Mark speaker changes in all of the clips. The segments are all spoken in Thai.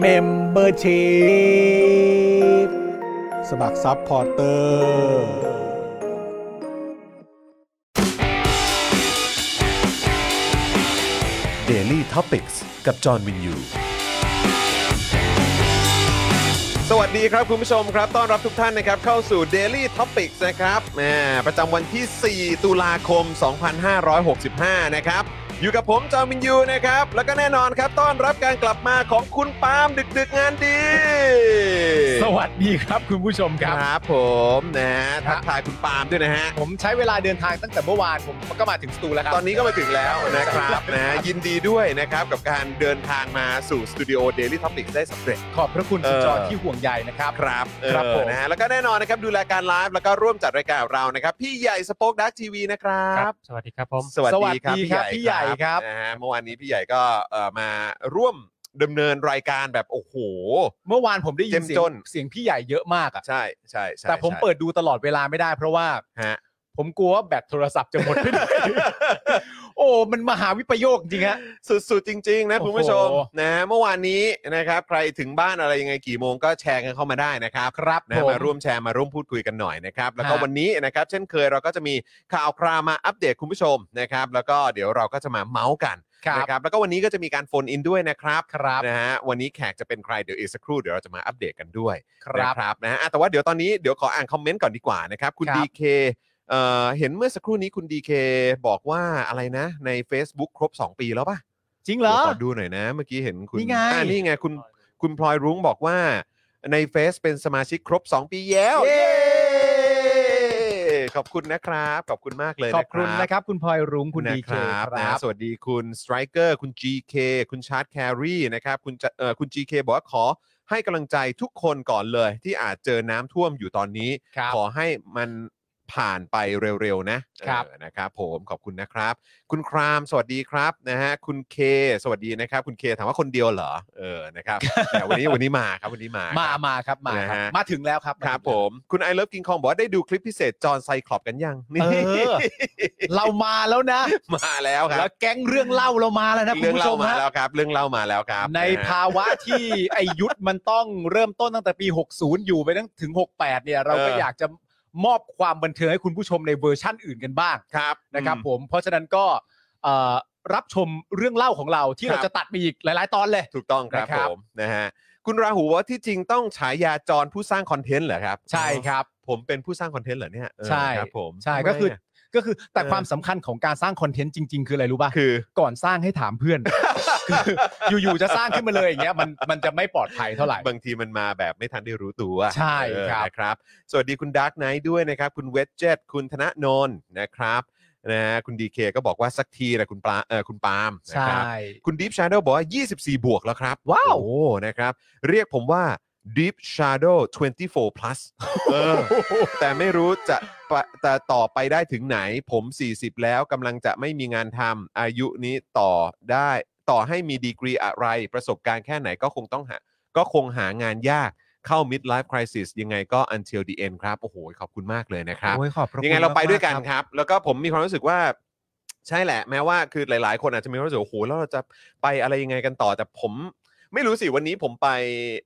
Speaker 1: เมมเบอร์ชีพสมัครซัพพอร์เตอร์
Speaker 2: Daily t o p i c กกับจอห์นวินยู
Speaker 3: สวัสดีครับคุณผู้ชมครับ ต้อนรับทุกท่านนะครับเข้าสู่ Daily Topics นะครับแหมประจำวันที่ 4 ตุลาคม 2565 นะครับ อยู่กับผมจอมินยูนะครับ แล้วก็แน่นอนครับ ต้อนรับการกลับมาของคุณปาล์มดึกดึกๆงานดี
Speaker 4: สวัสดีครับคุณผู้ชมครับ
Speaker 3: ครับผมนะฮะทักทายคุณปาล์มด้วยนะฮะ
Speaker 4: ผมใช้เวลาเดินทางตั้งแต่เมื่อวานผมก็มาถึงสตูแล้วครับ
Speaker 3: ตอนนี้ก็มาถึงแล้วนะครับนะฮะยินดีด้วยนะครับกับการเดินทางมาสู่สตูดิโอ Daily Topics ได้สำเร็จ
Speaker 4: ขอบพระคุณคุณ
Speaker 3: เออ
Speaker 4: จอห์นที่ห่วงใยนะครับ
Speaker 3: ครับเออ
Speaker 4: ครับผม
Speaker 3: นะฮะแล้วก็แน่นอนนะครับดูแลการไลฟ์แล้วก็ร่วมจัดรายการกับเรานะครับ พี่ใหญ่สป็อคดักทีวีนะครับ
Speaker 5: สวัสดีครับผม
Speaker 3: สวัสดีครับ
Speaker 4: สวัส
Speaker 3: พ
Speaker 4: ดี
Speaker 3: ี่
Speaker 4: ค
Speaker 3: ให
Speaker 4: รับ
Speaker 3: ญ่
Speaker 4: พี่ใหญ่ครับ
Speaker 3: นะฮะเมื่อวานนี้พี่ใหญ่ก็เอ่อมาร่วมดำเนินรายการแบบโอ้โห
Speaker 4: เมื่อวานผมได้ยิน
Speaker 3: เจ้ม
Speaker 4: เสียง
Speaker 3: จ้น
Speaker 4: เสียงพี่ใหญ่เยอะมากอ่ะ
Speaker 3: ใช่ใช่ใช่
Speaker 4: แต่ผม
Speaker 3: ใช่
Speaker 4: เปิดดูตลอดเวลาไม่ได้เพราะว่า
Speaker 3: ฮะ
Speaker 4: ผมกลัวว่าแบตโทรศัพท์จะหมด ไปด้วย โอ้มันมหาวิปโยคจริงฮะ
Speaker 3: สุดๆจริง ๆ นะ
Speaker 4: โอ้โห
Speaker 3: คุณผู้ชมนะเมื่อวานนี้นะครับ ใครถึงบ้านอะไรยังไงกี่โมงก็แชร์กันเข้ามาได้นะครับ
Speaker 4: ครับ
Speaker 3: นะ
Speaker 4: ผม
Speaker 3: มาร่วมแชร์มาร่วมพูดคุยกันหน่อยนะครับ แล้วก็
Speaker 4: ฮะ
Speaker 3: วันนี้นะครับ เช่นเคยเราก็จะมีข่าวคราวมาอัปเดตคุณผู้ชมนะครับ แล้วก็เดี๋ยวเราก็จะมาเมาส์กัน
Speaker 4: ครับ
Speaker 3: นะครับ แล้วก็วันนี้ก็จะมีการโฟนอินด้วยนะครับ
Speaker 4: ครับ
Speaker 3: นะฮะวันนี้แขกจะเป็นใครเดี๋ยวอีกสักครู่เดี๋ยวเราจะมาอัปเดตกันด้วย
Speaker 4: ครั
Speaker 3: นะ
Speaker 4: บ
Speaker 3: ครับนะฮะอ่ะแต่ว่าเดี๋ยวตอนนี้เดี๋ยวขออ่านคอมเมนต์ก่อนดีกว่านะครับ คุณ
Speaker 4: ครับ
Speaker 3: ดีเคเอ่อเห็นเมื่อสักครู่นี้คุณดีเคบอกว่าอะไรนะ ใน Facebook ครบ 2 ปีแล้วป่ะ
Speaker 4: จริงเหรอ
Speaker 3: ดี๋ยวขอดูหน่อยนะ เมื่อกี้เห็นคุณ
Speaker 4: นี่ไง
Speaker 3: อ่ะนี่ไงคุณคุณพลอยรุ้งบอกว่าในเฟซเป็นสมาชิกครบ 2 ปีแล้วเย้ขอบคุณนะครับ ขอบคุณมากเลย
Speaker 4: ข
Speaker 3: นะ
Speaker 4: อบคุณนะครับ คุณพลอยรุ้งคุณดีเค
Speaker 3: นะครับ
Speaker 4: ค
Speaker 3: นะ
Speaker 4: รับ
Speaker 3: สวัสดีคุณสไตรเกอร์คุณ GK คุณชาร์ตแครีนะครับคุณจะเอ่อคุณ GK บอกว่าขอให้กำลังใจทุกคนก่อนเลย ที่อาจเจอน้ำท่วมอยู่ตอนนี้
Speaker 4: ครับ
Speaker 3: ขอให้มันผ่านไปเร็วๆนะครับ เออนะครับ ผมขอบคุณนะครับ คุณครามสวัสดีครับนะฮะคุณเค สวัสดีนะครับ คุณเคถามว่าคนเดียวเหรอเออนะครับ แต่วันนี้วันนี้มาครับวันนี้มาค
Speaker 4: มา
Speaker 3: รับ
Speaker 4: มาครับมาค
Speaker 3: นะ
Speaker 4: รับ
Speaker 3: ฮะ
Speaker 4: มาถึงแล้วครับ
Speaker 3: ครับผมคุณไอเลิฟกิงคองบอกว่าได้ดูคลิปพิเศษจอห์นไซคลอปกันยังนี่
Speaker 4: เออ เรามาแล้วนะ
Speaker 3: มาแล้วค
Speaker 4: แล้
Speaker 3: รับ
Speaker 4: วแก๊งเรื่องเล่าเรามาแล้วนะคุณ
Speaker 3: เรื่อง
Speaker 4: ผู้ช
Speaker 3: เล่าม มา
Speaker 4: ฮะ
Speaker 3: แล้วครับ เรื่องเล่ามาแล้วครับ
Speaker 4: ใน
Speaker 3: นะฮะ
Speaker 4: ภาวะที่ ไอยุทธมันต้องเริ่มต้นตั้งแต่ปี 60 อยู่ไปตั้งถึง 68 เนี่ย เรา
Speaker 3: เอ
Speaker 4: ก็
Speaker 3: อ
Speaker 4: อ
Speaker 3: อ
Speaker 4: ยากจะมอบความบันเทิงให้คุณผู้ชมในเวอร์ชั่นอื่นกันบ้าง
Speaker 3: ครับ
Speaker 4: นะครับ
Speaker 3: อืม
Speaker 4: ผมเพราะฉะนั้นก็เอ่อรับชมเรื่องเล่าของเราที่
Speaker 3: ครับ
Speaker 4: เราจะตัดไปอีกหลาย ๆ ตอนเลย
Speaker 3: ถูกต้องครับ
Speaker 4: นะครับ
Speaker 3: ผมนะฮะคุณราหูบอกว่าที่จริงต้องฉายาจอห์นผู้สร้างคอนเทนต์เหรอครับ
Speaker 4: ใช่ครับ
Speaker 3: ผมเป็นผู้สร้างคอนเทนต์เหรอเนี่ยเออ
Speaker 4: ใช่
Speaker 3: ครับผม
Speaker 4: ใช่
Speaker 3: ทำไม
Speaker 4: ก็คือ
Speaker 3: อะ
Speaker 4: ก็คือแต่
Speaker 3: เออ
Speaker 4: ความสำคัญของการสร้างคอนเทนต์จริง ๆ คืออะไรรู้ป่ะ
Speaker 3: คือ
Speaker 4: ก่อนสร้างให้ถามเพื่อน คืออยู่ๆจะสร้างขึ้นมาเลยอย่างเงี้ยมันมันจะไม่ปลอดภัยเท่าไหร่
Speaker 3: บางทีมันมาแบบไม่ทันได้รู้ตัว
Speaker 4: ใช่
Speaker 3: เออ
Speaker 4: ครับ
Speaker 3: นะครับ สวัสดีคุณดาร์กไนท์ด้วยนะครับ คุณเว d เจ t คุณธนนนท์นะครับนะฮะคุณดีเคก็บอกว่าสักทีนะคุณปลาเออคุณปาล์มนะ
Speaker 4: ใช่
Speaker 3: ครับคุณดีฟชาร์โดบอกว่า 24 บวกแล้วครับ
Speaker 4: ว้าว
Speaker 3: โอ้นะครับ เรียกผมว่า Deep Shadow 24 plus เออแต่ไม่รู้จะปะแต่ต่อไปได้ถึงไหน ผม 40 แล้วกำลังจะไม่มีงานทำอายุนี้ต่อได้ต่อให้มีดีกรีอะไร ประสบการณ์แค่ไหนก็คงต้องหา ก็คงหางานยากเข้า mid life crisis ยังไงก็ until the end ครับ โอ้โห ขอบคุณมากเลยนะครับ
Speaker 4: โอ้ยขอบพะคุณ
Speaker 3: ยังไงเราไปด้วยกัน
Speaker 4: มๆ
Speaker 3: ครับ แล้วก็ผมมีความรู้สึกว่า ใช่แหละ แม้ว่าคือหลาย ๆ คนอาจจะมีความรู้สึกว่าโอ้โหแล้วเราจะไปอะไรยังไงกันต่อ แต่ผมไม่รู้สิวันนี้ผมไป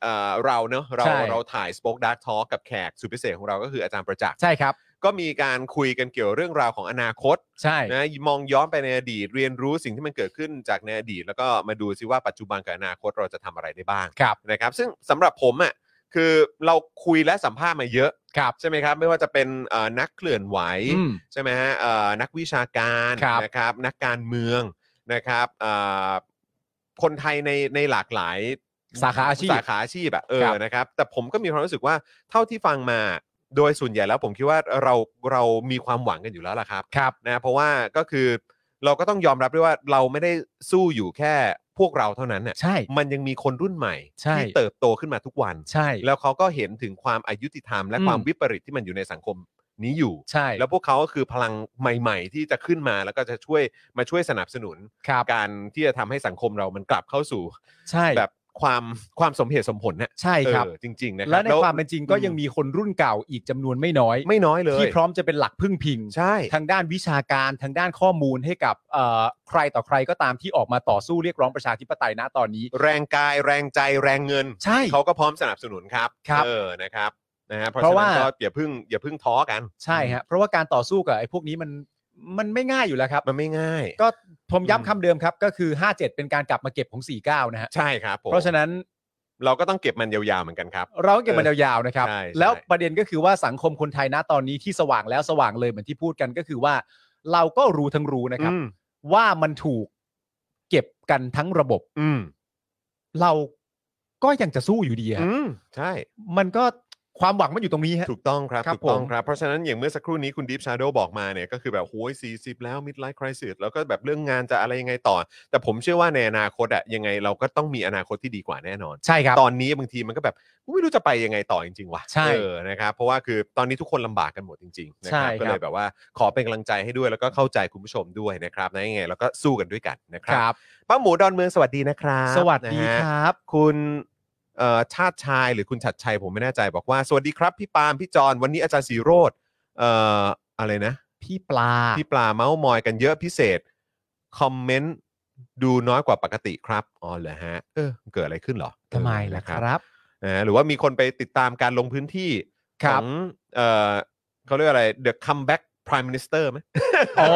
Speaker 3: เอ่อเราเนอะเรา
Speaker 4: ใช่
Speaker 3: เราถ่าย Spoke Dark Talk กับแขกสุดพิเศษของเราก็คืออาจารย์ประจักษ์
Speaker 4: ใช่ครับ
Speaker 3: ก็มีการคุยกันเกี่ยวเรื่องราวของอนาคต
Speaker 4: ใช่
Speaker 3: นะมองย้อนไปในอดีตเรียนรู้สิ่งที่มันเกิดขึ้นจากในอดีต แล้วก็มาดูซิว่าปัจจุบันกับอนาคตเราจะทำอะไรได้บ้าง
Speaker 4: ครับ
Speaker 3: นะครับซึ่งสำหรับผมอ่ะ คือเราคุยและสัมภาษณ์มาเยอะ
Speaker 4: ครับ
Speaker 3: ใช่ไหมครับ ไม่ว่าจะเป็นเอ่อนักเคลื่อนไหว
Speaker 4: อืม
Speaker 3: ใช่ไหมฮะเอ่อนักวิชาการ
Speaker 4: ครับ
Speaker 3: นะครับ นักการเมืองนะครับเอ่อคนไทยในในหลากหลาย
Speaker 4: สาขาอาชีพ
Speaker 3: สาขาอาชีพอะเออ
Speaker 4: ครับ
Speaker 3: นะครับ แต่ผมก็มีความรู้สึกว่าเท่าที่ฟังมาโดยส่วนใหญ่แล้วผมคิดว่าเราเรามีความหวังกันอยู่แล้วล่ะครับ
Speaker 4: ครับ
Speaker 3: นะเพราะว่าก็คือเราก็ต้องยอมรับด้วยว่าเราไม่ได้สู้อยู่แค่พวกเราเท่านั้นน่ะ
Speaker 4: ใช่
Speaker 3: มันยังมีคนรุ่นใหม่
Speaker 4: ใช่
Speaker 3: ที่เติบโตขึ้นมาทุกวัน
Speaker 4: ใช่
Speaker 3: แล้วเขาก็เห็นถึงความอายุติธรรมและ
Speaker 4: อืม
Speaker 3: ความวิปริตที่มันอยู่ในสังคมนี้อยู่
Speaker 4: ใช่
Speaker 3: แล้วพวกเขาก็คือพลังใหม่ ๆ ที่จะขึ้นมาแล้วก็จะช่วยมาช่วยสนับสนุน
Speaker 4: ครับ
Speaker 3: การที่จะทำให้สังคมเรามันกลับเข้าสู่
Speaker 4: ใช่
Speaker 3: แบบความความสมเหตุสมผลเนี่ย
Speaker 4: ใช่ครับ
Speaker 3: เออจริงๆนะครั
Speaker 4: และในความเป็นจริงก็ยังมีคนรุ่นเก่าอีกจำนวนไม่น้อย
Speaker 3: ไม่น้อยเลย
Speaker 4: ที่พร้อมจะเป็นหลักพึ่งพิง
Speaker 3: ใช่
Speaker 4: ทางด้านวิชาการทางด้านข้อมูลให้กับเอ่อใครต่อใครก็ตามที่ออกมาต่อสู้เรียกร้องประชาธิปไตยณตอนนี้
Speaker 3: แรงกายแรงใจแรงเงิน
Speaker 4: ใช่
Speaker 3: เขาก็พร้อมสนับสนุนครับ
Speaker 4: ครับ
Speaker 3: เออนะครับนะฮะเพราะ
Speaker 4: เพราะ
Speaker 3: ฉะนั้น
Speaker 4: ว่า
Speaker 3: ก็อย่าเพิ่งอย่าเพิ่งท้อกัน
Speaker 4: ใช่ฮะเพราะว่าการต่อสู้กับไอ้พวกนี้มันมันไม่ง่ายอยู่แล้วครับ
Speaker 3: มันไม่ง่าย
Speaker 4: ก็ผม
Speaker 3: อืม
Speaker 4: ย้ำคำเดิมครับ ก็คือ 57 เป็นการกลับมาเก็บของ 49 นะฮะ
Speaker 3: ใช่ครับผม
Speaker 4: เพราะฉะนั้น
Speaker 3: เราก็ต้องเก็บมันยาวๆเหมือนกันครับ
Speaker 4: เราก็เก็บมันยาวๆนะครับ
Speaker 3: ใช่ใช่
Speaker 4: แล้วประเด็นก็คือว่าสังคมคนไทยณตอนนี้ที่สว่างแล้วสว่างเลยเหมือนที่พูดกันก็คือว่า เราก็รู้ทั้งรู้นะครับ
Speaker 3: อืม
Speaker 4: ว่ามันถูกเก็บกันทั้งระบบ
Speaker 3: อืม
Speaker 4: เราก็ยังจะสู้อยู่ดีฮะ
Speaker 3: อืมใช่
Speaker 4: มันก็ความหวังมันอยู่ตรงนี้ฮะ
Speaker 3: ถูกต้องครับ
Speaker 4: ครับ
Speaker 3: ถูกต้อง
Speaker 4: ผม
Speaker 3: ครับ เพราะฉะนั้นอย่างเมื่อสักครู่นี้คุณ Deep Shadow บอกมาเนี่ยก็คือแบบโอ้ย40 แล้ว midlife crisis แล้วก็แบบเรื่องงานจะอะไรยังไงต่อ แต่ผมเชื่อว่าในอนาคตอะยังไงเราก็ต้องมีอนาคตที่ดีกว่าแน่นอน
Speaker 4: ใช่ครับ
Speaker 3: ตอนนี้บางทีมันก็แบบไม่รู้จะไปยังไงต่อจริงๆว่ะ
Speaker 4: ใช่
Speaker 3: เออนะครับเพราะว่าคือตอนนี้ทุกคนลำบากกันหมดจริงๆนะค
Speaker 4: ใช่
Speaker 3: รั
Speaker 4: ครับ
Speaker 3: ก็เลยแบบว่าขอเป็นกำลังใจให้ด้วยแล้วก็เข้าใจคุณผู้ชมด้วยนะครับนะยังไงแล้วก็สู้กันด้วยกันนะค
Speaker 4: ครั
Speaker 3: รับ ป้าหมูดอนเมืองสวัสดีนะครับ
Speaker 4: สวัสดี
Speaker 3: นะฮะ
Speaker 4: ครับ
Speaker 3: คุณเอ่อชาติชายหรือคุณชัดชัยผมไม่แน่ใจบอกว่า สวัสดีครับพี่ปาล์มพี่จอนวันนี้อาจารย์สีโรดเอ่ออะไรนะ
Speaker 4: พี่ปลา
Speaker 3: พี่ปลาเมาส์มอยกันเยอะพิเศษ คอมเมนต์ดูน้อยกว่าปกติครับอ๋อเหรอฮะเออเกิดอะไรขึ้นเหรอ
Speaker 4: ทำไมล่ะ
Speaker 3: เออ
Speaker 4: ค
Speaker 3: นะ
Speaker 4: รับ
Speaker 3: นะฮะหรือว่ามีคนไปติดตามการลงพื้นที่ข
Speaker 4: ครั
Speaker 3: อบ งเอ่อเขาเรียกอะไร The Comeback Prime Minister ไหม
Speaker 4: อ๋อ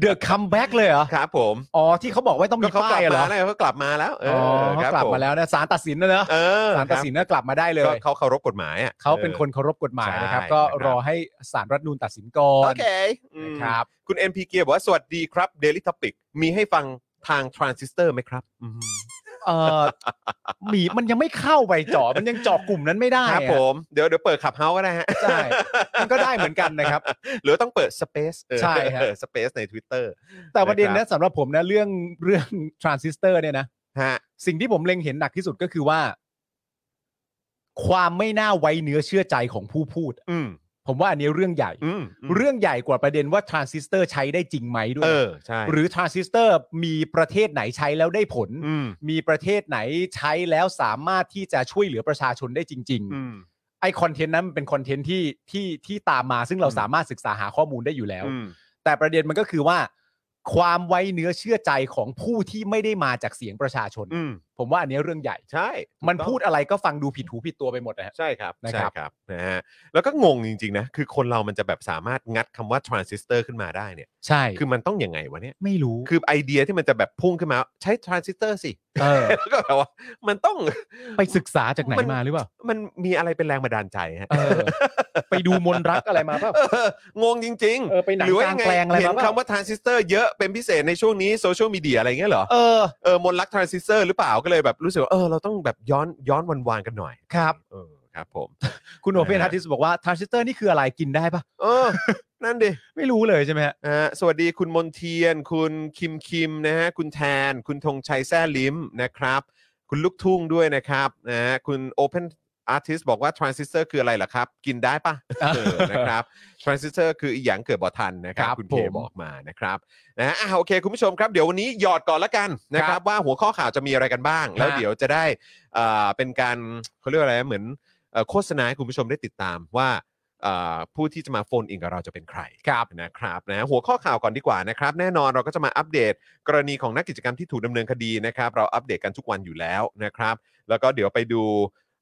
Speaker 4: เดอะคัมแบ็กเลยเหรอ
Speaker 3: ครับผม
Speaker 4: อ๋อ ที่เขาบอกว่าต้อง
Speaker 3: ก็
Speaker 4: มี
Speaker 3: เขากลั
Speaker 4: ป้า
Speaker 3: บ
Speaker 4: ยเหร
Speaker 3: มา
Speaker 4: อ
Speaker 3: แล้วเขากลับมาแล้วเอ
Speaker 4: อ๋อ
Speaker 3: อค
Speaker 4: เขา
Speaker 3: รับ
Speaker 4: กลั
Speaker 3: ผม
Speaker 4: บามแล้วนะศาลตัดสินแล้วนะ
Speaker 3: เออ
Speaker 4: ศาลตัดสินน่ะกลับมาได้เลย
Speaker 3: ก็เขาเคารพกฎหมายอ่ะ
Speaker 4: เขาเป็น
Speaker 3: ออ
Speaker 4: คนเคารพกฎหมายนะครับ
Speaker 3: ใช่
Speaker 4: ก็
Speaker 3: นะครับ
Speaker 4: รอให้ศาลรัฐธรรมนูนตัดสินก่อน
Speaker 3: โอเคอืม
Speaker 4: ครับ
Speaker 3: คุณ NP เกียบอกว่า สวัสดีครับ Daily Topic มีให้ฟังทางทรานซิสเตอร์ไหมครับอืม
Speaker 4: เอ่อหมีมันยังไม่เข้าไปเจาะ มันยังเจาะกลุ่มนั้นไม่ได้
Speaker 3: ครับ
Speaker 4: อะ
Speaker 3: ผม เดี๋ยวเดี๋ยวเปิดขับเฮาก็ได้ฮะ
Speaker 4: ใช่ มันก็ได้เหมือนกันนะครับ
Speaker 3: หรือต้องเปิด Space เออ
Speaker 4: ใช่ฮะ
Speaker 3: เออ Space ใน Twitter
Speaker 4: แต่ประเด็น
Speaker 3: นะครับ
Speaker 4: นะสำหรับผมนะเรื่องเรื่องทรานซิสเตอร์เนี่ยนะ
Speaker 3: ฮะ
Speaker 4: สิ่งที่ผมเล็งเห็นหนักที่สุดก็คือว่า ความไม่น่าไว้เนื้อเชื่อใจของผู้พูด
Speaker 3: อืม
Speaker 4: ผมว่าอันนี้เรื่องใหญ่
Speaker 3: อืมม
Speaker 4: เรื่องใหญ่กว่าประเด็นว่าทรานซิสเตอร์ใช้ได้จริงไหมด้วย
Speaker 3: เอ
Speaker 4: นะ
Speaker 3: อ ใช่
Speaker 4: หรือทรานซิสเตอร์มีประเทศไหนใช้แล้วได้ผล
Speaker 3: อืม
Speaker 4: มีประเทศไหนใช้แล้วสามารถที่จะช่วยเหลือประชาชนได้จริง
Speaker 3: อืม
Speaker 4: ๆ ไอคอนเทนต์นั้นมันเป็นคอนเทนต์ที่ที่ที่ตามมาซึ่งเรา
Speaker 3: อืม
Speaker 4: สามารถศึกษาหาข้อมูลได้อยู่แล้ว
Speaker 3: อืม
Speaker 4: แต่ประเด็นมันก็คือว่า ความไว้เนื้อเชื่อใจของผู้ที่ไม่ได้มาจากเสียงประชาชน
Speaker 3: อืม
Speaker 4: ผมว่าอันนี้เรื่องใหญ่
Speaker 3: ใช่ถูก
Speaker 4: มัน
Speaker 3: ต้อง
Speaker 4: พูดอะไรก็ฟังดูผิดหูผิดตัวไปหมดนะฮะ
Speaker 3: ใช่ครับ
Speaker 4: นะ
Speaker 3: ใช่
Speaker 4: ครับ
Speaker 3: ครับนะฮะแล้วก็งงจริง ๆ นะ คือคนเรามันจะแบบสามารถงัดคำว่าทรานซิสเตอร์ขึ้นมาได้เนี่ย
Speaker 4: ใช่
Speaker 3: คือมันต้องยังไงวะเนี่ย
Speaker 4: ไม่รู้
Speaker 3: คือไอเดียที่มันจะแบบพุ่งขึ้นมาใช้ทรานซิสเตอร์สิ
Speaker 4: เออ
Speaker 3: แล้วก็แบบว่ามันต้อง
Speaker 4: ไปศึกษาจากไหน
Speaker 3: มัน
Speaker 4: มาหรือเปล่า
Speaker 3: มันมีอะไรเป็นแรงบันดาลใจฮะ
Speaker 4: เอ อ ไปดูมนต์รักอะไรมาเปล่า
Speaker 3: เอองงจริง
Speaker 4: เออไปหนัง
Speaker 3: รืว่
Speaker 4: กลางแปลงอะไร
Speaker 3: เห็น
Speaker 4: มาเปล่า
Speaker 3: คำว่าทรานซิสเตอร์เยอะเป็นพิเศษในช่วงนี้โซเชียลมีเดียอะไรเงี้ยเหรอ
Speaker 4: เออ
Speaker 3: เออมนต์รักทรานซิสเตอร์หรือเปล่าก็เลยแบบรู้สึกว่าเออเราต้องแบบย้อนย้อนวันวานๆกันหน่อย
Speaker 4: ครับ
Speaker 3: เออครับผม
Speaker 4: คุณโอเปนฮาร์ติสบอกว่าทรานซิสเตอร์นี่คืออะไรกินได้ปะ
Speaker 3: เออ นั่นดิ
Speaker 4: ไม่รู้เลยใช่ไหมฮะ
Speaker 3: นะฮะสวัสดีคุณมนเทียน คุณคิมคิมนะฮะคุณแทน คุณธงชัยแซ่ลิ้มนะครับ คุณลูกทุ่งด้วยนะครับนะฮะคุณ Open Artist บอกว่าทรานซิสเตอร์คืออะไรล่ะครับ กินได้ปะเออนะครับทรานซิสเตอร์คืออีหยังเกิดบ่ทันนะครับ
Speaker 4: ครับ
Speaker 3: คุณเค
Speaker 4: ผม
Speaker 3: บอกมานะครับนะฮะอ่ะโอเค คุณผู้ชมครับ เดี๋ยววันนี้หยอดก่อนละกันนะค
Speaker 4: ค
Speaker 3: รั
Speaker 4: รั
Speaker 3: บบ ว่าหัวข้อข่าวจะมีอะไรกันบ้าง แล้ว
Speaker 4: ฮะ
Speaker 3: เดี๋ยวจะได้เอ่อเป็นการเขาเรียกว่าอะไรเหมือนเอ่อโฆษณาให้คุณผู้ชมได้ติดตามว่า เอ่อผู้ที่จะมาโฟนอินกับเราจะเป็นใครครับนะครับนะหัวข้อข่าวก่อนดีกว่านะครับ แน่นอนเราก็จะมาอัปเดตกรณีของนักกิจกรรมที่ถูกดำเนินคดีนะครับ เราอัปเดตกันทุกวันอยู่แล้วนะครับ แล้วก็เดี๋ยวไปดู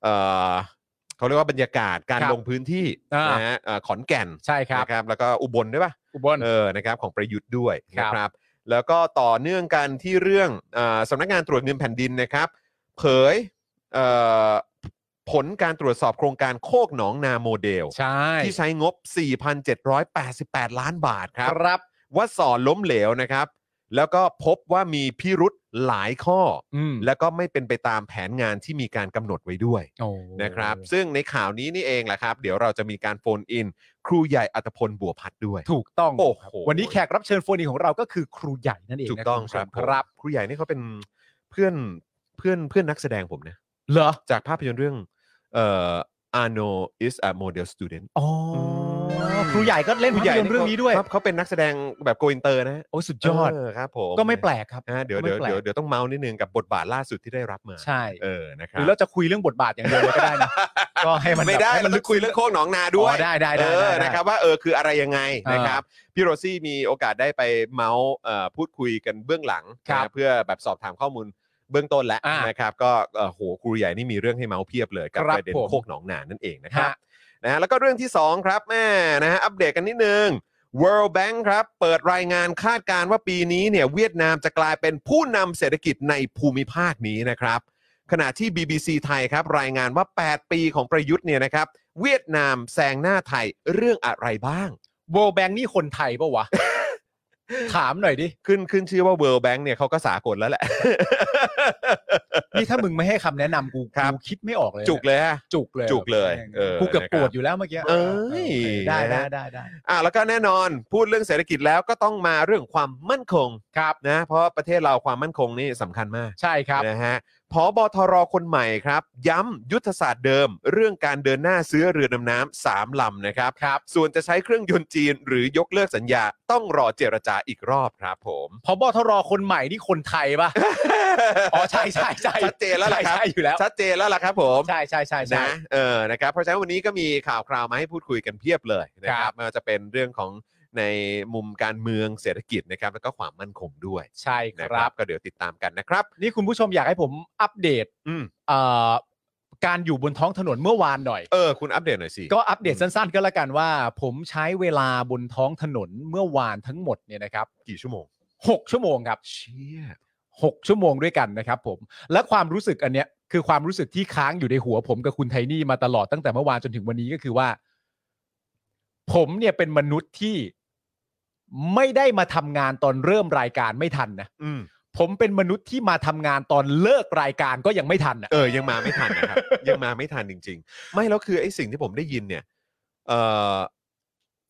Speaker 3: เอ่อเขาเรียกว่าบรรยากาศการ
Speaker 4: ครับ
Speaker 3: ลงพื้นที่
Speaker 4: อ่าน
Speaker 3: นะฮะเอ่อขอนแก่น
Speaker 4: ใช่ครับ
Speaker 3: นะครับ แล้วก็อุบลด้วยปะ
Speaker 4: อุบล
Speaker 3: เออ นะครับ ของประยุทธ์ด้วย
Speaker 4: ครั
Speaker 3: นะ
Speaker 4: บ
Speaker 3: ครับ แล้วก็ต่อเนื่องกันที่เรื่องเออสำนักงานตรวจเงินแผ่นดินนะครับ เผยเอ่อ ผลการตรวจสอบโครงการโคกหนองนาโมเดล
Speaker 4: ใช่
Speaker 3: ที่ใช้งบ 4,788 ล้านบาทค
Speaker 4: ครับ รับ
Speaker 3: ว่าสอนล้มเหลวนะครับ แล้วก็พบว่ามีพิรุษหลายข้อ
Speaker 4: อืม
Speaker 3: แล้วก็ไม่เป็นไปตามแผนงานที่มีการกำหนดไว้ด้วย
Speaker 4: โอ้
Speaker 3: นะครับ ซึ่งในข่าวนี้นี่เองแหละครับ เดี๋ยวเราจะมีการโฟนอิน ครูใหญ่อัตภพลบัวพัดด้วย
Speaker 4: ถูกต้อง
Speaker 3: โอ้โห
Speaker 4: วันนี้แขกรับเชิญโฟนอินของเราก็คือครูใหญ่นั่นเอง
Speaker 3: ถูก
Speaker 4: นะ
Speaker 3: ต้อง
Speaker 4: ณ
Speaker 3: ค
Speaker 4: ผู้ช
Speaker 3: รับ
Speaker 4: ม
Speaker 3: ผม
Speaker 4: ครับ
Speaker 3: ครูใหญ่นี่เขาเป็นเพื่อนเพื่อนเพื่อนนักแสดงผมนะ
Speaker 4: เหรอ
Speaker 3: จากภาพยนตร์เรื่องเอ่อ Arno is a model student
Speaker 4: อ๋อครูใหญ่ก็เล่น
Speaker 3: ครู
Speaker 4: ภาพ
Speaker 3: ใหญ่
Speaker 4: ยนตร์เรื่องนี้ด้วย
Speaker 3: คบเขาเป็นนักแสดงแบบโกอินเตอร์นะฮะ
Speaker 4: โอ้สุดยอด
Speaker 3: เครับผม
Speaker 4: ก็ไม่แปลกครับ
Speaker 3: นะฮะเดี๋ยว
Speaker 4: ก็ไม่
Speaker 3: เดี๋ยว
Speaker 4: แปลก
Speaker 3: เดี๋ยวเดี๋ยวต้องเมาส์นิดนึงกับบทบาทล่าสุดที่ได้รับมา
Speaker 4: ใช่
Speaker 3: เออนะค
Speaker 4: ห
Speaker 3: รั
Speaker 4: รื
Speaker 3: บ
Speaker 4: อเราจะคุยเรื่องบทบาทอย่างเดียวเลยก็ได้นะ ก็ให้มัน
Speaker 3: ไม่ได้
Speaker 4: ให้
Speaker 3: เราจะคุยเรื่องโคกหนองนาด้วย
Speaker 4: อ๋อได้ได้
Speaker 3: เอ
Speaker 4: ได้
Speaker 3: อ
Speaker 4: ได้ได้
Speaker 3: นะครับว่าเออคืออะไรยังไง
Speaker 4: เออ
Speaker 3: นะครับพี่โรซี่มีโอกาสได้ไปเมาส์เอ่อพูดคุยกันเบื้องหลัง
Speaker 4: ครับ
Speaker 3: นะเพื่อแบบสอบถามข้อมูลเบื้องต้นแล้ว
Speaker 4: อ่าน
Speaker 3: นะครับก็เอ่อโหครูใหญ่นี่มีเรื่องให้เมาส์เพียบเลยกับ
Speaker 4: ครับ
Speaker 3: ประเด็น
Speaker 4: ผม
Speaker 3: โคกหนองนานั่นเองนะครับ
Speaker 4: ฮะ
Speaker 3: นะฮะแล้วก็เรื่องที่ 2 ครับแม่นะฮะอัปเดตกันนิดนึง World Bank ครับ เปิดรายงานคาดการณ์ว่าปีนี้เนี่ยเวียดนามจะกลายเป็นผู้นำเศรษฐกิจในภูมิภาคนี้นะครับ ขณะที่ BBC ไทยครับ รายงานว่า 8 ปีของประยุทธ์เนี่ยนะครับ เวียดนามแซงหน้าไทยเรื่องอะไรบ้าง
Speaker 4: โบแบงนี่คนไทยปะวะ ถามหน่อยดิ
Speaker 3: ขึ้นขึ้นชื่อว่า World Bank เนี่ยเขาก็สากลแล้วแหละ
Speaker 4: นี่ถ้ามึงไม่ให้คำแนะนำกู
Speaker 3: ครับ
Speaker 4: กูคิดไม่ออกเลย
Speaker 3: จุกเลยฮะ
Speaker 4: จุกเลย
Speaker 3: จุกเลยเออ
Speaker 4: กูเกือบ
Speaker 3: นะครับ
Speaker 4: ปวดอยู่แล้วเมื่อกี้
Speaker 3: เอ้ย
Speaker 4: ได้ได้ได้ได้
Speaker 3: อ่ะแล้วก็แน่นอนพูดเรื่องเศรษฐกิจแล้วก็ต้องมาเรื่องความมั่นคง
Speaker 4: ครับ
Speaker 3: นะเพราะประเทศเราความมั่นคงนี่สำคัญมาก
Speaker 4: ใช่ครับ
Speaker 3: นะฮะผอบทรคนใหม่ครับ ย้ำยุทธศาสตร์เดิม เรื่องการเดินหน้าซื้อเรือดำน้ำสามลำนะครับ
Speaker 4: ครับ
Speaker 3: ส่วนจะใช้เครื่องยนต์จีนหรือยกเลิกสัญญาต้องรอเจรจาอีกรอบครับผม
Speaker 4: พบทรคนใหม่นี่คนไทยปะ อ๋ อใช่ใช่ใช่
Speaker 3: ชัดเจนแล้วล่ะครับ
Speaker 4: ใช่ใช่อยู่แล้ว
Speaker 3: ชัดเจนแล้วล่ะครับผม
Speaker 4: ใช่ใช่ใช่ใช่
Speaker 3: นะเออนะครับเพราะฉะนั้นวันนี้ก็มีข่าวคราวมาให้พูดคุยกันเพียบเลยนะค
Speaker 4: ครั
Speaker 3: รับบ ไม่ว่าจะเป็นเรื่องของในมุมการเมืองเศรษฐกิจนะครับแล้วก็ความมั่นคงด้วย
Speaker 4: ใช่ค
Speaker 3: นะค
Speaker 4: รั
Speaker 3: รับ บ ก็เดี๋ยวติดตามกันนะครับ
Speaker 4: นี่คุณผู้ชมอยากให้ผมอัปเดต
Speaker 3: อืม
Speaker 4: เอ่อการอยู่บนท้องถนนเมื่อวานหน่อย
Speaker 3: เออคุณอัปเดตหน่อยสิ
Speaker 4: ก็อัปเดตสั้นๆ ก็แล้วกันว่า ผมใช้เวลาบนท้องถนนเมื่อวานทั้งหมดเนี่ยนะครับ
Speaker 3: กี่ชั่วโมง
Speaker 4: หกชั่วโมงครับ
Speaker 3: เชี่ย
Speaker 4: หกชั่วโมงด้วยกันนะครับผม และความรู้สึกอันเนี้ยคือความรู้สึกที่ค้างอยู่ในหัว ผมกับคุณไทนี่มาตลอดตั้งแต่เมื่อวานจนถึงวันนี้ก็คือว่า ผมเนี่ยเป็นมนุษย์ที่ไม่ได้มาทำงานตอนเริ่มรายการไม่ทันนะ
Speaker 3: อืม
Speaker 4: ผมเป็นมนุษย์ที่มาทำงานตอนเลิกรายการก็ยังไม่ทันอ่ะ
Speaker 3: เออ ยังมาไม่ทันนะครับ ยังมาไม่ทันจริง ๆ ไม่แล้วคือไอ้สิ่งที่ผมได้ยินเนี่ยเอ่อ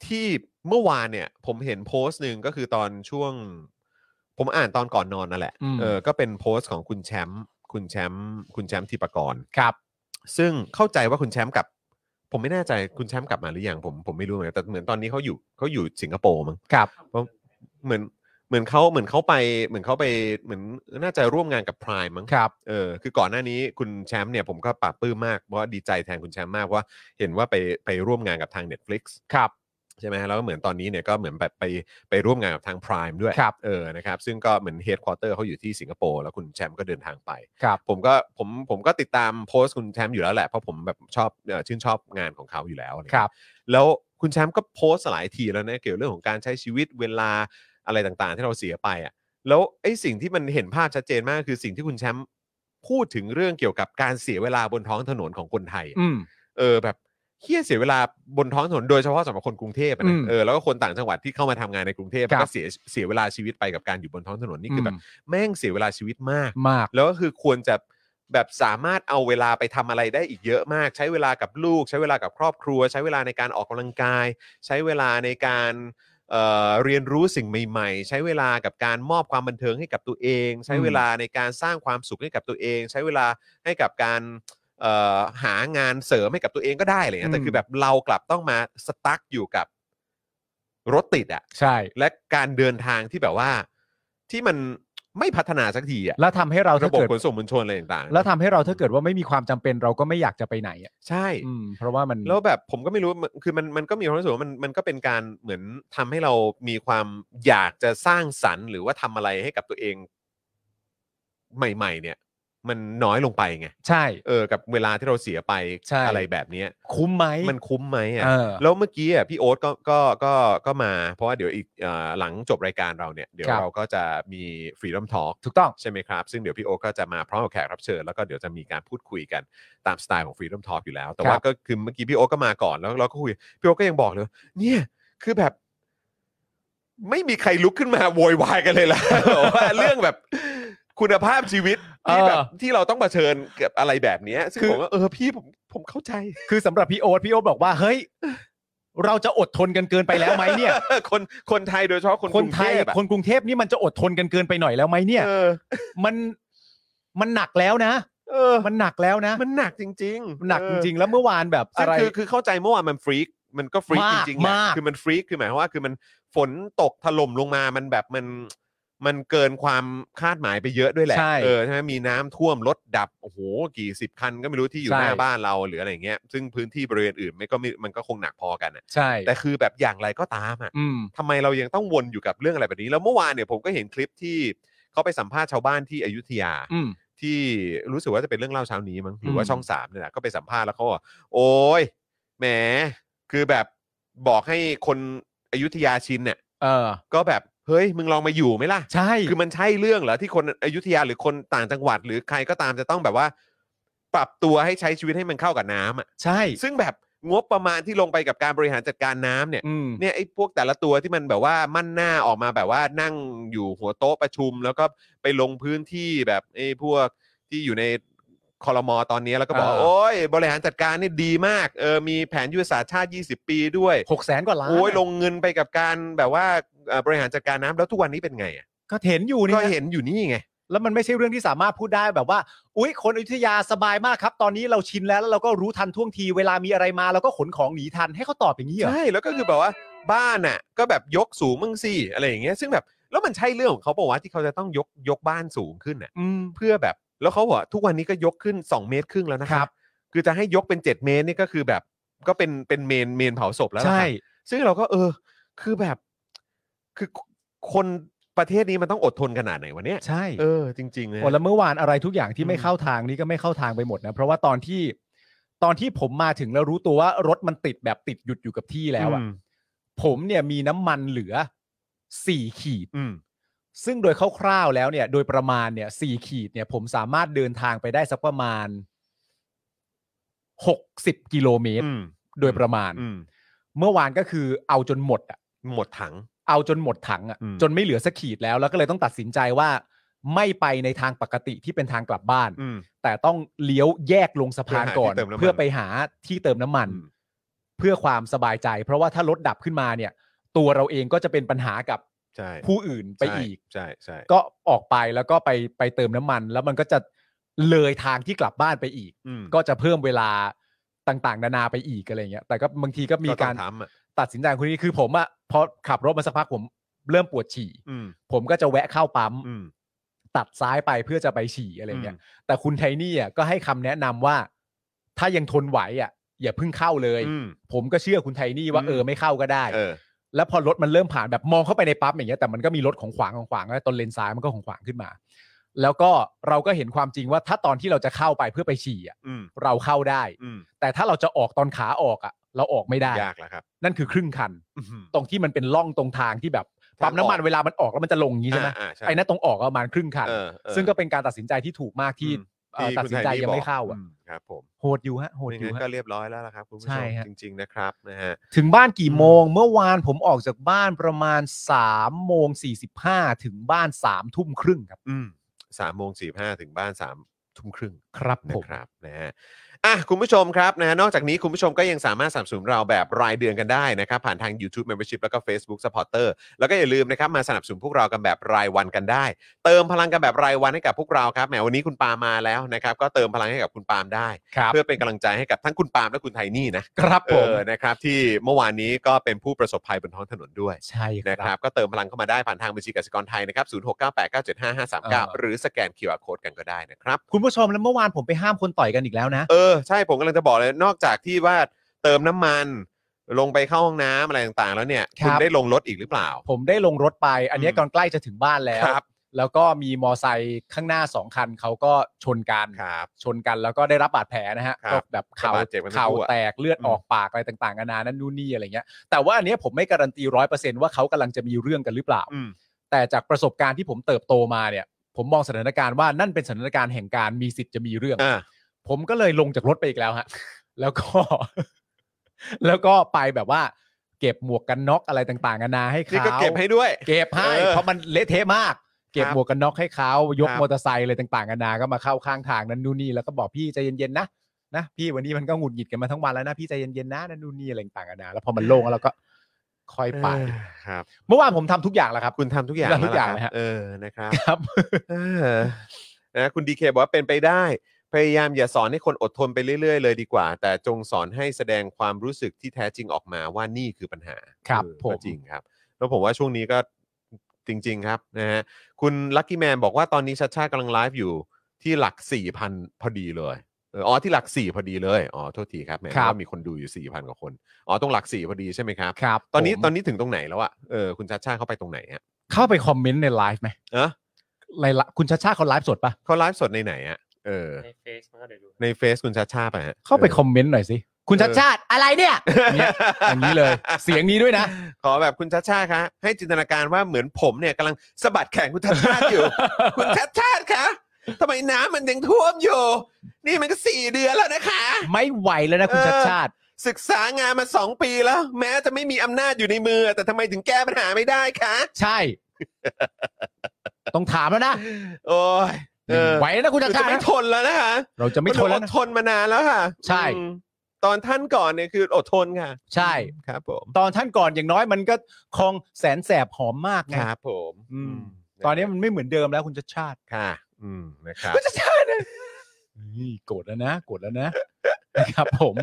Speaker 3: ที่เมื่อวานเนี่ย ผมเห็นโพสต์หนึ่งก็คือตอนช่วง ผมอ่านตอนก่อนนอนนั่นแหละ
Speaker 4: อืม
Speaker 3: เออก็เป็นโพสต์ของคุณแชมป์คุณแชมป์คุณแชมป์ทิปกรณ์
Speaker 4: ครับ
Speaker 3: ซึ่งเข้าใจว่าคุณแชมป์กลับ ผมไม่แน่ใจคุณแชมป์กลับมาหรือยังผมผมไม่รู้เหมือนกันแต่เหมือนตอนนี้เขาอยู่เขาอยู่สิงคโปร์มั้ง
Speaker 4: ครับ
Speaker 3: เพราะเหมือนเหมือนเขาเหมือนเขาไปเหมือนเขาไปเหมือนน่าจะร่วมงานกับ Prime มั้ง
Speaker 4: ครับ
Speaker 3: เออคือก่อนหน้านี้คุณแชมป์เนี่ยผมก็ปราบปลื้มมากเพราะว่าดีใจแทนคุณแชมป์มากเพราะว่าเห็นว่าไปไปร่วมงานกับทาง Netflix
Speaker 4: ครับ
Speaker 3: ใช่ไหมแล้วก็เหมือนตอนนี้เนี่ยก็เหมือนแบบไปไปร่วมงานกับทาง Prime ด้วย
Speaker 4: ครับ
Speaker 3: เออนะครับซึ่งก็เหมือนเฮดควอเตอร์เขาอยู่ที่สิงคโปร์แล้วคุณแชมป์ก็เดินทางไป
Speaker 4: ครับ
Speaker 3: ผมก็ผมผมก็ติดตามโพสต์คุณแชมป์อยู่แล้วแหละเพราะผมแบบชอบเอ่อชื่นชอบงานของเขาอยู่แล้วอะไอย่างเงี้ย
Speaker 4: ครับ
Speaker 3: แล้วคุณแชมป์ก็โพสต์หลายทีแล้วนะเกี่ยวเรื่องของการใช้ชีวิตเวลาอะไรต่างๆ ที่เราเสียไปอ่ะแล้วไอ้สิ่งที่มันเห็นภาพชัดเจนมากคือสิ่งที่คุณแชมป์พูดถึงเรื่องเกี่ยวกับการเสียเวลาบนท้องถนนของคนไทยอะ
Speaker 4: อืม
Speaker 3: เออแบบเฮี้ยเสียเวลาบนท้องถนนโดยเฉพาะสำหรับคนกรุงเทพอะนะ
Speaker 4: อืม
Speaker 3: เออแล้วก็คนต่างจังหวัดที่เข้ามาทำงานในกรุงเทพ
Speaker 4: ครับ
Speaker 3: ก็เสียเสียเวลาชีวิตไปกับการอยู่บนท้องถนนนี่คือแบบ
Speaker 4: ม
Speaker 3: แม่งเสียเวลาชีวิตมาก
Speaker 4: มาก
Speaker 3: แล้วก็คือควรจะแบบสามารถเอาเวลาไปทำอะไรได้อีกเยอะมาก ใช้เวลากับลูก ใช้เวลากับครอบครัว ใช้เวลาในการออกกำลังกาย ใช้เวลาในการเอ่อเรียนรู้สิ่งใหม่ ๆ ใช้เวลากับการมอบความบันเทิงให้กับตัวเอง ใช้เวลาในการสร้างความสุขให้กับตัวเอง ใช้เวลาให้กับการเอ่อหางานเสริมให้กับตัวเองก็ได้อะไรอย่างเลย
Speaker 4: อืม
Speaker 3: แต่คือแบบเรากลับต้องมาสตั๊กอยู่กับรถติดอะ
Speaker 4: ใช่
Speaker 3: และการเดินทางที่แบบว่าที่มันไม่พัฒนาสักทีอะ
Speaker 4: แล้วทำให้เราถ้า
Speaker 3: ระบบ
Speaker 4: เกิด
Speaker 3: ขนส่งมวลชนอะไรต่างๆ
Speaker 4: แล้วทำให้เราถ้าเกิดว่าไม่มีความจำเป็นเราก็ไม่อยากจะไปไหนอ่ะ
Speaker 3: ใช่
Speaker 4: อืม เพราะว่ามัน
Speaker 3: แล้วแบบผมก็ไม่รู้มันคือมันมันก็มีความรู้สึกว่ามันมันก็เป็นการเหมือนทำให้เรามีความอยากจะสร้างสรรค์ หรือว่าทำอะไรให้กับตัวเอง ใหม่ ๆ เนี่ย มันน้อยลงไปไง
Speaker 4: ใช่
Speaker 3: เออกับเวลาที่เราเสียไป
Speaker 4: ใช่
Speaker 3: อะไรแบบเนี้ย
Speaker 4: คุ้มไหม
Speaker 3: มันคุ้มไหมอ่ะ
Speaker 4: เออ
Speaker 3: แล้วเมื่อกี้อ่ะพี่โอ๊ตก็ก็ก็ก็มา เพราะว่าเดี๋ยวอีกเอ่อหลังจบรายการเราเนี่ย เดี๋ยว
Speaker 4: ครับ
Speaker 3: เราก็จะมี Freedom Talk
Speaker 4: ถูกต้อง
Speaker 3: ใช่ไหมครับ ซึ่งเดี๋ยวพี่โอ๊ตก็จะมาพร้อมกับแขกรับเชิญ แล้วก็เดี๋ยวจะมีการพูดคุยกันตามสไตล์ของ Freedom Talk อยู่แล้ว แต่ว่า
Speaker 4: ครับ
Speaker 3: ก็คือเมื่อกี้พี่โอ๊ตก็มาก่อนแล้วเราก็คุย พี่โอ๊ตก็ยังบอกเลยว่าเนี่ยคือแบบ ไม่มีใครลุกขึ้นมาโวยวายกันเลยล่ะ ว่าเรื่องแบบคุณภาพชีวิตที่แบบที่เราต้องเผชิญกับอะไรแบบเนี้ยซึ่งผมว่าเออพี่ผมผมเข้าใจ
Speaker 4: คือสำหรับพี่โอ๊ตพี่โอ๊ตบอกว่าเฮ้ย เราจะอดทนกันเกินไปแล้วไหมเนี่ย
Speaker 3: คนคนไทยโดยเฉพาะคน
Speaker 4: คนไท
Speaker 3: ก
Speaker 4: ย
Speaker 3: รุงเทพอะ
Speaker 4: คนกรุงเทพนี่มันจะอดทนกันเกินไปหน่อยแล้วไหมเนี่ย
Speaker 3: เออ
Speaker 4: มันมันหนักแล้วนะ
Speaker 3: เออ
Speaker 4: มันหนักแล้วนะ
Speaker 3: มันหนักจริง
Speaker 4: มันหนักจริงๆ แล้วเมื่อวานแบบ
Speaker 3: ซึ่ง
Speaker 4: อะไร
Speaker 3: คือคือเข้าใจเมื่อวานมันฟรีกมันก็ฟรีกจ
Speaker 4: มาก
Speaker 3: ริงๆแหละ
Speaker 4: มาก
Speaker 3: คือมันฟรีกคือหมายความว่าคือมันฝนตกถล่มลงมามันแบบมันมันเกินความคาดหมายไปเยอะด้วยแหละ
Speaker 4: ใช่
Speaker 3: เออใช่ไหมมีน้ำท่วมรถดับโอ้โหกี่สิบคันก็ไม่รู้ที่อยู่
Speaker 4: ใช่
Speaker 3: หน้าบ้านเราหรืออะไรอย่างเงี้ยซึ่งพื้นที่บริเวณอื่นไม่ก็ไม่มันก็คงหนักพอกันอะ
Speaker 4: ใช่
Speaker 3: แต่คือแบบอย่างไรก็ตามอ่ะ
Speaker 4: อืม
Speaker 3: ทำไมเรายังต้องวนอยู่กับเรื่องอะไรแบบนี้ แล้วเมื่อวานเนี่ยผมก็เห็นคลิปที่เขาไปสัมภาษณ์ชาวบ้านที่อยุธยา
Speaker 4: อืม
Speaker 3: ที่รู้สึกว่าจะเป็นเรื่องเล่าเช้านี้มั้งหรือว่า
Speaker 4: อืม
Speaker 3: ช่องสามเนี่ยแหละก็ไปสัมภาษณ์แล้วเขาบอกโอ้ยแหมคือแบบบอกให้คนอยุธยาชินเนี่ย
Speaker 4: เออ
Speaker 3: ก็แบบเฮ้ยมึงลองมาอยู่ไหมล่ะ
Speaker 4: ใช่
Speaker 3: คือมันใช่เรื่องเหรอที่คนอยุธยาหรือคนต่างจังหวัด หรือใครก็ตามจะต้องแบบว่า ปรับตัวให้ใช้ชีวิตให้มันเข้ากับน้ำอ่ะ
Speaker 4: ใช่
Speaker 3: ซึ่งแบบงบประมาณที่ลงไปกับการบริหารจัดการน้ำเนี่ย
Speaker 4: อืม
Speaker 3: เนี่ยไอ้พวกแต่ละตัวที่มันแบบว่ามั่นหน้าออกมาแบบว่านั่งอยู่หัวโต๊ะประชุม แล้วก็ไปลงพื้นที่แบบไอ้พวกที่อยู่ในคอรมอตอนนี้แล้วก็บอกว่า
Speaker 4: อ่า
Speaker 3: โอ้ยบริหารจัดการนี่ดีมากเออมีแผนยุทธศาสตร์ชาติ 20 ปีด้วย
Speaker 4: หกแสนกว่าล้าน
Speaker 3: โอ้ยลงเงินไปกับการแบบว่าเอ่อบริหารจัดการน้ำแล้วทุกวันนี้เป็นไงอะ
Speaker 4: ก็เห็นอยู่นี่
Speaker 3: ก็
Speaker 4: นะ
Speaker 3: เห็นอยู่นี่ไง
Speaker 4: แล้วมันไม่ใช่เรื่องที่สามารถพูดได้แบบว่า อุ๊ย คนอยุธยาสบายมากครับ ตอนนี้เราชินแล้วแล้วเราก็รู้ทันท่วงทีเวลามีอะไรมาเราก็ขนของหนีทันให้เขาตอบอย่างนี้เหรอ
Speaker 3: ใช่แล้วก็คือแบบว่าบ้านน่ะก็แบบยกสูงมึงสิอะไรอย่างเงี้ยซึ่งแบบแล้วมันใช่เรื่องของเขาบอกว่าวะที่เขาจะต้องยกยกบ้านสูงขึ้นน่ะ
Speaker 4: อืม
Speaker 3: เพื่อแบบแล้วเขาบอกว่าทุกวันนี้ก็ยกขึ้น 2 เมตรครึ่งแล้วนะครับ คือจะให้ยกเป็น 7 เมตรนี่ก็คือแบบก็เป็นเป็นเมนเมนเผาศพแล้วนะค
Speaker 4: ใช่
Speaker 3: รับซึ่งเราก็เออ คือแบบ คือคนประเทศนี้มันต้องอดทนขนาดไหนวะเนี่ย
Speaker 4: ใช่
Speaker 3: เออ จริงๆนะ
Speaker 4: โอ้แล้วเมื่อวานอะไรทุกอย่างที่ไม่
Speaker 3: อืม
Speaker 4: เข้าทางนี่ก็ไม่เข้าทางไปหมดนะ เพราะว่าตอนที่ตอนที่ผมมาถึงแล้วรู้ตัวว่ารถมันติดแบบติดหยุดอยู่กับที่แล้วอะ
Speaker 3: อืม
Speaker 4: ผมเนี่ยมีน้ำมันเหลือสี่ขีด
Speaker 3: อืม
Speaker 4: ซึ่งโดยคร่าวๆแล้วเนี่ย โดยประมาณเนี่ยสี่ขีดเนี่ย ผมสามารถเดินทางไปได้สักประมาณหกสิบกิโลเมตร
Speaker 3: อืม
Speaker 4: โดยประมาณ
Speaker 3: อืม
Speaker 4: เมื่อวานก็คือเอาจนหมดอะ
Speaker 3: หมดถัง
Speaker 4: เอาจนหมดถังอะ
Speaker 3: อืม
Speaker 4: จนไม่เหลือสักขีดแล้ว แล้วก็เลยต้องตัดสินใจว่า ไม่ไปในทางปกติที่เป็นทางกลับบ้าน
Speaker 3: อืม
Speaker 4: แต่ต้องเลี้ยวแยกลงสะพานก่อน
Speaker 3: เพื่อหาที่เติมน้ำมัน
Speaker 4: เพื่อไปหาที่
Speaker 3: อืม
Speaker 4: เติมน้ำมันเพื่อความสบายใจ เพราะว่าถ้ารถดับขึ้นมาเนี่ย ตัวเราเองก็จะเป็นปัญหากับ
Speaker 3: ใช่
Speaker 4: ผู้อื่นไปอีก
Speaker 3: ใช่ใช่ใช่
Speaker 4: ก็ออกไปแล้วก็ไปไปเติมน้ำมัน แล้วมันก็จะเลยทางที่กลับบ้านไปอีก
Speaker 3: อืม
Speaker 4: ก็จะเพิ่มเวลาต่างๆ นานาไปอีกอะไรเงี้ยแต่ก็บางทีก็มี
Speaker 3: ต้อง
Speaker 4: การ
Speaker 3: ทำอ่ะ
Speaker 4: ตัดสินใจของคุณนี่คือผมอะพอขับรถมาสักพักผมเริ่มปวดฉี่
Speaker 3: อืม
Speaker 4: ผมก็จะแวะเข้าปั๊ม
Speaker 3: อืม
Speaker 4: ตัดซ้ายไปเพื่อจะไปฉี่อะไรเงี้ย แต่คุณไทนี่อ่ะก็ให้คำแนะนำว่า ถ้ายังทนไหวอ่ะ อย่าเพิ่งเข้าเลย
Speaker 3: อืม
Speaker 4: ผมก็เชื่อคุณไทนี่ว่า
Speaker 3: อืม
Speaker 4: เออไม่เข้าก็ได้
Speaker 3: เออ
Speaker 4: แล้วพอรถมันเริ่มผ่านแบบมองเข้าไปในปั๊บอย่างเงี้ยแต่มันก็มีรถของขวางของขวางแล้วตอนเลนซ้ายมันก็ของขวางขึ้นมา แล้วก็เราก็เห็นความจริงว่าถ้าตอนที่เราจะเข้าไปเพื่อไปฉี่อ่ะ
Speaker 3: อืม
Speaker 4: เราเข้าได้
Speaker 3: อืม
Speaker 4: แต่ถ้าเราจะออกตอนขาออกอ่ะ เราออกไม่ได้
Speaker 3: ยากแล้วครับ
Speaker 4: นั่นคือครึ่งคัน
Speaker 3: อืม
Speaker 4: ตรงที่มันเป็นล่องตรงทางที่แบบปั๊มน้ำมัน
Speaker 3: ทางออก
Speaker 4: เวลามันออกแล้วมันจะลงอย่างงี้ใช่ไหม
Speaker 3: อ่าาใช่
Speaker 4: ไอ้นั่นตรงออกประมาณครึ่งคัน
Speaker 3: เออเออ
Speaker 4: ซึ่งก็เป็นการตัดสินใจที่ถูกมากที่
Speaker 3: อืม
Speaker 4: เอ่อ
Speaker 3: ที่
Speaker 4: ตัด
Speaker 3: คุณ
Speaker 4: สิน
Speaker 3: ท
Speaker 4: ใจ
Speaker 3: นี่
Speaker 4: ยัง
Speaker 3: บ
Speaker 4: ไม่
Speaker 3: อก
Speaker 4: เข้าอ่ะ
Speaker 3: มครับผม
Speaker 4: โหดอยู่ฮะโหด
Speaker 3: ไม่
Speaker 4: อยู่
Speaker 3: งั้น
Speaker 4: ฮะ
Speaker 3: ก็เรียบร้อยแล้วล่ะครับคุณผู้ช
Speaker 4: ใช่
Speaker 3: ม
Speaker 4: ฮะ
Speaker 3: จริง ๆ นะครับนะฮะ
Speaker 4: ถึงบ้านกี่โมง เมื่อวานผมออกจากบ้านประมาณ3ามโมงสีถึงบ้าน3ามทุ่มครึ่งครับ
Speaker 3: อืมสามโมงสี่ห้าถึงบ้านสามทุ่มครึ่ง
Speaker 4: ครับผ
Speaker 3: นะ
Speaker 4: ม
Speaker 3: ครับนะฮะอ่ะคุณผู้ชมครับนะฮะนอกจากนี้คุณผู้ชมก็ยังสามารถสนับสนุนเราแบบรายเดือนกันได้นะครับ ผ่านทาง YouTube Membership แล้วก็ Facebook Supporter แล้วก็อย่าลืมนะครับมาสนับสนุนพวกเรากันแบบรายวันกันได้ เติมพลังกันแบบรายวันให้กับพวกเราครับแหมวันนี้คุณปาล์มมาแล้วนะครับ ก็เติมพลังให้กับคุณปาล์มได้
Speaker 4: ครับ
Speaker 3: เพื่อเป็นกำลังใจให้กับทั้งคุณปาล์มและคุณไทนี่นะครับ เอ
Speaker 4: ผม
Speaker 3: อนะครับที่เมื่อวานนี้ก็เป็นผู้ประสบภัยบนท้องถนนด้วย
Speaker 4: ใช่ค
Speaker 3: นะค
Speaker 4: รั
Speaker 3: รับ บก็เติมพลังเข้ามาได้ผ่านทางบัญชีกสิกรไทยนะครับ
Speaker 4: เออ
Speaker 3: 0698975539 หรือสแกน QR Code กันก็ได้นะครับ
Speaker 4: คุณผู้ชมแล้วเมื่อวานผมไปห้ามคนต่อยกันอีกแล้วนะ
Speaker 3: เออ ใช่ผมกำลังจะบอกเลย นอกจากที่ว่าเติมน้ำมัน ลงไปเข้าห้องน้ำอะไรต่างๆ แล้วเนี่ย
Speaker 4: ครั
Speaker 3: คุณ
Speaker 4: บ
Speaker 3: ได้ลงรถอีกหรือเปล่า
Speaker 4: ผมได้ลงรถไป อันเนี้ย
Speaker 3: อืม
Speaker 4: ก่อนใกล้จะถึงบ้านแล้ว
Speaker 3: ครับ
Speaker 4: แล้วก็มีมอไซค์ข้างหน้าสองคันเขาก็ชนกัน
Speaker 3: ครับ
Speaker 4: ชนกันแล้วก็ได้รับบาดแผลนะฮะ
Speaker 3: ครับ
Speaker 4: ก็แบบเข่า
Speaker 3: บาดเจ็บกันทั้ง
Speaker 4: เข่า
Speaker 3: คู่อะ
Speaker 4: แตกเลือด
Speaker 3: อืม
Speaker 4: ออกปากอะไรต่างๆนานานั่นนู่นนี่อะไรเงี้ยแต่ว่าอันเนี้ยผมไม่การันตีร้อยเปอร์เซ็นต์ว่าเขากำลังจะมีเรื่องกันหรือเปล่า
Speaker 3: อืม
Speaker 4: แต่จากประสบการณ์ที่ผมเติบโตมาเนี่ย ผมมองสถานการณ์ว่านั่นเป็นสถานการณ์แห่งการมีสิทธิ์จะมีเรื่อง
Speaker 3: อ่า
Speaker 4: ผมก็เลยลงจากรถไปอีกแล้วฮะ แล้วก็ แล้วก็ไปแบบว่า เก็บหมวกกันน็อกอะไรต่างๆนานาให้เขา
Speaker 3: นี่ก็เก็บให้ด้วย
Speaker 4: เก็บให้
Speaker 3: เออ
Speaker 4: เพราะมันเละเทะมาก เก็บ
Speaker 3: ครับ
Speaker 4: หมวกกันน็อกให้เขายก
Speaker 3: ครับ
Speaker 4: มอเตอร์ไซค์อะไรต่างๆนานาก็มาเข้าข้างทางนั้นนู่นนี่แล้วก็บอกพี่ใจเย็นๆนะนะพี่วันนี้มันก็หงุดหงิดกันมาทั้งวันแล้วนะพี่ใจเย็นๆนะนั่นนู่นนี่อะไรต่างๆนานาแล้วพอมันโล่งแล้วเราก็ค่อยไป
Speaker 3: ครับ
Speaker 4: เมื่อวานผมทำทุกอย่างแล้วครับ
Speaker 3: คุณทำทุกอย่าง
Speaker 4: ทำทุก
Speaker 3: แว
Speaker 4: อย่า
Speaker 3: ครั
Speaker 4: ง
Speaker 3: บ
Speaker 4: เลยฮะ
Speaker 3: เออนะครับ
Speaker 4: ครับ
Speaker 3: เออนะคุณดีเคบอกว่าเป็นไปได้ พยายามอย่าสอนให้คนอดทนไปเรื่อย ๆ เลยดีกว่า แต่จงสอนให้แสดงความรู้สึกที่แท้จริงออกมาว่านี่คือปัญหา
Speaker 4: ครับ
Speaker 3: เออ
Speaker 4: ผม
Speaker 3: ก็จริงครับ แล้วผมว่าช่วงนี้ก็จริง ๆ ครับนะฮะคุณลัคกี้แมนบอกว่าตอนนี้ชัดชาติกำลังไลฟ์อยู่ที่หลัก 4,000 พอดีเลยเอออ๋อที่หลัก 4 พอดีเลยอ๋อโทษทีครับแหม
Speaker 4: ครับ
Speaker 3: ว่ามีคนดูอยู่ 4,000 กว่าคนอ๋อตรงหลัก 4 พอดีใช่ไหมครับ
Speaker 4: ครับ
Speaker 3: ตอนนี้
Speaker 4: ผม
Speaker 3: ตอนนี้ถึงตรงไหนแล้วอะเออคุณชัดชาติเข้าไปตรงไหนอะ
Speaker 4: เข้าไปคอมเมนต์ในไลฟ์ไหม
Speaker 3: เออ
Speaker 4: ในไลฟ์คุณชาชาเขาไลฟ์สดปะ
Speaker 3: เขาไลฟ์สดในไหนอะเออ
Speaker 5: ในเฟซมาเดี๋ยวดู
Speaker 3: ในเฟซคุณชาชาไปะฮะ
Speaker 4: เข้าไปค
Speaker 3: อ
Speaker 4: อมเมนต์หน่อยสิคุณชาชาอะไรเนี่ยเนี่ยอย่างนี้เลย เสียงนี้ด้วยนะ
Speaker 3: ขอแบบคุณชาชาคะให้จินตนาการว่าเหมือนผมเนี่ยกำลังสะบัดแขนคุณชาชาอยู่ คุณชาชาคะทำไมน้ำมันยังท่วมอยู่ นี่มันก็สี่เดือนแล้วนะคะ
Speaker 4: ไม่ไหวแล้วนะคุณ
Speaker 3: เออ
Speaker 4: ชาชาติ
Speaker 3: ศึกษางานมาสองปีแล้ว แม้จะไม่มีอำนาจอยู่ในมือ แต่ทำไมถึงแก้ปัญหาไม่ได้คะ
Speaker 4: ใช่ ต้องถามแล้วนะ
Speaker 3: โอ้ยเออ
Speaker 4: ไหวนะคุณ
Speaker 3: เราจะ
Speaker 4: ชาชาติ
Speaker 3: ไม่
Speaker 4: นะ
Speaker 3: ทนแล้วนะคะ
Speaker 4: เราจะไม่ทนแล้ว
Speaker 3: เรา
Speaker 4: นะ
Speaker 3: ทนมานานแล้วค่ะ
Speaker 4: ใช่
Speaker 3: อืมตอนท่านก่อนเนี่ยคืออดทนค่ะ
Speaker 4: ใช่
Speaker 3: ครับผม
Speaker 4: ตอนท่านก่อนอย่างน้อยมันก็คลองแสนแสบหอมมากไง
Speaker 3: ครับผม
Speaker 4: อืม
Speaker 3: ม
Speaker 4: ตอนนี้มันไม่เหมือนเดิมแล้วคุณชาชาติ
Speaker 3: ค่ะ อืม นะครับ
Speaker 4: คุณชาชาตินะนี่โกรธแล้วนะโกรธแล้วนะ นะครับผม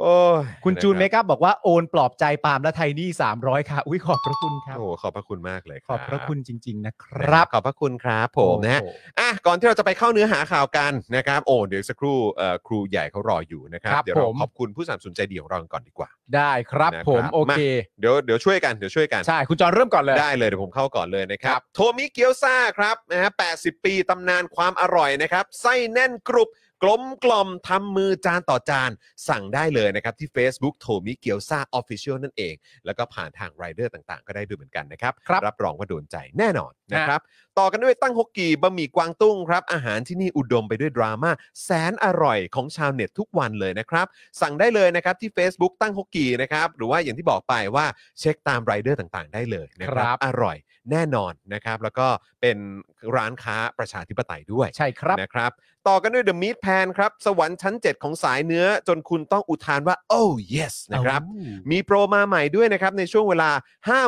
Speaker 3: โอ้ย
Speaker 4: คุณจูนเม
Speaker 3: ะรับ
Speaker 4: คอัพบอกว่าโอนปลอบใจปาล์มและไทนี่300 ค่ะ อุ้ยขอบพระคุณครับ
Speaker 3: โอ้โหขอบพระคุณมากเลย
Speaker 4: ขอบพระคุณจริง ๆ นะค
Speaker 3: นะ
Speaker 4: รับ
Speaker 3: ขอบพระคุณครับผมนะฮะ
Speaker 4: โอ้โห
Speaker 3: อ่ะ ก่อนที่เราจะไปเข้าเนื้อหาข่าวกันนะครับ โอ้ เดี๋ยวสักครู่เอ่อครูใหญ่เขารออยู่นะครับ
Speaker 4: ครับ
Speaker 3: เดี๋ยวเรา
Speaker 4: ผม
Speaker 3: ขอบคุณผู้สามสนุนใจดีของเราก่อนดีกว่า
Speaker 4: ได้ครับ
Speaker 3: นะครับ
Speaker 4: ผม
Speaker 3: มา
Speaker 4: โอเค
Speaker 3: เดี๋ยว เดี๋ยวช่วยกัน เดี๋ยวช่วยกัน
Speaker 4: ใช่ คุณจอนเริ่มก่อนเลย
Speaker 3: ได้เลยเดี๋ยวผมเข้าก่อนเลยนะครับ
Speaker 4: ครับ
Speaker 3: โทมิเกียวซาครับนะฮะ80 ปีตำนานความอร่อยนะครับ ไส้แน่นกรุบกลมกล่อมทำมือจานต่อจาน สั่งได้เลยนะครับ ที่ Facebook โทมิเกียวซาออฟฟิเชียลนั่นเอง แล้วก็ผ่านทางไรเดอร์ต่างๆ ก็ได้ด้วยเหมือนกันนะครับ
Speaker 4: ครับ
Speaker 3: รับรองว่าโดนใจแน่นอน
Speaker 4: ฮะ
Speaker 3: นะครับ ต่อกันด้วยตั้งฮกกีบะหมี่กวางตุ้งครับ อาหารที่นี่อุดมไปด้วยดราม่าแสนอร่อยของชาวเน็ตทุกวันเลยนะครับ สั่งได้เลยนะครับที่ Facebook ตั้งฮกกีนะครับ หรือว่าอย่างที่บอกไปว่าเช็คตามไรายเดอร์ต่างๆ ได้เลยนะค
Speaker 4: ครั
Speaker 3: รับ
Speaker 4: บ
Speaker 3: อร่อยแน่นอนนะครับ แล้วก็เป็นร้านค้าประชาธิปไตยด้วย
Speaker 4: ใช่ครับ
Speaker 3: นะครับต่อกันด้วย The Meat Pan ครับ สวรรค์ชั้น 7 ของสายเนื้อ จนคุณต้องอุทานว่า oh yes นะครับ มีโปรมาใหม่ด้วยนะครับ ในช่วงเวลา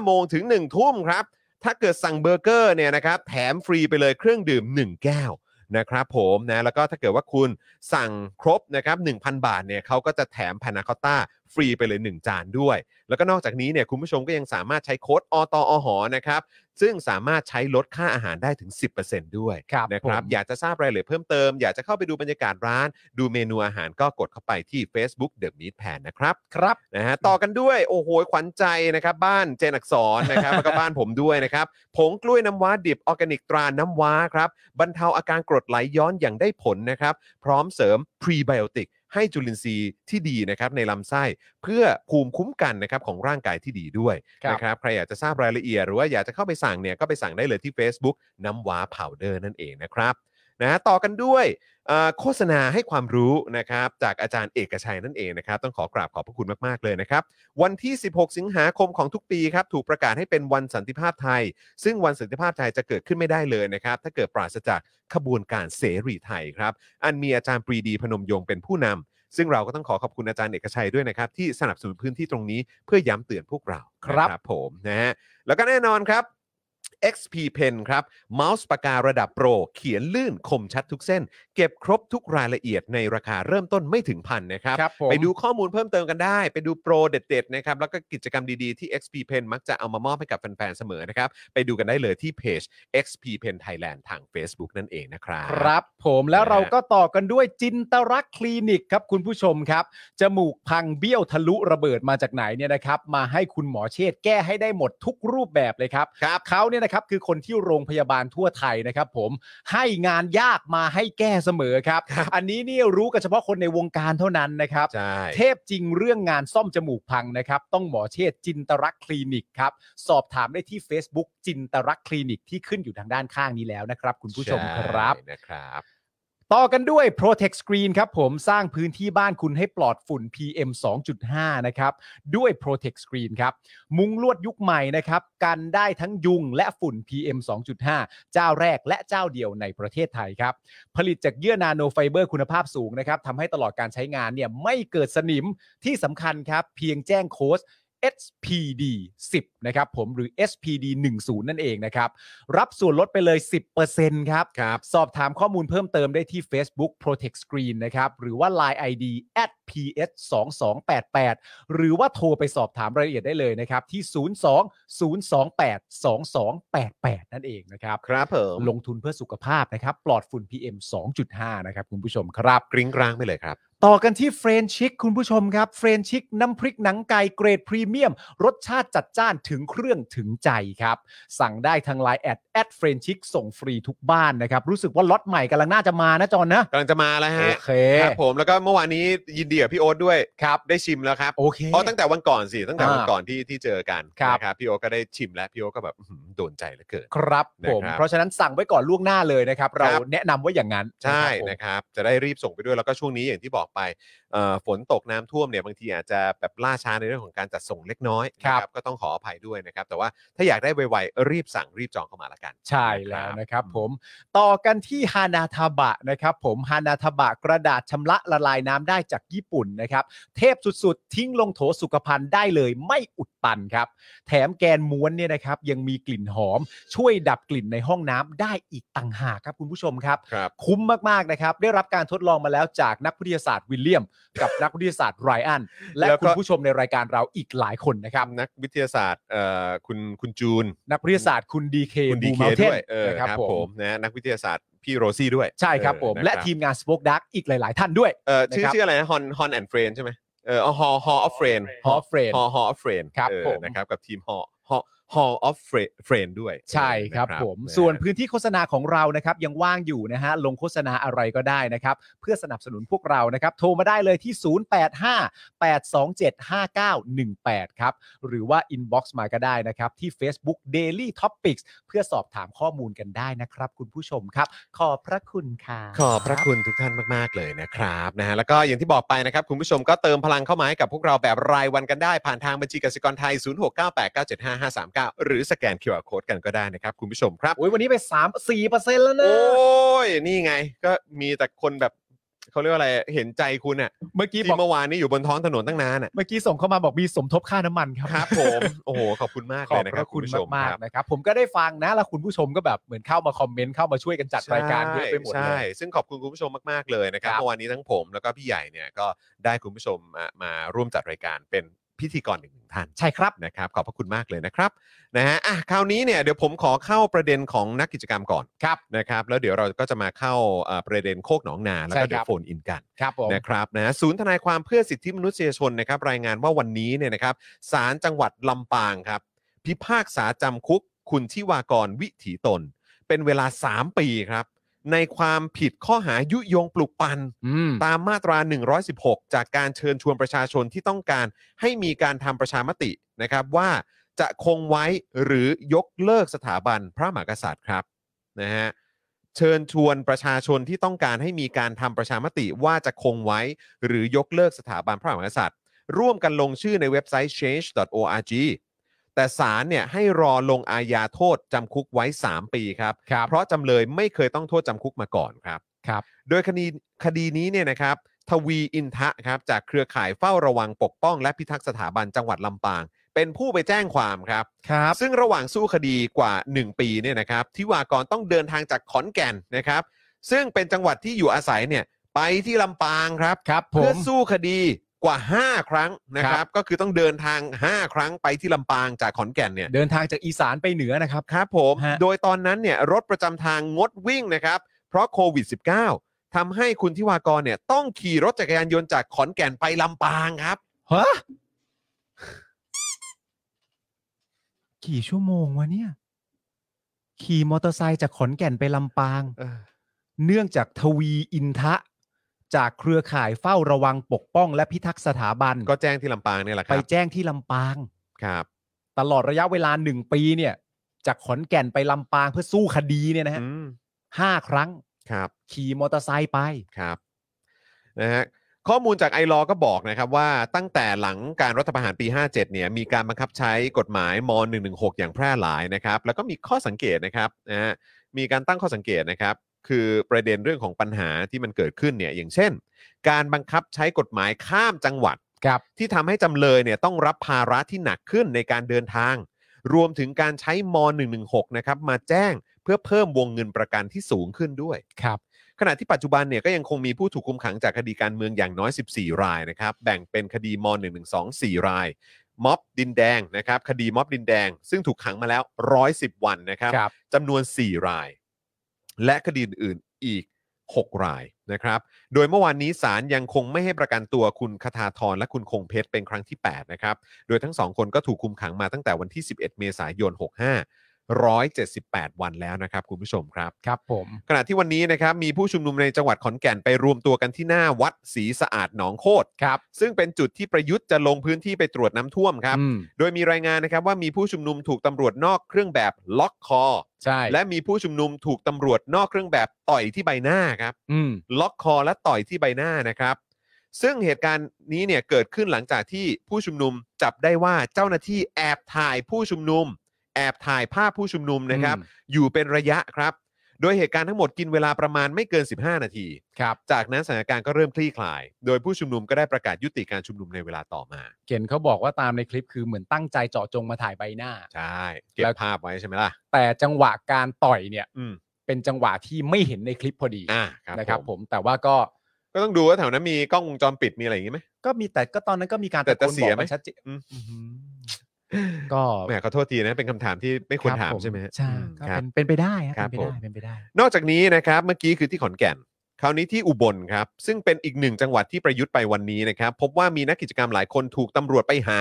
Speaker 3: 5 โมงถึง 1 ทุ่มครับ ถ้าเกิดสั่งเบอร์เกอร์เนี่ยนะครับ แถมฟรีไปเลยเครื่องดื่ม 1 แก้วนะครับผมนะ แล้วก็ถ้าเกิดว่าคุณสั่งครบนะครับ 1,000 บาทเนี่ยเขาก็จะแถมพานาคอตต้าฟรีไปเลย 1 จานด้วย แล้วก็นอกจากนี้เนี่ยคุณผู้ชมก็ยังสามารถใช้โค้ดอตอหอนะครับ ซึ่งสามารถใช้ลดค่าอาหารได้ถึง 10%ด้วย
Speaker 4: ครับ
Speaker 3: นะครับ
Speaker 4: ผม
Speaker 3: อยากจะทราบรายละเอียดเพิ่มเติม อยากจะเข้าไปดูบรรยากาศร้าน ดูเมนูอาหารก็กดเข้าไปที่ Facebook The Meat Pan นะครับ
Speaker 4: ครับ
Speaker 3: นะฮะต่อกันด้วยโอ้โหขวัญใจนะครับบ้านเจนอักษรนะครับ แล้วก็บ้านผมด้วยนะครับผงกล้วยน้ำว้าดิบออร์แกนิกตราน้ำว้าครับบรรเทาอาการกรดไหลย้อนอย่างได้ผลนะครับ พร้อมเสริมพรีไบโอติกให้จุลินทรีย์ที่ดีนะครับในลำไส้เพื่อภูมิคุ้มกันนะครับของร่างกายที่ดีด้วย
Speaker 4: ครับ
Speaker 3: นะครับใครอยากจะทราบรายละเอียดหรือว่าอยากจะเข้าไปสั่งเนี่ยก็ไปสั่งได้เลยที่ Facebook น้ำว้าพาวเดอร์นั่นเองนะครับนะฮะต่อกันด้วย เอ่อโฆษณาให้ความรู้นะครับจากอาจารย์เอกชัยนั่นเองนะครับ ต้องขอกราบขอบพระคุณมาก ๆ เลยนะครับ วันที่ 16 สิงหาคมของทุกปีครับถูกประกาศให้เป็นวันสันติภาพไทย ซึ่งวันสันติภาพไทยจะเกิดขึ้นไม่ได้เลยนะครับ ถ้าเกิดปราศจากขบวนการเสรีไทยครับ อันมีอาจารย์ปรีดีพนมยงค์เป็นผู้นำซึ่งเราก็ต้องขอขอบคุณอาจารย์เอกชัยด้วยนะครับ ที่สนับสนุนพื้นที่ตรงนี้เพื่อย้ำเตือนพวกเรา
Speaker 4: ครับ
Speaker 3: นะผมนะฮะแล้วก็แน่นอนครับ XP Pen ครับเมาส์ปากการะดับโปร เขียนลื่นคมชัดทุกเส้น เก็บครบทุกรายละเอียดในราคาเริ่มต้นไม่ถึงพันนะครับ
Speaker 4: ครับผม
Speaker 3: ไปดูข้อมูลเพิ่มเติมกันได้ ไปดูโปรเด็ดๆนะครับ แล้วก็กิจกรรมดีๆที่ XP Pen มักจะเอามามอบให้กับแฟนๆ เสมอนะครับ ไปดูกันได้เลยที่เพจ XP Pen Thailand ทาง Facebook นั่นเองนะครับ
Speaker 4: ครับผมแล้ว
Speaker 3: นะฮะ
Speaker 4: เราก็ต่อกันด้วยจินตรักษณ์คลินิกครับคุณผู้ชมครับ จมูกพังเบี้ยวทะลุระเบิดมาจากไหนเนี่ยนะครับ มาให้คุณหมอเชษฐ์แก้ให้ได้หมดทุกรูปแบบเลยครับ
Speaker 3: ครับ
Speaker 4: เขาเนี่ยนะครับ นะครับคือคนที่โรงพยาบาลทั่วไทยนะครับ ผมให้งานยากมาให้แก้เสมอครับ อันนี้นี่รู้กันเฉพาะคนในวงการเท่านั้นนะครับ
Speaker 3: ใช่
Speaker 4: เทพจริงเรื่องงานซ่อมจมูกพังนะครับ ต้องหมอเชษจินตรักษณ์คลินิกครับ สอบถามได้ที่ Facebook จินตรักษณ์คลินิกที่ขึ้นอยู่ทางด้านข้างนี้แล้วนะครับ คุณผู้ชมครับ
Speaker 3: ใช่นะครับ
Speaker 4: ต่อกันด้วย Protect Screen ครับผมสร้างพื้นที่บ้านคุณให้ปลอดฝุ่น PM 2.5 นะครับ ด้วย Protect Screen ครับ มุ้งลวดยุคใหม่นะครับ กันได้ทั้งยุงและฝุ่น PM 2.5 เจ้าแรกและเจ้าเดียวในประเทศไทยครับ ผลิตจากเยื่อนาโนไฟเบอร์คุณภาพสูงนะครับทำให้ตลอดการใช้งานเนี่ยไม่เกิดสนิมที่สำคัญครับ เพียงแจ้งโค้ด SPD 10 นะครับผมหรือ SPD 10 นั่นเองนะครับ รับส่วนลดไปเลย 10%ครับ
Speaker 3: ครับ
Speaker 4: สอบถามข้อมูลเพิ่มเติมได้ที่ Facebook Protect Screen นะครับ หรือว่า Line ID at ps 2 2 8 8หรือว่าโทรไปสอบถามรายละเอียดได้เลยนะครับ ที่ 02 028 2288 นั่นเองนะครับ
Speaker 3: ครับผม
Speaker 4: ลงทุนเพื่อสุขภาพนะครับ ปลอดฝุ่น PM 2.5 นะครับ คุณผู้ชมครับ
Speaker 3: กริ้งกร้างไปเลยครับ
Speaker 4: ต่อกันที่เฟรนชิกคุณผู้ชมครับ เฟรนชิกน้ำพริกหนังไก่เกรดพรีเมียม รสชาติจัดจ้านถึงเครื่องถึงใจครับ สั่งได้ทางไลน์แอดแอดเฟรนชิกส่งฟรีทุกบ้านนะครับ รู้สึกว่าล็อตใหม่กำลังน่าจะมานะจอนนะ
Speaker 3: กำลังจะมาแล้ว
Speaker 4: โอ
Speaker 3: ฮะ
Speaker 4: เค
Speaker 3: ครับผม แล้วก็เมื่อวานนี้ยินดีกับพี่โอ๊ตด้วย
Speaker 4: ครับ
Speaker 3: ได้ชิมแล้วครับ
Speaker 4: โอเค
Speaker 3: อ๋อตั้งแต่วันก่อนสิ ตั้งแต่วัน
Speaker 4: อ่า
Speaker 3: ก่อนที่ที่เจอกัน
Speaker 4: ครับ
Speaker 3: นะครับพี่โอ๊ตก็ได้ชิมแล้ว พี่โอ๊ตก็แบบอื้อหือโดนใจเหลือเกิน
Speaker 4: ครับผม
Speaker 3: นะครับ
Speaker 4: เพราะฉะนั้นสั่งไว้ก่อนล่วงหน้าเลยนะครับ เราแนะนำว่าอย่างนั้น
Speaker 3: ใช่
Speaker 4: นะ
Speaker 3: นะครับ
Speaker 4: ผม
Speaker 3: ครับ จะได้รีบส่งไปด้วย แล้วก็ช่วงนี้อย่างที่บอกไปเอ่อฝนตกน้ำท่วมเนี่ยบางทีอาจจะแบบล่าช้าในเรื่องของการจัดส่งเล็กน้อยนะครับ ก็ต้องขออภัยด้วยนะครับ แต่ว่าถ้าอยากได้ไวๆ รีบสั่งรีบจองเข้ามาละกัน
Speaker 4: ใช่แล้วนะครับผม ต่อกันที่ฮานาทาบะนะครับผมฮานาทาบะกระดาษชำระละลายน้ำได้จากญี่ปุ่นนะครับ เทพสุดๆ ทิ้งลงโถสุขภัณฑ์ได้เลยไม่อุดตันครับ แถมแกนม้วนเนี่ยนะครับยังมีกลิ่นหอม ช่วยดับกลิ่นในห้องน้ำได้อีกต่างหากครับคุณผู้ชมครับ
Speaker 3: ครับ
Speaker 4: คุ้มมาก ๆ นะครับ ได้รับการทดลองมาแล้วจากนักวิทยาศาสตร์วิลเลียม กับนักวิทยาศาสตร์ไรอัน และ
Speaker 3: แล้วก็
Speaker 4: คุณผู้ชมในรายการเราอีกหลายคนนะครับ
Speaker 3: นักวิทยาศาสตร์เอ่อคุณคุณจูน
Speaker 4: นักวิทยาศาสตร์คุณดีเค
Speaker 3: คุณดีเค
Speaker 4: บูเมลเทน
Speaker 3: ด้วยเออ
Speaker 4: นะ
Speaker 3: ค
Speaker 4: ครั
Speaker 3: รั
Speaker 4: บบ ผ
Speaker 3: ผม มนะนักวิทยาศาสตร์พี่โรซี่ด้วย
Speaker 4: ใช่ครับ
Speaker 3: เออ
Speaker 4: ผม
Speaker 3: น
Speaker 4: และ
Speaker 3: ค
Speaker 4: ทีมงาน Spoke Dark อีกหลาย ๆ ท่านด้วย
Speaker 3: เออชื่อ
Speaker 4: นะครับ
Speaker 3: ชื่ออะไรนะฮอนฮอนแอนเฟรนใช่ไหมเออฮอฮอออฟเฟรน
Speaker 4: ฮอเฟรน
Speaker 3: ฮอฮอออฟเฟรน
Speaker 4: ครับผม
Speaker 3: นะครับกับทีมฮอฮอฮอออฟเฟรนด้วย
Speaker 4: ใช่ครับ
Speaker 3: เออนะ
Speaker 4: ผม
Speaker 3: ะฮะ
Speaker 4: ส่วนพื้นที่โฆษณาของเรานะครับยังว่างอยู่นะฮะลงโฆษณาอะไรก็ได้นะครับ เพื่อสนับสนุนพวกเรานะครับ โทรมาได้เลยที่ 0858275918 ครับ หรือว่า inbox มาก็ได้นะครับ ที่ Facebook Daily Topics เพื่อสอบถามข้อมูลกันได้นะครับ คุณผู้ชมครับ ขอบพระคุณค่ะ
Speaker 3: ขอบพระคุณทุกท่านมาก ๆ เลยนะครับนะฮะแล้วก็อย่างที่บอกไปนะครับ คุณผู้ชมก็เติมพลังเข้ามาให้กับพวกเราแบบรายวันกันได้ ผ่านทางบัญชีกสิกรไทย 0698975539 หรือสแกน QR Code กันก็ได้นะครับ คุณผู้ชมครับ
Speaker 4: โอ้ยวันนี้ไป3 4%แล้วนะ
Speaker 3: โอ้ย นี่ไงก็มีแต่คนแบบเขาเรียกว่าอะไรเห็นใจคุณอ่ะ
Speaker 4: เมื่อกี้
Speaker 3: ที่
Speaker 4: บอก
Speaker 3: เมื่อวานนี้อยู่บนท้องถนนตั้งนานอ่ะ
Speaker 4: เมื่อกี้ส่งเข้ามาบอกมีสมทบค่าน้ำมันครับ
Speaker 3: ครับผม โอ้โห ขอบคุณมาก
Speaker 4: ขอ
Speaker 3: เลย
Speaker 4: บ
Speaker 3: นะ
Speaker 4: พ
Speaker 3: ครับ
Speaker 4: ระคุณ
Speaker 3: ผู้ช
Speaker 4: มาก
Speaker 3: ครับ
Speaker 4: ๆนะครับ ผมก็ได้ฟังนะ แล้วคุณผู้ชมก็แบบเหมือนเข้ามาคอมเมนต์เข้ามาช่วยกันจัดรายการเยอะไปหมดเล
Speaker 3: ใช่
Speaker 4: ย
Speaker 3: ซึ่งขอบคุณคุณผู้ชมมาก ๆ เลยนะครับ
Speaker 4: ครับ
Speaker 3: เมื่อวานนี้ทั้งผมแล้วก็พี่ใหญ่เนี่ยก็ได้คุณผู้ชมมามาร่วมจัดรายการเป็นพิธีกรหนึ่งท่าน
Speaker 4: ใช่ครับ
Speaker 3: นะครับ ขอบพระคุณมากเลยนะครับนะฮะอ่ะคราวนี้เนี่ยเดี๋ยวผมขอเข้าประเด็นของนักกิจกรรมก่อน
Speaker 4: ครับ
Speaker 3: นะครับ แล้วเดี๋ยวเราก็จะมาเข้าเอ่อประเด็นโคกหนองนาแล้ว
Speaker 4: ใช่
Speaker 3: ก็
Speaker 4: ครับ
Speaker 3: เดี๋ยวโฟนอินกัน
Speaker 4: ครับผม
Speaker 3: นะครับนะศูนย์ทนายความเพื่อสิทธิมนุษยชนนะครับรายงานว่าวันนี้เนี่ยนะครับศาลจังหวัดลำปางครับ พิพากษาจำคุกคุณทิวากรวิถีตน เป็นเวลา 3 ปีครับ ในความผิดข้อหายุยงปลุกปั่น
Speaker 4: อืม
Speaker 3: ตามมาตรา 116 จากการเชิญชวนประชาชนที่ต้องการให้มีการทำประชามตินะครับว่าจะคงไว้หรือยกเลิกสถาบันพระมหากษัตริย์ครับนะฮะเชิญชวนประชาชนที่ต้องการให้มีการทำประชามติว่าจะคงไว้ หรือยกเลิกสถาบันพระมหากษัตริย์ ร่วมกันลงชื่อในเว็บไซต์ change.org แต่ศาลเนี่ยให้รอลงอาญาโทษจำคุกไว้ 3 ปีครับ
Speaker 4: ครับ
Speaker 3: เพราะจำเลยไม่เคยต้องโทษจำคุกมาก่อนครับ
Speaker 4: ครับ
Speaker 3: โดยคดีคดีนี้เนี่ยนะครับทวีอินทะครับจากเครือข่ายเฝ้าระวังปกป้อง และพิทักษ์สถาบันจังหวัดลำปาง เป็นผู้ไปแจ้งความครับ
Speaker 4: ครับ
Speaker 3: ซึ่งระหว่างสู้คดีกว่า 1 ปีเนี่ยนะครับทิวากรต้องเดินทางจากขอนแก่นนะครับ ซึ่งเป็นจังหวัดที่อยู่อาศัยเนี่ยไปที่ลำปางครับ
Speaker 4: ครับผ
Speaker 3: เพื่อ
Speaker 4: ม
Speaker 3: สู้คดีกว่า 5 ครั้งนะค
Speaker 4: ครั
Speaker 3: รับ
Speaker 4: บ
Speaker 3: ก็คือต้องเดินทาง 5 ครั้งไปที่ลำปางจากขอนแก่นเนี่ย
Speaker 4: เดินทางจากอีสานไปเหนือนะครับ
Speaker 3: ครับผม
Speaker 4: ฮะ
Speaker 3: โดยตอนนั้นเนี่ยรถประจำทางงดวิ่งนะครับ เพราะโควิด -19 ทำให้คุณทิวากรเนี่ยต้องขี่รถจักรยานยนต์จากขอนแก่นไปลำปางครับ
Speaker 4: ฮะกี่ชั่วโมงวะเนี่ย ขี่มอเตอร์ไซค์จากขอนแก่นไปลำปาง
Speaker 3: เออ
Speaker 4: เนื่องจากทวีอินทะ จากเครือข่ายเฝ้าระวังปกป้องและพิทักษ์สถาบัน
Speaker 3: ก็แจ้งที่ลำปางเนี่ยแหละค
Speaker 4: ไป
Speaker 3: รับ
Speaker 4: แจ้งที่ลำปาง
Speaker 3: ครับ
Speaker 4: ตลอดระยะเวลาหนึ่งปีเนี่ย จากขอนแก่นไปลำปางเพื่อสู้คดีเนี่ยนะฮะ
Speaker 3: อืม
Speaker 4: ห้าครั้ง
Speaker 3: ครับ
Speaker 4: ขี่มอเตอร์ไซค์ไป
Speaker 3: ครับนะฮะข้อมูลจากไอรอว์ก็บอกนะครับว่าตั้งแต่หลังการรัฐประหารปี 57 เนี่ยมีการบังคับใช้กฎหมายม .116 อย่างแพร่หลายนะครับ แล้วก็มีข้อสังเกตนะครับนะฮะมีการตั้งข้อสังเกตนะครับ คือประเด็นเรื่องของปัญหาที่มันเกิดขึ้นเนี่ยอย่างเช่น การบังคับใช้กฎหมายข้ามจังหวัด
Speaker 4: ครับ
Speaker 3: ที่ทำให้จำเลยเนี่ยต้องรับภาระที่หนักขึ้นในการเดินทาง รวมถึงการใช้ม .116 นะครับมาแจ้งเพื่อเพิ่มวงเงินประกันที่สูงขึ้นด้วย
Speaker 4: ครับ
Speaker 3: ขณะที่ปัจจุบันเนี่ยก็ยังคงมีผู้ถูกคุมขังจากคดีการเมืองอย่างน้อย 14 รายนะครับ แบ่งเป็นคดีม .112 4 ราย ม็อบดินแดงนะครับ คดีม็อบดินแดง ซึ่งถูกขังมาแล้ว 110 วันนะครับ
Speaker 4: ครับ
Speaker 3: จำนวน 4 ราย และคดีอื่นๆอีก 6 รายนะครับ โดยเมื่อวานนี้ศาลยังคงไม่ให้ประกันตัวคุณคทาธรและคุณคงเพชรเป็นครั้งที่ 8 นะครับ โดยทั้งสองคนก็ถูกคุมขังมาตั้งแต่วันที่ 11 เมษายน 65 178 วันแล้วนะครับคุณผู้ชมครับ
Speaker 4: ครับผม
Speaker 3: ขณะที่วันนี้นะครับมีผู้ชุมนุมในจังหวัดขอนแก่นไปรวมตัวกันที่หน้าวัดศรีสะอาดหนองโคตร
Speaker 4: ครับ
Speaker 3: ซึ่งเป็นจุดที่ประยุทธ์จะลงพื้นที่ไปตรวจน้ำท่วมครับ
Speaker 4: อืม
Speaker 3: โดยมีรายงานนะครับว่ามีผู้ชุมนุมถูกตำรวจนอกเครื่องแบบล็อกคอ
Speaker 4: ใช่
Speaker 3: และมีผู้ชุมนุมถูกตำรวจนอกเครื่องแบบต่อยที่ใบหน้าครับ
Speaker 4: อืม
Speaker 3: ล็อกคอและต่อยที่ใบหน้านะครับ ซึ่งเหตุการณ์นี้เนี่ยเกิดขึ้นหลังจากที่ผู้ชุมนุมจับได้ว่าเจ้าหน้าที่แอบถ่ายผู้ชุมนุม แอบถ่ายภาพผู้ชุมนุมนะครับ อยู่เป็นระยะครับ โดยเหตุการณ์ทั้งหมดกินเวลาประมาณไม่เกิน 15 นาที
Speaker 4: ครับ
Speaker 3: จากนั้นสถานการณ์ก็เริ่มคลี่คลาย โดยผู้ชุมนุมก็ได้ประกาศยุติการชุมนุมในเวลาต่อมา
Speaker 4: เก่นเขาบอกว่าตามในคลิปคือเหมือนตั้งใจเจาะจงมาถ่ายใบหน้า
Speaker 3: ใช่ เก็บ
Speaker 4: แล้ว
Speaker 3: ภาพไว้ใช่ไหมล่ะ
Speaker 4: แต่จังหวะการต่อยเนี่ย
Speaker 3: อืม
Speaker 4: เป็นจังหวะที่ไม่เห็นในคลิปพอดี
Speaker 3: อ่าครับ
Speaker 4: นะครับ
Speaker 3: ผ
Speaker 4: ผม มแต่ว่าก็
Speaker 3: ก็ต้องดูว่าแถวนั้นมีกล้องวงจรปิดมีอะไรอย่างงี้ไหม
Speaker 4: ก็มีแต่ก็ตอนนั้นก็มีการ
Speaker 3: แต่จะ
Speaker 4: ตะโกน
Speaker 3: เสี
Speaker 4: บอย ก
Speaker 3: ไหม
Speaker 4: มันชัดเจน
Speaker 3: อืม
Speaker 4: อื้อหือก็
Speaker 3: แหมขอโทษทีนะเป็นคำถามที่ไม่ควรถาม
Speaker 4: บผ
Speaker 3: ใช่ไหมฮะ
Speaker 4: ใช่
Speaker 3: อืม
Speaker 4: ก็
Speaker 3: ครับ
Speaker 4: เป็นเป็นไปได้ฮะ
Speaker 3: ครับ
Speaker 4: เป็นไป
Speaker 3: ผม
Speaker 4: ได้เป็นไปได้
Speaker 3: นอกจากนี้นะครับเมื่อกี้คือที่ขอนแก่น คราวนี้ที่อุบลครับ ซึ่งเป็นอีกหนึ่งจังหวัดที่ประยุทธ์ไปวันนี้นะครับ พบว่ามีนักกิจกรรมหลายคนถูกตำรวจไปหา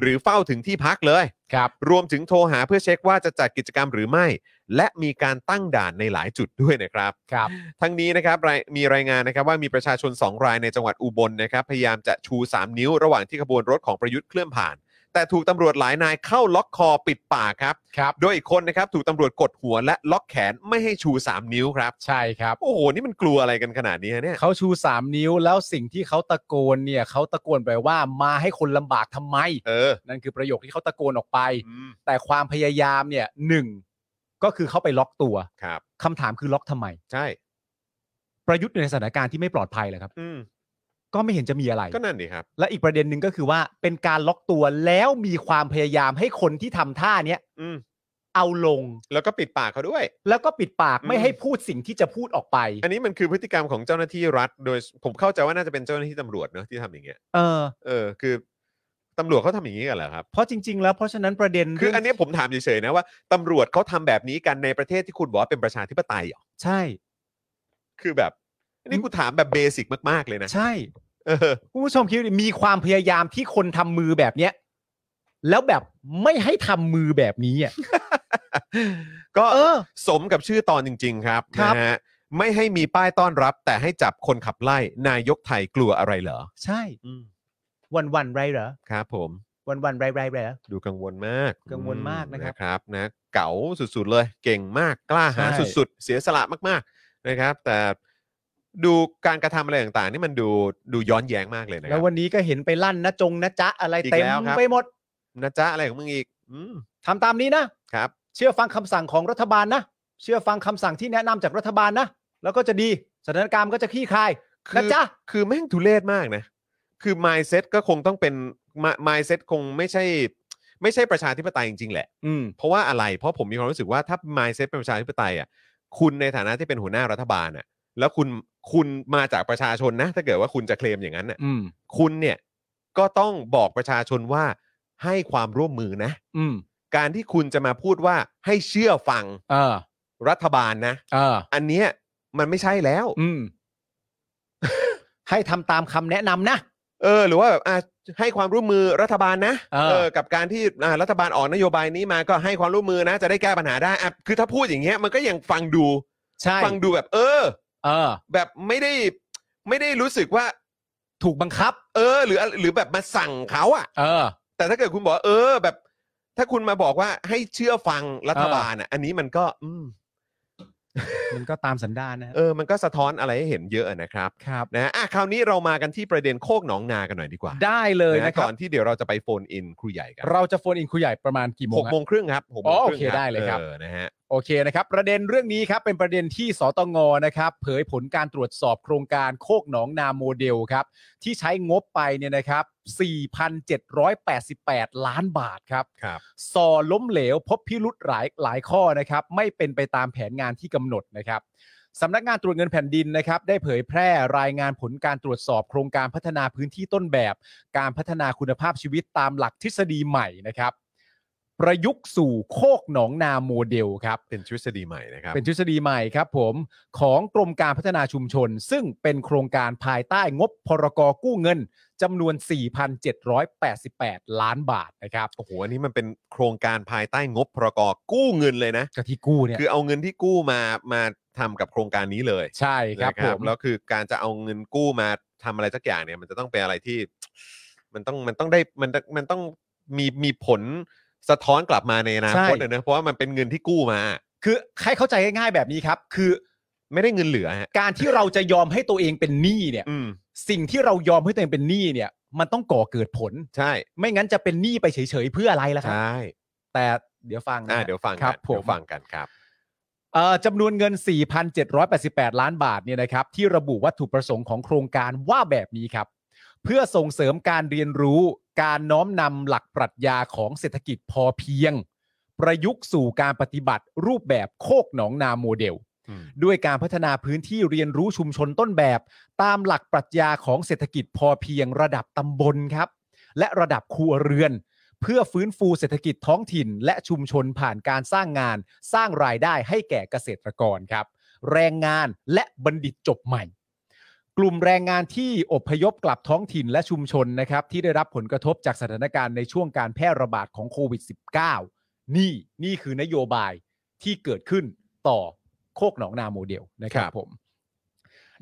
Speaker 3: หรือเฝ้าถึงที่พักเลย
Speaker 4: ครับ
Speaker 3: รวมถึงโทรหาเพื่อเช็คว่าจะจัดกิจกรรมหรือไม่ และมีการตั้งด่านในหลายจุดด้วยนะครับ
Speaker 4: ครับ
Speaker 3: ทั้งนี้นะครับรายมีรายงานนะครับว่ามีประชาชน 2 รายในจังหวัดอุบลนะครับ พยายามจะชู 3 นิ้วระหว่างที่ขบวนรถของประยุทธ์เคลื่อนผ่าน แต่ถูกตำรวจหลายนายเข้าล็อกคอปิดปากครับ
Speaker 4: ครับ
Speaker 3: โดยอีกคนนะครับถูกตำรวจกดหัวและล็อกแขนไม่ให้ชู 3 นิ้วครับ
Speaker 4: ใช่ครับ
Speaker 3: โอ้โห นี่มันกลัวอะไรกันขนาดนี้เนี่ย
Speaker 4: เขาชู 3 นิ้วแล้วสิ่งที่เขาตะโกนเนี่ยเขาตะโกนไปว่ามาให้คนลำบากทำไม
Speaker 3: เออ
Speaker 4: นั่นคือประโยคที่เขาตะโกนออกไป
Speaker 3: อืม
Speaker 4: แต่ความพยายามเนี่ยหนึ่งก็คือเขาไปล็อกตัว
Speaker 3: ครับ
Speaker 4: คำถามคือล็อกทำไม
Speaker 3: ใช่
Speaker 4: ประยุทธ์อยู่ในสถานการณ์ที่ไม่ปลอดภัยเหรอครับ
Speaker 3: อืม
Speaker 4: ก็ไม่เห็นจะมีอะไร
Speaker 3: ก็นั่นดิครับ
Speaker 4: และอีกประเด็นหนึ่งก็คือว่าเป็นการล็อกตัวแล้วมีความพยายามให้คนที่ทำท่าเนี้ย
Speaker 3: อืม
Speaker 4: เอาลง
Speaker 3: แล้วก็ปิดปากเขาด้วย
Speaker 4: แล้วก็ปิดปาก
Speaker 3: อืม
Speaker 4: ไม่ให้พูดสิ่งที่จะพูดออกไป
Speaker 3: อันนี้มันคือพฤติกรรมของเจ้าหน้าที่รัฐ โดยผมเข้าใจว่าน่าจะเป็นเจ้าหน้าที่ตำรวจเนอะที่ทำอย่างเงี้ย
Speaker 4: เออ
Speaker 3: เออ คือตำรวจเขาทำอย่างนี้กันเหรอครับ
Speaker 4: เพราะจริง ๆ แล้วเพราะฉะนั้นประเด็น
Speaker 3: คืออั
Speaker 4: เรื่ง
Speaker 3: นนี้ผมถามเฉยๆนะว่าตำรวจเขาทำแบบนี้กันในประเทศที่คุณบอกว่าเป็นประชาธิปไตยเหรอ
Speaker 4: ใช่
Speaker 3: คือแบบ อันนี้กูถามแบบเบสิกมากๆเลยนะ
Speaker 4: ใช่
Speaker 3: เออ
Speaker 4: คุณผู้ชมคิดดูดิมีความพยายามที่คนทำมือแบบเนี้ยแล้วแบบไม่ให้ทำมือแบบนี้อ่ะ
Speaker 3: ก็
Speaker 4: เออ
Speaker 3: สมกับชื่อตอนจริง ๆ ครับ
Speaker 4: ครับ
Speaker 3: นะฮะ ไม่ให้มีป้ายต้อนรับ แต่ให้จับคนขับไล่ นายกไทยกลัวอะไรเหรอ
Speaker 4: ใช่
Speaker 3: อืม
Speaker 4: วันวันๆไรเหรอ
Speaker 3: ครับผม
Speaker 4: วันวันๆไรไรๆเหรอ
Speaker 3: ดูกังวลมาก
Speaker 4: กังวลมากนะครับ
Speaker 3: นะครับนะเก๋าสุดๆเลย เก่งมากกล้าหาญ
Speaker 4: ใช่
Speaker 3: สุดๆ เสียสละมากๆนะครับ แต่ดูการกระทำอะไรต่างๆ นี่มันดูดูย้อนแย้งมากเลยนะค
Speaker 4: แล้
Speaker 3: รั
Speaker 4: ว
Speaker 3: บ
Speaker 4: วันนี้ก็เห็นไปลั่นนะจงนะจ๊ะอะไร
Speaker 3: อีก
Speaker 4: เต็ม
Speaker 3: แล้วครับ
Speaker 4: ไปหมด
Speaker 3: นะจ๊ะอะไรของมึงอีก อืม
Speaker 4: ทำตามนี้นะ
Speaker 3: ครับ
Speaker 4: เชื่อฟังคำสั่งของรัฐบาลนะ เชื่อฟังคำสั่งที่แนะนำจากรัฐบาลนะ แล้วก็จะดีสถานการณ์มันก็จะคลี่คลาย
Speaker 3: คื
Speaker 4: นะ
Speaker 3: อ
Speaker 4: จ๊ะ
Speaker 3: คือแม่งทุเรศมากนะ คือ mindset ก็คงต้องเป็น mindset คงไม่ใช่ ไม่ใช่ประชาธิปไตยจริงๆแหละ
Speaker 4: อืม
Speaker 3: เพราะว่าอะไร เพราะผมมีความรู้สึกว่าถ้า mindset เป็นประชาธิปไตยอ่ะ คุณในฐานะที่เป็นหัวหน้ารัฐบาลอ่ะ แล้วคุณ คุณมาจากประชาชนนะ ถ้าเกิดว่าคุณจะเคลมอย่างนั้นอ่ะ
Speaker 4: อืม
Speaker 3: คุณเนี่ยก็ต้องบอกประชาชนว่าให้ความร่วมมือนะ
Speaker 4: อืม
Speaker 3: การที่คุณจะมาพูดว่าให้เชื่อฟัง
Speaker 4: เออ
Speaker 3: รัฐบาลนะ
Speaker 4: เออ
Speaker 3: อันเนี้ยมันไม่ใช่แล้ว
Speaker 4: อืม ให้ทำตามคำแนะนำนะ
Speaker 3: เออหรือว่าแบบอ่ะให้ความร่วมมือรัฐบาลนะ
Speaker 4: เออ
Speaker 3: กับการที่อ่ะรัฐบาลออกนโยบายนี้มาก็ให้ความร่วมมือนะ จะได้แก้ปัญหาได้อ่ะคือถ้าพูดอย่างเงี้ยมันก็ยังฟังดู
Speaker 4: ใช่
Speaker 3: ฟังดูแบบ เออ
Speaker 4: เออ
Speaker 3: แบบไม่ได้ไม่ได้รู้สึกว่า
Speaker 4: ถูกบังคับ
Speaker 3: เออ หรือหรือแบบมาสั่งเขาอะ
Speaker 4: เออ
Speaker 3: แต่ถ้าเกิดคุณบอกว่าเออแบบ ถ้าคุณมาบอกว่าให้เชื่อฟังรัฐบาลอ่ะ อันนี้มันก็อืม
Speaker 4: มันก็ตามสันดานนะ
Speaker 3: เออ มันก็สะท้อนอะไรให้เห็นเยอะนะครับ
Speaker 4: ครับ
Speaker 3: นะอ่ะคราวนี้เรามากันที่ประเด็นโคกหนองนากันหน่อยดีกว่า
Speaker 4: ได้เลยนะ
Speaker 3: นะ
Speaker 4: ครั
Speaker 3: ก่
Speaker 4: บ
Speaker 3: อนที่เดี๋ยวเราจะไปโฟนอินครูใหญ่กัน
Speaker 4: เราจะโฟนอินคุยใหญ่ประมาณกี่โมง
Speaker 3: หก
Speaker 4: ฮะ
Speaker 3: โมงครึ่งครับหกโม
Speaker 4: อ๋
Speaker 3: ง
Speaker 4: อ
Speaker 3: ครึ่ง
Speaker 4: โอเคได้เลยครับ
Speaker 3: ออนะฮะ
Speaker 4: โอเคนะครับ ประเด็นเรื่องนี้ครับเป็นประเด็นที่สตงนะครับ เผยผลการตรวจสอบโครงการโคกหนองนาโมเดลครับ ที่ใช้งบไปเนี่ยนะครับ 4,788 ล้านบาทครับ
Speaker 3: ครับ
Speaker 4: สอล้มเหลวพบพิรุธหลายหลายข้อนะครับ ไม่เป็นไปตามแผนงานที่กำหนดนะครับสำนักงานตรวจเงินแผ่นดินนะครับ ได้เผยแพร่รายงานผลการตรวจสอบโครงการพัฒนาพื้นที่ต้นแบบ การพัฒนาคุณภาพชีวิตตามหลักทฤษฎีใหม่นะครับ ประยุกต์สู่โคกหนองนาโมเดลครับ
Speaker 3: เป็นทฤษฎีใหม่นะครับ
Speaker 4: เป็นทฤษฎีใหม่ครับผมของกรมการพัฒนาชุมชน ซึ่งเป็นโครงการภายใต้งบพรกกู้เงินจำนวน 4,788 ล้านบาทนะครับ
Speaker 3: โอ้โหอันนี้มันเป็นโครงการภายใต้งบพรกกู้เงินเลยนะ
Speaker 4: กที่กู้เนี่ย
Speaker 3: คือเอาเงินที่กู้มามาทำกับโครงการนี้เลย
Speaker 4: ใช่ครับ
Speaker 3: นะ
Speaker 4: ผม
Speaker 3: แล้วคือการจะเอาเงินกู้มาทำอะไรสักอย่างเนี่ย มันจะต้องเป็นอะไรที่ มันต้องมันต้องได้มันต้องมันต้องมีมีผลสะท้อนกลับมาในอนาคตอะเนอะเพราะว่ามันเป็นเงินที่กู้มา
Speaker 4: คือให้เข้าใจง่ายๆแบบนี้ครับ คือ
Speaker 3: ไม่ได้เงินเหลือฮะ
Speaker 4: การที่เราจะยอมให้ตัวเองเป็นหนี้เนี่ย
Speaker 3: อืม
Speaker 4: สิ่งที่เรายอมให้ตัวเองเป็นหนี้เนี่ย มันต้องก่อเกิดผล
Speaker 3: ใช่
Speaker 4: ไม่งั้นจะเป็นหนี้ไปเฉยๆเพื่ออะไรล่ะครับ
Speaker 3: ใช่
Speaker 4: แต่เดี๋ยวฟังนะ
Speaker 3: อ่า
Speaker 4: ฮะ
Speaker 3: เดี๋ยวฟัง
Speaker 4: ค
Speaker 3: กั
Speaker 4: รั
Speaker 3: น
Speaker 4: บผม
Speaker 3: เดี๋ยวฟังกันครับ
Speaker 4: เอ่อจำนวนเงิน 4,788 ล้านบาทเนี่ยนะครับ ที่ระบุวัตถุประสงค์ของโครงการว่าแบบนี้ครับ เพื่อส่งเสริมการเรียนรู้ การน้อมนำหลักปรัชญาของเศรษฐกิจพอเพียง ประยุกต์สู่การปฏิบัติรูปแบบโคกหนองนาโมเดล
Speaker 3: อืม
Speaker 4: ด้วยการพัฒนาพื้นที่เรียนรู้ชุมชนต้นแบบ ตามหลักปรัชญาของเศรษฐกิจพอเพียงระดับตำบลครับ และระดับครัวเรือน เพื่อฟื้นฟูเศรษฐกิจท้องถิ่น และชุมชนผ่านการสร้างงาน สร้างรายได้ให้แก่เกษตรกรครับ แรงงานและบัณฑิตจบใหม่ กลุ่มแรงงานที่อพยพกลับท้องถิ่นและชุมชนนะครับ ที่ได้รับผลกระทบจากสถานการณ์ในช่วงการแพร่ระบาดของโควิด -19 นี่นี่คือนโยบายที่เกิดขึ้นต่อโคกหนองนาโมเดลนะครั
Speaker 3: ค
Speaker 4: บ
Speaker 3: รับ
Speaker 4: ผม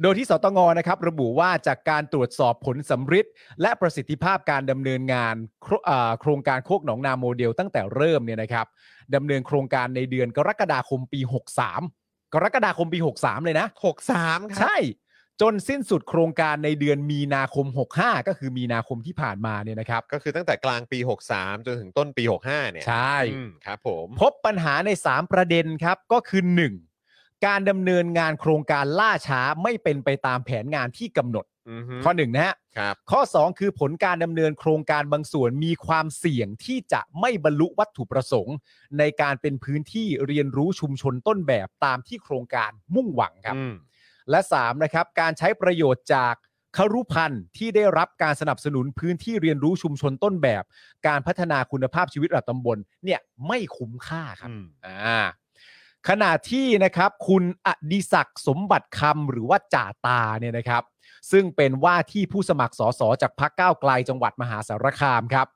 Speaker 4: โดยที่สตงนะครับ ระบุว่าจากการตรวจสอบผลสำริดและประสิทธิภาพการดำเนินงานโครอ่าโครงการโคกหนองนาโมเดลตั้งแต่เริ่มเนี่ยนะครับดำเนินโครงการในเดือนกรกฎาคมปี 63 กรกฎาคมปี 63 เลยนะ
Speaker 3: หกสามครั
Speaker 4: ใช่ จนสิ้นสุดโครงการในเดือนมีนาคม 65 ก็คือมีนาคมที่ผ่านมาเนี่ยนะครับ
Speaker 3: ก็คือตั้งแต่กลางปี 63 จนถึงต้นปี 65 เนี่ย
Speaker 4: ใช่
Speaker 3: อืมครับผม
Speaker 4: พบปัญหาใน 3 ประเด็นครับ ก็คือ 1. การดำเนินงานโครงการล่าช้าไม่เป็นไปตามแผนงานที่กำหนด
Speaker 3: อือฮึ
Speaker 4: ข้อ 1 นะฮะ
Speaker 3: ครับ
Speaker 4: ข้อ 2 คือผลการดำเนินโครงการบางส่วนมีความเสี่ยงที่จะไม่บรรลุวัตถุประสงค์ ในการเป็นพื้นที่เรียนรู้ชุมชนต้นแบบตามที่โครงการมุ่งหวังครับ
Speaker 3: อืม
Speaker 4: และ3นะครับการใช้ประโยชน์จากครุพันธ์ที่ได้รับการสนับสนุนพื้นที่เรียนรู้ชุมชนต้นแบบ การพัฒนาคุณภาพชีวิตระดับตำบลเนี่ยไม่คุ้มค่าครับ
Speaker 3: อืม
Speaker 4: อ่าขณะที่นะครับคุณอดิศักดิ์สมบัติคำหรือว่าจ่าตาเนี่ยนะครับ ซึ่งเป็นว่าที่ผู้สมัครสสจากพรรคก้าวไกลจังหวัดมหาสารคามครับ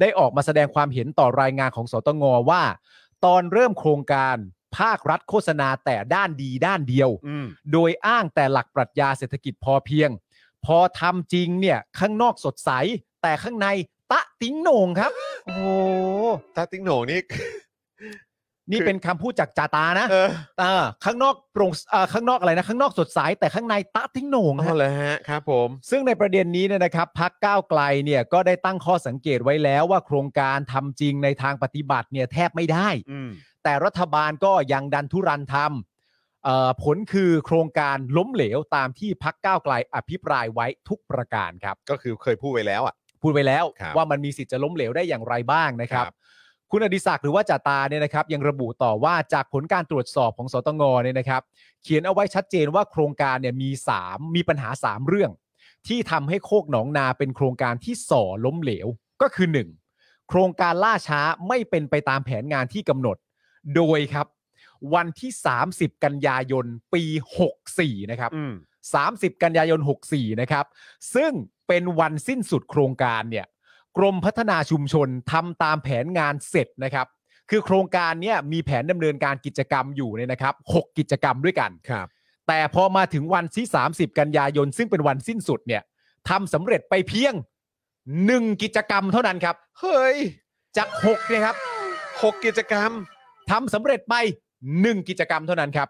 Speaker 4: ได้ออกมาแสดงความเห็นต่อรายงานของสตงว่า ตอนเริ่มโครงการภาครัฐโฆษณาแต่ด้านดีด้านเดียว
Speaker 3: อืม
Speaker 4: โดยอ้างแต่หลักปรัชญาเศรษฐกิจพอเพียง พอทำจริงเนี่ย ข้างนอกสดใส แต่ข้างในตะติ้งโหนงครับ โอ้โห
Speaker 3: ตาติ๊งโหนงนี่
Speaker 4: นี่
Speaker 3: คือ
Speaker 4: เป็นคำพูดจากจาตานะ
Speaker 3: เออ
Speaker 4: เออข้างนอกโปร่งเอ่อข้างนอกอะไรนะ ข้างนอกสดใส แต่ข้างในตะติ้งโหนง
Speaker 3: เอา
Speaker 4: ฮะ
Speaker 3: เลยฮะ ครับผม
Speaker 4: ซึ่งในประเด็นนี้เนี่ยนะครับพักก้าวไกลเนี่ยก็ได้ตั้งข้อสังเกตไว้แล้วว่าโครงการทำจริงในทางปฏิบัติเนี่ยแทบไม่ได้
Speaker 3: อืม
Speaker 4: แต่รัฐบาลก็ยังดันทุรันทำเอ่อผลคือโครงการล้มเหลวตามที่พักก้าวไกลอภิปรายไว้ทุกประการครับ
Speaker 3: ก็คือเคยพูดไว้แล้วอ่ะ
Speaker 4: พูดไปแล้ว
Speaker 3: ครับ
Speaker 4: ว่ามันมีสิทธิ์จะล้มเหลวได้อย่างไรบ้างนะครับ
Speaker 3: ครับ
Speaker 4: คุณอดิศักดิ์หรือว่าจ่าตาเนี่ยนะครับ ยังระบุต่อว่าจากผลการตรวจสอบของสตงเนี่ยนะครับ เขียนเอาไว้ชัดเจนว่าโครงการเนี่ยมี 3 มีปัญหา 3 เรื่อง ที่ทำให้โคกหนองนาเป็นโครงการที่ส่อล้มเหลวก็คือ 1. โครงการล่าช้าไม่เป็นไปตามแผนงานที่กำหนด โดยครับ วันที่ 30 กันยายนปี 64 นะครับ
Speaker 3: อืม
Speaker 4: 30 กันยายน 64 นะครับ ซึ่ง เป็นวันสิ้นสุดโครงการเนี่ย กรมพัฒนาชุมชนทำตามแผนงานเสร็จนะครับ คือโครงการเนี่ยมีแผนดำเนินการกิจกรรมอยู่เนี่ยนะครับหกกิจกรรมด้วยกัน
Speaker 3: ครับ
Speaker 4: แต่พอมาถึงวันที่ 30 กันยายน ซึ่งเป็นวันสิ้นสุดเนี่ยทำสำเร็จไปเพียง 1 กิจกรรมเท่านั้นครับ
Speaker 3: เฮ้ย
Speaker 4: จาก6นะครับ
Speaker 3: หกกิจกรรม
Speaker 4: ทำสำเร็จไป 1 กิจกรรมเท่านั้นครับ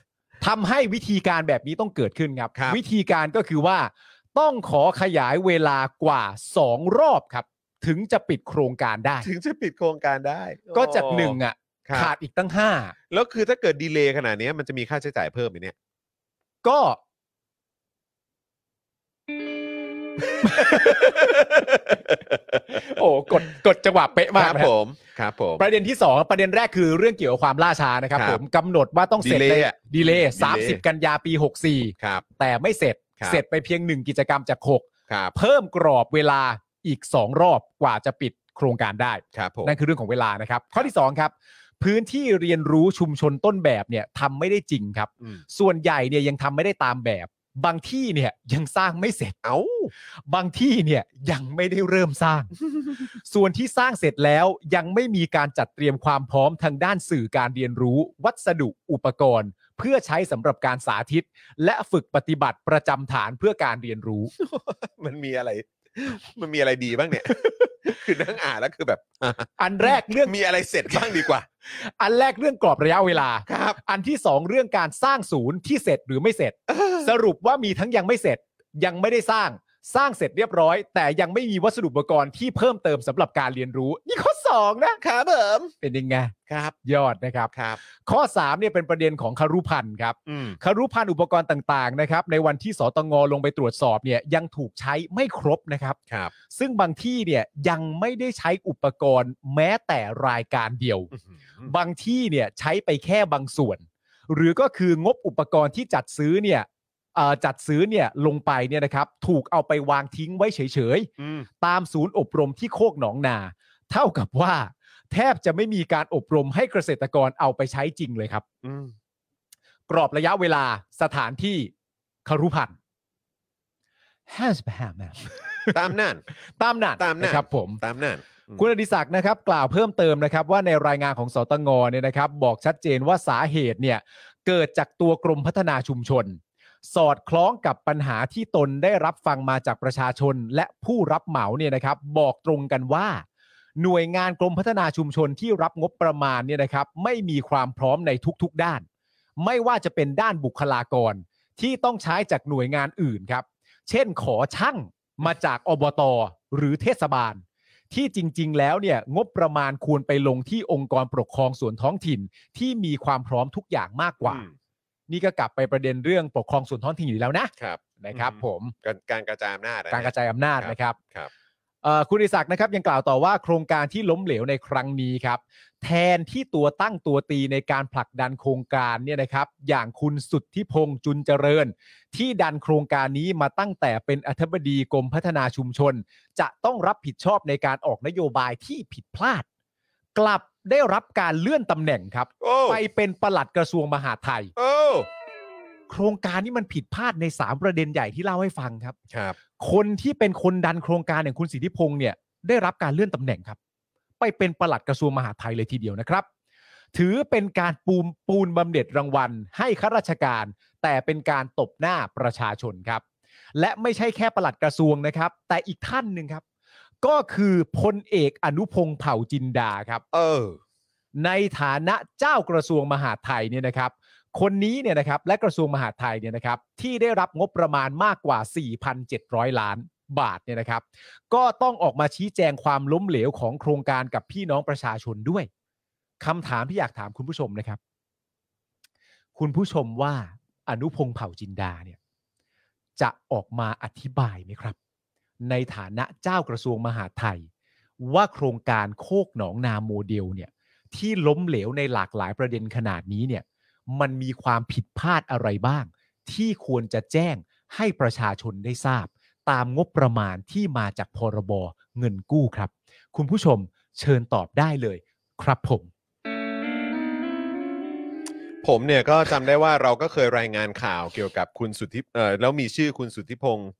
Speaker 4: ทำให้วิธีการแบบนี้ต้องเกิดขึ้นครับ
Speaker 3: ครับ
Speaker 4: วิธีการก็คือว่า ต้องขอขยายเวลากว่า 2 รอบครับ ถึงจะปิดโครงการได้
Speaker 3: ถึงจะปิดโครงการได้
Speaker 4: ก็จากหนึ่ง
Speaker 3: โอ้
Speaker 4: อ่ะ
Speaker 3: ครับ
Speaker 4: ขาดอีกตั้ง 5
Speaker 3: แล้วคือถ้าเกิดดีเลย์ขนาดเนี้ยมันจะมีค่าใช้จ่ายเพิ่มไหมเนี่ย
Speaker 4: ก็ โอ้กดกดจังหวะเป๊ะ
Speaker 3: ค
Speaker 4: มาก
Speaker 3: รับ
Speaker 4: นะฮะ
Speaker 3: ผมครับผม
Speaker 4: ประเด็นที่ 2 ประเด็นแรกคือเรื่องเกี่ยวกับความล่าช้านะครับ
Speaker 3: ครับ
Speaker 4: ผมกำหนดว่าต้องเสร็จ
Speaker 3: Delay
Speaker 4: ใน
Speaker 3: อะ
Speaker 4: ดีเลย์
Speaker 3: Delay
Speaker 4: 30 กันยาปี
Speaker 3: ครับ
Speaker 4: 64 แต่ไม่เสร็จ
Speaker 3: ครับ
Speaker 4: เสร็จไปเพียง 1 กิจกรรมจาก
Speaker 3: ครับ
Speaker 4: 6 เพิ่มกรอบเวลาอีก 2 รอบกว่าจะปิดโครงการได้
Speaker 3: ครับผม
Speaker 4: นั่นคือเรื่องของเวลานะครับ ข้อที่ 2 ครับ พื้นที่เรียนรู้ชุมชนต้นแบบเนี่ยทำไม่ได้จริงครับ
Speaker 3: อืม
Speaker 4: ส่วนใหญ่เนี่ยยังทำไม่ได้ตามแบบ บางที่เนี่ยยังสร้างไม่เสร็จ
Speaker 3: เอ้า
Speaker 4: บางที่เนี่ยยังไม่ได้เริ่มสร้าง ส่วนที่สร้างเสร็จแล้วยังไม่มีการจัดเตรียมความพร้อมทางด้านสื่อการเรียนรู้ วัสดุอุปกรณ์ เพื่อใช้สำหรับการสาธิต และฝึกปฏิบัติประจำฐานเพื่อการเรียนรู้
Speaker 3: มันมีอะไร มันมีอะไรดีบ้างเนี่ย คือนั่งอ่านแล้วคือแบบ
Speaker 4: อันแรกเรื่อง
Speaker 3: มีอะไรเสร็จบ้างดีกว่า
Speaker 4: อันแรกเรื่องกรอบระยะเวลา
Speaker 3: ครับ
Speaker 4: อันที่สองเรื่องการสร้างศูนย์ที่เสร็จหรือไม่เสร็จ สรุปว่ามีทั้งยังไม่เสร็จ ยังไม่ได้สร้างสร้างเสร็จเรียบร้อย แต่ยังไม่มีวัสดุอุปกรณ์ที่เพิ่มเติมสำหรับการเรียนรู้ นี่ข้อสองนะครับ
Speaker 3: ผม
Speaker 4: เป็นยังไง
Speaker 3: ครับ
Speaker 4: ยอดนะครับ
Speaker 3: ครับ
Speaker 4: ข้อ3เนี่ยเป็นประเด็นของคารุพันธ์ครับ
Speaker 3: อืม
Speaker 4: คารุพันธ์อุปกรณ์ต่างๆนะครับในวันที่สตงลงไปตรวจสอบเนี่ยยังถูกใช้ไม่ครบนะครับ
Speaker 3: ครับ
Speaker 4: ซึ่งบางที่เนี่ยยังไม่ได้ใช้อุปกรณ์แม้แต่รายการเดียว
Speaker 3: อื้อหือบ
Speaker 4: างที่เนี่ยใช้ไปแค่บางส่วน หรือก็คืองบอุปกรณ์ที่จัดซื้อเนี่ยเอ่อจัดซื้อเนี่ยลงไปเนี่ยนะครับถูกเอาไปวางทิ้งไว้เฉยๆ
Speaker 3: อืม
Speaker 4: ตามศูนย์อบรมที่โคกหนองนา เท่ากับว่า แทบจะไม่มีการอบรมให้เกษตรกรเอาไปใช้จริงเลยครับ
Speaker 3: อืม
Speaker 4: กรอบระยะเวลาสถานที่คารุพันธ์แฮสแฮม
Speaker 3: ตามนั่น
Speaker 4: ตามนั่น
Speaker 3: ตามนั่น
Speaker 4: นะครับผม
Speaker 3: ตามนั่น
Speaker 4: คุณอดิศักดิ์นะครับ กล่าวเพิ่มเติมนะครับ ว่าในรายงานของสตงเนี่ยนะครับ บอกชัดเจนว่าสาเหตุเนี่ย เกิดจากตัวกรมพัฒนาชุมชน สอดคล้องกับปัญหาที่ตนได้รับฟังมาจากประชาชนและผู้รับเหมาเนี่ยนะครับ บอกตรงกันว่า หน่วยงานกรมพัฒนาชุมชนที่รับงบประมาณเนี่ยนะครับ ไม่มีความพร้อมในทุกๆด้าน ไม่ว่าจะเป็นด้านบุคลากรที่ต้องใช้จากหน่วยงานอื่นครับ เช่นขอช่างมาจากอบตหรือเทศบาล ที่จริง ๆ แล้วเนี่ยงบประมาณควรไปลงที่องค์กรปกครองส่วนท้องถิ่นที่มีความพร้อมทุกอย่างมากกว่า
Speaker 3: อืม
Speaker 4: นี่ก็กลับไปประเด็นเรื่องปกครองส่วนท้องถิ่นอยู่แล้วนะครับ นะครับ
Speaker 3: อืม
Speaker 4: ผม
Speaker 3: การการกระจายอำนาจอ
Speaker 4: การกระจายอำนาจนะครับ
Speaker 3: ครับ
Speaker 4: เอ่อคุณอิศักดิ์นะครับยังกล่าวต่อว่าโครงการที่ล้มเหลวในครั้งนี้ครับ แทนที่ตัวตั้งตัวตีในการผลักดันโครงการเนี่ยนะครับ อย่างคุณสุทธิพงษ์จุนเจริญ ที่ดันโครงการนี้มาตั้งแต่เป็นอธิบดีกรมพัฒนาชุมชน จะต้องรับผิดชอบในการออกนโยบายที่ผิดพลาด กลับได้รับการเลื่อนตำแหน่งครับ
Speaker 3: โอ้
Speaker 4: ไปเป็นปลัดกระทรวงมหาดไทย
Speaker 3: โอ้
Speaker 4: โครงการนี้มันผิดพลาดใน 3 ประเด็นใหญ่ที่เล่าให้ฟังครับ
Speaker 3: ครับ
Speaker 4: คนที่เป็นคนดันโครงการอย่างคุณสิทธิพงษ์เนี่ยได้รับการเลื่อนตำแหน่งครับ ไปเป็นปลัดกระทรวงมหาดไทยเลยทีเดียวนะครับ ถือเป็นการปูมปูนบำเหน็จรางวัล ให้ข้าราชการ แต่เป็นการตบหน้าประชาชนครับ และไม่ใช่แค่ปลัดกระทรวงนะครับ แต่อีกท่านหนึ่งครับ ก็คือพลเอกอนุพงษ์เผ่าจินดาครับ
Speaker 3: เออ
Speaker 4: ในฐานะเจ้ากระทรวงมหาดไทยเนี่ยนะครับ คนนี้เนี่ยนะครับและกระทรวงมหาดไทยเนี่ยนะครับ ที่ได้รับงบประมาณมากกว่า 4,700 ล้านบาทเนี่ยนะครับ ก็ต้องออกมาชี้แจงความล้มเหลวของโครงการกับพี่น้องประชาชนด้วยคำถามที่อยากถามคุณผู้ชมนะครับ คุณผู้ชมว่าอนุพงษ์เผ่าจินดาเนี่ยจะออกมาอธิบายไหมครับ ในฐานะเจ้ากระทรวงมหาดไทย ว่าโครงการโคกหนองนาโมเดลเนี่ย ที่ล้มเหลวในหลากหลายประเด็นขนาดนี้เนี่ย มันมีความผิดพลาดอะไรบ้าง ที่ควรจะแจ้งให้ประชาชนได้ทราบ ตามงบประมาณที่มาจากพรบเงินกู้ครับ คุณผู้ชมเชิญตอบได้เลย ครับผม
Speaker 3: ผมเนี่ยก็จำได้ว่าเราก็เคยรายงานข่าวเกี่ยวกับคุณสุทธิเออแล้วมีชื่อคุณสุทธิพงษ์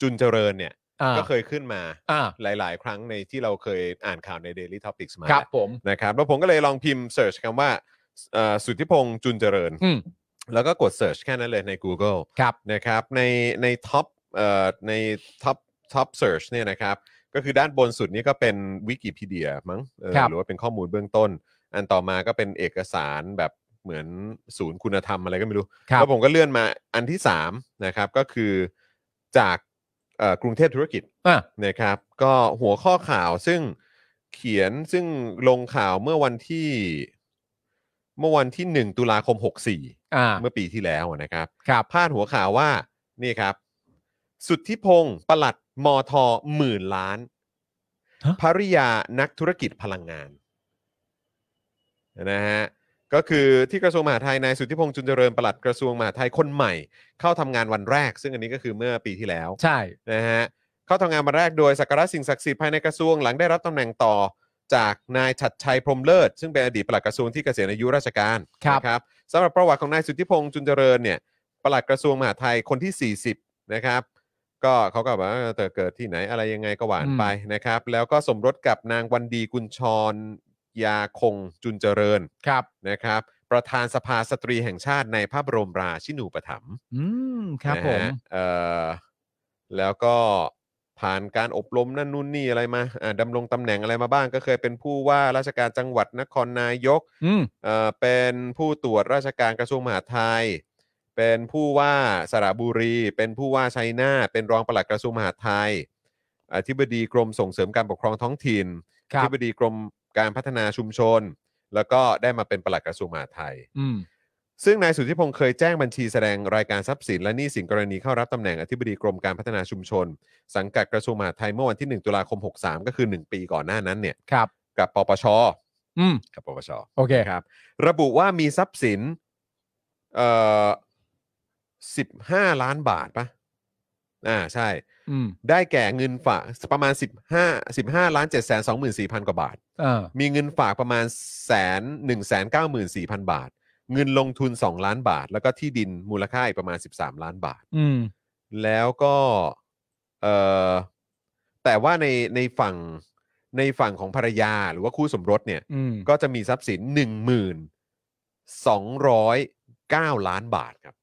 Speaker 3: จุนเจริญเนี่ย
Speaker 4: อ่า
Speaker 3: ก็เคยขึ้นมา
Speaker 4: อ่า
Speaker 3: หลาย ๆ ครั้งในที่เราเคยอ่านข่าวใน Daily Topics มา
Speaker 4: ครับผม
Speaker 3: นะครับแล้วผมก็เลยลองพิมพ์เสิร์ชคำว่าเอ่อสุทธิพงษ์จุนเจริญ
Speaker 4: อืม
Speaker 3: แล้วก็กด Search แค่นั้นเลยใน Google
Speaker 4: ครับ
Speaker 3: นะครับในในท็อปเอ่อในท็อปท็อปเซิร์ชเนี่ยนะครับ ก็คือด้านบนสุดนี่ก็เป็นวิกิพีเดียมั้งเออ
Speaker 4: ครับ
Speaker 3: หรือว่าเป็นข้อมูลเบื้องต้น อันต่อมาก็เป็นเอกสารแบบเหมือนศูนย์คุณธรรมอะไรก็ไม่รู้
Speaker 4: ครับ
Speaker 3: แล้วผมก็เลื่อนมาอันที่ 3 นะครับก็คือจากเอ่อกรุงเทพธุรกิจ
Speaker 4: อ่ะ
Speaker 3: นะครับ ก็หัวข้อข่าวซึ่งเขียนซึ่งลงข่าวเมื่อวันที่ เมื่อวันที่ 1 ตุลาคม 64
Speaker 4: อ่า
Speaker 3: เมื่อปีที่แล้วนะครับ
Speaker 4: ครับ
Speaker 3: พาดหัวข่าวว่านี่ครับ สุทธิพงศ์ประหลัดมทหมื่นล้าน
Speaker 4: ฮะ
Speaker 3: ภริยานักธุรกิจพลังงานนะฮะก็คือที่กระทรวงมหาดไทยนายสุทธิพงศ์จุนเจริญประหลัดกระทรวงมหาดไทยคนใหม่ เข้าทำงานวันแรก ซึ่งอันนี้ก็คือเมื่อปีที่แล้ว
Speaker 4: ใช่
Speaker 3: นะฮะเข้าทำงานมาแรกโดยสักการะสิ่งศักดิ์สิทธิ์ภายในกระทรวงหลังได้รับตำแหน่งต่อจากนายชัดชัยพรหมเลิศ ซึ่งเป็นอดีตปลัดกระทรวงที่เกษียณอายุราชการ
Speaker 4: ครับ
Speaker 3: นะครับสำหรับประวัติของนายสุทธิพงษ์จุนเจริญเนี่ยปลัดกระทรวงมหาดไทยคนที่ 40 นะครับ ก็เขาก็บอกว่าเออเกิดที่ไหนอะไรยังไงก็หวาน
Speaker 4: อืม
Speaker 3: ไปนะครับ แล้วก็สมรสกับนางวันดีกุญชรยาคงจุนเจริญ
Speaker 4: ครับ
Speaker 3: นะครับ ประธานสภาสตรีแห่งชาติในพระบรมราชินูปถัมภ์
Speaker 4: อืมครับผม
Speaker 3: นะฮะเอ่อแล้วก็ผ่านการอบรมนั่นนู่นนี่อะไรมาอ่าดำรงตำแหน่งอะไรมาบ้าง ก็เคยเป็นผู้ว่าราชการจังหวัดนครนายก
Speaker 4: อืม
Speaker 3: เอ่อเป็นผู้ตรวจราชการกระทรวงมหาดไทย เป็นผู้ว่าสระบุรี เป็นผู้ว่าชัยนาทเป็นรองปลัดกระทรวงมหาดไทยอธิบดีกรมส่งเสริมการปกครองท้องถิ่น
Speaker 4: ค
Speaker 3: อ
Speaker 4: รับ
Speaker 3: ธิบดีกรมการพัฒนาชุมชน แล้วก็ได้มาเป็นปลัดกระทรวงมหาดไทย
Speaker 4: อืม
Speaker 3: ซึ่งนายสุทธิพงศ์เคยแจ้งบัญชีแสดงรายการทรัพย์สินและหนี้สินกรณีเข้ารับตำแหน่งอธิบดีกรมการพัฒนาชุมชน สังกัดกระทรวงมหาดไทยเมื่อวันที่ 1 ตุลาคม 63 ก็คือ 1 ปีก่อนหน้านั้นเนี่ย
Speaker 4: ครับ
Speaker 3: กับปปช
Speaker 4: อืม
Speaker 3: กับปปช
Speaker 4: โอเค
Speaker 3: นะครับ ระบุว่ามีทรัพย์สินเอ่อ15 ล้านบาทปะอ่าใช่
Speaker 4: อืม
Speaker 3: ได้แก่เงินฝากประมาณ 15 15ล้าน7 2 4 0 0 0 กว่าบาท
Speaker 4: เออ
Speaker 3: มีเงินฝากประมาณแสนหนึ่งแสนเก้าหมื่นสี่พันบาท เงินลงทุน 2 ล้านบาท แล้วก็ที่ดินมูลค่าอีกประมาณ 13 ล้านบาท
Speaker 4: อืม
Speaker 3: แล้วก็เออแต่ว่าในในฝั่งในฝั่งของภรรยาหรือว่าคู่สมรสเนี่ย
Speaker 4: อืม
Speaker 3: ก็จะมีทรัพย์สิน 1,209 ล้านบาทครับ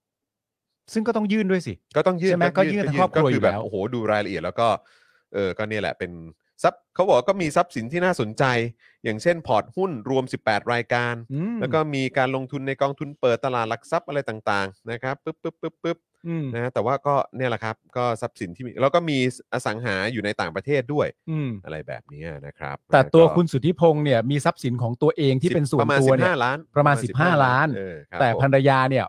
Speaker 4: ซึ่งก็ต้องยื่นด้วยสิ
Speaker 3: ก็ต้องยื่น
Speaker 4: ใช่ไหมก็ยื่นทั้งครอบครัว
Speaker 3: ก็
Speaker 4: อยู่
Speaker 3: แบบ
Speaker 4: แล้ว
Speaker 3: โอ้โหดูรายละเอียดแล้วก็เออก็เนี่ยแหละเป็นทรัพย์เขาบอกว่าก็มีทรัพย์สินที่น่าสนใจ อย่างเช่นพอร์ตหุ้นรวม 18 รายการ
Speaker 4: อืม
Speaker 3: แล้วก็มีการลงทุนในกองทุนเปิดตลาดหลักทรัพย์อะไรต่างๆนะครับปึ๊บปึ๊บปึ๊บปึ๊บ
Speaker 4: อืม
Speaker 3: นะฮะแต่ว่าก็เนี่ยแหละครับก็ทรัพย์สินที่มีแล้วก็มีอสังหาอยู่ในต่างประเทศด้วย
Speaker 4: อืม
Speaker 3: อะไรแบบนี้นะครับ
Speaker 4: แต่ตัว
Speaker 3: ก็
Speaker 4: คุณสุทธิพงศ์เนี่ยมีทรัพย์สินของตัวเองที่เป็นส่ว
Speaker 3: ป
Speaker 4: น
Speaker 3: ระมาณ
Speaker 4: ตัวเนี่ย
Speaker 3: 15ล้าน
Speaker 4: ประมาณ15ล้าน
Speaker 3: เออครับ
Speaker 4: แต่
Speaker 3: ผม
Speaker 4: ภรรยาเนี่ย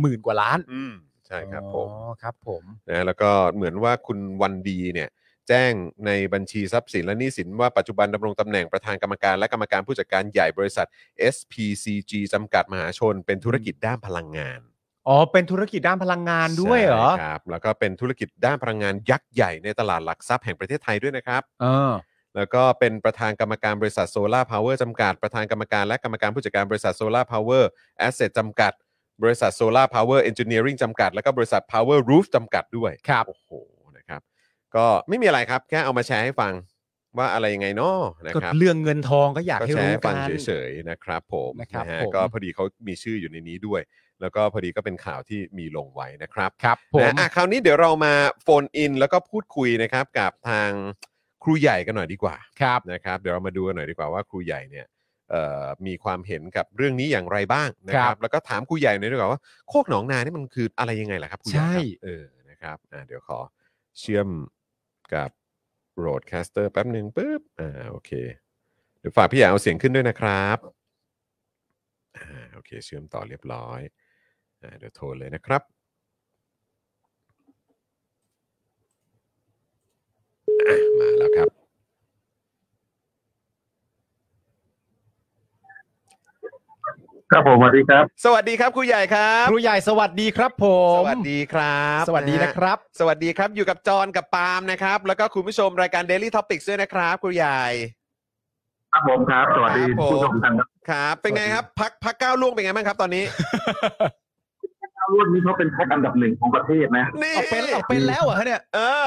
Speaker 4: หมื่นกว่าล้าน
Speaker 3: อืมใช่ครับผม
Speaker 4: อ๋อครับผม
Speaker 3: นะแล้วก็เหมือนว่าคุณวันดีเนี่ยแจ้งในบัญชีทรัพย์สินและหนี้สินว่าปัจจุบันดำรงตำแหน่งประธานกรรมการและกรรมการผู้จัดการใหญ่บริษัท SPCG จำกัดมหาชน เป็นธุรกิจด้านพลังงาน
Speaker 4: อ๋อ เป็นธุรกิจด้านพลังงานด้วยเหรอ
Speaker 3: ใช่ครับ แล้วก็เป็นธุรกิจด้านพลังงานยักษ์ใหญ่ในตลาดหลักทรัพย์แห่งประเทศไทยด้วยนะครับ
Speaker 4: เออ
Speaker 3: แล้วก็เป็นประธานกรรมการบริษัทโซลาร์พาวเวอร์จำกัด ประธานกรรมการและกรรมการผู้จัดการบริษัทโซลาร์พาวเวอร์แอสเซทจำกัด บริษัทโซลาร์พาวเวอร์เอนจิเนียริงจำกัด แล้วก็บริษัท Power Roof จำกัดด้วย
Speaker 4: ครับ
Speaker 3: โอ้โหนะครับ ก็ไม่มีอะไรครับ แค่เอามาแชร์ให้ฟังว่าอะไรยังไงเนาะนะ
Speaker 4: ก็
Speaker 3: ครับ
Speaker 4: เรื่องเงินทองก็อยาก
Speaker 3: ก็
Speaker 4: ให้
Speaker 3: แชร์
Speaker 4: รู้
Speaker 3: ให้
Speaker 4: กั
Speaker 3: ฟัง
Speaker 4: น
Speaker 3: เฉยๆนะครับผม
Speaker 4: นะครับ
Speaker 3: ฮ
Speaker 4: ผม
Speaker 3: ก็พอดีเขามีชื่ออยู่ในนี้ด้วย แล้วก็พอดีก็เป็นข่าวที่มีลงไว้นะครับ
Speaker 4: ครับผม
Speaker 3: นะอ่ะคราวนี้เดี๋ยวเรามาโฟนอินแล้วก็พูดคุยนะครับกับทางครูใหญ่กันหน่อยดีกว่า
Speaker 4: ครับ
Speaker 3: นะครับ เดี๋ยวเรามาดูกันหน่อยดีกว่าว่าครูใหญ่เนี่ยเอ่อมีความเห็นกับเรื่องนี้อย่างไรบ้างนะค
Speaker 4: ครั
Speaker 3: รับบแล้วก็ถามครูใหญ่หน่อยดีกว่าว่าโคกหนองนานี่มันคืออะไรยังไงล่ะครับครูใหญ่ค
Speaker 4: ใช่
Speaker 3: รับเออนะครับอ่ะเดี๋ยวขอเชื่อมกับโรดแคสเตอร์แป๊บหนึ่งปุ๊บอ่าโอเคเดี๋ยวฝากพี่ใหญ่เอาเสียงขึ้นด้วยนะครับอ่าโอเค เชื่อมต่อเรียบร้อยอ่าเดี๋ยวโทรเลยนะครับ อ่ะมาแล้วครับ
Speaker 5: ครับผมสวัสดีครับ
Speaker 3: สวัสดีครับครูใหญ่ครับ
Speaker 4: ครูใหญ่สวัสดีครับผม
Speaker 3: สวัสดีครับ
Speaker 4: สวัสดี
Speaker 3: ฮ
Speaker 4: นะครับ
Speaker 3: สวัสดีครับอยู่กับจอห์นกับปาล์มนะครับ แล้วก็คุณผู้ชมรายการ Daily Topics ด้วยนะครับครูใหญ่
Speaker 5: ครับผมครับ สวัสดี
Speaker 3: ครับผม
Speaker 5: ผู้ชมทาง
Speaker 3: ครับ เป็นไงครับพักพักก้าวล่วงเป็นไงบ้างครับตอนนี้
Speaker 5: ด้านรุ่นนี้เขาเป็นแท็กอันดับหนึ่งของประเทศนะ
Speaker 3: นี่
Speaker 4: เอาเป็นเอาเป็นแล้วเหรอฮะเนี่ย
Speaker 3: เออ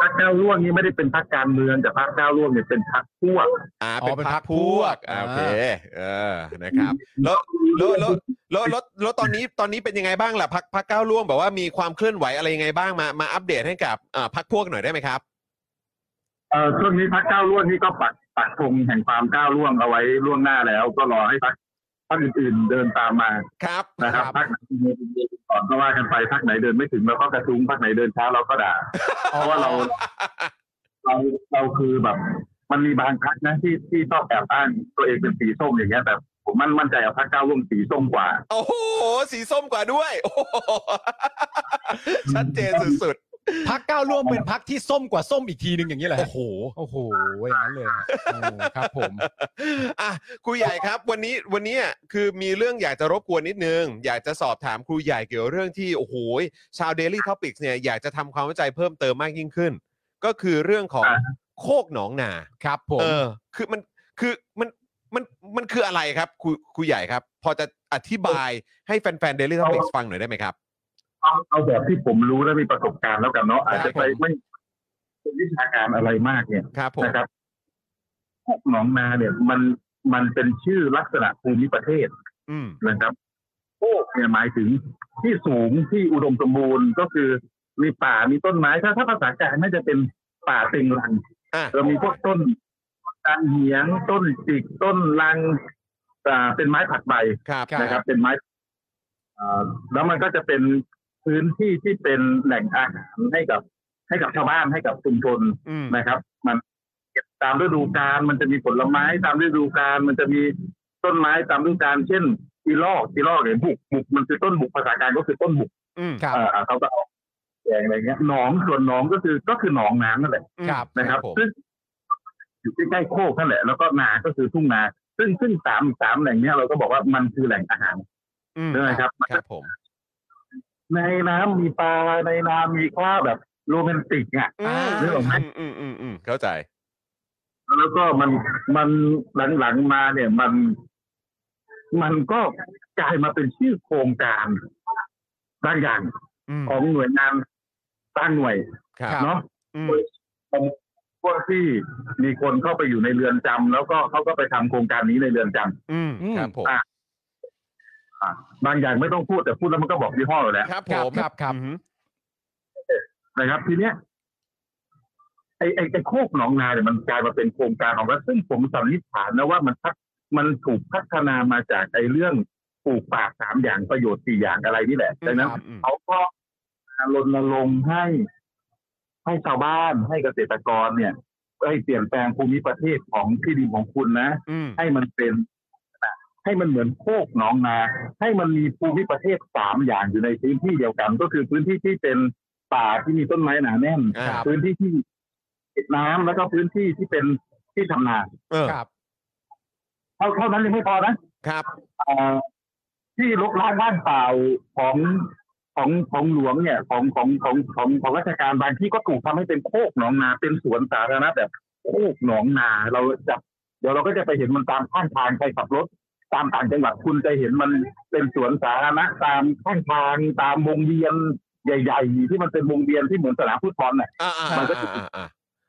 Speaker 5: พรรคก้าวร่วงนี่ไม่ได้เป็นพรรคการเมืองแต่พรรคก้าวร่วงเนี่ยเป็นพรรคพวก
Speaker 3: อ่า
Speaker 4: อ๋อ
Speaker 3: เป็น
Speaker 4: เป็น
Speaker 3: พัก
Speaker 4: พรรค
Speaker 3: พ
Speaker 4: พ
Speaker 3: ว
Speaker 4: ว
Speaker 3: ก
Speaker 4: ก
Speaker 3: อ่า
Speaker 4: อ่า
Speaker 3: โอเคเออนะครับแล้วแล้วแล้วแล้วแล้วแล้วตอนนี้ตอนนี้เป็นยังไงบ้างล่ะพักพักก้าวร่วงแบบว่ามีความเคลื่อนไหวอะไรยังไงบ้างมามาอัปเดตให้กับอ่าพักพวกหน่อยได้ไหมครับ
Speaker 5: เอ่อช่วงนี้พักก้าวร่วงนี่ก็ปักปักธงแห่งความก้าวร่วงเอาไว้ล่วงหน้าแล้ว ก็รอให้พักพรรคอื่นๆเดินตามมา
Speaker 3: ครับ
Speaker 5: นะครับพักไหนเดินก่อนก็ว่ากันไปพักไหนเดินไม่ถึงเราก็กระทุ้งพักไหนเดินช้าเราก็ด่า เพราะว่าเรา เราเราคือแบบ มันมีบางพักนะที่ที่ชอบแอบอ้างตัวเองเป็นสีส้มอย่างเงี้ยแบบผมมั่นมั่นใจกับพักก้าวร่วงสีส้มกว่า
Speaker 3: โอ้โห สีส้มกว่าด้วย โอ้โหชัดเจนสุด
Speaker 4: พักก้าวร่วมเป็นพักที่ส้มกว่าส้มอีกทีหนึ่งอย่างนี้แหละโอ้โหโอ้โหอย่างนั้นเลยฮะโอ้ครับผม
Speaker 3: ๆอ่ะครูใหญ่ครับ วันนี้วันนี้อ่ะคือมีเรื่องอยากจะรบกวนนิดนึง อยากจะสอบถามครูใหญ่เกี่ยวเรื่องที่ โอ้โหชาว Daily Topics เนี่ยอยากจะทำความเข้าใจเพิ่มเติมมากยิ่งขึ้น ก็คือเรื่องของ
Speaker 5: อ่า
Speaker 3: โคกหนองนา
Speaker 4: ครับผม
Speaker 3: เออ คือมันคือมันมันมันคืออะไรครับครูครูใหญ่ครับ พอจะอธิบายให้แฟนๆ Daily Topics ฟังหน่อยได้ไหมครับ
Speaker 5: เอาเอาแบบที่ผมรู้และมีประสบการณ์แล้วกันเนาะอาจจะไป
Speaker 3: ครับผม
Speaker 5: ไม่เป็นวิชาการอะไรมากเนี่ย
Speaker 3: ครับผม
Speaker 5: นะครับพวกหนองนาเนี่ย มันมันเป็นชื่อลักษณะภูมิประเทศ
Speaker 3: อืม
Speaker 5: นะครับโคกเนี่ยหมายถึงที่สูงที่อุดมสมบูรณ์ก็คือมีป่ามีต้นไม้ถ้าถ้าภาษากลางน่าจะเป็นป่าเต็งรัง
Speaker 3: อ่ะ
Speaker 5: เรามีพวกต้นตันเหียงต้นจิกต้นลังอ่าเป็นไม้ผักใบ
Speaker 3: ครับ
Speaker 4: ครับ
Speaker 5: นะครับ เป็นไม้อ่าแล้วมันก็จะเป็นพื้นที่ที่เป็นแหล่งอาหารให้กับ ให้กับชาวบ้านให้กับชุมชน
Speaker 3: อืม
Speaker 5: นะครับ มันเก็บตามฤดูกาลมันจะมีผลไม้ตามฤดูกาลมันจะมีต้นไม้ตามฤดูกาลเช่นอีลอกอีลอกหรือบุกบุกมันคือต้นบุกภาษากลางก็คือต้นบุก
Speaker 3: อืม
Speaker 4: ครับ
Speaker 5: เอ่อเขาก็เอาแกงอะไรเงี้ยหนองส่วนหนองก็คือก็คือหนองน้ำนั่นแหละ
Speaker 3: อืม
Speaker 4: ครับ
Speaker 5: นะครับ
Speaker 3: ผม
Speaker 5: ซึ่งอยู่ใกล้ๆโคกนั่นแหละ แล้วก็นาก็คือทุ่งนา ซึ่งซึ่งสามสามแหล่งเนี้ยเราก็บอกว่ามันคือแหล่งอาหาร
Speaker 3: อืม
Speaker 5: ใช่ไหมครับ
Speaker 3: ครับผม
Speaker 5: ในน้ำมีปลาในนามีข้าวแบบโรแมนติกอ่ะ
Speaker 3: อืม
Speaker 5: นึกออกไหม
Speaker 3: อืมอืมอืมเข้าใจ
Speaker 5: แล้วก็มันมันหลังๆมาเนี่ยมัน มันก็กลายมาเป็นชื่อโครงการบางอย่าง
Speaker 3: อืม
Speaker 5: ของหน่วยงานบางหน่วย
Speaker 3: ครับ
Speaker 5: เนาะ
Speaker 3: อืม
Speaker 5: พวกที่มีคนเข้าไปอยู่ในเรือนจำแล้วก็เขาก็ไปทำโครงการนี้ในเรือนจำ
Speaker 3: อืม
Speaker 4: อืม
Speaker 3: ครับผม
Speaker 5: อ่ะอ่ะบางอย่างไม่ต้องพูดแต่พูดแล้วมันก็บอกยี่ห้ออยู่แล้ว
Speaker 3: ครับ
Speaker 4: ค
Speaker 3: ผ
Speaker 4: รับ
Speaker 3: ม
Speaker 4: ครับครับ
Speaker 3: อืม
Speaker 5: นะครับ ทีเนี้ยไอ้ไอ้ไอ้โคกหนองนาเนี่ยมันกลายมาเป็นโครงการของรัฐซึ่งผมสันนิษฐานนะว่ามันพักมันถูกพัฒนามาจากไอ้เรื่องปลูกป่าสามอย่างประโยชน์สี่อย่างอะไรนี่แหละดังนั้น
Speaker 3: ครับอืม
Speaker 5: เขาก็รณรงค์ให้ ให้ชาวบ้านให้เกษตรกรเนี่ยให้เปลี่ยนแปลงภูมิประเทศของที่ดินของคุณนะ
Speaker 3: อืม
Speaker 5: ให้มันเป็น ให้มันเหมือนโคกหนองนา ให้มันมีภูมิประเทศสามอย่างอยู่ในพื้นที่เดียวกัน ก็คือพื้นที่ที่เป็นป่าที่มีต้นไม้หนาแน่น
Speaker 3: อ่า
Speaker 5: พื้นที่ที่ติดน้ำแล้วก็พื้นที่ที่เป็นที่ทำนา
Speaker 3: เออ
Speaker 4: ครับ
Speaker 5: เท่าเท่านั้นยังไม่พอนะครับ เอ่อที่ลกล้างว่างเปล่าของของของหลวงเนี่ย ของของของของของราชการบางที่ก็ถูกทำให้เป็นโคกหนองนา เป็นสวนสาธารณะแบบโคกหนองนา เราจะเดี๋ยวเราก็จะไปเห็นมันตามข้างทางใครขับรถ ตามต่างจังหวัดคุณจะเห็นมันเป็นสวนสาธารณะตามข้างทางตามวงเวียนใหญ่ๆที่มันเป็นวงเวียนที่เหมือนสนามฟุตบอลน่ะ
Speaker 3: อ่าอ่า
Speaker 5: มันก็
Speaker 3: อ่าอ่าอ่า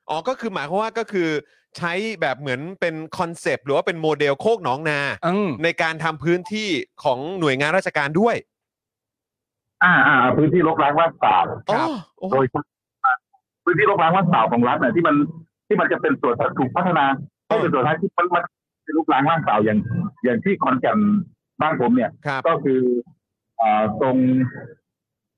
Speaker 3: อ๋อก็คือหมายความว่าก็คือใช้แบบเหมือนเป็นคอนเซปต์หรือว่าเป็นโมเดลโคกหนองนา
Speaker 4: อืม
Speaker 3: ในการทำพื้นที่ของหน่วยงานราชการด้วย
Speaker 5: อ่าอ่าพื้นที่รกร้างว่างเปล่า
Speaker 3: อ๋อโอ้
Speaker 5: โดยพื้นที่รกร้างว่างเปล่าของรัฐเนี่ยที่มันที่มันจะเป็นส่วนถูกพัฒนาก็เป็นส่วนท้ายที่มันมันเป็นรกร้างว่างเปล่าอย่าง อย่างที่ขอนแก่นบ้านผมเนี่ย
Speaker 3: ครับ
Speaker 5: ก็คืออ่าตรง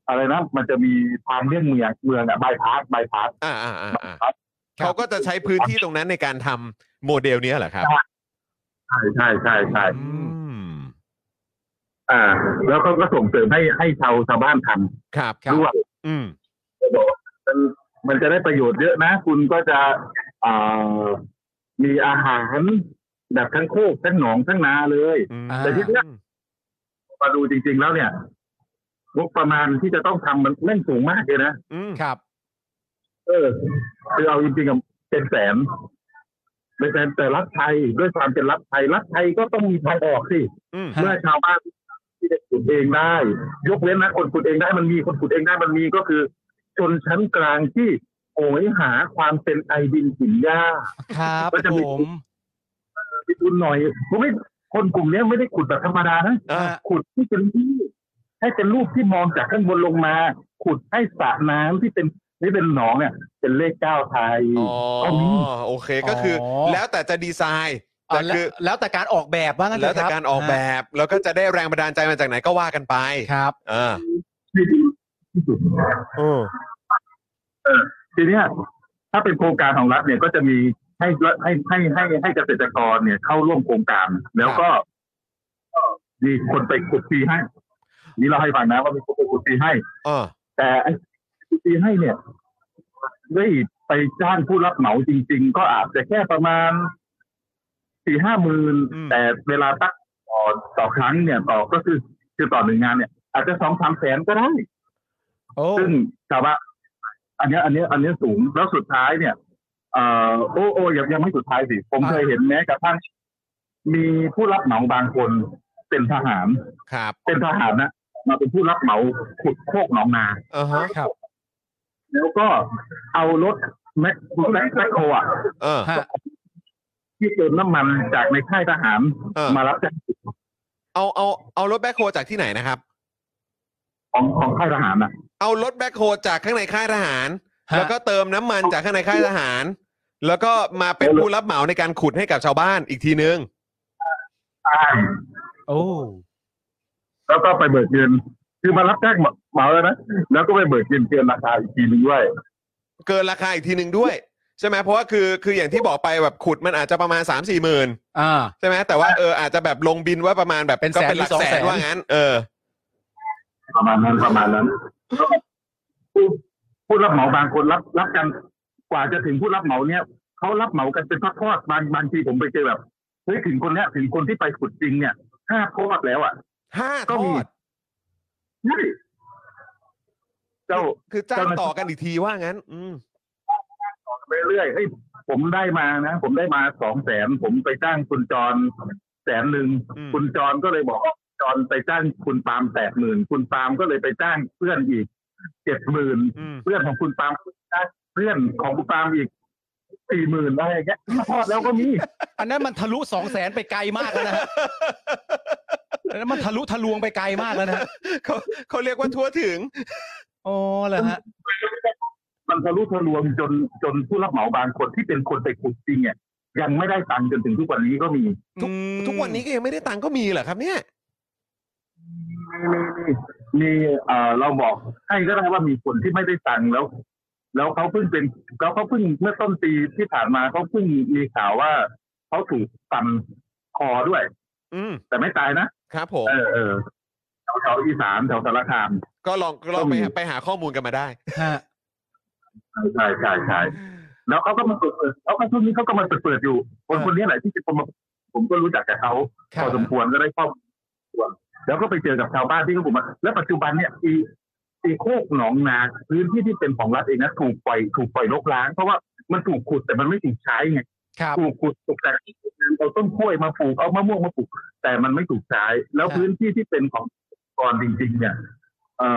Speaker 5: อะไรนะมันจะมีทางเลี่ยงเมืองเมืองอะบายพาสบายพาส
Speaker 3: อ่าอ่าอ่าอ่า
Speaker 5: ครับ
Speaker 3: เขาก็จะใช้พื้นที่ตรงนั้นในการทำโมเดลเนี้ยเหรอครับ
Speaker 5: ใช่ใช่ใช่ใช่
Speaker 3: อืม
Speaker 5: อ่า แล้วก็ก็ส่งเสริมให้ให้ชาวชาวบ้านท
Speaker 3: ครับ
Speaker 5: ำด้วย
Speaker 3: อืม
Speaker 5: มันมันจะได้ประโยชน์เยอะนะ คุณก็จะอ่ามีอาหารแบบทั้งโคกทั้งหนองทั้งนาเลย
Speaker 3: อืม
Speaker 4: อ่า
Speaker 5: แต่ที่เนี้ย มาดูจริง ๆ แล้วเนี่ยงบประมาณที่จะต้องทำมันแม่งสูงมากเลยนะ
Speaker 3: อืม
Speaker 4: ครับ
Speaker 5: เออ คือเอาจริงๆอะเป็นแสนเป็นแสนแต่รัฐไทยด้วยความเป็นรัฐไทยรัฐไทยก็ต้องมีทางออกสิ
Speaker 3: อืม
Speaker 5: เมื่อชาวบ้านที่ได้ขุดเองได้ ยกเว้นนะคนขุดเองได้มันมีคนขุดเองได้มันมีก็คือ ชนชั้นกลางที่ โหยหาความเป็นไอดินหินหญ้า
Speaker 6: ครับ
Speaker 5: ก็จะมี
Speaker 6: ผม
Speaker 5: ไปดูหน่อยผมไม่คนกลุ่มเนี้ยไม่ได้ขุดแบบธรรมดานะ
Speaker 6: อ่า
Speaker 5: ขุดที่เป็นที่ให้เป็นรูปที่มองจากข้างบนลงมา ขุดให้สระน้ำที่เป็นที่เป็นหนองเนี่ย เป็นเลขเก้าไทย
Speaker 3: อ๋อ
Speaker 5: ก็มี
Speaker 3: โอเคก็คืออ
Speaker 4: อ
Speaker 3: แล้วแต่จะดีไซน์แต่
Speaker 6: เอาละ
Speaker 3: คือ
Speaker 6: แล้วแต่การออกแบบว่างั้นเถ
Speaker 3: แล้ว
Speaker 6: อะ
Speaker 3: แต่
Speaker 6: คบ
Speaker 3: การออกแบบแล้วก็จะได้แรงบันดาลใจมาจากไหนก็ว่ากันไป
Speaker 4: ครับ
Speaker 3: อ่า
Speaker 5: ที่ดีที่สุด
Speaker 3: เออ
Speaker 5: ทีเนี้ยถ้าเป็นโครงการของรัฐเนี่ยก็จะมีให้ให้ให้ให้ให้เกษตรกรเนี่ยเข้าร่วมโครงการ แล้วก็ก็มีคนไปขุดฟรีให้ นี่เราให้ฟังนะว่ามีคนไปขุดฟรีให้
Speaker 3: เออ
Speaker 5: แต่ไอ้ขุดฟรีให้เนี่ยได้ไปจ้างผู้รับเหมาจริง ๆ ก็อาจจะแค่ประมาณสี่ห้าหมื่นแต่เวลาตักต่อต่อครั้งเนี่ยต่อก็คือคือต่อหนึ่งงานเนี่ย อาจจะสองสามแสนก็ได้
Speaker 4: โอ้
Speaker 5: ซึ่งชาวบ้านอันเนี้ยอันเนี้ยอันเนี้ยสูงแล้วสุดท้ายเนี่ย เอ่อโอ้โอ้ยังยังไม่สุดท้ายสิ ผมเคยเห็นแม้กระทั่งมีผู้รับเหมาบางคนเป็นทหาร
Speaker 3: ครับ
Speaker 5: เป็นทหารนะมาเป็นผู้รับเหมาขุดโคกหนองนา
Speaker 3: เออฮะ
Speaker 4: ครับ
Speaker 5: แล้วก็เอารถแม็กแม็กแม็กโคอ่ะ
Speaker 3: เออ
Speaker 4: ฮะ
Speaker 5: ที่เติมน้ำมันจากในค่ายทหาร
Speaker 3: เออ
Speaker 5: มารับจาก
Speaker 3: เอาเอาเอารถแบ็คโฮจากที่ไหนนะครับ
Speaker 5: ของของค่ายทหารอ่ะ
Speaker 3: เอารถแบ็คโฮจากข้างในค่ายทหาร
Speaker 4: ฮะ
Speaker 3: แล้วก็เติมน้ำมันจากข้างในค่ายทหาร แล้วก็มาเป็นผู้รับเหมาในการขุดให้กับชาวบ้านอีกทีนึง
Speaker 4: โอ้
Speaker 5: แล้วก็ไปเบิกเงินคือมารับแจ้งเหมาแล้วนะแล้วก็ไปเบิกเงินเกินราคาอีกทีนึงด้วย
Speaker 3: เกินราคาอีกทีหนึ่งด้วย ใช่ไหมเพราะว่าคือคืออย่างที่บอกไปแบบขุดมันอาจจะประมาณ 3 4มสี่หมื่น
Speaker 4: อ่า
Speaker 3: ใช่ไหมแต่ว่าเอออาจจะแบบลงบินว่าประมาณแบบ
Speaker 4: เป็นแสน
Speaker 3: ก็เป็นหลัก
Speaker 4: หรือสอง
Speaker 3: แส
Speaker 4: แส
Speaker 3: น
Speaker 4: น
Speaker 3: ว่างั้น เออ
Speaker 5: ประมาณนั้นประมาณนั้นผู้ผู้รับเหมาบางคนรับรับกันกว่าจะถึงผู้รับเหมาเนี่ยเขารับเหมากันเป็นทอดๆบางบางทีผมไปเจอแบบเฮ้ยถึงคนเนี้ยถึงคนที่ไปขุดจริงเนี่ยห้าทอดแล้วอ่ะ
Speaker 3: ห้าท
Speaker 5: ก็มี
Speaker 3: อด
Speaker 5: ใช่เจ้า
Speaker 3: คือจ้าง
Speaker 5: เจ้าหน้าที่
Speaker 3: ต่อกันอีกทีว่างั้น อืม
Speaker 5: ไปเรื่อยเฮ้ยผมได้มานะ ผมได้มาสองแสนผมไปจ้างคุณจรแสนหนึ่งคุณจรก็เลยบอกว่าจรไปจ้างคุณปาล์มแปดหมื่นคุณปาล์มก็เลยไปจ้างเพื่อนอีกเจ็ดหมื่น
Speaker 3: อืม
Speaker 5: เพื่อนของคุณปาล์มได้เพื่อนของคุณปาล์มอีกสี่หมื่นอะไรอย่างเงี้ยทอดแล้วก็มี
Speaker 6: อันนั้นมันทะลุสองแสนไปไกลมากแล้วนะฮะอันนั้นมันทะลุทะลวงไปไกลมากแล้วนะฮะ
Speaker 3: เขาเขาเรียกว่าทั่วถึง
Speaker 6: อ๋อเหรอฮะ
Speaker 5: มันทะลุทะลวงจนจนผู้รับเหมาบางคนที่เป็นคนไปขุดจริงเนี่ยยังไม่ได้ตังค์จนถึงทุกวันนี้ก็มี
Speaker 3: ทุ
Speaker 6: อื
Speaker 3: ก
Speaker 6: ม
Speaker 3: ทุกวันนี้ก็ยังไม่ได้ตังค์ก็มีเหรอครับเนี่ย
Speaker 5: มีมีมีเอ่อเราบอกให้ก็ได้ว่ามีคนที่ไม่ได้ตังค์แล้ว แล้วเขาเพิ่งเป็นแล้วเขาเพิ่งเมื่อต้นปีที่ผ่านมาเขาเพิ่งมีข่าวว่าเขาถูกฟันคอด้วย
Speaker 3: อืม
Speaker 5: แต่ไม่ตายนะ
Speaker 3: ครับผม
Speaker 5: เออเออแถวๆอีสานแถวสารคาม
Speaker 3: ก็ลองก็ลอง
Speaker 5: ก็
Speaker 3: ไป
Speaker 5: มี
Speaker 3: ไปหาข้อมูลกันมาได้
Speaker 6: ฮะ
Speaker 5: ใช่ใช่ใช่แล้วเขาก็มาเปิดเปิดเขาก็ช่วงนี้เขาก็มาเปิดเปิดอยู่ คนคนนี้แหละที่จะมาผมก็รู้จักกับเขา
Speaker 6: ครับ
Speaker 5: พอสมควรก็ได้ข้อมูลแล้วก็ไปเจอกับชาวบ้านที่เขาบอกว่าแล้วปัจจุบันเนี่ยอีอีโคกหนองนาพื้นที่ที่เป็นของรัฐเองนะถูกปล่อยถูกปล่อยรกร้าง เพราะว่ามันถูกขุดแต่มันไม่ถูกใช้ไง
Speaker 6: ครับ
Speaker 5: ถูกขุดตกแต่งเอาต้นกล้วยมาปลูกเอามะม่วงมาปลูก แต่มันไม่ถูกใช้ แล้วพื้นที่ที่เป็นของกรจริง ๆ เนี่ย เอ่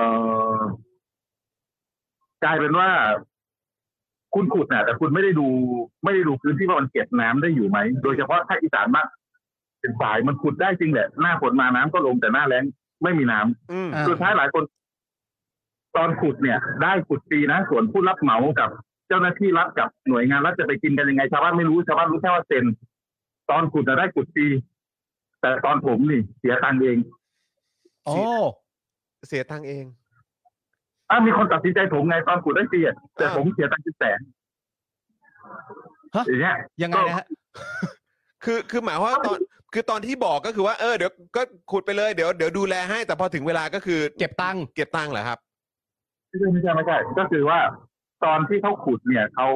Speaker 5: อกลายเป็นว่า คุณขุดน่ะ แต่คุณไม่ได้ดู ไม่ได้ดูพื้นที่ว่ามันเก็บน้ำได้อยู่ไหม โดยเฉพาะภาคอีสานมากเป็นฝ่ายมันขุดได้จริงแหละ หน้าฝนมาน้ำก็ลงแต่หน้าแล้งไม่มีน้ำ
Speaker 3: อืม
Speaker 6: อ่า
Speaker 5: สุดท้ายหลายคน ตอนขุดเนี่ย ได้ขุดฟรีนะส่วนผู้รับเหมากับเจ้าหน้าที่รัฐกับหน่วยงานรัฐจะไปกินกันยังไงชาวบ้านไม่รู้ชาวบ้านรู้แค่ว่าเซ็นตอนขุดจะได้ขุดฟรีแต่ตอนผมนี่ เสียตังค์เอง
Speaker 6: โอ้
Speaker 3: เสียตังค์เอง
Speaker 5: อ้าวมีคนตัดสินใจผมไงตอนขุดได้ฟรีอะแต่ผมเสียตังค์เป็นแสนอย่างเงี้ย
Speaker 6: ยังไงนะฮะ
Speaker 3: คือคือหมายความว่าตอนคือตอนที่บอกก็คือว่าเออเดี๋ยวก็ขุดไปเลยเดี๋ยวเดี๋ยวดูแลให้ แต่พอถึงเวลาก็คือ
Speaker 6: เก็บตังค์
Speaker 3: เก็บตังค์เหรอครับ
Speaker 5: ไม่ใช่ไม่ใช่ไม่ใช่ก็คือว่าตอนที่เขาขุดเนี่ยเขา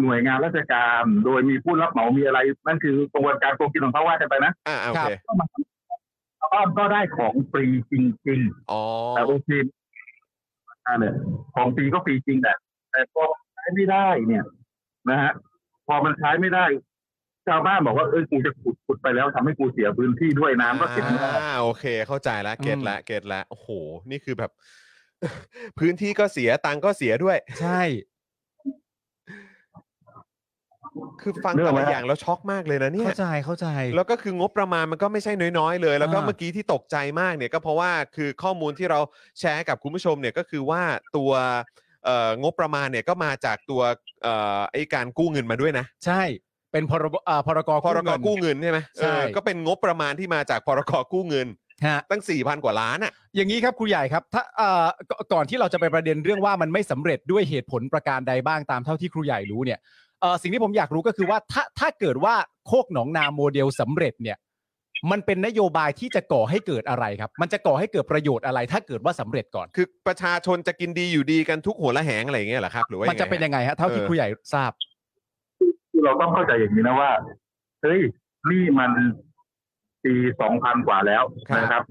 Speaker 5: หน่วยงานราชการ โดยมีผู้รับเหมามีอะไร นั่นคือกระบวนการโกงกินของเขาว่ากันไปนะ
Speaker 3: อ่าอ่าโอเค
Speaker 5: ชาวบ้านก็ได้ของฟรีจริง
Speaker 3: อ๋อ
Speaker 5: ๆแต่โอเคอ่าเนี่ยของฟรีก็ฟรีจริงแหละแต่พอใช้ไม่ได้เนี่ยนะฮะพอมันใช้ไม่ได้ ชาวบ้านบอกว่าเออกูจะขุดขุดไปแล้วทำให้กูเสียพื้นที่ด้วยน้ำก็เสียไม่ได้
Speaker 3: อ่าโอเค เข้าใจละเก็ตละเก็ตละโอ้โห นี่คือแบบ พื้นที่ก็เสียตังค์ก็เสียด้วย
Speaker 4: ใช่
Speaker 3: คือฟัง
Speaker 5: เรื่อ
Speaker 3: แต่
Speaker 5: ง
Speaker 3: ละ
Speaker 5: อะไร
Speaker 3: อย่างแล้วช็อกมากเลยนะเนี่ย
Speaker 6: เข้าใจเข้าใจ
Speaker 3: แล้วก็คืองบประมาณมันก็ไม่ใช่น้อยๆเลย แล้วก็
Speaker 6: อ่า
Speaker 3: เมื่อกี้ที่ตกใจมากเนี่ยก็เพราะว่าคือข้อมูลที่เราแชร์กับคุณผู้ชมเนี่ยก็คือว่าตัวเอ่องบประมาณเนี่ยก็มาจากตัวเอ่อไอการกู้เงินมาด้วยนะ
Speaker 4: ใช่ เป็นพรบอ่าพรก
Speaker 3: พรก
Speaker 4: กู้
Speaker 3: กู้
Speaker 4: เงิน
Speaker 3: เงินใช่ไหม
Speaker 4: ใช่
Speaker 3: เออก็เป็นงบประมาณที่มาจากพรกกู้เงิน
Speaker 4: ฮะ
Speaker 3: ตั้ง 4,000 กว่าล้านอ่ะ
Speaker 4: อย่างนี้ครับครูใหญ่ครับถ้าเอ่อก่ก่อนที่เราจะไปประเด็นเรื่องว่ามันไม่สำเร็จด้วยเหตุผลประการใดบ้างตามเท่าที่ครูใหญ่รู้เนี่ยเอ่อสิ่งที่ผมอยากรู้ก็คือว่าถ้าถ้าเกิดว่าโคกหนองนาโมเดลสำเร็จเนี่ย มันเป็นนโยบายที่จะก่อให้เกิดอะไรครับ มันจะก่อให้เกิดประโยชน์อะไร ถ้าเกิดว่าสำเร็จก่อน
Speaker 3: คือประชาชนจะกินดีอยู่ดีกันทุกหัวละแหงอะไรอย่างเงี้ยเหรอครับหรือว่า
Speaker 4: มัน
Speaker 3: ยั
Speaker 4: จะ
Speaker 3: งไง
Speaker 4: เป็น
Speaker 3: ฮะ
Speaker 4: ยังไงฮะเท่าที่
Speaker 3: เออ
Speaker 4: ครูใหญ่ทราบ
Speaker 5: คือเราต้องเข้าใจอย่างนี้นะว่า เฮ้ย นี่มันปีสองพันกว่าแล้วนะครับ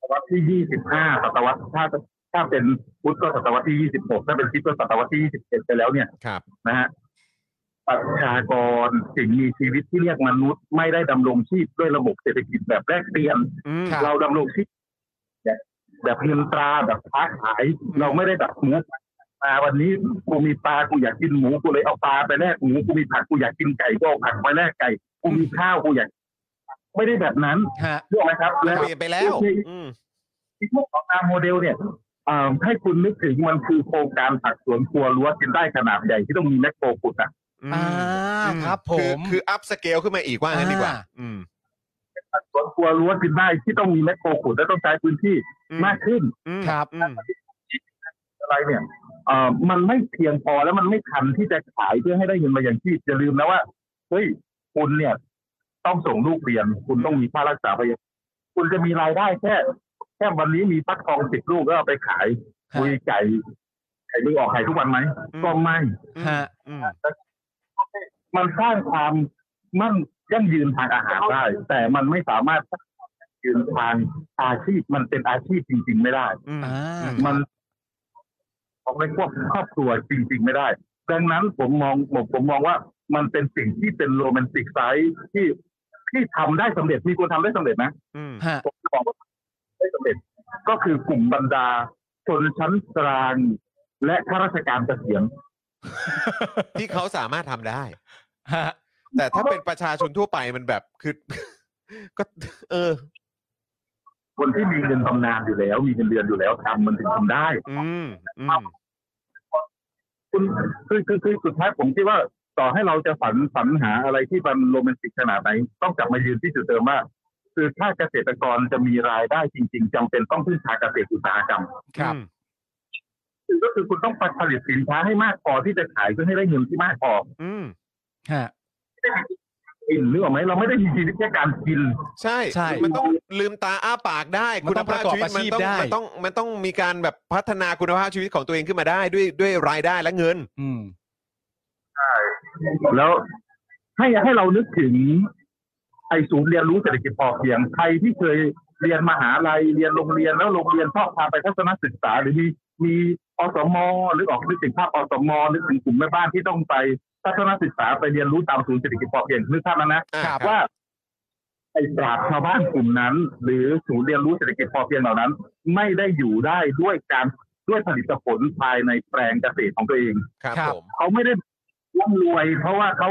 Speaker 5: ศตวรรษที่ยี่สิบห้าศตวรรษถ้าถ้าเป็นพุทธก็ศตวรรษที่ยี่สิบหกถ้าเป็นคริสต์ก็ศตวรรษที่ยี่สิบเจ็ดไปแล้วเนี่ย
Speaker 3: ครับ
Speaker 5: นะฮะประชากรสิ่งมีชีวิตที่เรียกมนุษย์ ไม่ได้ดำรงชีพด้วยระบบเศรษฐกิจแบบแลกเปลี่ยน
Speaker 3: อืม
Speaker 5: เราดำรงชีพแบบแบบเงินตราแบบค้าขาย เราไม่ได้แบบหมูปลาวันนี้กูมีปลากูอยากกินหมูกูเลยเอาปลาไปแลกหมูกูมีผักกูอยากกินไก่ก็เอาผักไปแลกไก่กูมีข้าวกูอยาก ไม่ได้แบบนั้น
Speaker 4: ฮะ
Speaker 5: ถูกไหมครับ
Speaker 3: เปลี่ยนไปแล้ว อืม
Speaker 5: อีกพวกของตามโมเดลเนี่ยเอ่อให้คุณนึกถึงมันคือโครงการผักสวนครัวรั้วกินได้ขนาดใหญ่ที่ต้องมีแมคโครขุดอ่ะ
Speaker 3: อื
Speaker 4: อ่ามครับผ
Speaker 3: คือ
Speaker 4: ม
Speaker 3: คืออัพสเกลขึ้นมาอีกว่างั้นดีกว่า
Speaker 4: อ่า
Speaker 3: อืม
Speaker 5: ผักสวนครัวรั้วกินได้ที่ต้องมีแมคโครขุดและต้องใช้พื้นที่
Speaker 3: อืม
Speaker 5: มากขึ้น
Speaker 3: อืม
Speaker 4: ครับ
Speaker 3: อืม
Speaker 5: อะไรเนี่ยเอ่อมันไม่เพียงพอแล้วมันไม่ทันที่จะขายเพื่อให้ได้เงินมาอย่างชีพอย่าลืมนะว่า เฮ้ย คุณเนี่ย ต้องส่งลูกเรียน คุณต้องมีค่ารักษาพยาบาลคุณจะมีรายได้แค่ แค่วันนี้มีฟักทองสิบลูกแล้วเอาไปขาย
Speaker 4: ครับ
Speaker 5: คุยไก่ไก่มึงออกไข่ทุกวันไหมก็ไม่
Speaker 4: ฮะ
Speaker 3: อืม
Speaker 5: มันสร้างความมั่นยั่งยืนทางอาหารได้ แต่มันไม่สามารถสร้างความยั่งยืนทางอาชีพมันเป็นอาชีพจริง ๆ ไม่ได้
Speaker 3: อืม
Speaker 4: อ่า
Speaker 5: มันของในควบครอบครัวจริง ๆ ไม่ได้ ดังนั้นผมมองผมผมมองว่ามันเป็นสิ่งที่เป็นโรแมนติกไซส์ที่ที่ทำได้สำเร็จมีคนทำได้สำเร็จนะ
Speaker 3: อืม
Speaker 4: ฮะ
Speaker 5: ผมจะบอกว่าได้สำเร็จ ก็คือกลุ่มบรรดา ชนชั้นกลาง และข้าราชการเกษียณ
Speaker 3: ที่เขาสามารถทำได้
Speaker 4: ฮะ
Speaker 3: แต่ถ้าเป็นประชาชนทั่วไปมันแบบคือ ก็ เออ
Speaker 5: คนที่มีเงินบำนาญอยู่แล้ว มีเงินเดือนอยู่แล้วทำมันถึงทำได้
Speaker 3: อืมอืม
Speaker 5: คุณคือคือคือสุดท้ายผมคิดว่าต่อให้เราจะฝันฝันหาอะไรที่มันโรแมนติกขนาดไหน ต้องกลับมายืนที่จุดเดิมว่า คือถ้าเกษตรกรจะมีรายได้จริง ๆจำเป็นต้องพึ่งพาเกษตรอุตสาหกรรม
Speaker 4: ครับ
Speaker 3: อืม
Speaker 5: ก็คือคุณต้องผลิตสินค้าให้มากพอที่จะขายเพื่อให้ได้เงินที่มากพอ
Speaker 3: อืม
Speaker 4: ฮะ
Speaker 5: กินนึกออกไหมเราไม่ได้มีชีวิตแค่การกิน
Speaker 3: ใช่
Speaker 4: ใช่
Speaker 3: มันต้องลืมตาอ้าปากได้
Speaker 4: มันต้องประกอบอาชีพ
Speaker 3: มันต้อง
Speaker 4: ได้
Speaker 3: มันต้องมันต้องมีการแบบพัฒนาคุณภาพชีวิตของตัวเองขึ้นมาได้ด้วยด้วยรายได้และเงิน
Speaker 4: อืม
Speaker 5: แล้วให้ให้เรานึกถึง ไอศูนย์เรียนรู้เศรษฐกิจพอเพียงใครที่เคยเรียนมหาลัยเรียนโรงเรียนแล้วโรงเรียนชอบพาไปทัศนศึกษา หรือมีมีอสมหรือออกนึกถึงภาพอสมนึกถึงกลุ่มแม่บ้านที่ต้องไปทัศนศึกษาไปเรียนรู้ตามศูนย์เศรษฐกิจพอเพียงนึกภาพนะนะครับ ว่าไอปราชญ์ชาวบ้านกลุ่มนั้น หรือศูนย์เรียนรู้เศรษฐกิจพอเพียงเหล่านั้น ไม่ได้อยู่ได้ด้วยการด้วยผลิตผลภายในแปลงเกษตรของตัวเอง
Speaker 3: ครับ
Speaker 4: ครับ
Speaker 3: ผม
Speaker 5: เขาไม่ได้ร่ำรวย เพราะว่าเขา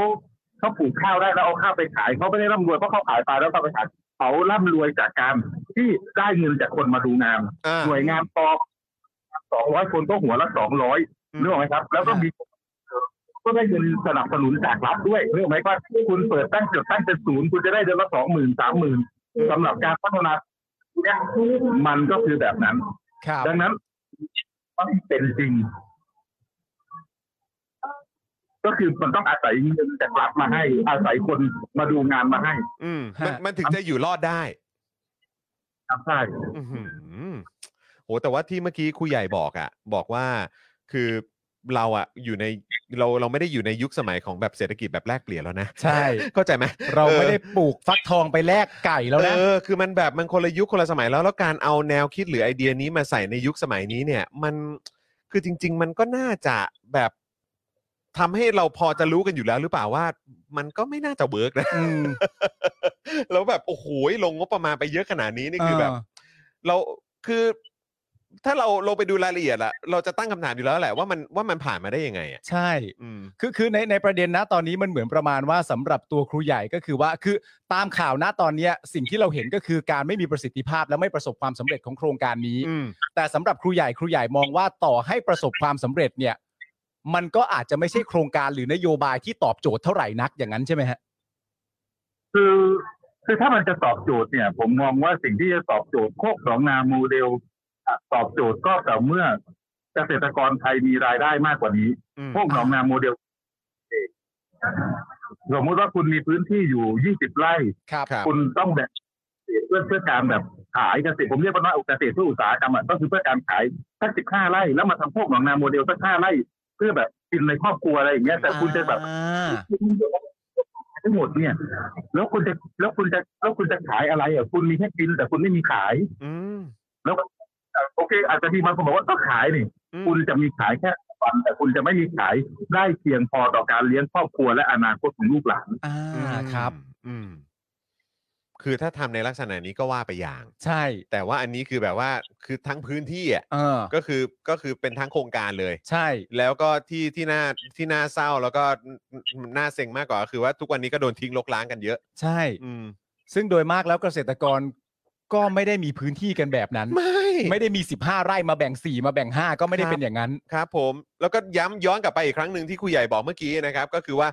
Speaker 5: เขาปลูกข้าวได้แล้วเอาข้าวไปขายเขาไม่ได้ร่ำรวยเพราะเขาขายปลาแล้วเขาไปขายเขาร่ำรวยจากการที่ได้เงินจากคนมาดูงาน
Speaker 3: อ่า
Speaker 5: หน่วยงานปอสองร้อยคนก็หัวละสองร้อย
Speaker 3: อืม
Speaker 5: นึกออกไหมครับ แล้วก็มี ก็ได้เงินสนับสนุนจากรัฐด้วยนึกออกไหมว่าคุณเปิดตั้งจุดตั้งเป็นศูนย์คุณจะได้เดือนละสองหมื่นสามหมื่นสำหรับการพัฒนาเนี่ยมันก็คือแบบนั้น
Speaker 4: ครับ
Speaker 5: ดังนั้นต้องเป็นจริง ก็คือมันต้องอาศัยเงินจากรัฐมาให้ อาศัยคนมาดูงานมาให้
Speaker 3: อืมมัน
Speaker 4: ฮะ
Speaker 3: มันถึงจะอยู่รอดได้
Speaker 5: ครับใช่
Speaker 3: อื้อหือโหแต่ว่าที่เมื่อกี้ครูใหญ่บอกอะบอกว่าคือเราอะอยู่ในเราเราไม่ได้อยู่ในยุคสมัยของแบบเศรษฐกิจแบบแลกเปลี่ยนแล้วนะ
Speaker 4: ใช่
Speaker 3: เข้าใจไหม
Speaker 4: เราไม่ได้ปลูกฟักทองไปแลกไก่แล้วนะ
Speaker 3: เออคือมันแบบมันคนละยุคคนละสมัยแล้ว แล้วการเอาแนวคิดหรือไอเดียนี้มาใส่ในยุคสมัยนี้เนี่ย มันคือจริง ๆ มันก็น่าจะแบบทำให้เราพอจะรู้กันอยู่แล้วหรือเปล่าว่า มันก็ไม่น่าจะเวิร์กนะ
Speaker 4: อืม
Speaker 3: แล้วแบบโอ้โหลงงบประมาณไปเยอะขนาดนี้นี่คือแบบ
Speaker 4: เออ
Speaker 3: เราคือ ถ้าเราลงไปดูรายละเอียดละเราจะตั้งคำถามอยู่แล้วแหละว่ามันว่ามันผ่านมาได้ยังไงอ่ะ
Speaker 4: ใช่
Speaker 3: อืม
Speaker 4: คือคือในในประเด็นนะตอนนี้มันเหมือนประมาณว่าสำหรับตัวครูใหญ่ก็คือว่าคือตามข่าวนะตอนเนี้ยสิ่งที่เราเห็นก็คือการไม่มีประสิทธิภาพและไม่ประสบความสำเร็จของโครงการนี้
Speaker 3: อืม
Speaker 4: แต่สำหรับครูใหญ่ครูใหญ่มองว่าต่อให้ประสบความสำเร็จเนี่ย มันก็อาจจะไม่ใช่โครงการหรือนโยบายที่ตอบโจทย์เท่าไหร่นักอย่างนั้นใช่ไหมฮะ
Speaker 5: คือคือถ้ามันจะตอบโจทย์เนี่ย ผมมองว่าสิ่งที่จะตอบโจทย์โคกสองนาโมเดลอ่ะตอบโจทย์ก็แต่อเมื่อเกษตรกรไทยมีรายได้มากกว่านี้
Speaker 3: อืม
Speaker 5: พวกหนองนาโมเดลเองสมมติว่าคุณมีพื้นที่อยู่ยี่สิบไร่
Speaker 4: ครับ
Speaker 3: ครับ
Speaker 5: คุณต้องแบบเพื่อเพื่อการแบบขายเกษตรผมเรียกว่าเกษตรเพื่ออุตสาหกรรมอะก็คือเพื่อการขายสักสิบห้าไร่แล้วมาทำพวกหนองนาโมเดลสักห้าไร่ เพื่อแบบกินในครอบครัวอะไรอย่างเงี้ยแต่คุณจะแบบ
Speaker 6: อ่า
Speaker 5: ทั้งหมดเนี่ย แล้วคุณจะแล้วคุณจะแล้วคุณจะขายอะไรอ่ะคุณมีแค่กินแต่คุณไม่มีขาย
Speaker 3: อืม
Speaker 5: แล้วเอ่อโอเค อาจจะมีบางคนบอกว่าก็ขายนี่
Speaker 3: อื
Speaker 5: คุณ
Speaker 3: ม
Speaker 5: จะมีขายแค่วันแต่คุณจะไม่มีขายได้เพียงพอต่อการเลี้ยงครอบครัวและอนาคตของลูกหลาน
Speaker 6: อ่า
Speaker 3: อืม
Speaker 6: ครับ
Speaker 3: อืม คือถ้าทำในลักษณะนี้ก็ว่าไปอย่าง
Speaker 4: ใช่
Speaker 3: แต่ว่าอันนี้คือแบบว่าคือทั้งพื้นที่อ่ะ
Speaker 4: เออ
Speaker 3: ก็คือก็คือเป็นทั้งโครงการเลย
Speaker 4: ใช่
Speaker 3: แล้วก็ที่ที่น่าที่น่าเศร้าแล้วก็น่าเซ็งมากกว่าก็คือว่าทุกวันนี้ก็โดนทิ้งลกล้างกันเยอะ
Speaker 4: ใช่
Speaker 3: อืม
Speaker 4: ซึ่งโดยมากแล้วเกษตรกรก็ไม่ได้มีพื้นที่กันแบบนั้น
Speaker 3: ไม่
Speaker 4: ไม่ได้มี 15 ไร่มาแบ่ง 4 มาแบ่ง 5 ก็ไม่ได้
Speaker 3: ครับ
Speaker 4: เป็นอย่างนั้น
Speaker 3: ครับผมแล้วก็ย้ำย้อนกลับไปอีกครั้งหนึ่งที่ครูใหญ่บอกเมื่อกี้นะครับ ก็คือว่า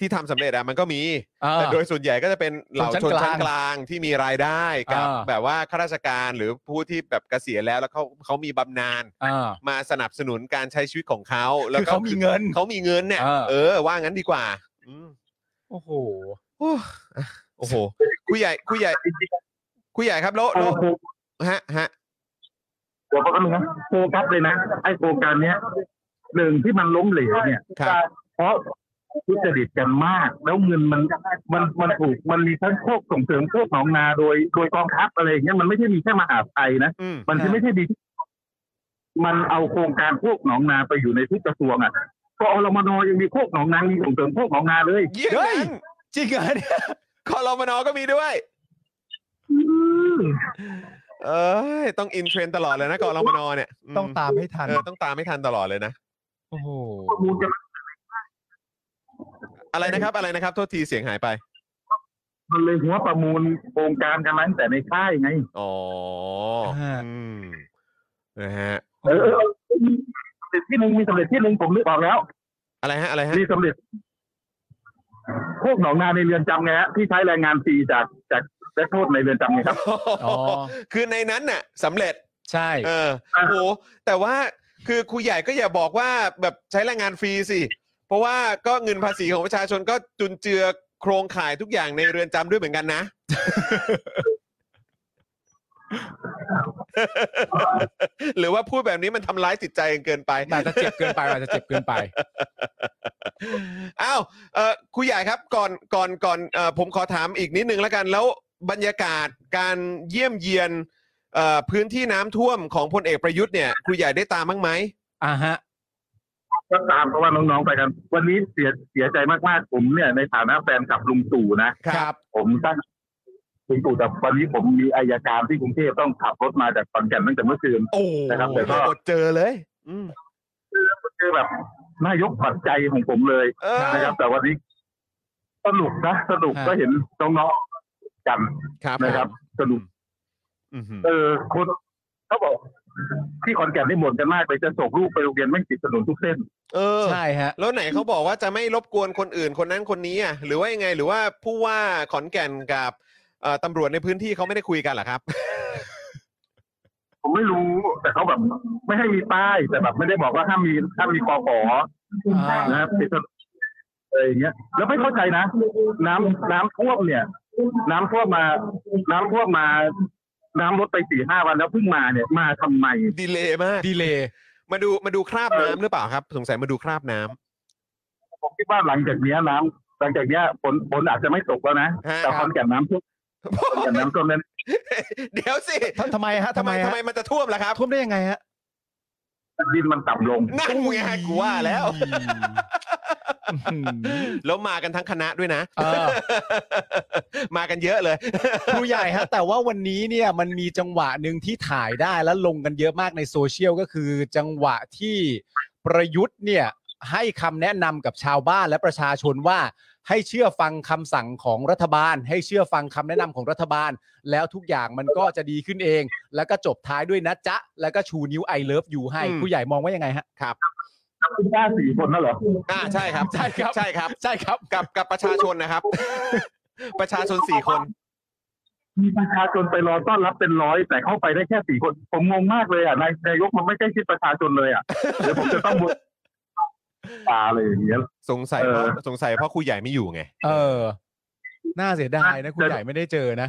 Speaker 3: ที่ทำสำเร็จอะมันก็มี
Speaker 4: เออ
Speaker 3: แต่โดยส่วนใหญ่ก็จะเป็นเหล่าช
Speaker 4: ช
Speaker 3: น
Speaker 4: นชั้
Speaker 3: ชั้น
Speaker 4: น
Speaker 3: ก
Speaker 4: ก
Speaker 3: ลา
Speaker 4: ลาง ง
Speaker 3: ที่มีรายได้กับ
Speaker 4: อ่า
Speaker 3: แบบว่าข้าราชการหรือผู้ที่แบบเกษียณแล้วแล้วเขาเขามีบำนาญ
Speaker 4: อ่า
Speaker 3: มาสนับสนุนการใช้ชีวิตของเขาแล้ว
Speaker 4: คือ
Speaker 3: ก็
Speaker 4: เขามีเงิน
Speaker 3: เขามีเงินเนี่ย
Speaker 4: เออ
Speaker 3: เออว่างั้นดีกว่าอืม
Speaker 4: โอ้โห
Speaker 3: โอ้โหครูใหญ่ครูใหญ่ครูใหญ่ครับแล้วแล้วฮะฮะ
Speaker 5: เดี๋ยวก็ต้องนะโฟกัสเลยนะไอโครงการเนี้ยหนึ่งที่มันล้มเหลวเนี่ย
Speaker 3: ครับ
Speaker 5: เพราะทุจริตกันมาก แล้วเงินมันมันมันถูกมันมีทั้งพวกส่งเสริมพวกหนองนาโดยโดยกองทัพอะไรอย่างเงี้ยมันไม่ใช่มีแค่มหาดไทยนะ
Speaker 3: อืม
Speaker 5: มันที่ไม่ใช่ดีที่มันเอาโครงการพวกหนองนาไปอยู่ในทุกกระทรวงอ่ะก็อรมนยังมีพวกหนองนามีส่งเสริมพวกหนองนาเลย
Speaker 3: เยี่ยม
Speaker 4: เฮ้ย
Speaker 3: นั้น
Speaker 4: จริงเหรอเนี่ย
Speaker 3: คอรมนก็มีด้วย เอ้ยต้องอินเทรนด์ตลอดเลยนะกอรมนเนี่ยม
Speaker 4: ต้องตามให้ทัน
Speaker 3: เออต้องตามไม่ทันตลอดเลยนะ
Speaker 4: โอ้โห
Speaker 5: ข้อมูลจะ
Speaker 3: อะไรนะครับอะไรนะครับ โทษทีเสียงหายไป
Speaker 5: มันเลยหัวประมูลโครงการกันมาตั้งแต่ในค่ายไง
Speaker 3: อ๋ออา อืมนะฮะ
Speaker 5: เออเออเออมีสำเร็จที่หนึ่งมีสำเร็จที่หนึ่งผมนึกออกแล้ว
Speaker 3: อะไรฮะ อะไรฮะ
Speaker 5: มีสำเร็จ พวกหนองนาในเรือนจำไงฮะที่ใช้แรงงานฟรีจากจากนักโทษในเรือนจำไงครับ
Speaker 4: อ๋อ
Speaker 3: คือในนั้นน่ะสำเร็จ
Speaker 4: ใช่
Speaker 3: เออ
Speaker 5: อ่ะ
Speaker 3: โอ้โหแต่ว่าคือครูใหญ่ก็อย่าบอกว่าแบบใช้แรงงานฟรีสิ เพราะว่าก็เงินภาษีของประชาชนก็จุนเจือโครงข่ายทุกอย่างในเรือนจำด้วยเหมือนกันนะ หรือว่าพูดแบบนี้มันทำร้ายจิตใจกันเกินไป
Speaker 4: อาจจะเจ็บเกินไปอาจจะเจ็บเกินไป
Speaker 3: อ้าวเอ่อครูใหญ่ครับก่อนก่อนก่อนเอ่อผมขอถามอีกนิดนึงแล้วกัน แล้วบรรยากาศการเยี่ยมเยียนเอ่อพื้นที่น้ำท่วมของพลเอกประยุทธ์เนี่ยครูใหญ่ได้ตามบ้างไหม
Speaker 4: อ่าฮะ
Speaker 5: ก็ตามเพราะว่าน้องๆไปกัน วันนี้เสียเสียใจมากๆผมเนี่ย ในฐานะแฟนกับลุงตู่นะ
Speaker 4: ครับ
Speaker 5: ผมตั้งลุงตู่แต่วันนี้ผมมีอายการที่กรุงเทพต้องขับรถมาจากขอนแก่นตั้งแต่เมื่อคืน
Speaker 3: โอ้
Speaker 5: นะครับแต่ก็
Speaker 3: อดเจอเลย อืม
Speaker 5: คือแบบนายกปัจจัยของผมเลย
Speaker 3: เออ
Speaker 5: นะครับ แต่วันนี้สนุกนะสนุก
Speaker 4: ฮะ
Speaker 5: ก็เห็นน้องๆกัน
Speaker 3: ครับ
Speaker 5: นะครับสนุก
Speaker 3: อืม
Speaker 5: เออคนเขาบอก ที่ขอนแก่นได้บ่นกันมากเลยจะส่งลูกไปโรงเรียนไม่งติดถนนทุกเส้น
Speaker 3: เออ
Speaker 4: ใช่ฮะ
Speaker 3: แล้วไหนเขาบอกว่าจะไม่รบกวนคนอื่นคนนั้นคนนี้อ่ะหรือว่ายังไงหรือว่าผู้ว่าขอนแก่นกับเอ่อตำรวจในพื้นที่เขาไม่ได้คุยกันเหรอครับ
Speaker 5: ผมไม่รู้ แต่เขาแบบ ไม่ให้มีป้าย แต่แบบไม่ได้บอกว่าถ้ามมีถ้ามมีกอขอ
Speaker 4: อ่าน
Speaker 5: นะครับติดถนนอะไรอย่างเงี้ย แล้วไม่เข้าใจนะ น้ำน้ำท่วมเนี่ย น้ำท่วมมา น้ำท่วมมา น้ำลดไปสี่ห้าวันแล้วเพิ่งมาเนี่ยมาทำไม
Speaker 3: ดีเลยมาก
Speaker 4: ดีเลย
Speaker 3: มาดูมาดูคราบน้ำหรือเปล่าครับ สงสัยมาดูคราบน้ำ
Speaker 5: ผมคิดว่าหลังจากเนี้ยน้ำหลังจากเนี้ยฝนฝนอาจจะไม่ตกแล้วนะ
Speaker 3: ฮะ
Speaker 5: แต่ขอนแก่นน้ำท่วมขอนแก่นน้ำท่วมนั้น
Speaker 3: เดี๋ยวสิ
Speaker 4: ทำทำไมฮะ
Speaker 3: ทำ
Speaker 4: ทำ
Speaker 3: ไม
Speaker 4: ไม
Speaker 3: ทำ
Speaker 4: ฮะ
Speaker 3: ไมมันจะท่วมล่ะครับ
Speaker 4: ท่วมได้ยังไงฮะ
Speaker 5: ดินมันต่ำลง
Speaker 3: นั่นไงกูว่าแล้ว แล้วมากันทั้งคณะด้วยนะ
Speaker 4: เออ
Speaker 3: มากันเยอะเลย
Speaker 4: ครูใหญ่ฮะแต่ว่าวันนี้เนี่ยมันมีจังหวะหนึ่งที่ถ่ายได้และลงกันเยอะมากในโซเชียลก็คือจังหวะที่ประยุทธ์เนี่ยให้คำแนะนำกับชาวบ้านและประชาชนว่า ให้เชื่อฟังคำสั่งของรัฐบาล ให้เชื่อฟังคำแนะนำของรัฐบาล แล้วทุกอย่างมันก็จะดีขึ้นเอง แล้วก็จบท้ายด้วยนะจ๊ะ แล้วก็ชูนิ้ว I love you ให้
Speaker 3: อืม
Speaker 4: ผู้ใหญ่มองว่ายังไงฮะ
Speaker 5: นับคุณได้สี่คนนั่นเหรอ
Speaker 3: อ่าใช่ครับ
Speaker 4: ใช่ครับ
Speaker 3: ใช่ครับ
Speaker 4: ใช่ครับ
Speaker 3: กับกับประชาชนนะครับ ประชาชนสี่คน
Speaker 5: มีประชาชนไปรอต้อนรับเป็นร้อย แต่เข้าไปได้แค่สี่คน ผมงงมากเลยอ่ะนายนายกมันไม่ใกล้ชิดประชาชนเลยอ่ะ เดี๋ยวผมจะต้องบนตาเลยอย่างเงี้ย
Speaker 3: สงสัยเพราะ
Speaker 5: เออ
Speaker 3: สงสัยเพราะครูใหญ่ไม่อยู่ไง
Speaker 4: เออ น่าเสียดายนะครูใหญ่ไม่ได้เจอนะ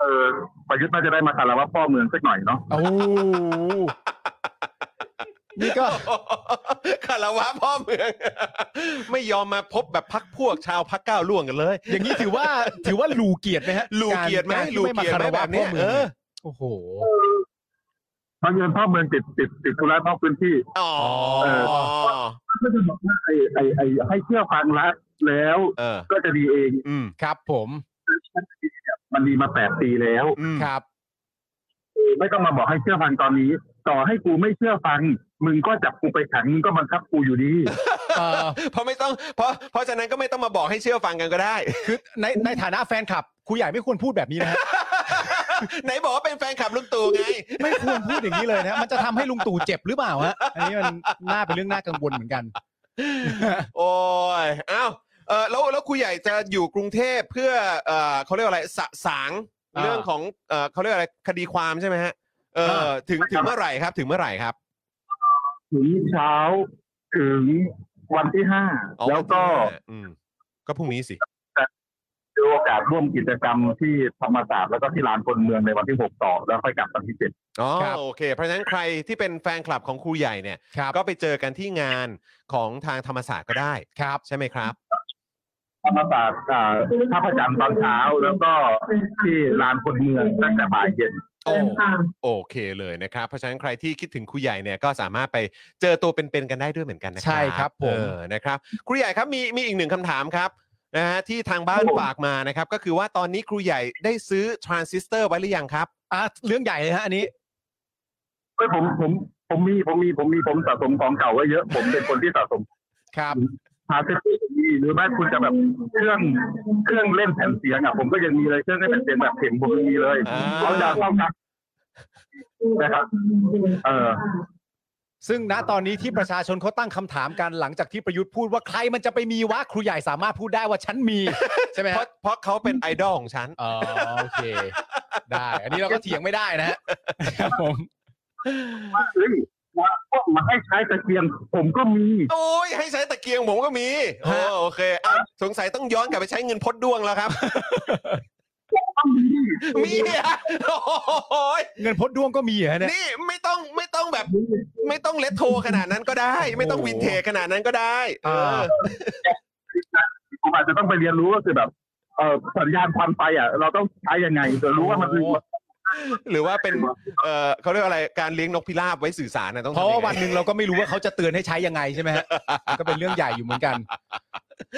Speaker 5: เออประยุทธ์น่าจะได้มาสารวัตรพ่อเมืองสักหน่อยเนาะ
Speaker 4: โอ้โหนี่ก็
Speaker 3: คารวะพ่อเมือง ไม่ยอมมาพบแบบพักพวกชาวพักก้าวล่วงกันเลย
Speaker 4: อย่างนี้ถือว่าถือว่าหลูเกียรติไหมฮะ
Speaker 3: หลูเกียรติไหมา
Speaker 4: ที่
Speaker 3: หลูเกียรติไหม
Speaker 4: ไมาคาะ
Speaker 3: แบบเนี้ย
Speaker 4: พ่อมือ
Speaker 3: เออ
Speaker 4: โอ้โห
Speaker 5: เพราะเงินพ่อเมืองติดติดติดธุระนอกพื้นที่
Speaker 3: อ๋อ
Speaker 5: ก็จะบอกว่าไอ้ไอ้ไอ้ให้เชื่อฟังรัฐแล้ว
Speaker 3: เออ
Speaker 5: ก็จะดีเอง
Speaker 3: อืม
Speaker 4: ครับผม
Speaker 5: มันดีมาแปดปีแล้ว
Speaker 3: อืม
Speaker 4: ครับ
Speaker 5: ไม่ต้องมาบอกให้เชื่อฟังตอนนี้ ต่อให้กูไม่เชื่อฟัง มึงก็จับกูไปขังมึงก็บังคับกูอยู่ดี
Speaker 4: เอ่อ
Speaker 3: เพราะไม่ต้อง เพราะ เพราะฉะนั้นก็ไม่ต้องมาบอกให้เชื่อฟังกันก็ได้
Speaker 4: คือในในฐานะแฟนคลับครูใหญ่ไม่ควรพูดแบบนี้นะ ฮะ
Speaker 3: ไหนบอกว่าเป็นแฟนคลับลุงตู่ไง
Speaker 4: ไม่ควรพูดอย่างนี้เลยนะฮะมันจะทำให้ลุงตู่เจ็บหรือเปล่าฮะอันนี้มันน่าเป็นเรื่องน่ากังวลเหมือนกัน
Speaker 3: โอ้ยเอ้าเออแล้ว แล้วครูใหญ่จะอยู่กรุงเทพเพื่อ เออเขาเรียกว่าอะไร สะสาง
Speaker 4: อ่า
Speaker 3: เรื่องของ เออเขาเรียกว่าอะไร คดีความใช่ไหมฮะ เออ ถึง ถึงเมื่อไหร่ครับ ถึงเมื่อไหร่ครับ
Speaker 5: ถึงเช้าถึงวันที่ห้า
Speaker 3: อ๋อ
Speaker 5: แล้วก็
Speaker 3: วันที่ห้าอืมก็พรุ่งนี้สิ
Speaker 5: ดูโอกาสร่วมกิจกรรมที่ธรรมศาสตร์แล้วก็ที่ลานคนเมืองในวันที่หกต่อ แล้วค่อยกลับวันที่เจ็ด
Speaker 3: อ๋อ
Speaker 4: ครับ
Speaker 3: โอเค เพราะฉะนั้นใครที่เป็นแฟนคลับของครูใหญ่เนี่ย
Speaker 4: ครับ
Speaker 3: ก็ไปเจอกันที่งานของทางธรรมศาสตร์ก็ได้
Speaker 4: ครับ
Speaker 3: ใช่ไหมครับ
Speaker 5: ธรรมศาสตร์อ่าท่าพระจันทร์ตอนเช้าแล้วก็ที่ลานคนเมืองตั้งแต่บ่ายเย็น
Speaker 3: โอ้โอเคเลยนะครับ เพราะฉะนั้นใครที่คิดถึงครูใหญ่เนี่ยก็สามารถไปเจอตัวเป็นๆกันได้ด้วยเหมือนกันนะครั
Speaker 4: ใช่ครับผม
Speaker 3: เออนะครับครูใหญ่ครับมีมีอีกหนึ่งคำถามครับนะฮะที่ทางบ้านฝากมานะครับ ก็คือว่าตอนนี้ครูใหญ่ได้ซื้อทรานซิสเตอร์ไว้หรือยังครับ
Speaker 4: อ่ะเรื่องใหญ่เลยฮะอันนี้
Speaker 5: เฮ้ยผมผมผมมีผมมีผมมีผมสะสมของเก่าไว้เยอะ ผมเป็นคนที่สะสม
Speaker 4: ครับ
Speaker 5: หาเซฟตี้ดีหรือไม่คุณจะแบบเครื่องเครื่องเล่นแผ่นเสียงอ่ะผมก็ยังมีเลยเครื่องเล่นแผ่นเสียงแบบเข็มผมยังมีเลย
Speaker 3: อ่า
Speaker 5: เขาจะเข้ากันนะครับเออ
Speaker 4: ซึ่งณตอนนี้ที่ประชาชนเขาตั้งคำถามกันหลังจากที่ประยุทธ์พูดว่าใครมันจะไปมีวะครูใหญ่สามารถพูดได้ว่าฉันมีใช่ไหม
Speaker 3: เพ
Speaker 4: ฮะ
Speaker 3: ราะเพราะเขาเป็นไอดอลของฉัน
Speaker 4: อ๋อโอเค ได้ อันนี้เราก็เถียงไม่ได้นะฮะ ครับผม
Speaker 5: เฮ้ยพวกมาให้ใช้ตะเกียง ผมก็มี
Speaker 3: โอ้ยให้ใช้ตะเกียงผมก็มีโอ้โอเคอ่ะสงสัยต้องย้อนกลับไปใช้เงินพดด้วงแล้วครับ มีอ่ะโอ้โหย
Speaker 4: เงินพดด้วงก็มีเหรอเนี่ย
Speaker 3: นี่ไม่ต้องไม่ต้องแบบ ไม่ต้องเลทโทขนาดนั้นก็ได้ ไม่ต้องวินเทจขนาดนั้นก็ได้เออ
Speaker 5: ผมอาจจะต้องไปเรียนรู้ก็คือแบบเออสัญญาณควันไฟอ่ะ เราต้องใช้ยังไงจะรู้ว่ามันคือ
Speaker 4: โอ้โห
Speaker 3: หรือว่าเป็น เออเขาเรียกว่าอะไร การเลี้ยงนกพิราบไว้สื่อสารนะต้อง
Speaker 4: เพ
Speaker 3: ทำ
Speaker 4: ราะว่า
Speaker 3: ยังไง
Speaker 4: วันหนึ่งเราก็ไม่รู้ว่าเขาจะเตือนให้ใช้ยังไงใช่ไหมฮะมันก็เป็นเรื่องใหญ่อยู่เหมือนกัน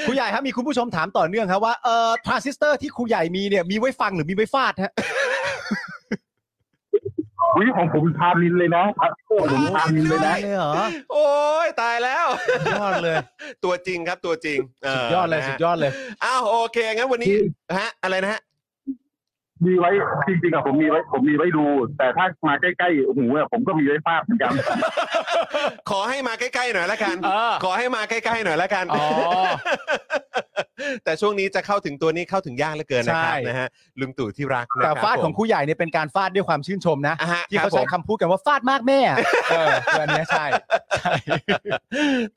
Speaker 4: ครูใหญ่ครับมีคุณผู้ชมถามต่อเนื่องครับว่าเอ่อทรานซิสเตอร์ที่ครูใหญ่มีเนี่ยมีไว้ฟังหรือมีไว้ฟาดฮะ
Speaker 5: อุ้ยของผมทานินเลยนะผมทานินเลยนะ
Speaker 4: เลยเหรอ
Speaker 3: โอ้ยตายแล้ว
Speaker 4: สุดยอดเลย
Speaker 3: ตัวจริงครับตัวจริง
Speaker 4: สุดยอดเลยสุดยอดเลย
Speaker 3: อ้าวโอเคงั้นวันนี้ฮะอะไรนะฮะ
Speaker 5: มีไว้จริงๆอะผมมีไว้ผมมีไว้ดู แต่ถ้ามาใกล้ๆหูอะผมก็มีไว้ฟาดเหมือนกัน
Speaker 3: ขอให้มาใกล้ๆหน่อยละกัน
Speaker 4: เออ
Speaker 3: ขอให้มาใกล้ๆหน่อยละกัน
Speaker 4: อ๋อ
Speaker 3: แต่ช่วงนี้จะเข้าถึงตัวนี้เข้าถึงยากเหลือเกินนะครับ
Speaker 4: ใช่
Speaker 3: นะฮะลุงตู่ที่รักนะ
Speaker 4: แต่
Speaker 3: ครับ
Speaker 4: ฟาดขอ
Speaker 3: ผ
Speaker 4: ง
Speaker 3: ม
Speaker 4: ครูใหญ่เนี่ยเป็นการฟาดด้วยความชื่นชมนะ
Speaker 3: อ่ะฮะ
Speaker 4: ที่
Speaker 3: ครับ
Speaker 4: เขาใช้
Speaker 3: ผม
Speaker 4: คำพูดกันว่าฟาดมากแม่อะเออคืออันเนี้ยใช่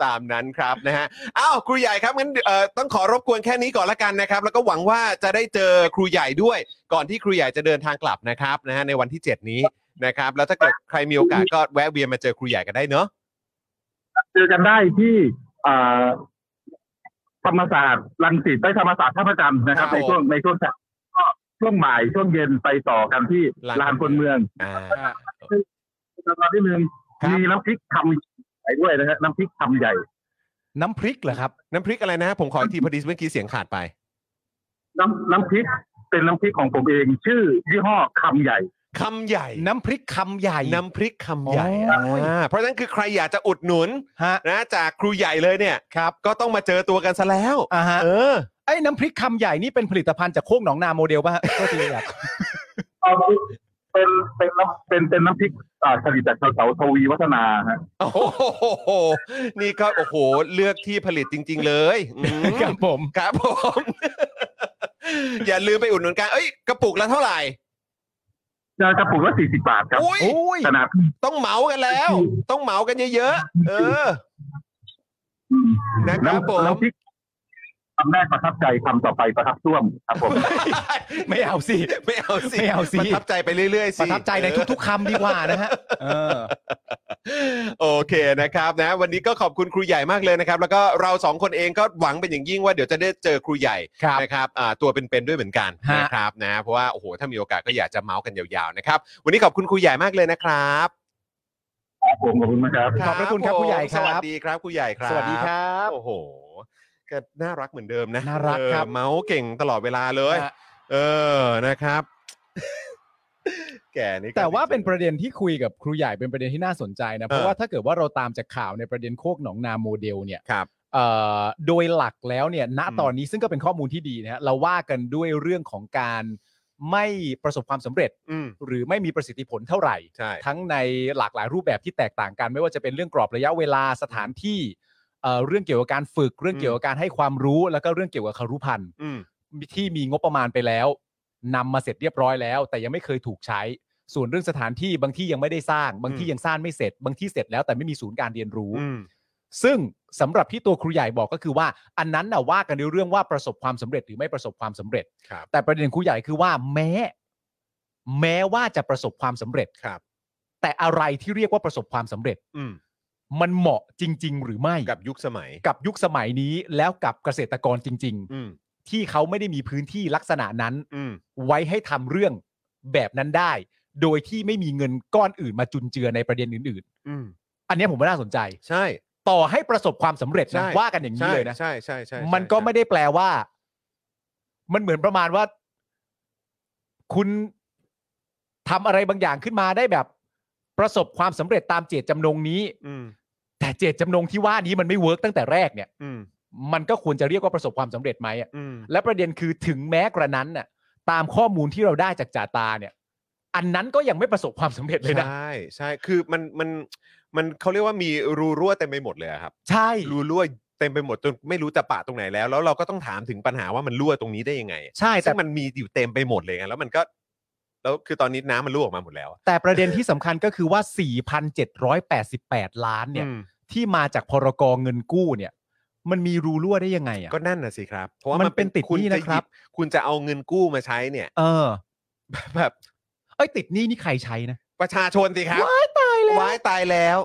Speaker 3: ตามนั้นครับนะฮะ อ้าวครูใหญ่ครับงั้นเอ่อต้องขอรบกวนแค่นี้ก่อนละกันนะครับ แล้วก็หวังว่าจะได้เจอครูใหญ่ด้วย ก่อนที่ครูใหญ่จะเดินทางกลับนะครับนะฮะในวันที่ 7 นี้นะครับ แล้วถ้าเกิดใครมีโอกาสก็แวะเวียนมาเจอครูใหญ่กันได้เนอะ
Speaker 5: เจอกันได้ที่อ่าธรรมศาสตร์รังสิตได้ธรรมศาสตร์ท่าพระจันทร์นะครับ ในช่วงในช่วงเช้าก็ช่วงบ่ายช่วงเย็นไปต่อกันที่ลานคนเมือง
Speaker 3: อ่า
Speaker 5: ตอนที่หนึ่ง
Speaker 3: ครับ
Speaker 5: มีน้ำพริกคำใหญ่ด้วยนะฮะน้ำพริกคำใหญ่
Speaker 4: น้ำพริกเหรอครับ
Speaker 3: น้ำพริกอะไรนะฮะผมขออีกทีพอดีเมื่อกี้เสียงขาดไป
Speaker 5: น้ำน้ำพริกเป็นน้ำพริกของผมเอง ชื่อยี่ห้อคำใหญ่
Speaker 3: คำใหญ่
Speaker 4: น้ำพริกคำใหญ่
Speaker 3: น้ำพริกคำใหญ่
Speaker 4: โอ้ย
Speaker 3: อ่าเพราะฉะนั้นคือใครอยากจะอุดหนุน
Speaker 4: ฮะ
Speaker 3: นะจากครูใหญ่เลยเนี่ย
Speaker 4: ครับ
Speaker 3: ก็ต้องมาเจอตัวกันซะแล้ว
Speaker 4: อ่าฮะ
Speaker 3: เออ
Speaker 4: ไอ้น้ำพริกคำใหญ่นี่เป็นผลิตภัณฑ์จากโคกหนองนาโมเดลป่ะฮะก็ทีอยาก
Speaker 5: เป็นเป็นน้ำเป็นเป็นน้ำพริกอ่าผลิตจากชาวเขาทวีวัฒนาฮะ
Speaker 3: โอ้โห นี่ก็โอ้โห เลือกที่ผลิตจริง ๆ เลยอืม
Speaker 4: ครับผม
Speaker 3: ครับผม อย่าลืมไปอุดหนุนกัน เอ้ย กระปุกละเท่าไหร่
Speaker 5: ยากระปุกละสี่สิบาทครับ
Speaker 3: อุ้ย
Speaker 4: โอ้ย
Speaker 5: ขนาด
Speaker 3: ต้องเหมากันแล้ว ต้องเหมากันเยอะๆ เออ นะครับผม
Speaker 5: น้ำน้ำพริกคำแรกประทับใจคำต่อไปประทับซ่วมครับผม
Speaker 4: ไม่เอาสิ
Speaker 3: ไม่เอาสิ
Speaker 4: ไม่เอาสิ
Speaker 3: ประทับใจไปเรื่อยๆสิ
Speaker 4: ประทับใจในทุก ๆคำดีกว่านะฮะเออ
Speaker 3: โอเคนะครับนะวันนี้ก็ขอบคุณครูใหญ่มากเลยนะครับ แล้วก็เราสองคนเองก็หวังเป็นอย่างยิ่งว่าเดี๋ยวจะได้เจอครูใหญ่
Speaker 4: ครับ
Speaker 3: นะครับอ่าตัวเป็นๆด้วยเหมือนกัน
Speaker 4: ฮะ
Speaker 3: นะครับนะเพราะว่าโอ้โหถ้ามีโอกาสก็อยากจะเมาส์กันยาวๆนะครับวันนี้ขอบคุณครูใหญ่มากเลยนะครับ
Speaker 5: ครับผมขอบคุณมากครับ
Speaker 4: ขอบพระคุณครับ
Speaker 3: ผม
Speaker 4: ครูใหญ่ครับ
Speaker 3: สวัสดีครับครูใหญ่ครับ
Speaker 4: สวัสดีครับ
Speaker 3: โอ้โหก็น่ารักเหมือนเดิมนะ
Speaker 4: น่ารัก
Speaker 3: เออ
Speaker 4: ครับ
Speaker 3: เมาส์เก่งตลอดเวลาเลย
Speaker 4: ฮะ
Speaker 3: เออนะครับ แก่นี่ก็
Speaker 4: แต่ว่า
Speaker 3: จริงๆ
Speaker 4: เป็นประเด็นที่คุยกับครูใหญ่เป็นประเด็นที่น่าสนใจนะ เพราะว่าถ้าเกิดว่าเราตามจากข่าวในประเด็นโคกหนองนาโมเดลเนี่ย
Speaker 3: ครับ
Speaker 4: เอ่อโดยหลักแล้วเนี่ยณ
Speaker 3: อืม
Speaker 4: ตอนนี้ซึ่งก็เป็นข้อมูลที่ดีนะฮะเราว่ากันด้วยเรื่องของการไม่ประสบความสำเร็จ
Speaker 3: อืม
Speaker 4: หรือไม่มีประสิทธิผลเท่าไหร่
Speaker 3: ใช่
Speaker 4: ทั้งในหลากหลายรูปแบบที่แตกต่างกัน ไม่ว่าจะเป็นเรื่องกรอบระยะเวลาสถานที่เอ่อเรื่องเกี่ยวกับการฝึก เรื่องเกี่ยวกับการให้ความรู้ แล้วก็เรื่องเกี่ยวกับคารุพันธ์
Speaker 3: อืม
Speaker 4: ที่มีงบประมาณไปแล้วนำมาเสร็จเรียบร้อยแล้ว แต่ยังไม่เคยถูกใช้ ส่วนเรื่องสถานที่บางที่ยังไม่ได้สร้าง บางที่ยังสร้างไม่เสร็จ บางที่เสร็จแล้วแต่ไม่มีศูนย์การเรียนรู้
Speaker 3: อืม
Speaker 4: ซึ่งสำหรับที่ตัวครูใหญ่บอกก็คือว่า อันนั้นน่ะว่ากันในเรื่องว่าประสบความสำเร็จหรือไม่ประสบความสำเร็จ
Speaker 3: ครับ
Speaker 4: แต่ประเด็นครูใหญ่คือว่าแม้ แม้ว่าจะประสบความสำเร็จ
Speaker 3: ครับ
Speaker 4: แต่อะไรที่เรียกว่าประสบความสำเร็จ
Speaker 3: อืม
Speaker 4: มันเหมาะจริง ๆ หรือไม่
Speaker 3: กับยุคสมัย
Speaker 4: กับยุคสมัยนี้แล้วกับเกษตรกรจริง
Speaker 3: อืม
Speaker 4: ๆ ที่เขาไม่ได้มีพื้นที่ลักษณะนั้น
Speaker 3: อืม
Speaker 4: ไว้ให้ทำเรื่องแบบนั้นได้ โดยที่ไม่มีเงินก้อนอื่นมาจุนเจือในประเด็นอื่น
Speaker 3: อืม
Speaker 4: ๆ อันเนี้ยผมว่าน่าสนใจ
Speaker 3: ใช่
Speaker 4: ต่อให้ประสบความสำเร็จ
Speaker 3: ใช่
Speaker 4: นะว่ากันอย่างนี้
Speaker 3: ใช่
Speaker 4: เลยนะ
Speaker 3: ใช่ใช่ใช่ใช่
Speaker 4: มันก็ไม่ได้แปลว่า มันเหมือนประมาณว่า คุณทำอะไรบางอย่างขึ้นมาได้แบบ ประสบความสำเร็จตามเจตจำนงนี้
Speaker 3: อืม
Speaker 4: แต่เจตจำนงที่ว่านี้มันไม่เวิร์กตั้งแต่แรกเนี่ย
Speaker 3: อืม
Speaker 4: มันก็ควรจะเรียกว่าประสบความสำเร็จไหมอะ
Speaker 3: อืม
Speaker 4: และประเด็นคือถึงแม้กระนั้นน่ะตามข้อมูลที่เราได้จากจ่าตาเนี่ย อันนั้นก็ยังไม่ประสบความสำเร็จเลยนะ
Speaker 3: ใช่ใช่คือมันมันมันเขาเรียกว่ามีรูรั่วเต็มไปหมดเลยอะครับ
Speaker 4: ใช่
Speaker 3: รูรั่วเต็มไปหมดจนไม่รู้จะปะตรงไหนแล้ว แล้วเราก็ต้องถามถึงปัญหาว่ามันรั่วตรงนี้ได้ยังไง
Speaker 4: ใช่
Speaker 3: ซึ่
Speaker 4: แต่
Speaker 3: งมันมีอยู่เต็มไปหมดเลยไงแล้วมันก็ แล้วคือตอนนี้น้ำมันรั่วออกมาหมดแล้วอะ
Speaker 4: แต่ประเด็นที่สำคัญก็คือว่า 4,788 ล้านเนี่ย
Speaker 3: อืม
Speaker 4: ที่มาจากพรกเงินกู้เนี่ย มันมีรูรั่วได้ยังไงอ่ะ
Speaker 3: ก็นั่นน่ะสิครับ เพราะว่า
Speaker 4: มั
Speaker 3: มัน
Speaker 4: เป็นติดหนี้นะครับ
Speaker 3: จหยิคุณจะเอาเงินกู้มาใช้เนี่ย
Speaker 4: เออ
Speaker 3: แบบ
Speaker 4: เอ้ยติดหนี้นี่ใครใช้นะ
Speaker 3: ประชาชนสิครับ
Speaker 4: ว้ายตายแล้ว
Speaker 3: ว้ายตายแล้ว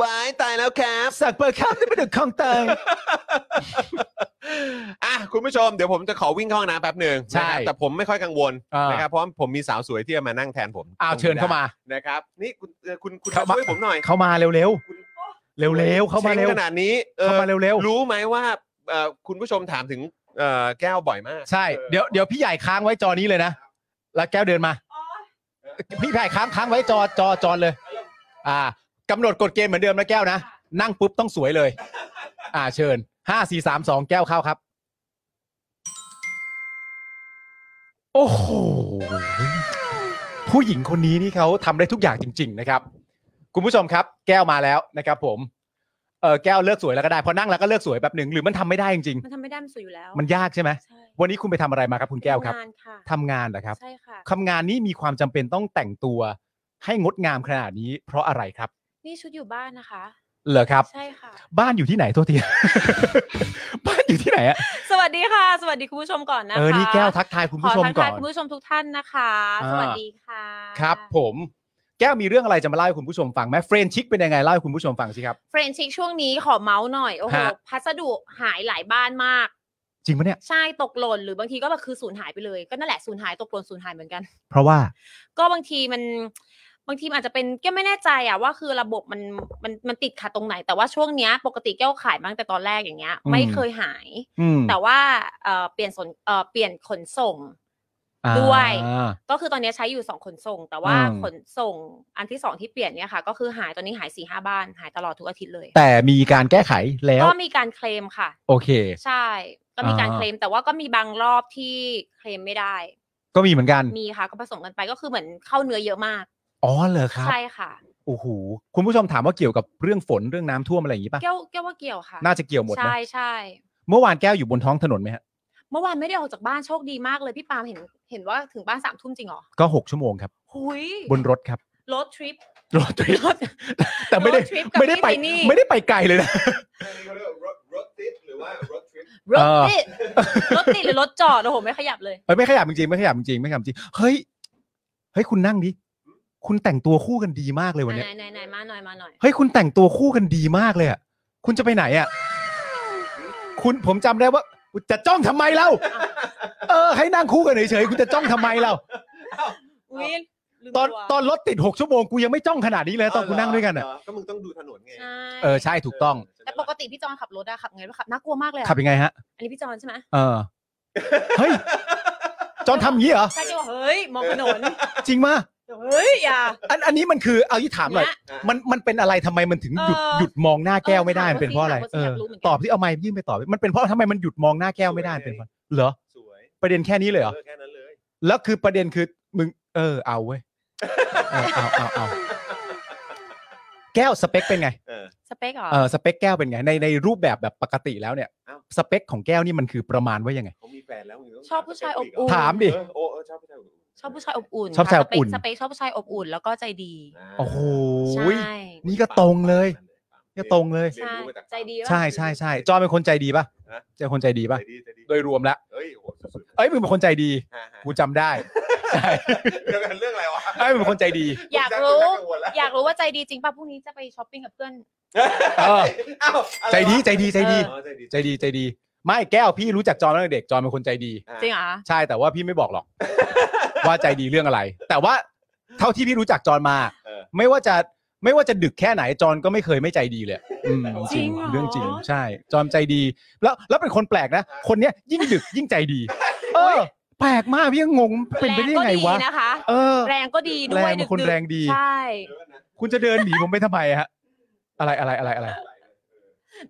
Speaker 3: ว้ายตายแล้วครับ
Speaker 4: สั่งเปิดครับนี่เป็นเด็กของเตย
Speaker 3: อ่ะคุณผู้ชมเดี๋ยวผมจะขอวิ่งเข้าห้องน้ำแป๊บหนึ่ง
Speaker 4: ใช่
Speaker 3: นะครับแต่ผมไม่ค่อยกังวล
Speaker 4: อ่าน
Speaker 3: นะครับเพราะผมมีสาวสวยที่จะมานั่งแทนผม
Speaker 4: อ้าวเชิญเข้ามา
Speaker 3: นะครับ นี่คุณเอ่อคุณคุณ
Speaker 4: เข้ามา
Speaker 3: ช่วยผมหน่อย
Speaker 4: เข้ามาเร็วๆเร็วๆเข้ามาเร็ว
Speaker 3: ช็คขนาดนี้เอ
Speaker 4: เข้า
Speaker 3: อ
Speaker 4: มาเร็ว
Speaker 3: รู้ไหมว่าเอ่อคุณผู้ชมถามถึงเอ่อแก้วบ่อยมาก
Speaker 4: ๆ ใช่ เดี๋ยวเดี๋ยวพี่ใหญ่ค้างไว้จอนี้เลยนะ แล้วแก้วเดินมา พี่ใหญ่ค้างค้างไว้จอจอจอเลย อ่ากำหนดกฎเกณฑ์เหมือนเดิมนะแก้วนะ นั่งปุ๊บต้องสวยเลย อ่าเชิญห้าสี่สามสองแก้วเข้าครับ โอ้โห ผู้หญิงคนนี้นี่เขาทำได้ทุกอย่างจริง ๆ นะครับ คุณผู้ชมครับ แก้วมาแล้วนะครับ ผม เออแก้วเลิกสวยแล้วก็ได้พอนั่งแล้วก็เลิกสวยแบบหนึ่งหรือมันทำไม่ได้จริงๆ
Speaker 7: มันทำไม่ได้มันสวยอยู่แล้ว
Speaker 4: มันยากใช่ไหม
Speaker 7: ใช่
Speaker 4: วันนี้คุณไปทำอะไรมาครับคุณแก้วครับ
Speaker 7: ทำงานค่ะ
Speaker 4: ทำงานเหรอครับ
Speaker 7: ใช่ค่ะ
Speaker 4: ทำงานนี้มีความจำเป็นต้องแต่งตัว ให้งดงามขนาดนี้ เพราะอะไรครับ
Speaker 7: นี่ชุดอยู่บ้านนะคะ
Speaker 4: เหรอครับ
Speaker 7: ใช่ค่ะ
Speaker 4: บ้านอยู่ที่ไหนโทษที บ้านอยู่ที่ไหนอะ
Speaker 7: สวัสดีค่ะ สวัสดีคุณผู้ชมก่อนนะคะ
Speaker 4: เออนี่แก้วทักทายคุณผู้ชม
Speaker 7: ขทั
Speaker 4: ก่อ
Speaker 7: ทา
Speaker 4: ย น
Speaker 7: คุณผู้ชมทุกท่านนะคะ
Speaker 4: อ่า
Speaker 7: สวัสดีค่ะ
Speaker 4: ครับ ผม แก้วมีเรื่องอะไรจะมาเล่าให้คุณผู้ชมฟังไหมเฟรนชิกเป็นยังไงเล่าให้คุณผู้ชมฟังสิครับ
Speaker 7: เฟรนชิกช่วงนี้ขอเมาส์หน่อยโอ้โห
Speaker 4: ฮะ
Speaker 7: พัสดุหายหลายบ้านมาก
Speaker 4: จริงปะเนี่ย
Speaker 7: ใช่ตกหล่นหรือบางทีก็แบบคือสูญหายไปเลย ก็นั่นแหละสูญหายตกหล่นสูญหายเหมือนกัน
Speaker 4: เพราะว่า
Speaker 7: ก็บางทีมัน บางทีมันอาจจะเป็นแก้วไม่แน่ใจอะว่าคือระบบมันมันมันติดขัดตรงไหน แต่ว่าช่วงเนี้ยปกติแก้วขายมาตั้งแต่ตอนแรกอย่างเงี้ย
Speaker 4: อืม
Speaker 7: ไม่เคยหาย
Speaker 4: อืม
Speaker 7: แต่ว่าเอ่อเปลี่ยนสนเอ่อเปลี่ยนขนส่ง ด้วย
Speaker 4: อ่า
Speaker 7: ก็คือตอนนี้ใช้อยู่สองขนส่ง แต่ว่า
Speaker 4: อืม
Speaker 7: ขนส่งอันที่สองที่เปลี่ยนเนี่ยค่ะ ก็คือหายตอนนี้หายสี่ห้าบ้าน หายตลอดทุกอาทิตย์เลย
Speaker 4: แต่มีการแก้ไขแล้ว
Speaker 7: ก็มีการเคลมค่ะ
Speaker 4: โอเค
Speaker 7: ใช่ ก็มีการ
Speaker 4: อ่า
Speaker 7: เคลม แต่ว่าก็มีบางรอบที่เคลมไม่ได้
Speaker 4: ก็มีเหมือนกัน
Speaker 7: มีค่ะก็ผสมกันไปก็คือเหมือนเข้าเนื้อเยอะมาก
Speaker 4: อ๋อเหรอครับ
Speaker 7: ใช่ค่ะ
Speaker 4: โอ้โหคุณผู้ชมถามว่าเกี่ยวกับเรื่องฝนเรื่องน้ำท่วมอะไรอย่างนี้ป่ะ
Speaker 7: แก้วแก้วว่าเกี่ยวค่ะ
Speaker 4: น่าจะเกี่ยวหมดนะ
Speaker 7: ใช่ใช่
Speaker 4: เมื่อวานแก้วอยู่บนท้องถนนไหมฮะ
Speaker 7: เมื่อวานไม่ได้ออกจากบ้านโชคดีมากเลยพี่ปาล์มเห็นเห็นว่าถึงบ้านสามทุ่มจริงเหรอ
Speaker 4: ก็หกชั่วโมงครับ
Speaker 7: หุย
Speaker 4: บนรถครับ
Speaker 7: รถทริป
Speaker 4: รถทริปแต่ไม่ได้
Speaker 7: road trip กับ
Speaker 4: ไม่ได้ไป
Speaker 7: พี่ไทนี่
Speaker 4: ไม่ได้ไปไกลเลยนะ
Speaker 7: รถ
Speaker 4: เออ
Speaker 7: ติดรถติดหรือรถจอดโอ้โหไม่ขยับเลย
Speaker 4: เอ้ยไม่ขยับจริงๆไม่ขยับจริงๆไม่ขยับจริงเฮ้ยเฮ้ยคุณนั่งดิคุณแต่งตัวคู่กันดีมากเลยวันเนี้ย
Speaker 7: ไหนไหนไหนๆๆๆมาหน่อยมาหน่อย
Speaker 4: เฮ้ยคุณแต่งตัวคู่กันดีมากเลยอ่ะคุณจะไปไหนอ่ะคุณผมจำได้ว่าจะจ้องทำไมเราเออให้นั่งคู่กันเฉยๆคุณจะจ้องทำไมเรา
Speaker 7: อุ้ยลืม
Speaker 4: ตอน
Speaker 7: ว
Speaker 4: ตอนรถติด 6 ชั่วโมงกูยังไม่จ้องขนาดนี้เลยนะตอนกูนั่งด้วยกันอ่ะ
Speaker 3: ก็มึงต้องดูถนนไง
Speaker 7: ใช่
Speaker 4: เออ ใช่ถูกต้อง
Speaker 7: แต่ปกติพี่จอนขับรถอะขับไงวะขับน่ากลัวมากเลยอะ
Speaker 4: ขับยังไงฮะ
Speaker 7: อันนี้พี่จอนใช่ไหม
Speaker 4: เออ เฮ้ย จอนทำอย่างนี้เหรอ
Speaker 7: ใช่ก็บอกเฮ้ยมองถนน
Speaker 4: จริงมา
Speaker 7: เฮ้ยอย่า
Speaker 4: อันอันนี้มันคือเอาที่ถามหน่อย
Speaker 7: เนี่ย
Speaker 4: มันมันเป็นอะไรทำไมมันถึงหยุด
Speaker 7: เออ
Speaker 4: หยุดมองหน้าแก้วไม่ได้
Speaker 7: เออ
Speaker 4: มันเป็นเพราะอะไร
Speaker 7: ถามคนสิ
Speaker 4: เออย
Speaker 7: อากรู้เหมือนกัน
Speaker 4: ตอบที่เอาไม้ยื่นไปตอบมันเป็นเพราะทำไมมันหยุดมองหน้าแก้วไม่ได้มันเป็นเพราะเหรอ
Speaker 3: สวย
Speaker 4: ประเด็นแค่นี้เลยเหรอ
Speaker 3: เออแค่นั้นเลย
Speaker 4: แล้วคือประเด็นคือมึง เออเอาเว้ยเออเอาเอาเอาแก้วสเปคเป็นไง
Speaker 3: เออ
Speaker 7: สเปคเหรอ
Speaker 4: เออสเปคแก้วเป็นไงในในรูปแบบแบบปกติแล้วเนี่ย
Speaker 3: อ้าว
Speaker 4: สเปคของแก้วนี่มันคือประมาณว่ายังไง
Speaker 3: เขามีแฟนแล้วมึงต้อง
Speaker 7: ชอบผู้ชายอบอุ่น
Speaker 4: ถามดิ
Speaker 3: เออโอ้เออชอบผู้ชายอบอุ่น
Speaker 7: ชอบผู้ชายอบอุ่น
Speaker 4: ชอบผู้ชายอบอุ่น
Speaker 7: สเปคสเปคชอบผู้ชายอบอุ่นแล้วก็ใจดี
Speaker 3: า
Speaker 4: โอ้โห
Speaker 7: ใช่
Speaker 4: นี่ก็ตรงเลยก็ตรงเลย
Speaker 3: รีนรู้มาจาก
Speaker 7: ใจดี
Speaker 4: ใช่ใช่ใช่จอเป็นคนใจดีป่ะ
Speaker 3: ฮะ
Speaker 4: เจอคนใจดีป่ะ
Speaker 3: ใจดีใจดี
Speaker 4: โดยรวมแล้ว
Speaker 3: เอ้ยโอ้โหสุดๆ
Speaker 4: เอ้ยมึงเป็นคนใจดี
Speaker 3: ฮะฮะ
Speaker 4: กูจำได้ใช่
Speaker 3: เดี๋ยวกันเรื่องอะไรวะ
Speaker 4: เอ้ยมึงเป็นคนใจดี
Speaker 7: อยาก
Speaker 3: ผ
Speaker 7: รู้
Speaker 3: มชักกังวลแล้ว
Speaker 7: อยากรู้ว่าใจดีจริงป่ะพรุ่งนี้จะไปช้อปปิ้งกับเพื่อน
Speaker 4: เออ
Speaker 3: อ้าวอะไรวะ
Speaker 4: ใจดีใจดีใจดี
Speaker 3: อ๋อใจดี
Speaker 4: ใจดีใจดี ไม่แก้วพี่รู้จักจอตั้งแต่เด็กจอเป็นคนใจดี
Speaker 3: อ่า
Speaker 7: จริงเหรอ
Speaker 4: ใช่แต่ว่าพี่ไม่บอกหร อก ว่าใจดีเรื่องอะไร แต่ว่าเท่าที่พี่รู้จักจอนมา
Speaker 3: เออ
Speaker 4: ไม่ว่าจะไม่ว่าจะดึกแค่ไหนจอนก็ไม่เคยไม่ใจดีเลยอืมจ
Speaker 7: จริ
Speaker 4: ริง
Speaker 7: งเหรอ
Speaker 4: เรื่องจริง ใช่ จอนใจดี แล้วแล้วเป็นคนแปลกนะ คนเนี้ยยิ่งดึกยิ่งใจดี เออ แปลกมากพี่ยังงงเป็นไปได้ยังไงวะ
Speaker 7: แรงก็ดีนะคะ
Speaker 4: เออ
Speaker 7: แรงก็ดีด้
Speaker 4: แร
Speaker 7: วย
Speaker 4: งเป็นคน
Speaker 7: ดึกๆ
Speaker 4: แรงดี
Speaker 7: ใช่
Speaker 3: เดี๋ยวกันนะ
Speaker 4: คุณจะเดินหนีผมไปทำไมฮะอะไรอะไรอะไรอะไร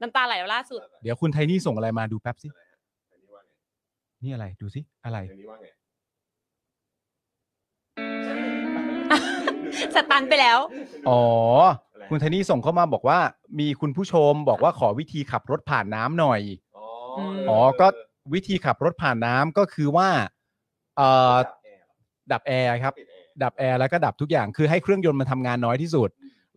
Speaker 7: น้ำตาไหลล่าสุด
Speaker 4: เดี๋ยวคุณไทนี่ส่งอะไรมาดูแป๊บสิ
Speaker 3: อันนี้ว่าไง
Speaker 4: นี่อะไรดูสิอะไร
Speaker 3: อันนี้ว่าไง
Speaker 7: สตันไปแล้ว
Speaker 4: อ๋อ
Speaker 3: อะไร
Speaker 4: คุณไทนี่ส่งเข้ามาบอกว่า มีคุณผู้ชมบอกว่าขอวิธีขับรถผ่านน้ำหน่อย
Speaker 3: อ๋อ
Speaker 4: อ๋อก็วิธีขับรถผ่านน้ำก็คือว่าเอ่อดับแอร์ครับ
Speaker 3: ปิดแอร์
Speaker 4: ดับแอร์แล้วก็ดับทุกอย่างคือให้เครื่องยนต์มันทำงานน้อยที่สุด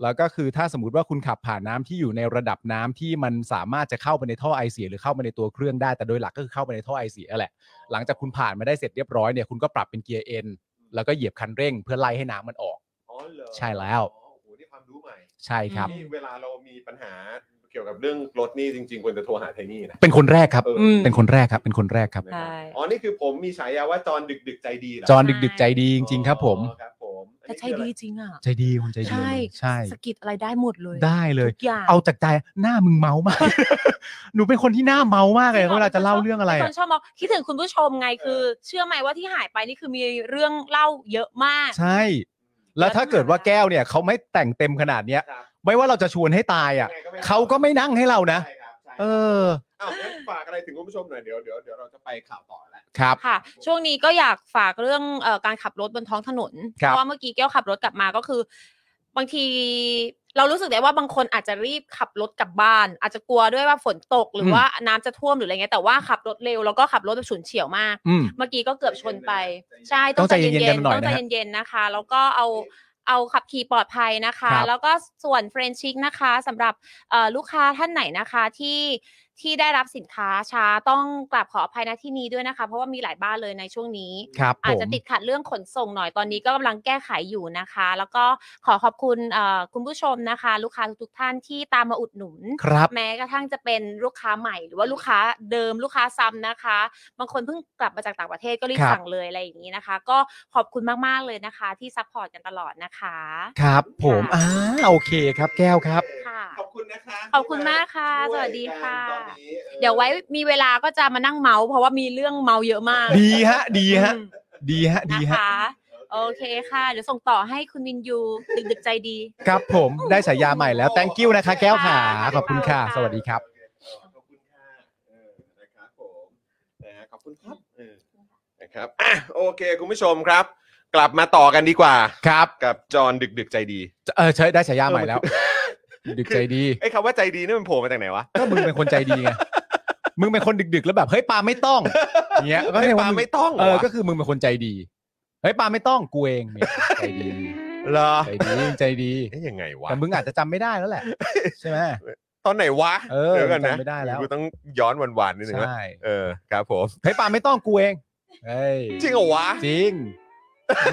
Speaker 4: แล้วก็คือถ้าสมมติว่าคุณขับผ่านน้ำที่อยู่ในระดับน้ำที่มันสามารถจะเข้าไปในท่อไอเสียหรือเข้าไปในตัวเครื่องได้แต่โดยหลักก็คือเข้าไปในท่อไอเสียแหละ หลังจากคุณผ่านมาได้เสร็จเรียบร้อยเนี่ยคุณก็ปรับเป็นเกียร์เอ็นแล้วก็เหยียบคันเร่ง เพื่อไล่ให้น้ำมันออก
Speaker 3: อ๋อเหรอ
Speaker 4: ใช่แล้ว
Speaker 3: อ๋อโอ้โหนี่ความรู้ใหม่
Speaker 4: ใช่ครับ
Speaker 3: นี่เวลาเรามีปัญหาเกี่ยวกับเรื่องรถนี่จริงๆควรจะโทรหาไทนี่นะ
Speaker 4: เป็นคนแรกครับ
Speaker 3: เออ
Speaker 7: อืม
Speaker 4: เป็นคนแรกครับ เป็นคนแรกครับ
Speaker 3: นะครับ
Speaker 7: ใช่
Speaker 3: อ๋อ นี่คือผมมีฉายาว่าจอนดึกๆใจดีเหรอ
Speaker 4: จอห์นดึกๆใจดีจริงๆครับ ผม
Speaker 3: อ๋อครับผมอัน
Speaker 7: แต่
Speaker 3: นี้
Speaker 7: ใจดีจริงอ่ะ
Speaker 4: ใจดีคนใจดี
Speaker 7: ใช่
Speaker 4: ใช่
Speaker 7: สะกิดอะไรได้หมดเลย
Speaker 4: ได้เลย
Speaker 7: ทุกอย่าง
Speaker 4: เอาจากใจหน้ามึงเมาม าก หนูเป็นคนที่หน้าเมามากเลยเวลาจะเล่าเรื่องอะไร
Speaker 7: ค
Speaker 4: อะ
Speaker 7: นชอบมองคิดถึงคุณผู้ชมไงคือ เชื่อไหมว่าที่หายไปนี่คือมีเรื่องเล่าเยอะมาก
Speaker 4: ใช่ แล้วถ้าเกิดว่าแก้วเนี่ยเขาไม่แต่งเต็มขนาดเนี้ย
Speaker 3: ครับ
Speaker 4: ไม่ว่าเราจะชวนให้ตายอ่ะ
Speaker 3: ยังไงไม่
Speaker 4: เขาก็ไม่นั่งให้เรานะ
Speaker 3: ใช่ครับใช่ครับ
Speaker 4: เออ
Speaker 3: เอางั้นฝากอะไรถึงคุณผู้ชมหน่อยเดี๋ยวเดี๋ยวเดี๋ยวเราจะไปข่าวต่อแล้ว
Speaker 4: ครับ
Speaker 7: ค่ะช่วงนี้ก็อยากฝากเรื่องเออการขับรถบนท้องถนน เพ
Speaker 4: ครับ
Speaker 7: ราะว่าเมื่อกี้แก้วขับรถกลับมาก็คือ บางทีเรารู้สึกได้ว่าบางคนอาจจะรีบขับรถกลับบ้าน อาจจะกลัวด้วยว่าฝนตกหรืออ
Speaker 4: ม
Speaker 7: ว่าน้ำจะท่วมหรืออะไรเงี้ยแต่ว่าขับรถเร็วแล้วก็ขับรถแบบฉุนเฉียวมาก
Speaker 4: อืม
Speaker 7: เมื่อกี้ก็เกือบชนไป
Speaker 3: ใจเย็นๆนะ
Speaker 7: ใช่
Speaker 4: ต้องใจเย็นๆกันหน่อย
Speaker 7: ต้องใจ
Speaker 4: นะฮะ
Speaker 7: เย็นๆนะคะ แล้วก็เอาเอาขับขี่ปลอดภัยนะคะ
Speaker 4: ครับ
Speaker 7: แล้วก็ส่วนเฟรนชิกนะคะสำหรับเอ่อลูกค้าท่านไหนนะคะที่ ที่ได้รับสินค้าช้าต้องกราบขออภัยณที่นี้ด้วยนะคะ เพราะว่ามีหลายบ้านเลยในช่วงนี้
Speaker 4: ครับ
Speaker 7: อาจ
Speaker 4: ผม
Speaker 7: จะติดขัดเรื่องขนส่งหน่อยตอนนี้ก็กำลังแก้ไขอยู่นะคะ แล้วก็ขอขอบคุณเอ่อคุณผู้ชมนะคะ ลูกค้าทุกๆท่านที่ตามมาอุดหนุน
Speaker 4: ครับ
Speaker 7: แม้กระทั่งจะเป็นลูกค้าใหม่ หรือว่าลูกค้าเดิมลูกค้าซ้ำนะคะ บางคนเพิ่งกลับมาจากต่างประเทศก็รีบ
Speaker 4: ครับ
Speaker 7: สั่งเลยอะไรอย่างนี้นะคะ ก็ขอบคุณมากๆเลยนะคะ ที่ซัพพอร์ตกันตลอดนะคะ
Speaker 4: ครับผมอ่าโอเคครับแก้วครับ
Speaker 7: ค่ะ
Speaker 3: ขอบคุณนะคะ
Speaker 7: ขอบคุณมากค่ะ
Speaker 3: ที่มา
Speaker 7: สวัสดี
Speaker 3: ช่ย
Speaker 7: ค่ะ
Speaker 3: กันตอนนี้ออ
Speaker 7: เดี๋ยวไว้มีเวลาก็จะมานั่งเมาส์เพราะว่ามีเรื่องเมาเยอะมาก
Speaker 4: ดีฮะ ดีฮะ
Speaker 7: อืม
Speaker 4: ดีฮะ ดี
Speaker 7: นะ
Speaker 4: ฮะ
Speaker 7: คะ โอเคค่ะ เดี๋ยวส่งต่อให้คุณวินยูดึกๆใจดี
Speaker 4: ครับผมได้ฉายาใหม่แล้ว thank you นะคะ แก้วขาขอบคุณค่ะ สวัสดีครับ
Speaker 3: ขอบคุณค่ะเออนะครับผมนะฮะขอบคุณครับเออนะครับอ่ะโอเคคุณผู้ชมครับ กลับมาต่อกันดีกว่า
Speaker 4: ครับ
Speaker 3: กับจอห์นดึกดึกๆใจดี
Speaker 4: เออใช้ได้ฉายาใหม่แล้ว ดึกใจดี
Speaker 3: ไอ้คำว่าใจดีนี่มันโผล่มาจากไหนวะ
Speaker 4: ก็มึงเป็นคนใจดีไง มึงเป็นคนดึกๆ แล้วแบบเฮ้ยปาไม่ต้องอย่างเงี้ยก็
Speaker 3: ไอ้
Speaker 4: เรียก
Speaker 3: ปา
Speaker 4: ว่า
Speaker 3: ไม่ต้อง
Speaker 4: เออ
Speaker 3: วะ
Speaker 4: ก็คือมึงเป็นคนใจดี เฮ้ยปาไม่ต้องกูเองเนี่ยใจดี
Speaker 3: เหรอ
Speaker 4: ใจดีใจดี
Speaker 3: เอ๊ะยังไงวะ
Speaker 4: แต่มึงอาจจะจำไม่ได้แล้วแหละ ใช่ไหม
Speaker 3: ตอนไหนวะ
Speaker 4: เออ
Speaker 3: ยวกันนะ
Speaker 4: จำไม่ได้แล้ว
Speaker 3: กูต้องย้อนวันๆนิดนึงนะ
Speaker 4: ใช่
Speaker 3: เออครับผม
Speaker 4: เฮ้ยปาไม่ต้องกูเองเฮ้ย
Speaker 3: จริงเหรอวะ
Speaker 4: จริง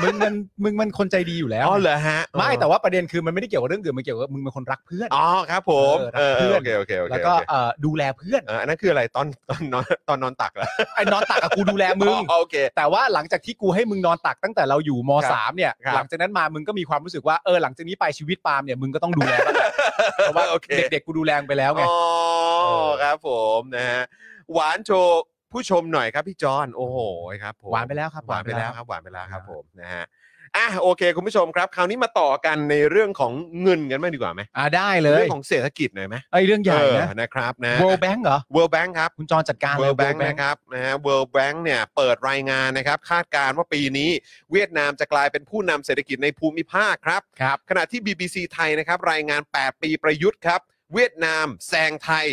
Speaker 4: มึงมันมึงมันคนใจดีอยู่แล้ว
Speaker 3: อ๋อเหรอฮะ
Speaker 4: ไม่แต่ว่าประเด็นคือมันไม่ได้เกี่ยวกับเรื่องอื่นมันเกี่ยวกับมึงเป็นคนรักเพื่อน
Speaker 3: อ๋อครับผม
Speaker 4: เออรักเพื่อน
Speaker 3: โอเคโอเคโอเค
Speaker 4: แล้วก็
Speaker 3: โอเค
Speaker 4: เอ่อดูแลเพื่อน
Speaker 3: เอออันนั้นคืออะไรตอนตอนนอนตอนนอนตักเหรอ
Speaker 4: ไอ้นอนตักอะกูดูแลมึง
Speaker 3: อ๋อโอเค
Speaker 4: แต่ว่าหลังจากที่กูให้มึงนอนตักตั้งแต่เราอยู่
Speaker 3: ค
Speaker 4: ม
Speaker 3: รับ
Speaker 4: สามเนี่ย
Speaker 3: ครับ
Speaker 4: หลังจากนั้นมามึงก็มีความรู้สึกว่าเออหลังจากนี้ไปชีวิตปาล์มเนี่ยมึงก็ต้องดูแลบ้างแหละเพราะว่า
Speaker 3: โอเค
Speaker 4: เด็กๆกูดูแลไปแล้วไง
Speaker 3: อ๋อ
Speaker 4: อ
Speaker 3: ครับผมนะฮะหวานโชว์ผู้ชมหน่อยครับพี่จอนโอ้โหครับผม
Speaker 4: หวานไปแล้วครับ
Speaker 3: หวานไปแล้วครับหวานไปแล้วครับผมนะฮะอ่ะโอเค คุณผู้ชมครับ คราวนี้มาต่อกันในเรื่องของเงินกันบ้างดีกว่าไหม
Speaker 4: อ่าได้เลย
Speaker 3: เรื่องของเศรษฐกิจหน่อยไหม
Speaker 4: ไอ้เรื่องใหญ่
Speaker 3: เออ
Speaker 4: นะ
Speaker 3: นะครับนะ
Speaker 4: World Bank เหรอ
Speaker 3: World Bank ครับ
Speaker 4: คุณจรจัดการเลย
Speaker 3: World Bank นะครับนะฮะ World Bank เนี่ยเปิดรายงานนะครับ คาดการณ์ว่าปีนี้ เวียดนามจะกลายเป็นผู้นำเศรษฐกิจในภูมิภาคครับ
Speaker 4: ครับ
Speaker 3: ขณะที่ BBC ไทยนะครับ รายงาน 8 ปีประยุทธ์ครับ เวียดนามแซงไทย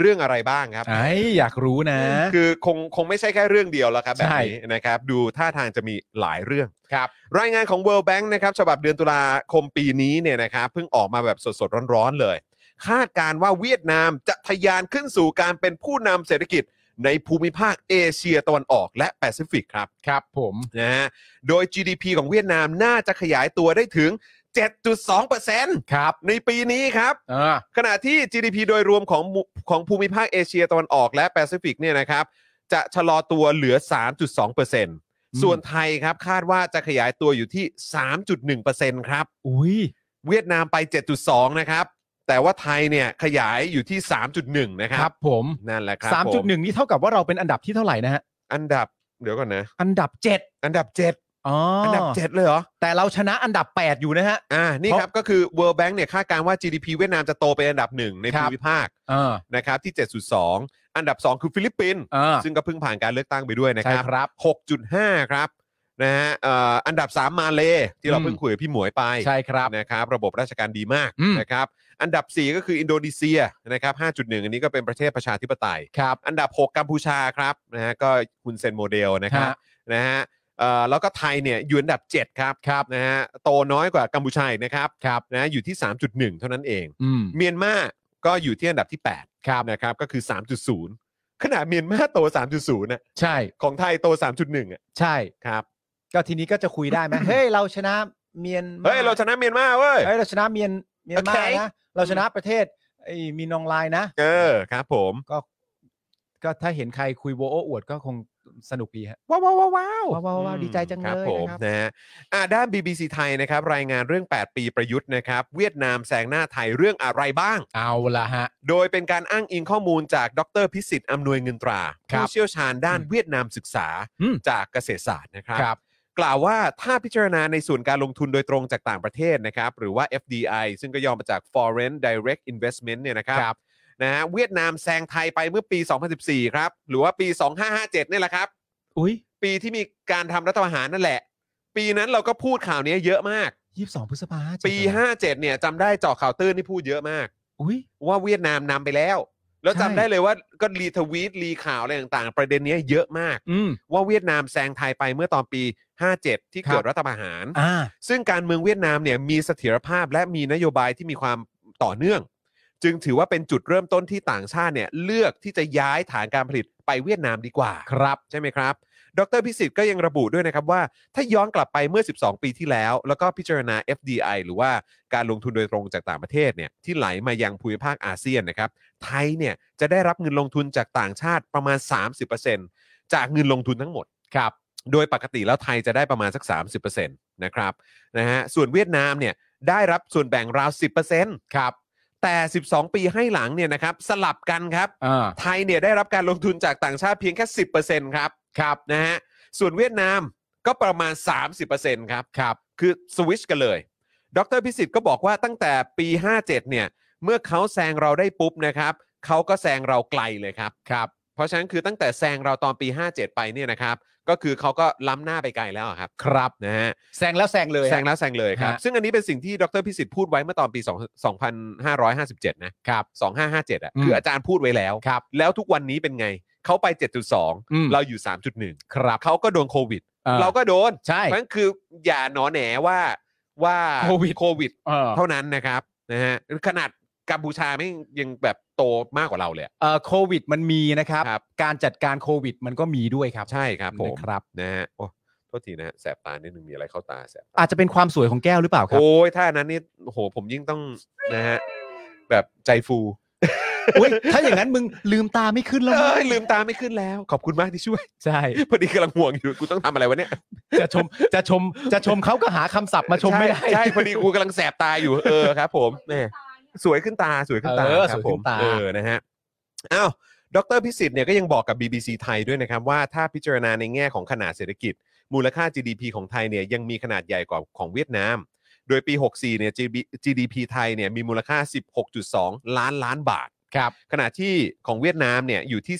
Speaker 3: เรื่องอะไรบ้างครับ
Speaker 4: ไอ้อยากรู้นะ
Speaker 3: คือคงคงไม่ใช่แค่เรื่องเดียวแล้วครับ แบบ
Speaker 4: ใช่
Speaker 3: นี้นะครับ ดูท่าทางจะมีหลายเรื่อง
Speaker 4: ครับ
Speaker 3: รายงานของ World Bank นะครับฉบับเดือนตุลาคมปีนี้เนี่ยนะครับเพิ่งออกมาแบบสดๆ ร้อนๆเลย คาดการณ์ว่าเวียดนามจะทะยานขึ้นสู่การเป็นผู้นำเศรษฐกิจในภูมิภาคเอเชียตะวันออกและแปซิฟิกครับ
Speaker 4: ครับผม
Speaker 3: นะฮะโดย GDP ของเวียดนามน่าจะขยายตัวได้ถึง 7.2%
Speaker 4: ครับ
Speaker 3: ในปีนี้ครับ
Speaker 4: เออ
Speaker 3: ขณะที่ GDP โดยรวมของหมู่ของภูมิภาคเอเชียตะวันออกและแปซิฟิกเนี่ยนะครับ จะชะลอตัวเหลือ 3.2%ส่วนไทยครับคาดว่าจะขยายตัวอยู่ที่ 3.1%ครับ
Speaker 4: อุ้ย
Speaker 3: เวียดนามไป 7.2 นะครับ แต่ว่าไทยเนี่ยขยายอยู่ที่ 3.1 นะค
Speaker 4: ค
Speaker 3: รั
Speaker 4: รับ บผม
Speaker 3: นั่นแหละครับ
Speaker 4: สามจุดหนึ่งนี่เท่ากับว่าเราเป็นอันดับที่เท่าไหร่นะฮะ
Speaker 3: อันดับเดี๋ยวก่อนนะ
Speaker 4: อันดับเจ็ด
Speaker 3: อันดับ 7
Speaker 4: อ๋อ
Speaker 3: อั
Speaker 4: อั
Speaker 3: นดับ 7 เลยเหรอ
Speaker 4: แต่เราชนะอันดับแปดอยู่นะฮะ
Speaker 3: อ่า นี่
Speaker 4: เพราะ
Speaker 3: ครับ ก็คือ World Bank เนี่ยคาดการณ์ว่า GDP เวียดนามจะโตเป็นอันดับหนึ่งใน
Speaker 4: ครั
Speaker 3: ภู
Speaker 4: บ
Speaker 3: มิภาค
Speaker 4: เออ
Speaker 3: นะครับที่ 7.2 อันดับ 2 คือฟิลิปปินส์
Speaker 4: เออ
Speaker 3: ซึ่งก็เพิ่งผ่านการเลือกตั้งไปด้วยนะ
Speaker 4: ใช่
Speaker 3: ครับ
Speaker 4: ครับ
Speaker 3: 6.5 ครับนะฮะเอ่ออันดับ 3 มาเลย์ที่เรา
Speaker 4: อืม
Speaker 3: เพิ่งคุยกับพี่หมวยไป
Speaker 4: ใช่ครับ
Speaker 3: นะครับ ระบบราชการดีมาก
Speaker 4: อืม
Speaker 3: นะครับ อันดับ 4 ก็คืออินโดนีเซียนะครับ 5.1 อันนี้ก็เป็นประเทศประชาธิปไตย
Speaker 4: ครับ
Speaker 3: อันดับ 6 กัมพูชาครับนะฮะก็คุณเซนโมเดลนะครับ
Speaker 4: ฮะ
Speaker 3: นะฮะเอ่อแล้วก็ไทยเนี่ยอยู่อันดับ 7 ครับ
Speaker 4: ครับ
Speaker 3: นะฮะโตน้อยกว่ากัมพูชาอีกนะครับ
Speaker 4: ครับ
Speaker 3: นะอยู่ที่ 3.1 เท่านั้นเอง
Speaker 4: อืม
Speaker 3: เมียนมาก็อยู่ที่อันดับที่ 8
Speaker 4: ครับ
Speaker 3: นะครับก็คือ 3.0 ขนาดเมียนมาโต 3.0นะ
Speaker 4: ใช่
Speaker 3: ของไทยโต 3.1อ่ะ
Speaker 4: ใช่
Speaker 3: ครับ
Speaker 4: ก็ทีนี้ก็จะคุย ได้ไหม เฮ้ย เราชนะเมียนม
Speaker 3: เฮ้ย เราชนะเมียนมาเว้ย
Speaker 4: เฮ้ยเราชนะเมียนเมียนมา
Speaker 3: โอเค
Speaker 4: นะเราชนะประเทศไอ้มีนองลายนะ
Speaker 3: เออครับผม
Speaker 4: ก็ ก็ถ้าเห็นใครคุยโวโอ้อวดก็คงสนุกดีฮะ
Speaker 3: ว้าวว้าวว้าวว้าว
Speaker 4: ว้าวว้าวว้าวดีใจจัง
Speaker 3: ค
Speaker 4: เล
Speaker 3: รับ
Speaker 4: ย
Speaker 3: ผม
Speaker 4: นะครับ
Speaker 3: นะฮะอ่ะด้าน BBC ไทยนะครับ รายงานเรื่อง 8 ปีประยุทธ์นะครับ เวียดนามแซงหน้าไทยเรื่องอะไรบ้าง
Speaker 4: เอาละฮะ
Speaker 3: โดยเป็นการอ้างอิงข้อมูลจากดรพิสิทธิ์อำนวยเงินตรา
Speaker 4: ครับ
Speaker 3: ผู้เชี่ยวชาญด้าน
Speaker 4: อืม
Speaker 3: เวียดนามศึกษา
Speaker 4: อืม
Speaker 3: จากเกษตรศาสตร์นะครับ
Speaker 4: ครับ
Speaker 3: กล่าวว่าถ้าพิจารณาในส่วนการลงทุนโดยตรงจากต่างประเทศนะครับ หรือว่า FDI ซึ่งก็ย่อมาจาก Foreign Direct Investment เนี่ยนะครับ
Speaker 4: ครับ
Speaker 3: นะฮะเวียดนามแซงไทยไปเมื่อปี 2014 ครับ หรือว่าปี 2557เนี่ยแหละครับ
Speaker 4: อุ้ย
Speaker 3: ปีที่มีการทำรัฐประหารนั่นแหละ ปีนั้นเราก็พูดข่าวนี้เยอะมาก
Speaker 4: ยี่สิบสองพฤษภา
Speaker 3: ปี 57 เนี่ยจำได้เจาะข่าวตื้นที่พูดเยอะมาก
Speaker 4: อุ้ย
Speaker 3: ว่าเวียดนามนำไปแล้ว แล้ว
Speaker 4: ใช่
Speaker 3: จำได้เลยว่าก็รีทวีตรีข่าวอะไรต่างๆ ประเด็นเนี้ยเยอะมาก
Speaker 4: อืม
Speaker 3: ว่าเวียดนามแซงไทยไปเมื่อตอนปี 57 ที่เกิด
Speaker 4: ครับ
Speaker 3: รัฐประหาร
Speaker 4: อ่า
Speaker 3: ซึ่งการเมืองเวียดนามเนี่ยมีเสถียรภาพและมีนโยบายที่มีความต่อเนื่อง จึงถือว่าเป็นจุดเริ่มต้นที่ต่างชาติเนี่ยเลือกที่จะย้ายฐานการผลิตไปเวียดนามดีกว่า
Speaker 4: ครับ
Speaker 3: ใช่ไหมครับ ดรพิสิทธิ์ก็ยังระบุด้วยนะครับว่า ถ้าย้อนกลับไปเมื่อ 12 ปีที่แล้ว แล้วก็พิจารณา FDI หรือว่าการลงทุนโดยตรงจากต่างประเทศเนี่ยที่ไหลมายังภูมิภาคอาเซียนนะครับ ไทยเนี่ยจะได้รับเงินลงทุนจากต่างชาติประมาณ 30%จากเงินลงทุนทั้งหมด
Speaker 4: ครับ
Speaker 3: โดยปกติแล้วไทยจะได้ประมาณสัก 30%นะครับนะฮะส่วนเวียดนามเนี่ยได้รับส่วนแบ่งราว 10%ครับแต่ 12 ปีให้หลังเนี่ยนะครับสลับกันครับ
Speaker 4: อ่า
Speaker 3: ไทยเนี่ยได้รับการลงทุนจากต่างชาติเพียงแค่ 10%ครับครับนะฮะส่วนเวียดนามก็ประมาณ 30%ครับครับ คือสวิชกันเลย ดรพิสิทธิ์ก็บอกว่าตั้งแต่ปี 57 เนี่ย เมื่อเขาแซงเราได้ปุ๊บนะครับเขาก็แซงเราไกลเลยครับครับ เพราะฉะนั้นคือตั้งแต่แซงเราตอนปี 57 ไปเนี่ยนะครับ ก็คือเขาก็ล้ำหน้าไปไกลแล้วอะครับ
Speaker 4: ครับ
Speaker 3: นะฮะ
Speaker 4: แซงแล้วแซงเลย
Speaker 3: แซงแล้วแซงเลยครับ
Speaker 4: ฮะ
Speaker 3: ซึ่งอันนี้เป็นสิ่งที่ดรพิสิทธิ์พูดไว้เมื่อตอนปี2 2557 นะครับ 2557 อ่ะ
Speaker 4: อืม
Speaker 3: คืออาจารย์พูดไว้แล้ว
Speaker 4: ครับ
Speaker 3: แล้วทุกวันนี้เป็นไง เขาไป
Speaker 4: อืม
Speaker 3: 7.2 เราอยู่ 3.1
Speaker 4: ครับ
Speaker 3: เขาก็โดนโควิด
Speaker 4: อ่
Speaker 3: เราก็โดน
Speaker 4: ใช่
Speaker 3: เพราะฉะนั้นคืออย่าหนอแหนว่าว่า
Speaker 4: โควิด
Speaker 3: โควิด
Speaker 4: เออ
Speaker 3: เท่านั้นนะครับนะฮะขนาดกัมพูชาไม่งยังแบบโตมากกว่าเราเลยอะ
Speaker 4: เอ่อโควิดมันมีนะครับ
Speaker 3: ครับ
Speaker 4: การจัดการโควิดมันก็มีด้วยครับ
Speaker 3: ใช่ครับผม
Speaker 4: นะครับ
Speaker 3: นะฮะโอ้โทษทีนะฮะแสบตานิดนึงมีอะไรเข้าตาแสบตา
Speaker 4: อาจจะเป็นความสวยของแก้วหรือเปล่าครับ
Speaker 3: โอ้ยถ้าอันนั้นนี่โอ้โหผมยิ่งต้องนะฮะแบบใจฟู
Speaker 4: อุ๊ยถ้าอย่างนั้นมึงลืมตาไม่ขึ้นแล้ว
Speaker 3: เอ้ย
Speaker 4: นะ
Speaker 3: ลืมตาไม่ขึ้นแล้ว ขอบคุณมากที่ช่วย
Speaker 4: ใช่
Speaker 3: พอดีกำลังห่วงอยู่กูต้องทำอะไรวะเนี่ย
Speaker 4: จะชมจะชมจะชมเขาก็หาคำศัพท์มาชมไม่ได้
Speaker 3: ใช่ใช่พอดีกูกำลังแสบตาอยู่เออครับ ผมแหม่สวยขึ้นตาสวยขึ้นตา
Speaker 4: เออ
Speaker 3: ครับ
Speaker 4: สวย
Speaker 3: ผ
Speaker 4: ขึ้
Speaker 3: ม
Speaker 4: นตา
Speaker 3: เออนะฮะอ้าวดรพิสิทธิ์เนี่ยก็ยังบอกกับ BBC ไทยด้วยนะครับว่าถ้าพิจารณาในแง่ของขนาดเศรษฐกิจ มูลค่า GDP ของไทยเนี่ยยังมีขนาดใหญ่กว่าของเวียดนาม โดยปี 64 เนี่ย GDP ไทยเนี่ยมีมูลค่า 16.2 ล้านล้านบาท
Speaker 4: ครับ
Speaker 3: ขณะที่ของเวียดนามเนี่ยอยู่ที่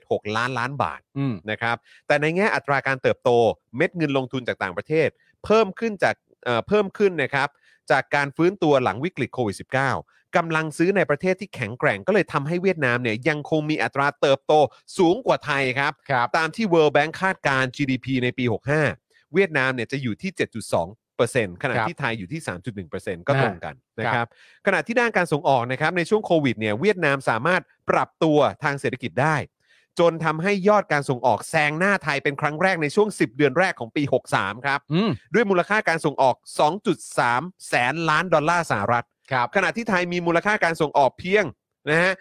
Speaker 3: 13.76 ล้านล้านบาท
Speaker 4: อืม
Speaker 3: นะครับ แต่ในแง่อัตราการเติบโตเม็ดเงินลงทุนจากต่างประเทศ เพิ่มขึ้นจากเอ่อเพิ่มขึ้นนะครับ จากการฟื้นตัวหลังวิกฤตโควิด -19 กำลังซื้อในประเทศที่แข็งแกร่งก็เลยทำให้เวียดนามเนี่ยยังคงมีอัตราเติบโตสูงกว่าไทยครับ
Speaker 4: ครับ
Speaker 3: ตามที่ World Bank คาดการณ์ GDP ในปี 65 เวียดนามเนี่ยจะอยู่ที่ 7.2%ขณะ
Speaker 4: ครับ
Speaker 3: ที่ไทยอยู่ที่ 3.1%ก็ต
Speaker 4: อ่า
Speaker 3: รงกันนะค
Speaker 4: ครั
Speaker 3: รับบ ขณะที่ด้านการส่งออกนะครับในช่วงโควิดเนี่ยเวียดนามสามารถปรับตัวทางเศรษฐกิจได้ จนทำให้ยอดการส่งออกแซงหน้าไทยเป็นครั้งแรกในช่วง 10 เดือนแรกของปี 63 ครับ
Speaker 4: อืม
Speaker 3: ด้วยมูลค่าการส่งออก 2.3 แสนล้านดอลลาร์สหรัฐ
Speaker 4: ครับ
Speaker 3: ขณะที่ไทยมีมูลค่าการส่งออกเพียงนะฮะ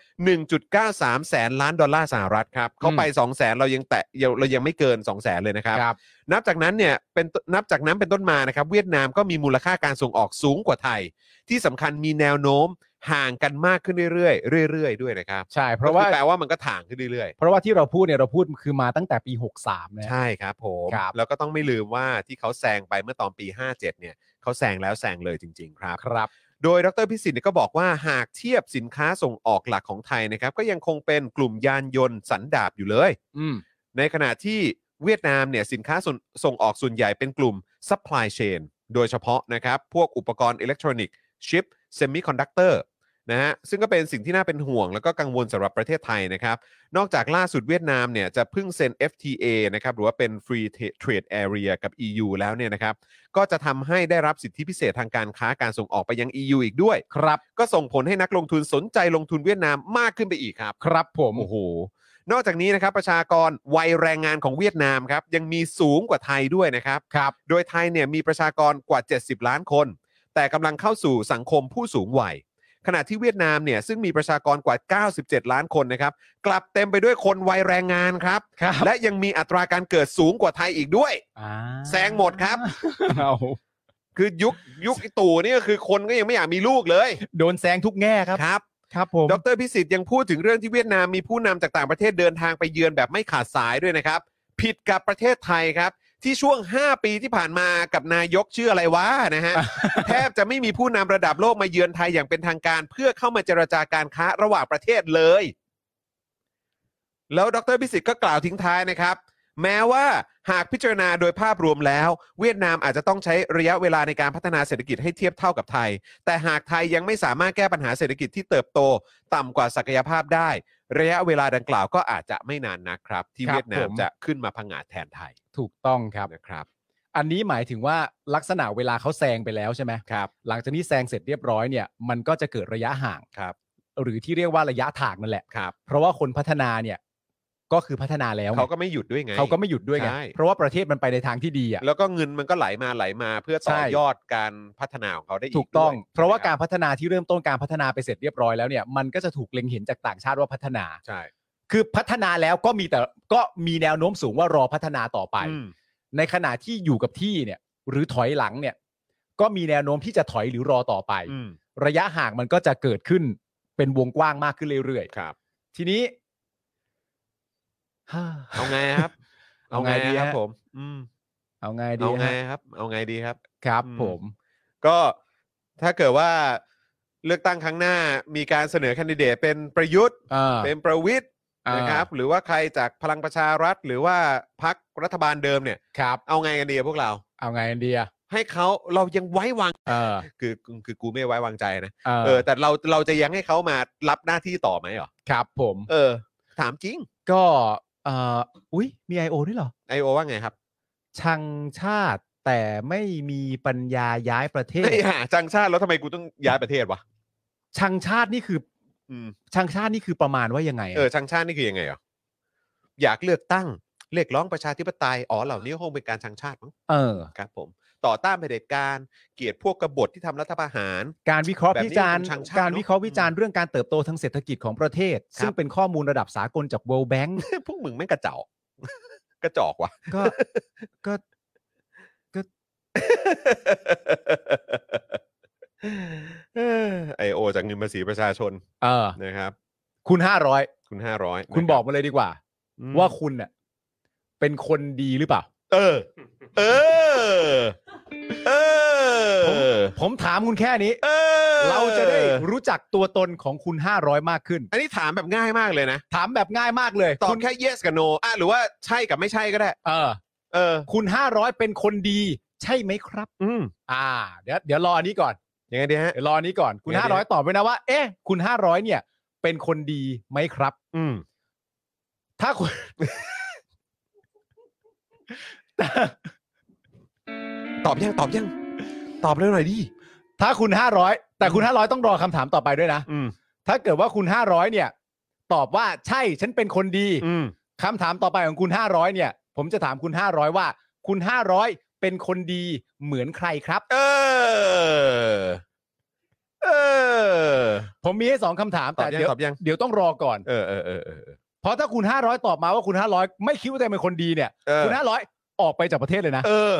Speaker 3: 1.93 แสนล้านดอลลาร์สหรัฐครับ เข้าไป 2 แสนเรายังแตะยังเรายังไม่เกิน 2 แสนเลยนะครับ
Speaker 4: ครับ
Speaker 3: นับจากนั้นเนี่ยเป็นนับจากนั้นเป็นต้นมานะครับ เวียดนามก็มีมูลค่าการส่งออกสูงกว่าไทย ที่สำคัญมีแนวโน้มห่างกันมากขึ้นเรื่อยๆเรื่อยๆด้วยนะครับ
Speaker 4: ใช่ เพราะว่า
Speaker 3: ก็คือแปลว่ามันก็ถ่างขึ้นเรื่อย
Speaker 4: เพราะว่าที่เราพูดเนี่ยเราพูดคือมาตั้งแต่ปี 63นะ
Speaker 3: ๆ
Speaker 4: ฮะ
Speaker 3: ใช่ครับผม
Speaker 4: ครับ
Speaker 3: แล้วก็ต้องไม่ลืมว่าที่เขาแซงไปเมื่อตอนปี 57 เนี่ยเขาแซงแล้วแซงเลยจริง ๆ ครับ
Speaker 4: ครับ
Speaker 3: โดยดรพิสิทธิ์เนี่ยก็บอกว่าหากเทียบสินค้าส่งออกหลักของไทยนะครับ ก็ยังคงเป็นกลุ่มยานยนต์สันดาบอยู่เลย
Speaker 4: อืม
Speaker 3: ในขณะที่เวียดนามเนี่ยสินค้าส่งส่งออกส่วนใหญ่เป็นกลุ่ม supply chain โดยเฉพาะนะครับ พวกอุปกรณ์อิเล็กทรอนิกส์ชิปเซมิคอนดักเตอร์นะฮะซึ่งก็เป็นสิ่งที่น่าเป็นห่วง แล้วก็กังวลสำหรับประเทศไทยนะครับ นอกจากล่าสุดเวียดนามเนี่ยจะเพิ่งเซ็น FTA นะครับหรือว่าเป็น Free Trade Area กับ EU แล้วเนี่ยนะครับ ก็จะทำให้ได้รับสิทธิพิเศษทางการค้าการส่งออกไปยัง EU อีกด้วย
Speaker 4: ครับ
Speaker 3: ก็ส่งผลให้นักลงทุนสนใจลงทุนเวียดนามมากขึ้นไปอีกครับ
Speaker 4: ครับผม
Speaker 3: โอ้โห นอกจากนี้นะครับประชากรวัยแรงงานของเวียดนามครับยังมีสูงกว่าไทยด้วยนะครับ
Speaker 4: ครับ
Speaker 3: โดยไทยเนี่ยมีประชากรกว่า 70 ล้านคน แต่กำลังเข้าสู่สังคมผู้สูงวัย ขณะที่เวียดนามเนี่ยซึ่งมีประชากรกว่า 97 ล้านคนนะครับ กลับเต็มไปด้วยคนวัยแรงงานครับ
Speaker 4: ครับ
Speaker 3: และยังมีอัตราการเกิดสูงกว่าไทยอีกด้วย
Speaker 4: อ่า
Speaker 3: แซงหมดครับ
Speaker 4: เอา
Speaker 3: คือยุคยุคไอ้ตู่นี่ก็คือคนก็ยังไม่อยากมีลูกเลย
Speaker 4: โดนแซงทุกแง่ครับ
Speaker 3: ครับ
Speaker 4: ครับผม
Speaker 3: ดรพิสิทธิ์ยังพูดถึงเรื่องที่เวียดนามมีผู้นำจากต่างประเทศเดินทางไปเยือนแบบไม่ขาดสายด้วยนะครับ ผิดกับประเทศไทยครับ ที่ช่วง 5 ปีที่ผ่านมากับนายกชื่ออะไรวะนะ ฮะ แทบจะไม่มีผู้นำระดับโลกมาเยือนไทยอย่างเป็นทางการ เพื่อเข้ามาเจรจาการค้าระหว่างประเทศเลย แล้วดรพิสิทธิ์ก็กล่าวทิ้งท้ายนะครับ แม้ว่าหากพิจารณาโดยภาพรวมแล้ว เวียดนามอาจจะต้องใช้ระยะเวลาในการพัฒนาเศรษฐกิจให้เทียบเท่ากับไทย แต่หากไทยยังไม่สามารถแก้ปัญหาเศรษฐกิจที่เติบโต ต่ำกว่าศักยภาพได้ ระยะเวลาดังกล่าวก็อาจจะไม่นานนักครับ ที่เวียดนามจะขึ้นมาพังงาดแทนไทย
Speaker 4: ถูกต้องครับ
Speaker 3: นะครับ
Speaker 4: อันนี้หมายถึงว่าลักษณะเวลาเขาแซงไปแล้วใช่ไหม
Speaker 3: ครับ
Speaker 4: หลังจากนี้แซงเสร็จเรียบร้อยเนี่ย มันก็จะเกิดระยะห่าง
Speaker 3: ครับ
Speaker 4: หรือที่เรียกว่าระยะถากนั่นแหละ
Speaker 3: ครับ
Speaker 4: เพราะว่าคนพัฒนาเนี่ยก็คือพัฒนาแล้วไง
Speaker 3: เขาก็ไม่หยุดด้วยไง
Speaker 4: เขาก็ไม่หยุดด้วยไง
Speaker 3: ใช่
Speaker 4: เพราะว่าประเทศมันไปในทางที่ดีอ่ะ
Speaker 3: แล้วก็เงินมันก็ไหลมาไหลมาเพื่อต่อ
Speaker 4: ใช่
Speaker 3: ยอดการพัฒนาของเขาได้อีก
Speaker 4: ถูกต้อง
Speaker 3: ด้วย
Speaker 4: เพราะว่า
Speaker 3: ใช่
Speaker 4: กา
Speaker 3: ไหมค
Speaker 4: รพัฒนาที่เริ่มต้นการพัฒนาไปเสร็จเรียบร้อยแล้วเนี่ยมันก็จะถูกเล็งเห็นจากต่างชาติว่าพัฒนา
Speaker 3: บใช่
Speaker 4: คือพัฒนาแล้วก็มีแต่ก็มีแนวโน้มสูงว่ารอพัฒนาต่อไป
Speaker 3: อืม
Speaker 4: ในขณะที่อยู่กับที่เนี่ย หรือถอยหลังเนี่ย ก็มีแนวโน้มที่จะถอยหรือรอต่อไป
Speaker 3: อืม
Speaker 4: ระยะห่างมันก็จะเกิดขึ้นเป็นวงกว้างมากขึ้นเรื่อย
Speaker 3: ครับ
Speaker 4: ๆ ทีนี้
Speaker 3: เอาไงครับ เอาไง
Speaker 4: เอาไงดี
Speaker 3: ครับ
Speaker 4: ฮะ
Speaker 3: ผมอืม
Speaker 4: เอาไงดี
Speaker 3: เอาไงค
Speaker 4: ฮะ
Speaker 3: รับ เอาไงดีครับ
Speaker 4: ครับ
Speaker 3: อืม
Speaker 4: ผม
Speaker 3: ก็ถ้าเกิดว่าเลือกตั้งครั้งหน้ามีการเสนอแคนดิเดตเป็นประยุทธ์
Speaker 4: เออ
Speaker 3: เป็นประวิทย์
Speaker 4: เออ
Speaker 3: นะครับ หรือว่าใครจากพลังประชารัฐ หรือว่าพักรัฐบาลเดิมเนี่ย
Speaker 4: ครับ
Speaker 3: เอาไงกันดีอะพวกเรา
Speaker 4: เอาไงดีอะ
Speaker 3: ให้เขาเรายังไว้วาง
Speaker 4: เออ
Speaker 3: คือคือกูไม่ไว้วางใจนะ
Speaker 4: เอ
Speaker 3: เออ
Speaker 4: อ
Speaker 3: แต่เราเราจะยังให้เขามารับหน้าที่ต่อไหมเหรอ
Speaker 4: ครับ ผม
Speaker 3: เออ ถามจริง
Speaker 4: ก็เอออุ้ยมี I.O. ด้วยเหรอ
Speaker 3: ไอโอว่าไงครับ
Speaker 4: ชังชาติแต่ไม่มีปัญญาย้ายประเทศ
Speaker 3: ไอ้ห่าจังชาติแล้วทำไมกูต้องย้ายประเทศวะ
Speaker 4: ชังชาตินี่คือ
Speaker 3: อืม
Speaker 4: ชังชาตินี่คือประมาณว่ายังไงอะ
Speaker 3: เออชังชาตินี่คือยังไงอ่ะอยากเลือกตั้งเรียกร้องประชาธิปไตยอ๋อเหล่านี้คงเป็นการชังชาติมั้ง
Speaker 4: เออ
Speaker 3: ครับผม ต่อต้านเผด็จการ เกลียดพวกกบฏที่ทำรัฐประหาร
Speaker 4: การวิเคราะห์
Speaker 3: แบบนี้
Speaker 4: วิจารณ์
Speaker 3: มันชังชาติ
Speaker 4: การวิเคราะห์
Speaker 3: เนอะ
Speaker 4: วิจารณ์เรื่องการเติบโตทางเศรษฐกิจของประเทศ
Speaker 3: ครับ
Speaker 4: ซึ่งเป็นข้อมูลระดับสากลจาก World Bank
Speaker 3: พวกมึงแม่งกระจอก กระจอกว่ะ
Speaker 4: ก็ก็
Speaker 3: ไอโอจากเงินภาษีประชาชน
Speaker 4: เออ
Speaker 3: นะครับ
Speaker 4: คุณห้าร้อย
Speaker 3: คุณห้าร้อย
Speaker 4: คุณบอกมาเลยดีกว่า ว่าคุณเน่ะเป็นคนดีหรือเปล่า
Speaker 3: เออ เออ เออ
Speaker 4: ผมถามคุณแค่นี้
Speaker 3: เออ
Speaker 4: เราจะได้รู้จักตัวตนของคุณ 500 มากขึ้น
Speaker 3: อันนี้ถามแบบง่ายมากเลยนะ
Speaker 4: ถามแบบง่ายมากเลย
Speaker 3: ตอบ
Speaker 4: ณ
Speaker 3: แค่ yes กับ no อ่ะหรือว่าใช่กับไม่ใช่ก็ได้
Speaker 4: เออ
Speaker 3: เออ
Speaker 4: คุณ 500 เป็นคนดี ใช่ไหมครับ
Speaker 3: อืม
Speaker 4: อ่า เดี๋ยวเดี๋ยวรออันนี้ก่อน
Speaker 3: ยังไงดีฮะ
Speaker 4: เดี๋ยวรออันนี้ก่อน คุณ
Speaker 3: เดี๋ยว
Speaker 4: 500 ตอบไปนะว่า เอ๊ะ คุณ 500 เนี่ย เป็นคนดีไหมครับ
Speaker 3: อืม
Speaker 4: ถ้าคุณ
Speaker 3: ตอบยังตอบยัง ตอบเร็วหน่อยดิ
Speaker 4: ถ้าคุณ 500 แต่คุณ 500 ต้องรอคำถามต่อไปด้วยนะ
Speaker 3: อืม
Speaker 4: ถ้าเกิดว่าคุณ 500 เนี่ย ตอบว่าใช่ฉันเป็นคนดี
Speaker 3: อืม
Speaker 4: คำถามต่อไปของคุณ 500 เนี่ย ผมจะถามคุณ 500 ว่า คุณ 500 เป็นคนดีเหมือนใครครับ
Speaker 3: เออ เออ
Speaker 4: ผมมีให้สองคำถาม
Speaker 3: ตอ
Speaker 4: แต่
Speaker 3: บยัง
Speaker 4: เดี๋ยว
Speaker 3: ตอบยัง
Speaker 4: เดี๋ยวต้องรอก่อน
Speaker 3: เออเออเออเออ
Speaker 4: เพราะถ้าคุณ 500 ตอบมาว่าคุณ 500 ไม่คิดว่าตัวเองเป็นคนดีเนี่ย
Speaker 3: เออ
Speaker 4: คุณ 500 ออกไปจากประเทศเลยนะ
Speaker 3: เออ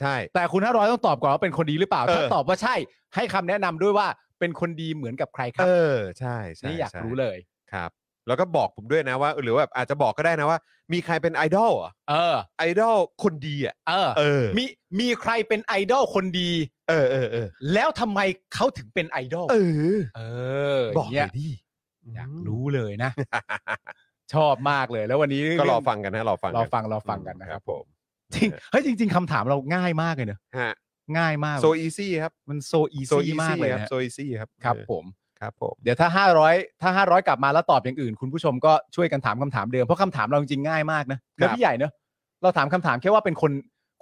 Speaker 3: ใช่
Speaker 4: แต่คุณ 500 ต้องตอบก่อนว่าเป็นคนดีหรือเปล่า
Speaker 3: เออ
Speaker 4: ถ้าตอบว่าใช่ ให้คำแนะนำด้วยว่าเป็นคนดีเหมือนกับใครครั
Speaker 3: เอบ อ ใช่ใช่
Speaker 4: นี่อยาก
Speaker 3: ใช่
Speaker 4: รู้เลย
Speaker 3: ครับ แล้วก็บอกผมด้วยนะว่า หรือว่าแบบอาจจะบอกก็ได้นะว่า มีใครเป็นไอดอลเหรอ่ะ
Speaker 4: เออ
Speaker 3: ไอดอลคนดีอ่ะ
Speaker 4: เออ
Speaker 3: เออ
Speaker 4: มีมีใครเป็นไอดอลคนดี
Speaker 3: เออเออเออ
Speaker 4: แล้วทำไมเขาถึงเป็นไอดอล
Speaker 3: เออ
Speaker 4: เออ
Speaker 3: บอก
Speaker 4: ย่าง
Speaker 3: หน่อย
Speaker 4: เงี้ย
Speaker 3: ดิ
Speaker 4: อยากรู้เลย นะ ชอบมากเลย แล้ววันนี้
Speaker 3: ก็รอฟังกันนะรอฟัง
Speaker 4: รอ
Speaker 3: กัน
Speaker 4: ฟังรอฟังกันนะครับ
Speaker 3: ผม
Speaker 4: จริงเฮ้ยจริง ๆคำถามเราง่ายมากเลยเนอะ
Speaker 3: ฮะ
Speaker 4: ง่ายมาก
Speaker 3: โซอีซี่ครับ
Speaker 4: มันโซอี
Speaker 3: โซ
Speaker 4: ซี
Speaker 3: อี
Speaker 4: มา
Speaker 3: ซี่
Speaker 4: กเลย
Speaker 3: ครับ
Speaker 4: นะ
Speaker 3: โซอีซี่ครับ
Speaker 4: ครับ
Speaker 3: เออ
Speaker 4: ผม
Speaker 3: ครับผม
Speaker 4: เดี๋ยวถ้า 500 ถ้า 500 กลับมาแล้วตอบอย่างอื่น คุณผู้ชมก็ช่วยกันถามคำถามเดิม เพราะคำถามเราจริงๆง่ายมากนะแล้วพี่ใหญ่เนอะเราถามคำถามแค่ว่าเป็นคน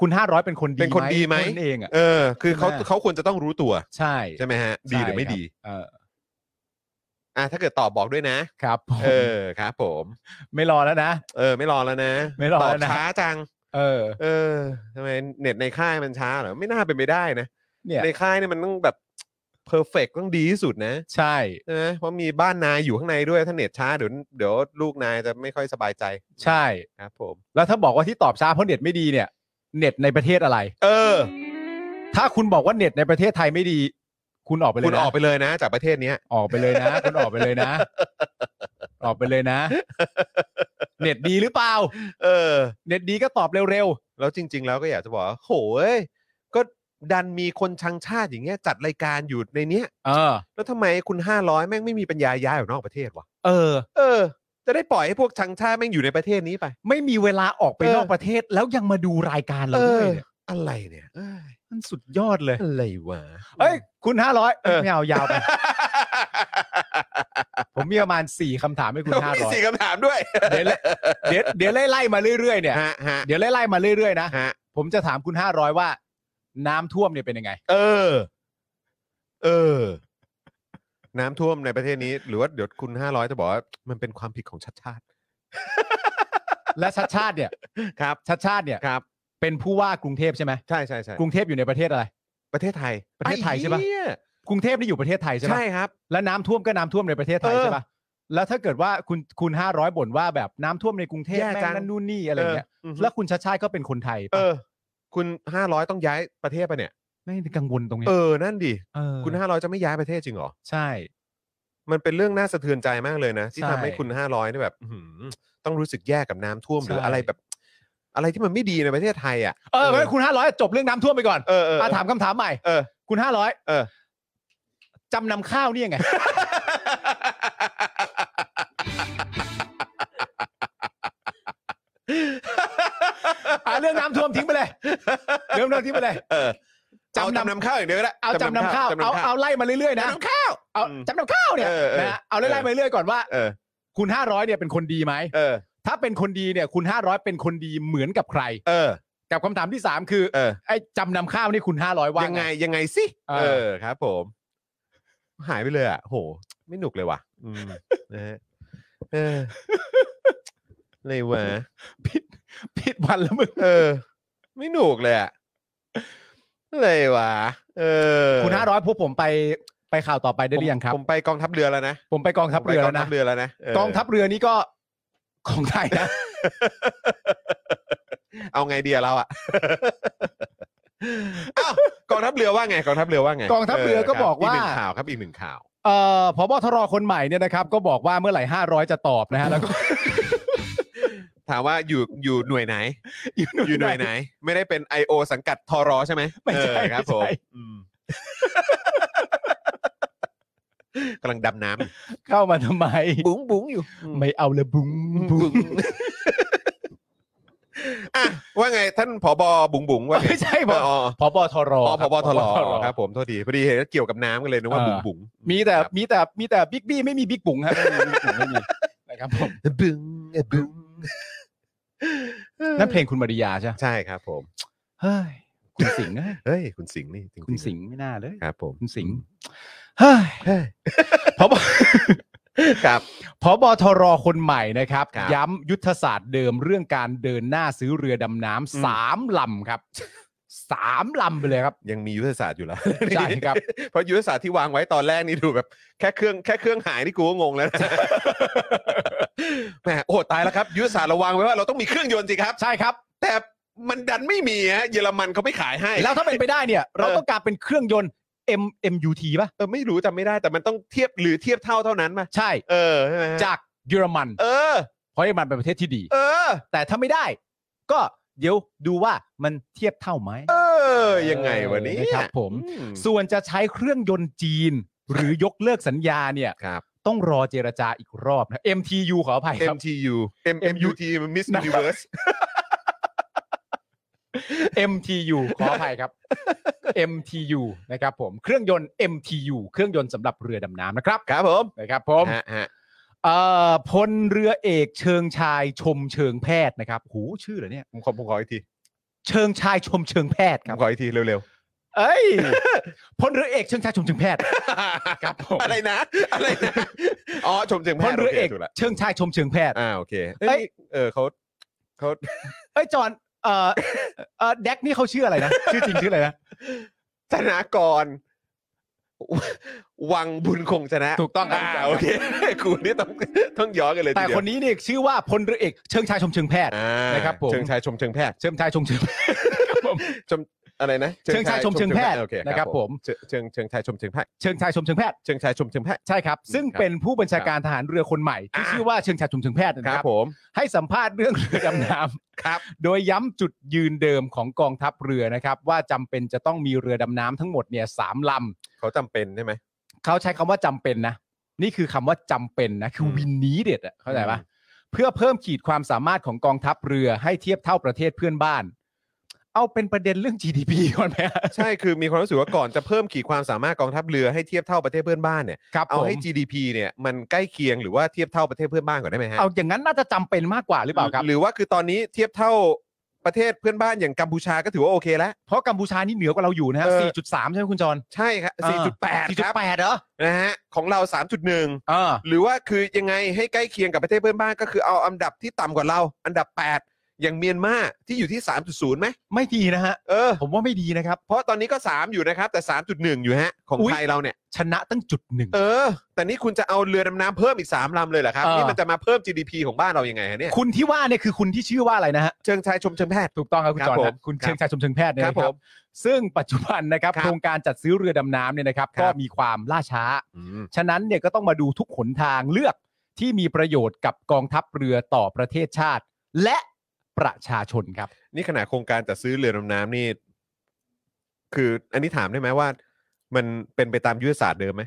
Speaker 4: คุณ 500 เป็นคนดี
Speaker 3: เป็นคนดีไหม
Speaker 4: เท่านั่นเองอ่ะ
Speaker 3: เออ คือเขา
Speaker 4: ใช่ไหม
Speaker 3: เขาควรจะต้องรู้ตัว
Speaker 4: ใช่
Speaker 3: ใช่ไหมฮะ ดีหรือไม่
Speaker 4: ใช่คบ
Speaker 3: ดี
Speaker 4: เออ
Speaker 3: อ่ะถ้าเกิดตอบบอกด้วยนะ
Speaker 4: ครับผม
Speaker 3: เออครับผม
Speaker 4: ไม่รอแล้วนะ
Speaker 3: เออ ไม่รอแล้วนะ
Speaker 4: ไม่รอ
Speaker 3: ตอ
Speaker 4: แล้
Speaker 3: บ
Speaker 4: วนะ
Speaker 3: ช้าจัง
Speaker 4: เออ
Speaker 3: เออทำไมเน็ตในค่ายมันช้าเหรอไม่น่าเป็นไปได้นะ
Speaker 4: เนี่ย
Speaker 3: ในค่ายเนี่ยมันต้องแบบเพอร์เฟกต้องดีที่สุดนะ
Speaker 4: ใช่
Speaker 3: ใช่ไหมเพราะมีบ้านนายอยู่ข้างในด้วยถ้าเน็ตช้าเดี๋ยวเดี๋ยวลูกนายจะไม่ค่อยสบายใจ
Speaker 4: ใช่
Speaker 3: ครับผม
Speaker 4: แล้วถ้าบอกว่าที่ตอบช้าเพราะเน็ตไม่ดีเนี่ย เน็ตในประเทศอะไร
Speaker 3: เออ
Speaker 4: ถ้าคุณบอกว่าเน็ตในประเทศไทยไม่ดี คุณออกไปเลย
Speaker 3: คุณ
Speaker 4: นะ
Speaker 3: ออกไปเลยนะ จากประเทศเนี้ย
Speaker 4: ออกไปเลยนะ คุณออกไปเลย นะ ออกไปเลยนะ เน็ตดีหรือเปล่า
Speaker 3: เออ
Speaker 4: เน็ตดีก็ตอบเร็ว
Speaker 3: แล้วจริง ๆ แล้วก็อยากจะบอกว่าโหยก็ดันมีคนชังชาติอย่างเงี้ยจัดรายการอยู่ในเนี้ย
Speaker 4: ๆ เออ
Speaker 3: แล้วทำไมคุณ 500 แม่งไม่มีปัญญาย้ายออกนอกประเทศวะ
Speaker 4: เออ
Speaker 3: เออ จะได้ปล่อยให้พวกชังชาติแม่งอยู่ในประเทศนี้ไป
Speaker 4: ไม่มีเวลาออกไป
Speaker 3: เออ
Speaker 4: นอกประเทศ แล้วยังมาดูรายการเรา
Speaker 3: เอ
Speaker 4: ด้
Speaker 3: อ
Speaker 4: วยเนี่ย
Speaker 3: อะไรเนี่ยเอ้ย
Speaker 4: มันสุดยอดเลย
Speaker 3: อะไรวะ
Speaker 4: เอ้ย คุณห้าร้อย
Speaker 3: เออ
Speaker 4: ไม่เอา ยาวไป ผมมีประมาณสี่คำถามให้คุณห้า
Speaker 3: มี
Speaker 4: ร้อย
Speaker 3: สี่คำถามด้วย
Speaker 4: เดี๋ยวไล่เดี๋ยวเดี๋ยวไล่ไล่มาเรื่อยๆเนี่ย
Speaker 3: ฮะฮะ
Speaker 4: เดี๋ยวไล่ไล่มาเรื่อยๆนะ
Speaker 3: ฮะ
Speaker 4: ผมจะถามคุณห้าร้อยว่า น้ำท่วมเนี่ยเป็นยังไง
Speaker 3: เออ เออ น้ำท่วมในประเทศนี้ หรือว่าเดี๋ยวคุณ 500 จะบอกว่า มันเป็นความผิดของชาติชาติ
Speaker 4: และชัดชาติเนี่ย
Speaker 3: ครับ
Speaker 4: ชัดชาติเนี่ย
Speaker 3: ครับ
Speaker 4: เป็นผู้ว่ากรุงเทพใช่ไหม
Speaker 3: ใช่ใช่ใช่
Speaker 4: กรุงเทพอยู่ในประเทศอะไร
Speaker 3: ประเทศไทย
Speaker 4: ประเทศไทยใช่ปะ
Speaker 3: อ้เหี้ย
Speaker 4: กรุงเทพนี่อยู่ประเทศไทยใช่ไหม
Speaker 3: ใช่ครับ
Speaker 4: และน้ำท่วมก็น้ำท่วมในประเทศไทย
Speaker 3: เออ
Speaker 4: ใช่ปะแล้วถ้าเกิดว่าคุณคุณห้าร้อยบ่นว่าแบบน้ำท่วมในกรุงเทพ
Speaker 3: แย่
Speaker 4: แม่
Speaker 3: จัง
Speaker 4: งนั่นนู่นนี่อะไรเงี้ย
Speaker 3: เอออือฮึ
Speaker 4: แล้วคุณชัดชาติก็เป็นคนไทย
Speaker 3: เอ
Speaker 4: ปะ
Speaker 3: อ คุณ 500 ต้องย้ายประเทศปะเนี่ย
Speaker 4: ไม่ได้กังวลตรงเนี้ย
Speaker 3: เออ นั่นดิ
Speaker 4: เออ
Speaker 3: คุณ 500 จะไม่ย้ายประเทศจริงเหรอ
Speaker 4: ใช่
Speaker 3: มันเป็นเรื่องน่าสะเทือนใจมากเลยนะ ที่
Speaker 4: ใช่
Speaker 3: ทำให้คุณ 500เนี่ยแบบอื้อหือต้องรู้สึกแย่กับน้ำท่วมหรือ
Speaker 4: ใช่
Speaker 3: อะไรแบบ อะไรที่มันไม่ดีในประเทศไทยอ่ะ
Speaker 4: เอองั้นคุณห้าร้อยจบเรื่องน้ำท่วมไปก่อน
Speaker 3: เออเออเออ
Speaker 4: ะถามคำถามใหม่
Speaker 3: เอ อ
Speaker 4: คุณห้าร้อย
Speaker 3: เออ
Speaker 4: จำนำข้าวนี่ยังไง อ่ะเรื่องน้ำท่วมทิ้งไปเลยเรื่องน้ำทิ้งไปเลย
Speaker 3: เออ
Speaker 4: จำนำ
Speaker 3: เอาจำนำข้าวอย่างเดียวก็ได้
Speaker 4: เอาจำนำข้าว
Speaker 3: จำนำ
Speaker 4: เอา
Speaker 3: ข้าว
Speaker 4: เอาไล่มาเรื่อยๆนะ
Speaker 3: จำนำข้าว
Speaker 4: เอา
Speaker 3: อืม
Speaker 4: จำนำข้าวเนี่ย
Speaker 3: เออเออ
Speaker 4: นะฮะเอาไล่ๆมาเรื่อยก่อนว่า
Speaker 3: เออ
Speaker 4: คุณห้าร้อยเนี่ยเป็นคนดีไหม
Speaker 3: เออ
Speaker 4: ถ้าเป็นคนดีเนี่ย คุณห้าร้อยเป็นคนดีเหมือนกับใคร
Speaker 3: เออ
Speaker 4: กับคำถามที่สามคือ
Speaker 3: เออ
Speaker 4: ไอ้จำนำข้าวนี่คุณห้าร้อยว่า
Speaker 3: ยังไงยังไงสิ
Speaker 4: เออ
Speaker 3: เออครับผม หายไปเลยอ่ะ โห ไม่หนุกเลยว่ะ อืม นะฮะเออเลยวะ
Speaker 4: ผิดผิดวันแล้วมึง
Speaker 3: เออ ไม่หนุกเลยอ่ะเลยวะเออ
Speaker 4: คุณห้าร้อยพวกผมไปไปข่าวต่อไปได้หรือยังครับ
Speaker 3: ผมผมไปกองทัพเรือแล้วนะ
Speaker 4: ผมไปกองทัพเรื
Speaker 3: ผม
Speaker 4: อ
Speaker 3: ไปกอง
Speaker 4: แล้ว
Speaker 3: ทั
Speaker 4: นะ
Speaker 3: พเรือแล้วนะเ
Speaker 4: กองทัพเรือนี่ก็ของไทยนะ
Speaker 3: เอาไงเดียเรา อ่ะ เอ้ากองทัพเรือว่าไงกองทัพเรือว่าไง
Speaker 4: กองทัพเรือก็บอกว่า
Speaker 3: อีกหนึ่งข่าวครับอีกหนึ่งข่าว
Speaker 4: เอ่อพบทรคนใหม่เนี่ยนะครับ ก็บอกว่าเมื่อไหร่ห้าร้อยจะตอบนะฮะแล้วก็
Speaker 3: ถามว่าอยู่อยู่หน่วยไหน อยู่หน่วยไหน ไม่ได้เป็น I.O. สังกัดทอรอใช่ไหม
Speaker 4: ไม่ใช่
Speaker 3: เออครับผม
Speaker 4: ไม่ใช่
Speaker 3: อืม กำลังดำน้ำอยู่
Speaker 4: เข้ามาทำไม
Speaker 3: บุ้งบุ้งอยู่
Speaker 4: ไม่เอาเลยบุ้งบุ้ง
Speaker 3: อ่ะว่าไงท่านผอบบุ๋งบุ๋งว่าไง
Speaker 4: ไม่ใช่ผ
Speaker 3: เอ
Speaker 4: อ
Speaker 3: ออ๋อ
Speaker 4: พบทร
Speaker 3: อ๋อผบทร
Speaker 4: ผบ
Speaker 3: ครับผมโทษทีพอดีเห็นเกี่ยวกับน้ำกันเลยนึกว่า
Speaker 4: เอ
Speaker 3: บุ๋ง
Speaker 4: อ
Speaker 3: บุ๋ง
Speaker 4: มีแต่
Speaker 3: ครับ
Speaker 4: มีแต่มีแต่บิ๊กบี้ไม่มีบิ๊กบุ๋งครับไม่มีบิ๊กบุ๋งไม่มีนะครับผม
Speaker 3: บุ๋งบุ๋ง
Speaker 4: นั่นเพลงคุณมาริยาใช่ไหม
Speaker 3: ใช่ครับผม
Speaker 4: เฮ้ยคุณสิงห์เอ้ย
Speaker 3: เฮ้ยคุณสิงห์นี่จริๆ
Speaker 4: คุณสิงห์ไม่น่าเลย
Speaker 3: ครับผม
Speaker 4: คุณสิงห์เฮ้ย
Speaker 3: เฮ้ย
Speaker 4: พบ
Speaker 3: ครับ
Speaker 4: พบทรคนใหม่นะครับ
Speaker 3: ครับ
Speaker 4: ย้ำยุทธศาสตร์เดิมเรื่องการเดินหน้าซื้อเรือดำน้ำสามลำครับสามลำไปเลยครับ
Speaker 3: ยังมียุทธศาสตร์อยู่แล้ว
Speaker 4: ใช่ครับ
Speaker 3: เพราะยุทธศาสตร์ที่วางไว้ตอนแรกนี่ดูแบบแค่เครื่องแค่เครื่องหายนี่กูก็งงแล้วนะ แหมโอ้โหตายแล้วครับยุทธศาสตร์เราวางไว้ว่าเราต้องมีเครื่องยนต์สิครับ
Speaker 4: ใช่ครับ
Speaker 3: แต่มันดันไม่มีฮะเยอรมันเขาไม่ขายให้
Speaker 4: แล้วถ้าเป็นไปได้เนี่ย เราต้องการเป็นเครื่องยนต์ M MUT ป่ะ
Speaker 3: เออไม่รู้จำไม่ได้แต่มันต้องเทียบหรือเทียบเท่าเท่านั้นมา
Speaker 4: ใช่
Speaker 3: เออใช่ไหมฮะ
Speaker 4: จากเยอรมัน
Speaker 3: เออ
Speaker 4: เพราะเยอรมันเป็นประเทศที่ดี
Speaker 3: เออ
Speaker 4: แต่ถ้าไม่ได้ ก็เดี๋ยวดูว่ามันเทียบเท่าไหม
Speaker 3: เออ ยังไงวันนี้
Speaker 4: ะครับผม
Speaker 3: อืม
Speaker 4: ส่วนจะใช้เครื่องยนต์จีน หรือยกเลิกสัญญาเนี่ย
Speaker 3: ครับ
Speaker 4: ต้องรอเจรจาอีกรอบนะ MTU ขออภัยครับ
Speaker 3: MTU M MUT Miss
Speaker 4: นะครับ
Speaker 3: Universe
Speaker 4: MTU ขออภัย ครับ MTU นะครับผมเครื่องยนต์ MTU เครื่องยนต์สำหรับเรือดำน้ำนะครับ
Speaker 3: ครับผม
Speaker 4: นะครับผม
Speaker 3: ฮะฮะ
Speaker 4: เอ่อพลเรือเอกเชิงชายชมเชิงแพทย์นะครับหูชื่อเหรอเนี่ย
Speaker 3: ผมขอผมขออีกที
Speaker 4: เชิงชายชมเชิงแพทย์
Speaker 3: ผ
Speaker 4: ครั
Speaker 3: ม
Speaker 4: บ
Speaker 3: ขออีกทีเร็ว
Speaker 4: เอ้ยพลเรือเอกเชิงชายชมเชิงแพทย์
Speaker 3: ๆ
Speaker 4: ครับผม
Speaker 3: อะไรนะ อะไรนะ อ๋อ ชมเชิงแพ
Speaker 4: พล
Speaker 3: ทย์
Speaker 4: เรือเอก
Speaker 3: โถูกละ
Speaker 4: เชิงชายชมเชิงแพทย์
Speaker 3: อ่าโอเค
Speaker 4: เอ้
Speaker 3: เอ้ย
Speaker 4: ย
Speaker 3: เออเขาเขา
Speaker 4: เอ้ยจอนเอ่อเอ่อแดกนี่เขาชื่ออะไรนะ ชื่อจริงชื่ออะไรนะ
Speaker 3: ธนากร วังบุญคงชนะ
Speaker 4: ถูกต้องครับ
Speaker 3: าโอเค กูนี่ต้องต้องย้อนกันเลยที
Speaker 4: แต่
Speaker 3: เดียว
Speaker 4: คนนี้เนี่ยชื่อว่าพลเรือเอกเชิงชายชมเชิงแพทย์
Speaker 3: อ่า
Speaker 4: นะครับผม
Speaker 3: เชิงชายชมเชิงแพทย์
Speaker 4: เชิงชายชมเชิงแพทย์ครับผม
Speaker 3: อะไรนะ
Speaker 4: เชิงชายชมเชิงแพทย์
Speaker 3: โอเค
Speaker 4: นะครับผม
Speaker 3: เชิงเชิงเชิงชายชมเชิงแพทย์
Speaker 4: เชิงชายชมเชิงแพทย์
Speaker 3: เชิงชายชมเชิงแพทย์
Speaker 4: ใช่ครับ ซึ่ง
Speaker 3: ครับ
Speaker 4: เป็นผู้บัญชาการทหารเรือคนใหม่ ที่
Speaker 3: อ่า
Speaker 4: ชื่อว่าเชิงชายชมเชิงแพทย์นะ
Speaker 3: ค
Speaker 4: ครับ รับ
Speaker 3: ผม
Speaker 4: ให้สัมภาษณ์เรื่องเรือด ำน้ำ
Speaker 3: ครับ
Speaker 4: โดยย้ำจุดยืนเดิมของกองทัพเรือนะครับ ว่าจำเป็นจะต้องมีเรือดำน้ำทั้งหมดเนี่ยสามล
Speaker 3: เขาจำเป็นใช่ไหม
Speaker 4: ำเขาใช้คำว่าจำเป็นนะ นี่คือคำว่าจำเป็นนะ คือ
Speaker 3: ม
Speaker 4: วินนี้เด็ดอะเข้าใจปะ
Speaker 3: อืม
Speaker 4: เพื่อเพิ่มขีดความสามารถของกองทัพเรือให้เทียบเท่าประเทศเพื่อนบ้าน เอาเป็นประเด็นเรื่อง GDP ก่อนไหมฮะ
Speaker 3: ใช่คือมีความรู้สึกว่าก่อนจะเพิ่มขีดความสามารถกองทัพเรือให้เทียบเท่าประเทศเพื่อนบ้านเนี่ย
Speaker 4: ครับ
Speaker 3: เอา
Speaker 4: ผม
Speaker 3: ให้ GDP เนี่ยมันใกล้เคียงหรือว่าเทียบเท่าประเทศเพื่อนบ้านก่อนได้ไหมฮะ
Speaker 4: เอาอย่างนั้นน่าจะจำเป็นมากกว่าหรือเปล่าครับ
Speaker 3: หรือว่าคือตอนนี้เทียบเท่า ประเทศเพื่อนบ้านอย่างกัมพูชาก็ถือว่าโอเคแล้ว
Speaker 4: เพราะกัมพูชานี่เหนือกว่าเราอยู่นะฮะ
Speaker 3: เออ
Speaker 4: สี่จุดสามใช่ไหมคุณจร
Speaker 3: ใช่ครับ4.8ครับ
Speaker 4: 4.8เหรอ
Speaker 3: นะฮะของเรา 3.1
Speaker 4: เออ
Speaker 3: หรือว่าคือยังไงให้ใกล้เคียงกับประเทศเพื่อนบ้านก็คือเอาอันดับที่ต่ำกว่าเรา อันดับ 8 อย่างเมียนมาที่อยู่ที่ 3.0ไหม
Speaker 4: ไม่ดีนะฮะ
Speaker 3: เออ
Speaker 4: ผมว่าไม่ดีนะครับ
Speaker 3: เพราะตอนนี้ก็ 3 อยู่นะครับ แต่ 3.1 อยู่ฮะ ของ
Speaker 4: อุ๊ย
Speaker 3: ไทยเราเนี่ย
Speaker 4: ชนะตั้งจุดหนึ่ง
Speaker 3: เออ แต่นี่คุณจะเอาเรือดำน้ำเพิ่มอีก 3ลำเลยเหรอครับ
Speaker 4: เออ
Speaker 3: นี่มันจะมาเพิ่ม GDP ของบ้านเรายังไงฮะเนี่ย
Speaker 4: คุณที่ว่าเนี่ยคือคุณที่ชื่อว่าอะไรนะฮะ
Speaker 3: เชิงชายชมเชิงแพทย์
Speaker 4: ถูกต้องครับคุณ
Speaker 3: ครับ
Speaker 4: จอ
Speaker 3: ผม
Speaker 4: ห์นครับคุณเชิงชายชมเชิงแพทย์เนี่ย
Speaker 3: ครับ
Speaker 4: นะค
Speaker 3: ผ
Speaker 4: รั
Speaker 3: ม
Speaker 4: บซึ่งปัจจุบันนะครับ
Speaker 3: ครับ
Speaker 4: โครงการจัดซื้อเรือดำน้ำเนี่ยนะครับ
Speaker 3: ครับ
Speaker 4: ก็มีความล่าช้า
Speaker 3: อืม
Speaker 4: ฉะนั้นเนี่ยก็ต้องมาดูทุกหนทางเลือกที่มีประโยชน์กับกองทัพเรือต่อประเทศชาติ และประชาชน ครับ
Speaker 3: นี่ขนาดโครงการจัดซื้อเรือดำน้ำนี่ คืออันนี้ถามได้ไหมว่า มันเป็นไปตามยุทธศาสตร์เดิม ไหม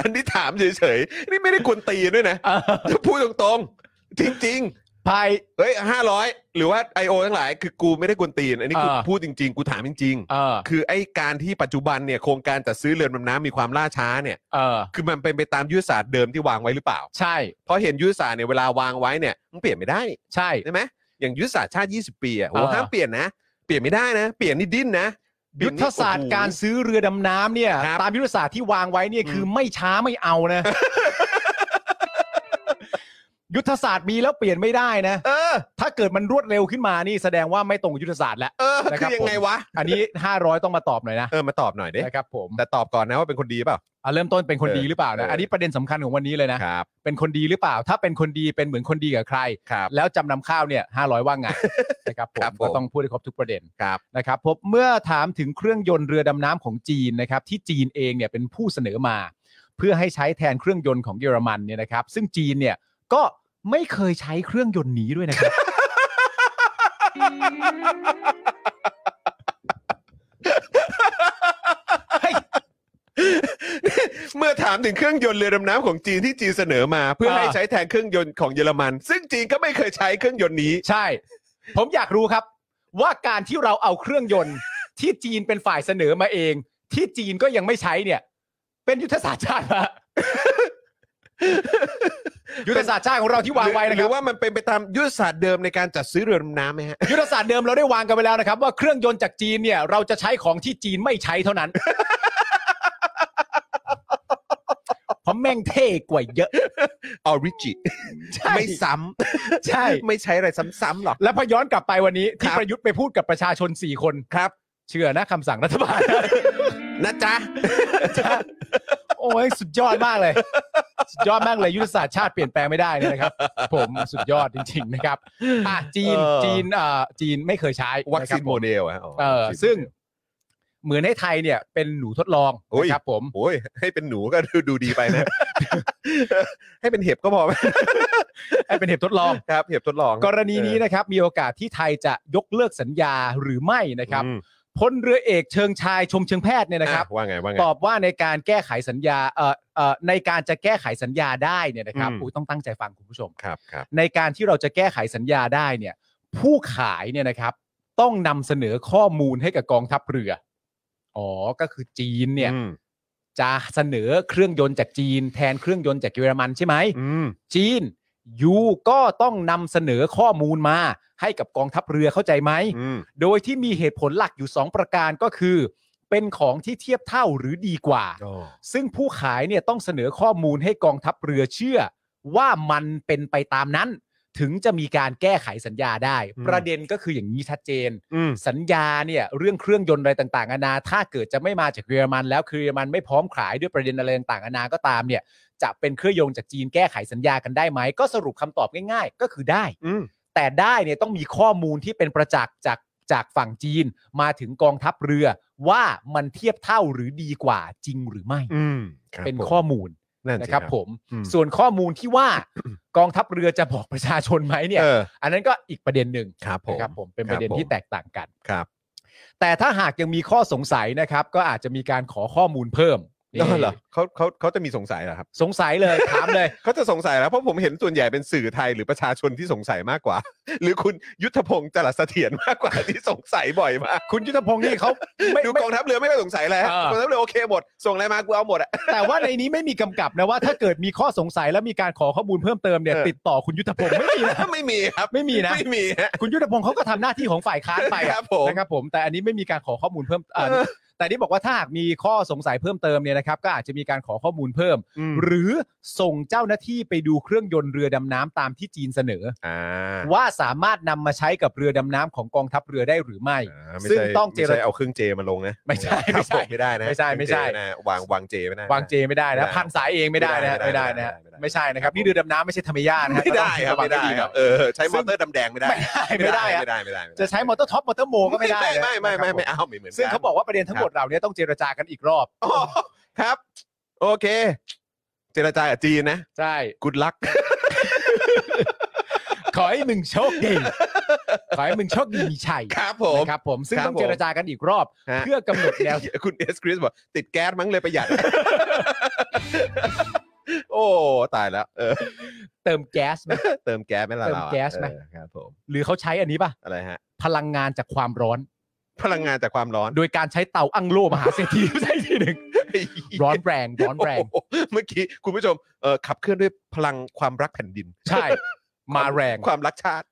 Speaker 3: อันนี้ถามเฉยๆ นี่ไม่ได้กวนตีนด้วยนะ พูดตรงๆ จริง
Speaker 4: ภาย
Speaker 3: ๆ เฮ้ยห้าร้อยหรือว่า I.O. ทั้งหลาย คือกูไม่ได้กวนตีน อันนี้กู
Speaker 4: อ่า
Speaker 3: พูดจริง ๆ กูถามจริง
Speaker 4: เออ
Speaker 3: ๆ คือไอ้การที่ปัจจุบันเนี่ยโครงการจัดซื้อเรือดำน้ำมีความล่าช้าเนี่ย
Speaker 4: เออ
Speaker 3: คือมันเป็นไปตามยุทธศาสตร์เดิมที่วางไว้หรือเปล่า
Speaker 4: ใช่
Speaker 3: เพราะเห็นยุทธศาสตร์เนี่ยเวลาวางไว้เนี่ยมันเปลี่ยนไม่ได้
Speaker 4: ใช่
Speaker 3: ใช่ไหมอย่างยุทธศาสตร์ชาติ 20 ปีอ่ะโห
Speaker 4: เออ
Speaker 3: ห้ามเปลี่ยนนะ เปลี่ยนไม่ได้นะ เปลี่ยนนี่ดิ้นนะเปลี่
Speaker 4: ยุ
Speaker 3: น
Speaker 4: ท
Speaker 3: นี่
Speaker 4: ธศาสตร์
Speaker 3: โอ้โห
Speaker 4: การซื้อเรือดำน้ำเนี่ย
Speaker 3: ครับ
Speaker 4: ตามยุทธศาสตร์ที่วางไว้เนี่ย
Speaker 3: อืม
Speaker 4: คือไม่ช้าไม่เอานะ ยุทธศาสตร์มีแล้วเปลี่ยนไม่ได้นะ
Speaker 3: เออ
Speaker 4: ถ้าเกิดมันรวดเร็วขึ้นมานี่แสดงว่าไม่ตรงกับยุทธศาสตร์แล้ว
Speaker 3: เออ
Speaker 4: นะ
Speaker 3: คื
Speaker 4: ครั
Speaker 3: อบ ยังไงวะ
Speaker 4: อันนี้ 500 ต้องมาตอบหน่อยนะ
Speaker 3: เออ มาตอบหน่อยดิ
Speaker 4: นะครับผม
Speaker 3: แต่ตอบก่อนนะว่าเป็นคนดีเปล่า
Speaker 4: เอาเริ่มต้นเป็นคนดีหรือเปล่า
Speaker 3: เออ
Speaker 4: นะ
Speaker 3: อั
Speaker 4: อันนี้ประเด็นสำคัญของวันนี้เลยนะ
Speaker 3: ครับ
Speaker 4: เป็นคนดีหรือเปล่า ถ้าเป็นคนดีเป็นเหมือนคนดีกับใคร
Speaker 3: ครับ
Speaker 4: แล้วจำนำข้าวเนี่ย500 ว่างไง นะครับผ
Speaker 3: ครับ
Speaker 4: ม
Speaker 3: ผม
Speaker 4: ก็ต้องพูดให้ครบทุกประเด็น
Speaker 3: ครับ
Speaker 4: นะครับพบเมื่อถามถึงเครื่องยนต์เรือดำน้ำของจีนนะครับที่จีนเองเนี่ยเป็นผู้เสนอมา เพื่อให้ใช้แทนเครื่องยนต์ของเยอรมันเนี่ยนะครับ ซึ่งจีนเนี่ยก็ไม่เคยใช้เครื่องยนต์นี้ด้วยนะครับ
Speaker 3: เมื่อถามถึงเครื่องยนต์เรือดำน้ำของจีนที่จีนเสนอมา เพื่อ
Speaker 4: เออ
Speaker 3: ให้ใช้แทนเครื่องยนต์ของเยอรมัน ซึ่งจีนก็ไม่เคยใช้เครื่องยนต์นี้
Speaker 4: ใช่ ผมอยากรู้ครับ ว่าการที่เราเอาเครื่องยนต์ที่จีนเป็นฝ่ายเสนอมาเอง ที่จีนก็ยังไม่ใช้เนี่ย เป็นยุทธศาสตร์ชาติปะ ยุทธศาสตร์ชาติของเราที่วางไว้นะ
Speaker 3: ห
Speaker 4: ค
Speaker 3: รื
Speaker 4: รั
Speaker 3: อบ ว่ามันเป็นไปตามยุทธศาสตร์เดิมในการจัดซื้อเรือดำน้ำไหมฮะ
Speaker 4: ยุทธศาสตร์เดิมเราได้วางกันไปแล้วนะครับ ว่าเครื่องยนต์จากจีนเนี่ย เราจะใช้ของที่จีนไม่ใช้เท่านั้น เพราะแม่งเท่กว่าเยอะ
Speaker 3: ออริจิไม่ซ้ำ
Speaker 4: ใช่
Speaker 3: ไม่ใช้อะไรซ้ำๆหรอก
Speaker 4: แล้วพอย้อนกลับไปวันนี้
Speaker 3: ค
Speaker 4: ที่
Speaker 3: รับ
Speaker 4: ประยุทธ์ไปพูดกับประชาชน 4 คนครับ เชื่อนะคำสั่งรัฐบาล
Speaker 3: นะจ๊ะ
Speaker 4: โอ้ยสุดยอดมากเลย สุดยอดมากเลย ยุทธศาสตร์ชาติเปลี่ยนแปลงไม่ได้เนี่ยนะครับ ผมสุดยอดจริง ๆ นะครับอ่ะจีน
Speaker 3: เออ
Speaker 4: จีนเอ่อจีนไม่เคยใช้
Speaker 3: วัคซีน
Speaker 4: นะรับ
Speaker 3: โม
Speaker 4: ผม
Speaker 3: เดลอะอ๋อ
Speaker 4: เออ
Speaker 3: วัคซีน
Speaker 4: ซึ่งเหมือนให้ไทยเนี่ยเป็นหนูทดลอง
Speaker 3: โอ้ย
Speaker 4: นะครับผม
Speaker 3: โอ้ยให้เป็นหนูก็ ดูดูดีไปนะ ให้เป็นเห็บก็พอไหม
Speaker 4: ให้เป็นเห็บทดลอง
Speaker 3: ครับ เห็บทดลอง
Speaker 4: กรณีนี้นะครับ มีโอกาสที่ไทยจะยกเลิกสัญญาหรือไม่นะครับ
Speaker 3: อืม
Speaker 4: พลเรือเอกเชิงชายชมเชิงแพทย์เนี่ยนะครับ
Speaker 3: อ่ว่าไงว่าไง
Speaker 4: ตอบว่าในการแก้ไขสัญญาเอ่อเอ่อในการจะแก้ไขสัญญาได้เนี่ยนะครับ
Speaker 3: อืม
Speaker 4: อุ้ยต้องตั้งใจฟังคุณผู้ชม
Speaker 3: ครับครับ
Speaker 4: ในการที่เราจะแก้ไขสัญญาได้เนี่ย ผู้ขายเนี่ยนะครับ ต้องนำเสนอข้อมูลให้กับกองทัพเรือ อ๋อก็คือจีนเนี่ย
Speaker 3: อืม
Speaker 4: จะเสนอเครื่องยนต์จากจีน แทนเครื่องยนต์จากเยอรมันใช่ไหม
Speaker 3: อืม
Speaker 4: จีนยูก็ต้องนำเสนอข้อมูลมา ให้กับกองทัพเรือเข้าใจไหม
Speaker 3: อืม
Speaker 4: โดยที่มีเหตุผลหลักอยู่ 2 ประการก็คือ เป็นของที่เทียบเท่าหรือดีกว่า ซึ่งผู้ขายเนี่ยต้องเสนอข้อมูลให้กองทัพเรือเชื่อ ว่ามันเป็นไปตามนั้น ถึงจะมีการแก้ไขสัญญาได้
Speaker 3: อืม
Speaker 4: ประเด็นก็คืออย่างนี้ชัดเจน
Speaker 3: อืม
Speaker 4: สัญญาเนี่ยเรื่องเครื่องยนต์อะไรต่างๆนานาถ้าเกิดจะไม่มาจากเยอรมัน แล้วคือเยอรมันไม่พร้อมขายด้วยประเด็นอะไรต่างๆนานาก็ตามเนี่ย จะเป็นเครื่องยนต์จากจีนแก้ไขสัญญากันได้ไหม ก็สรุปคำตอบง่าย ๆ ก็คือได้
Speaker 3: อืม
Speaker 4: แต่ได้เนี่ยต้องมีข้อมูลที่เป็นประจักษ์จากจากฝั่งจีนมาถึงกองทัพเรือ ว่ามันเทียบเท่าหรือดีกว่าจริงหรือไม่
Speaker 3: อืมครับ
Speaker 4: เป็น
Speaker 3: ผม
Speaker 4: ข้อมูล
Speaker 3: นั่นสิ
Speaker 4: นะครับ ผม
Speaker 3: อืม
Speaker 4: ส่วนข้อมูลที่ว่า กองทัพเรือจะบอกประชาชนไหมเนี่ย
Speaker 3: เออ
Speaker 4: อันนั้นก็อีกประเด็นหนึ่ง
Speaker 3: ครับผม
Speaker 4: นะครับผมเป็นประเด็
Speaker 3: ค
Speaker 4: น
Speaker 3: รับผม
Speaker 4: ที่แตกต่างกัน
Speaker 3: ครับ
Speaker 4: แต่ถ้าหากยังมีข้อสงสัยนะครับ ก็อาจจะมีการขอข้อมูลเพิ่ม
Speaker 3: อ๋อเหรอ เขาเขาเขาจะมีสงสัยเหรอครับ
Speaker 4: สงสัย เลยถามเลย
Speaker 3: เขาจะสงสัยแล้วเพราะผมเห็นส่วนใหญ่เป็นสื่อไทยหรือประชาชนที่สงสัยมากกว่า หรือคุณยุทธพงศ์จรัสเสถียรมากก ว่าที่สงสัยบ่อยมาก
Speaker 4: คุณยุทธพงศ์นี่เขา ไม่
Speaker 3: ดู
Speaker 4: ไม่
Speaker 3: กองทัพเรือไม่ค่อยสงสัยแล้ว
Speaker 4: เอ
Speaker 3: กอง
Speaker 4: อ
Speaker 3: ทัพเรือโอเคหมดส่งอะไรมากูเอาหมด อะ
Speaker 4: แต่ว่าในนี้ไม่มีกำกับนะว่าถ้าเกิดมีข้อสงสัยแล้วมีการขอข้อมูลเพิ่มเติมเนี่ย
Speaker 3: เออ
Speaker 4: ติดต่อคุณยุทธพงศ์ไม่มีนะ
Speaker 3: ไม่มีครับ
Speaker 4: ไม่มีนะ
Speaker 3: ไม่มีฮะ
Speaker 4: คุณยุทธพงศ์เขาก็ทำหน้าที่ของฝ่ายค้านไป
Speaker 3: ครับผม
Speaker 4: นะครับผมแต่อันนี้ไม่มีการขอข้อมูลเพิ่มเอ่อแต่นี่บอกว่าถ้าหากมีข้อสงสัยเพิ่มเติมเนี่ยนะครับ ก็อาจจะมีการขอข้อมูลเพิ่ม หรือส่งเจ้าหน้าที่ไปดูเครื่องยนต์เรือดำน้ำตามที่จีนเสนอ
Speaker 3: อ่า
Speaker 4: ว่าสามารถนำมาใช้กับเรือดำน้ำของกองทัพเรือได้หรือไม่
Speaker 3: อ่าไม่
Speaker 4: ซึ่ง
Speaker 3: ใช่
Speaker 4: ต้องเจร
Speaker 3: ไม่ใช่เอาเครื่องเจมาลงนะ
Speaker 4: ไม่ใช่
Speaker 3: ค
Speaker 4: ไม่
Speaker 3: รับ
Speaker 4: ใช่
Speaker 3: ผมไม่ได้นะ
Speaker 4: ไม่ใช่ไม่ใช่
Speaker 3: เครื่องเจนะวางวางเจไม่ได้
Speaker 4: วางเจไม่ได้
Speaker 3: ไม่
Speaker 4: นะ
Speaker 3: ได้
Speaker 4: พันสายเองไม่ได้นะ
Speaker 3: ไม่
Speaker 4: ไม่
Speaker 3: ได้
Speaker 4: ได้
Speaker 3: ไม่ได้
Speaker 4: นะ
Speaker 3: ไม่ได้
Speaker 4: ไม่ใช่นะครับนี่เรือดำน้ำไม่ใช่ธรรมยานะ
Speaker 3: ไม่ได้ครับ
Speaker 4: ก็
Speaker 3: ไม่
Speaker 4: ต้อง
Speaker 3: ได้
Speaker 4: ให้วาม
Speaker 3: ครับ
Speaker 4: นะ
Speaker 3: เออใช้
Speaker 4: ซึ่
Speaker 3: ม
Speaker 4: ง
Speaker 3: อเตอร์ดำแดงไม่ได้
Speaker 4: ไม่ได้ไม่ได้อะ
Speaker 3: ไม่ได้ไม่ได้ไม่ได้
Speaker 4: จะใช้มอเตอร์ท็อปมอเตอร์โมก็ไม่ได้นะ
Speaker 3: ไม่ไม่ไม่ไม่ไม่เอาไม่เหมือน
Speaker 4: ซึ่ง
Speaker 3: กัน
Speaker 4: เขาบอกว่าประเด็นทั้งหมดเหล่านี้ต้องเจรจากันอีกรอบ
Speaker 3: อ๋อครับ โอเค เจรจากับจีนนะ
Speaker 4: ใช่
Speaker 3: กุดลัก
Speaker 4: ขอให้มึงโชคดี ขอให้มึงโชคดีมีชัย
Speaker 3: ครับผม
Speaker 4: นะครับผมซึ่ง
Speaker 3: ครับ
Speaker 4: ต้องเจรจากันอีกรอบ
Speaker 3: ฮะ
Speaker 4: เพื่อกำหนดแนว
Speaker 3: คุณเอสคริสบอกติดแก๊สมั้งเลยประหยัด โอ้ตายแล้ว เออ
Speaker 4: เติมแก๊สไหม
Speaker 3: เติมแก๊สไหมล่ะ
Speaker 4: เติม
Speaker 3: ราอะ
Speaker 4: แก๊สไหม
Speaker 3: เออครับผม
Speaker 4: หรือเขาใช้อันนี้ป่ะ
Speaker 3: อะไรฮะ
Speaker 4: พลังงานจากความร้อน
Speaker 3: พลังงานจากความร้อน
Speaker 4: โดยการใช้เตาอั้งโลมหาเศรษฐี ใช่ทีหนึ่ง ร้อนแรง ร้อนแรง
Speaker 3: โโหเมื่อกี้คุณผู้ชมเออขับเคลื่อนด้วยพลังความรักแผ่นดิน
Speaker 4: ใช่ มาแรง
Speaker 3: ความรักชาติ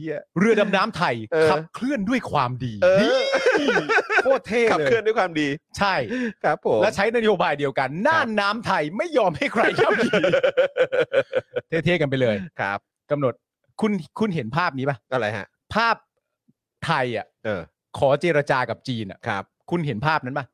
Speaker 3: เหี้ย
Speaker 4: เรือดำน้ำไทย
Speaker 3: เออ
Speaker 4: ขับเคลื่อนด้วยความดี
Speaker 3: เอ
Speaker 4: นี่
Speaker 3: อ
Speaker 4: โคตรเท่
Speaker 3: ขับ
Speaker 4: เล
Speaker 3: เคลื่อย นด้วยความดี
Speaker 4: ใช่
Speaker 3: ครับผม
Speaker 4: และใช้นโยบายเดียวกัน น่านน้ำไทยไม่ยอมให้ใครย่ำยี เท่ๆกันไปเลย
Speaker 3: ครับ
Speaker 4: กำหนดคุณคุณเห็นภาพนี้ป่ะ
Speaker 3: อะไรฮะ
Speaker 4: ภาพไทยอ่ะ
Speaker 3: เออ
Speaker 4: ขอเจรจากับจีนอ่ะ
Speaker 3: ครับ
Speaker 4: คุณเห็นภาพนั้นป่ะ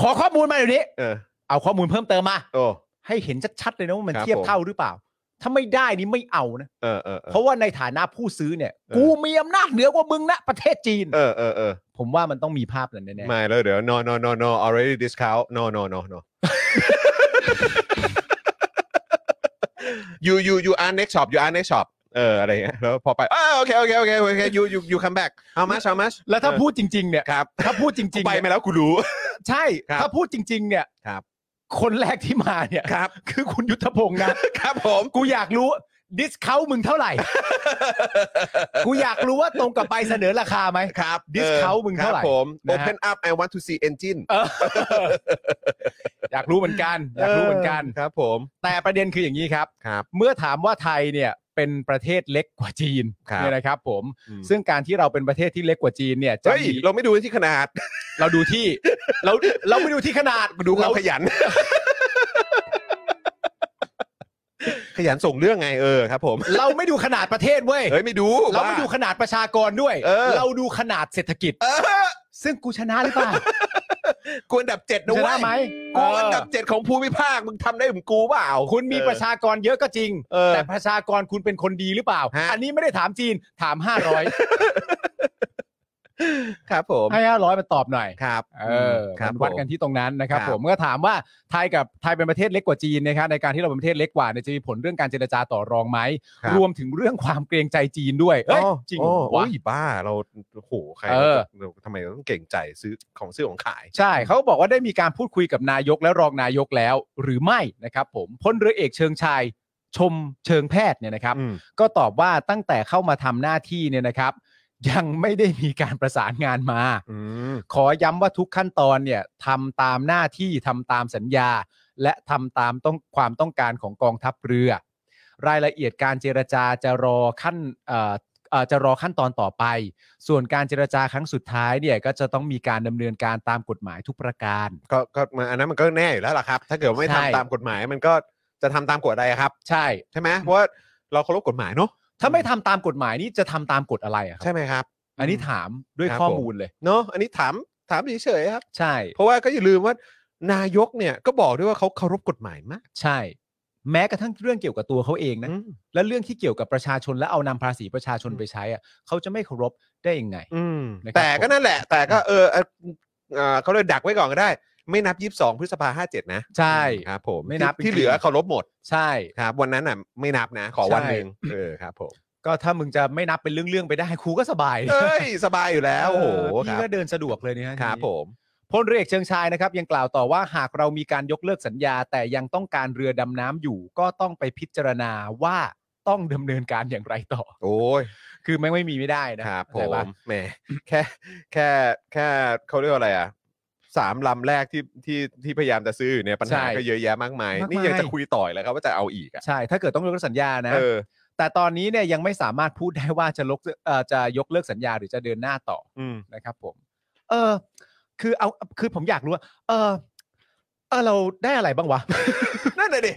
Speaker 4: ขอข้อมูลมาเดี๋ยวนี้
Speaker 3: เออ
Speaker 4: เอาข้อมูลเพิ่มเติมมา
Speaker 3: โอ้
Speaker 4: ให้เห็นชัดๆเลยนะว่ามัน
Speaker 3: ครับ
Speaker 4: เทียบเท่าหรือเปล่า ถ้าไม่ได้นี่ไม่เอานะ
Speaker 3: เออเออเออ
Speaker 4: เพราะว่าในฐานะผู้ซื้อเนี่ย
Speaker 3: เออ
Speaker 4: กูมีอำนาจเหนือกว่ามึงนะประเทศจีน
Speaker 3: เออเออเออ
Speaker 4: ผมว่ามันต้องมีภาพนั้นแน่
Speaker 3: ไม่แล้วเดี๋ยว no no no no already discount no no no no you you you are next shop you are next shop เอออะไรเงี้ยแล้วพอไปอ่าโอเคโอเคโอเคโอเค you you you come back how much how much
Speaker 4: ๆ แล้วถ้า
Speaker 3: เออ
Speaker 4: พูดจริง ๆ เนี่ย
Speaker 3: ครับ
Speaker 4: ถ้าพูดจริงๆ
Speaker 3: ไป
Speaker 4: เนี่ย
Speaker 3: มาแล้วกูรู้
Speaker 4: ใช่
Speaker 3: ครับ
Speaker 4: ถ้าพูดจริง ๆ เนี่ย
Speaker 3: ครับ
Speaker 4: คนแรกที่มาเนี่ย
Speaker 3: ครับ
Speaker 4: คือคุณยุทธพงศ์นะ
Speaker 3: ครับผม
Speaker 4: กูอยากรู้ดิสเคามึงเท่าไหร่ กูอยากรู้ว่าตรงกับใบเสนอราคาไหม
Speaker 3: ครับ
Speaker 4: discount
Speaker 3: ออ
Speaker 4: มึงเท่าไห
Speaker 3: ค
Speaker 4: ร่
Speaker 3: รับผม
Speaker 4: นะฮะ
Speaker 3: open up I want to see engine
Speaker 4: เอออยากรู้เหมือนกัน อยากรู้เหมือนกัน
Speaker 3: ครับผม
Speaker 4: แต่ประเด็นคืออย่างนี้ครับ
Speaker 3: ครับ
Speaker 4: เมื่อถามว่าไทยเนี่ยเป็นประเทศเล็กกว่าจีน
Speaker 3: ครับ
Speaker 4: เนี่ยนะครับ ผม
Speaker 3: อืม
Speaker 4: ซึ่งการที่เราเป็นประเทศที่เล็กกว่าจีนเนี่ยจะ
Speaker 3: เฮ้ย
Speaker 4: มี
Speaker 3: เราไม่ดูที่ขนาด
Speaker 4: เราดูที่ เราเราไม่ดูที่ขนาด
Speaker 3: ดูความ
Speaker 4: เรา
Speaker 3: ขยัน ขยันส่งเรื่องไงเออครับผม
Speaker 4: เราไม่ดูขนาดประเทศเว้ย
Speaker 3: เฮ้ยไม่ดู
Speaker 4: เราไม่
Speaker 3: บ้
Speaker 4: ดูขนาดประชากรด้วย
Speaker 3: เออ
Speaker 4: เราดูขนาดเศรษฐกิจ
Speaker 3: เออ
Speaker 4: ซึ่งกูชนะหรือเปล่า
Speaker 3: กูอันดับเจ็ดนะ
Speaker 4: ช
Speaker 3: เว้
Speaker 4: นะ
Speaker 3: ย
Speaker 4: ไหม
Speaker 3: กู
Speaker 4: เอ
Speaker 3: อัน
Speaker 4: อ
Speaker 3: ดับเจ็ดของภูมิภาค มึงทำได้เหมือนกูเปล่า
Speaker 4: คุณมีประชากรเยอะก็จริง
Speaker 3: เออ
Speaker 4: แต่ประชากรคุณเป็นคนดีหรือเปล่า
Speaker 3: ฮะ
Speaker 4: อันนี้ไม่ได้ถามจีนถาม 500
Speaker 3: ครับผม
Speaker 4: ให้500มันตอบหน่อย
Speaker 3: ครับ
Speaker 4: เออ
Speaker 3: ครับ
Speaker 4: มัน
Speaker 3: ผ
Speaker 4: วัด
Speaker 3: ม
Speaker 4: กันที่ตรงนั้นนะครับ
Speaker 3: ครับ
Speaker 4: ผมก็ถามว่าไทยกับไทยเป็นประเทศเล็กกว่าจีนนะครับในการที่เราเป็นประเทศเล็กกว่าเนี่ยจะมีผลเรื่องการเจรจาต่อรองไหม
Speaker 3: ครับ
Speaker 4: รวมถึงเรื่องความเกรงใจจีนด้วยเอ้ย
Speaker 3: อ๋อ
Speaker 4: จริง
Speaker 3: อ๋อ
Speaker 4: วะ
Speaker 3: โอ้ยบ้าเราโอ้โหใคร
Speaker 4: เออ
Speaker 3: เราทำไมเราต้องเก่งใจซื้อของซื้อของขาย
Speaker 4: ใช่เขาบอกว่าได้มีการพูดคุยกับนายกและรองนายกแล้วหรือไม่นะครับ ผมพลเรือเอกเชิงชายชมเชิงแพทย์เนี่ยนะครับ
Speaker 3: อืม
Speaker 4: ก็ตอบว่าตั้งแต่เข้ามาทำหน้าที่เนี่ยนะครับ ยังไม่ได้มีการประสานงานมา
Speaker 3: อืม
Speaker 4: ขอย้ำว่าทุกขั้นตอนเนี่ยทำตามหน้าที่ทำตามสัญญา และทำตามต้องความต้องการของกองทัพเรือ รายละเอียดการเจรจาจะรอขั้นเอ่อเอ่อจะรอขั้นตอนต่อไป ส่วนการเจรจาครั้งสุดท้ายเนี่ยก็จะต้องมีการดำเนินการตามกฎหมายทุกประการ
Speaker 3: ก็ก็มันอันนั้นมันก็แน่อยู่แล้วล่ะครับ ถ้าเกิดว่าไม่
Speaker 4: ใช่
Speaker 3: ทำตามกฎหมายมันก็จะทำตามกฎอะไรครับ
Speaker 4: ใช่
Speaker 3: ใช่ไหมเพราะว่าเราเคารพกฎหมายเนอะ
Speaker 4: ถ้าไม่ทำตามกฎหมายนี่จะทำตามกฎอะไรอะค
Speaker 3: ใช่
Speaker 4: รับ
Speaker 3: ไหมครับ
Speaker 4: อันนี้ถามด้วย
Speaker 3: ครับ
Speaker 4: ข้อมูลเลย
Speaker 3: เนอะอันนี้ถามถามเฉยๆครับ
Speaker 4: ใช่
Speaker 3: เพราะว่าก็อย่าลืมว่านายกเนี่ยก็บอกด้วยว่าเขาเคารพกฎหมายมาก
Speaker 4: ใช่ แม้กระทั่งเรื่องเกี่ยวกับตัวเขาเองนะ
Speaker 3: อืม
Speaker 4: และเรื่องที่เกี่ยวกับประชาชนและเอานำภาษีประชาชนไปใช้อ่ะเขาจะไม่เคารพได้ยังไง
Speaker 3: อืม
Speaker 4: นะครับ
Speaker 3: แต่ก็
Speaker 4: ผม
Speaker 3: นั่นแหละ แต่ก็เออเอ่อเอ่อเขาเลยดักไว้ก่อนก็ได้ ไม่นับ 22 พฤษภาห้าเจ็ดนะ
Speaker 4: ใช่
Speaker 3: ครับผม
Speaker 4: ไม่นับ
Speaker 3: ที่ที่
Speaker 4: จริงๆ
Speaker 3: เหลือเคารพหมด
Speaker 4: ใช่
Speaker 3: ครับ วันนั้นน่ะไม่นับนะ ขอวัน
Speaker 4: ใช่
Speaker 3: หนึ่งเออครับผม
Speaker 4: ก็ถ้ามึงจะไม่นับเป็นเรื่องๆไปได้ครูก็สบาย
Speaker 3: เอ้ยสบายอยู่แล้วโอ้โห
Speaker 4: เออ
Speaker 3: ค
Speaker 4: พี่
Speaker 3: รับ
Speaker 4: ก็เดินสะดวกเลยเนี่ย
Speaker 3: ครับผม
Speaker 4: พ พลเรือเอกเชิงชายนะครับ ยังกล่าวต่อว่าหากเรามีการยกเลิกสัญญา แต่ยังต้องการเรือดำน้ำอยู่ ก็ต้องไปพิจารณาว่าต้องดำเนินการอย่างไรต่อ
Speaker 3: โอ้ย
Speaker 4: คือไม่งไม่มีไม่ได้นะครับ
Speaker 3: ผ
Speaker 4: เข้าใจปะ
Speaker 3: มแหมแค่แค่แค่เขาเรียกว่าอะไรอ่ะสามลำแรกที่ที่ที่พยายามจะซื้ออยู่เนี่ยปัญหาก็เยอะแยะมากมาย
Speaker 4: มากมาย
Speaker 3: นี่ยังจะคุยต่อยแล้วครับว่าจะเอาอีกอ่ะ
Speaker 4: ใช่ ถ้าเกิดต้องยกเลิกสัญญานะ
Speaker 3: เออ
Speaker 4: แต่ตอนนี้เนี่ยยังไม่สามารถพูดได้ว่าจะลกเอ่อจะยกเลิกสัญญาหรือจะเดินหน้าต่อ
Speaker 3: อืม
Speaker 4: นะครับผม เออ คือเอา คือผมอยากรู้ว่า เออเออเราได้อะไรบ้างวะ
Speaker 3: นั่นแหละดิ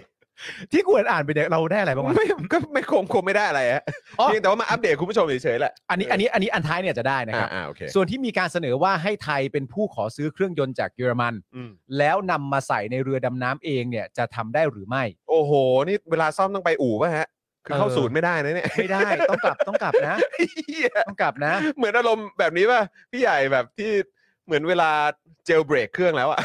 Speaker 4: ที่ควรอ่านไปเนี่ยเราได้อะไรบ้างวะ
Speaker 3: ไม่ก็ไม่คงคงไม่ได้อะไรฮะ
Speaker 4: อ๋อ
Speaker 3: เพียงแต่ว่ามาอัปเดตคุณผู้ชมเฉยๆแหละ
Speaker 4: อันนี้ อันนี้ อันนี้อันท้ายเนี่ยจะได้นะค
Speaker 3: อ่า
Speaker 4: รับ
Speaker 3: อ่าโอเค
Speaker 4: ส่วนที่มีการเสนอว่าให้ไทยเป็นผู้ขอซื้อเครื่องยนต์จากเยอรมัน
Speaker 3: อืม
Speaker 4: แล้วนำมาใส่ในเรือดำน้ำเองเนี่ยจะทำได้หรือไม่
Speaker 3: โอ้โห นี่เวลาซ่อมต้องไปอู่ป่ะฮะ คือเข้า
Speaker 4: เออ
Speaker 3: ศูนย์ไม่ได้นะเนี่ย
Speaker 4: ไม่ได้ ต้องกลับ ต้องกลับนะ
Speaker 3: เหี้ย
Speaker 4: ต้องกลับนะ
Speaker 3: เหมือนอารมณ์แบบนี้ป่ะ พี่ใหญ่แบบที่เหมือนเวลาเจลเบรกเครื่องแล้วอ่ะ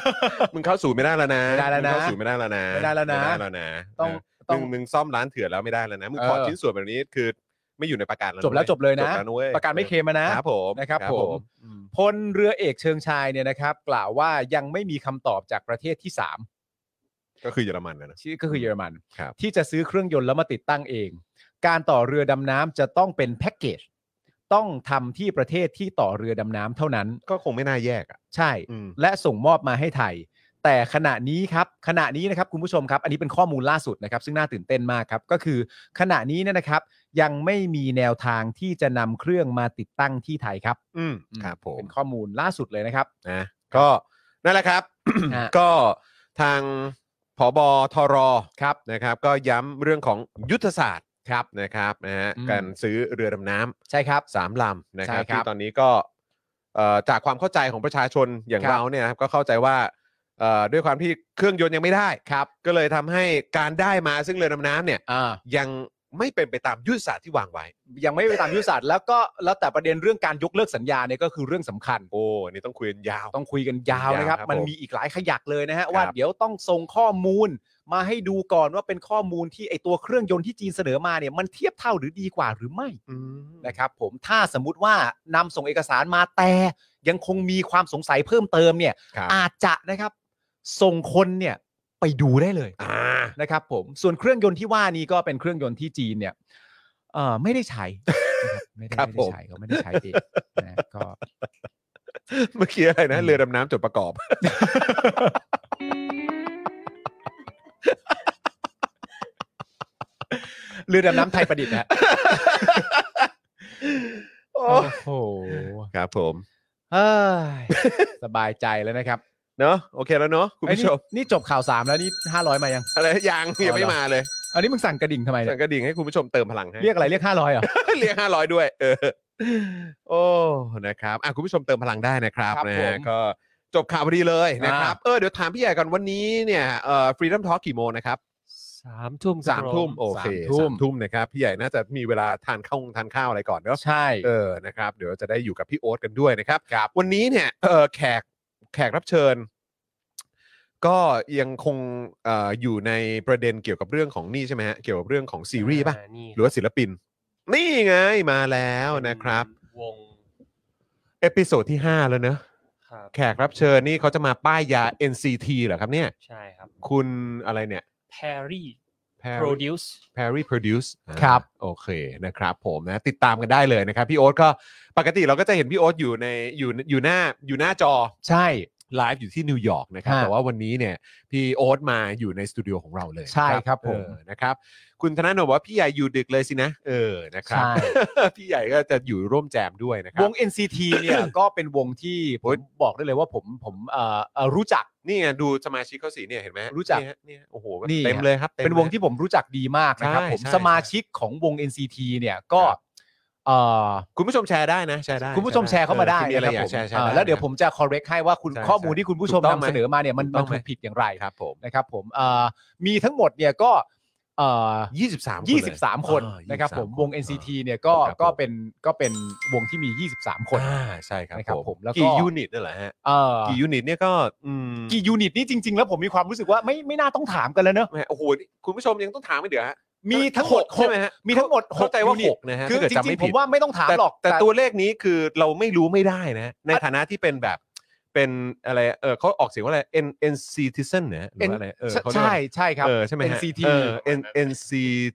Speaker 3: มึงเข้าศูนย์ไม่ได้แล้วนะ
Speaker 4: ไม่ได้แล้วนะ
Speaker 3: มึงเข้าศูนย์ไม่ได้แล้วนะ
Speaker 4: ไม่ได้แล้วนะ
Speaker 3: ไม่ได้แล้วนะ
Speaker 4: ต้อง
Speaker 3: เออ
Speaker 4: ต้อง
Speaker 3: มึงมึงซ่อมร้านเถื่อนแล้วไม่ได้แล้วนะมึง
Speaker 4: เออ
Speaker 3: ถอดชิ้นส่วนแบบนี้คือไม่อยู่ในประกันแล้ว
Speaker 4: จบแล้วจบเลยนะ
Speaker 3: จบแวเว้ย
Speaker 4: ประกันไม่เคลมอะนะ
Speaker 3: ครับผม
Speaker 4: นะครับผม
Speaker 3: อืม
Speaker 4: พลเรือเอกเชิงชายเนี่ยนะครับ กล่าวว่ายังไม่มีคำตอบจากประเทศที่สาม
Speaker 3: ก็คือเยอรมันนะนะ
Speaker 4: ที่ก็คือเยอรมัน
Speaker 3: ครับ
Speaker 4: ที่จะซื้อเครื่องยนต์แล้วมาติดตั้งเอง การต่อเรือดำน้ำจะต้องเป็นแพ็กเกจต้องทำที่ประเทศที่ต่อเรือดำน้ำเท่านั้น
Speaker 3: ก็คงไม่น่าแยกอ่ะ
Speaker 4: ใช่
Speaker 3: อืม
Speaker 4: และส่งมอบมาให้ไทย แต่ขณะนี้ครับขณะนี้นะครับคุณผู้ชมครับ อันนี้เป็นข้อมูลล่าสุดนะครับ ซึ่งน่าตื่นเต้นมากครับ ก็คือขณะนี้เนี่ยนะครับ ยังไม่มีแนวทางที่จะนำเครื่องมาติดตั้งที่ไทยครับ
Speaker 3: อืมครับผม
Speaker 4: เป็นข้อมูลล่าสุดเลยนะครับ
Speaker 3: นะก็นั่นแหละครับ
Speaker 4: ฮะ
Speaker 3: ก็ทางผบทร
Speaker 4: ครับ
Speaker 3: นะครับ ก็ย้ำเรื่องของยุทธศาสตร์ครับนะครับนะฮะ
Speaker 4: อืม
Speaker 3: การซื้อเรือดำน้
Speaker 4: ใช่ครับ
Speaker 3: ำสามลำนะครับ
Speaker 4: ใช่ครับ
Speaker 3: ที่ตอนนี้ก็เอ่อจากความเข้าใจของประชาชนอย่าง
Speaker 4: ครับ
Speaker 3: เราเนี่ยนะครับก็เข้าใจว่าเอ่อด้วยความที่เครื่องยนต์ยังไม่ได้ครับก็เลยทำให้การได้มาซึ่งเรือดำน้ำเนี่ย
Speaker 4: อ่า
Speaker 3: ยังไม่เป็นไปตามยุทธศาสตร์ที่วางไว้
Speaker 4: ยังไม่ไปตามยุทธศาสตร์แล้วก็แล้วแต่ประเด็นเรื่องการยกเลิกสัญญาเนี่ยก็คือเรื่องสำคัญ
Speaker 3: โอ้อันนี่ต้องคุยกันยาว
Speaker 4: ต้องคุยกันยาวนะครับ
Speaker 3: ยาวครับ
Speaker 4: มัน
Speaker 3: ผม
Speaker 4: มีอีกหลายขยักเลยนะฮะ
Speaker 3: ครับ
Speaker 4: ว่าเดี๋ยวต้องส่งข้อมูลมาให้ดูก่อนว่าเป็นข้อมูลที่ไอตัวเครื่องยนต์ที่จีนเสนอมาเนี่ยมันเทียบเท่าหรือดีกว่าหรือไม่
Speaker 3: อืม
Speaker 4: นะครับ ผมถ้าสมมุติว่านำส่งเอกสารมาแต่ยังคงมีความสงสัยเพิ่มเติมเนี่ย
Speaker 3: ครับ
Speaker 4: อาจจะนะครับ ส่งคนเนี่ยไปดูได้เลย
Speaker 3: อ่า
Speaker 4: นะครับผมส่วนเครื่องยนต์ที่ว่านี้ก็เป็นเครื่องยนต์ที่จีนเนี่ยเอ่อไม่ได้ใช้นะครับไม่ได้ไม่ได้ใช้เขาไม่ได้ใช้เองนะก็
Speaker 3: เมื่อกี้อะไรนะเรือดำน้ำจดประกอบ
Speaker 4: เรือดำน้ำไทยประดิษฐ์นะฮะ
Speaker 3: โอ้
Speaker 4: โอ้โห
Speaker 3: ครับผม
Speaker 4: เฮ้ยสบายใจแล้วนะครับ
Speaker 3: เนอะโอเคแล้วเนอะคุณ
Speaker 4: เอ้ย
Speaker 3: ผู้
Speaker 4: นี่
Speaker 3: ชม
Speaker 4: นี่จบข่าวสามแล้วนี่ห้าร้อยมายัง
Speaker 3: อะไรยังยังไม่
Speaker 4: อ๋อเหรอ
Speaker 3: มาเลย
Speaker 4: อันนี้มึงสั่งกระดิ่งทำไมเนี่
Speaker 3: สั่
Speaker 4: ย
Speaker 3: งกระดิ่งให้คุณผู้ชมเติมพลังให้
Speaker 4: เรียกอะไรเรียกห้าร้อยเหรอ
Speaker 3: เรียกห้าร้อยด้วยเออโอ้นะครับอ่ะคุณผู้ชมเติมพลังได้นะครับ
Speaker 4: ครับ
Speaker 3: นะ
Speaker 4: ผ
Speaker 3: ฮะ
Speaker 4: ม
Speaker 3: ก็จบข่าวพอดีเลยนะครับ
Speaker 4: อ่า
Speaker 3: เออเดี๋ยวถามพี่ใหญ่ก่อนวันนี้เนี่ยเอ่อฟรีดัมทอล์กกี่โมงนะครับ
Speaker 1: สามทุ่ม
Speaker 3: สามทุ่มโอเค
Speaker 4: สามทุ่ม
Speaker 3: สามทุ่มนะครับพี่ใหญ่น่าจะมีเวลาทานข้าวทานข้าวอะไรก่อนเนาะ
Speaker 4: ใช่
Speaker 3: เออนะครับเดี๋ยวจะได้อยู่กับพี่โอ๊ตกันด้วยนะครับ
Speaker 4: ครับ
Speaker 3: วันนี้เนี่ยเออแขกแขกรับเชิญ ก็ยังคงเอออยู่ในประเด็นเกี่ยวกับเรื่องของนี่ใช่ไหมฮะเกี่ยวกับเรื่องของซีรีส์ป่ะ
Speaker 1: นี่
Speaker 3: หรือว่าศิลปิน นี่ไงมาแล้วนะครับ
Speaker 1: วง
Speaker 3: เอพิโซดที่ 5 แล้วเนอะ
Speaker 1: ครับ
Speaker 3: แขกรับเชิญนี่เขาจะมาป้ายยา NCT เหรอครับเนี่ย
Speaker 1: ใช่ครับ
Speaker 3: คุณอะไรเนี่ย
Speaker 1: Perry
Speaker 3: Perry
Speaker 1: Produce
Speaker 3: Perry Produce อ่า
Speaker 4: ครับ
Speaker 3: โอเคนะครับผมนะติดตามกันได้เลยนะครับพี่โอ๊ตก็ปกติเราก็จะเห็นพี่โอ๊ตอยู่ในอยู่อยู่หน้าอยู่หน้าจอ
Speaker 4: ใช่
Speaker 3: ไลฟ์อยู่ที่นิวยอร์กนะครับ
Speaker 4: ฮะ
Speaker 3: แต่ว่าวันนี้เนี่ยพี่โอ๊ตมาอยู่ในสตูดิโอของเราเลย
Speaker 4: ใช่ครับผม
Speaker 3: เออนะครับคุณธนาโนบอกว่าพี่ใหญ่อยู่ดึกเลยสินะ เออนะครับ
Speaker 4: ใช่
Speaker 3: พี่ใหญ่ก็จะอยู่ร่วมแจมด้วยนะครั
Speaker 4: ว
Speaker 3: บ
Speaker 4: ง NCT เนี่ยก็เป็นวงที่ผมบอกได้เลยว่าผมผมเอ่อเอ่อรู้จัก
Speaker 3: นี่ไงดูสมาชิกเขาสีเนี่ยเห็นไหมฮะ
Speaker 4: รู้จัก
Speaker 3: เนี่ยฮะเนี่ยโอ้โห
Speaker 4: นี่
Speaker 3: เต็มเลยครับต็ม
Speaker 4: เป็นวง
Speaker 3: ลย
Speaker 4: ที่ผมรู้จักดีมากนะครับ
Speaker 3: ใช่
Speaker 4: ผม
Speaker 3: ใช่
Speaker 4: สมาชิกของวง NCT เนี่ยก็
Speaker 3: ครับ
Speaker 4: เอ่อ
Speaker 3: คุณผู้ชมแชร์ได้นะแชร์ได้
Speaker 4: คุณผู้ชมแชร์เข้ามาได้
Speaker 3: ออมีอะไรอ
Speaker 4: นะค
Speaker 3: ยา
Speaker 4: รั
Speaker 3: ก
Speaker 4: บผม
Speaker 3: แชร์แชร์
Speaker 4: เอ่อ
Speaker 3: ไ
Speaker 4: แล้วเดี๋ยว
Speaker 3: นะ
Speaker 4: ผมจะ correct ให้ว่าคุณ
Speaker 3: ใช่
Speaker 4: ข้อมูลที่คุณผู้ชม
Speaker 3: ถูกต้องไหม
Speaker 4: นำเสนอมาเนี่ยมัน
Speaker 3: ถูกต้อ
Speaker 4: มั
Speaker 3: น งไหม
Speaker 4: ถูกผิดอย่างไร
Speaker 3: ครับผม
Speaker 4: นะครับผมเอ่อมีทั้งหมดเนี่ยก็เอ่อ
Speaker 3: 23
Speaker 4: 23 คนนะครับผมวง NCT เนี่ยก็
Speaker 3: ครับผม
Speaker 4: ก็เป็นก็เป็นวงที่มี 23
Speaker 3: ค
Speaker 4: คน
Speaker 3: นอ่าใช่ครับ
Speaker 4: นะครับผมแล้วก็
Speaker 3: กี่ยูนิตนั่นแหละฮะ
Speaker 4: เอ่อ
Speaker 3: กี่ยูนิตเนี่ยก็อืม
Speaker 4: กี่ยูนิตนี่จริง ๆ แล้วผมมีความรู้สึกว่าไม่ไม่น่าต้องถามกันแล้วเนอะ
Speaker 3: แหมโอ้โหนี่คุณผู้ชมยังต้องถามไปเดี๋ยวฮะ
Speaker 4: มีทั้งหมด
Speaker 3: ใช่ไหมฮะ
Speaker 4: มีทั้งหมด
Speaker 3: เข้าใจว่า
Speaker 4: ยูนิต
Speaker 3: หกนะฮะ
Speaker 4: คือ
Speaker 3: ถ้าเกิด
Speaker 4: จ
Speaker 3: จำ
Speaker 4: ริ
Speaker 3: ไม่
Speaker 4: งๆผ
Speaker 3: ผิด
Speaker 4: มว่าไม่ต้องถาม
Speaker 3: แต่
Speaker 4: หรอก
Speaker 3: แต่ตัวเลขนี้คือเราไม่รู้ไม่ได้นะ ในฐานะที่เป็นแบบ เป็นอะไรเออเขาออกเสียงว่าอะไร N N C Tizen เนี่ยหรือว่าอะไรเออเขาเรียก
Speaker 4: ใช่
Speaker 3: ว่า
Speaker 4: ใช่ครับ
Speaker 3: เออใช่ไหมฮะ
Speaker 4: NCT
Speaker 3: เออ N N C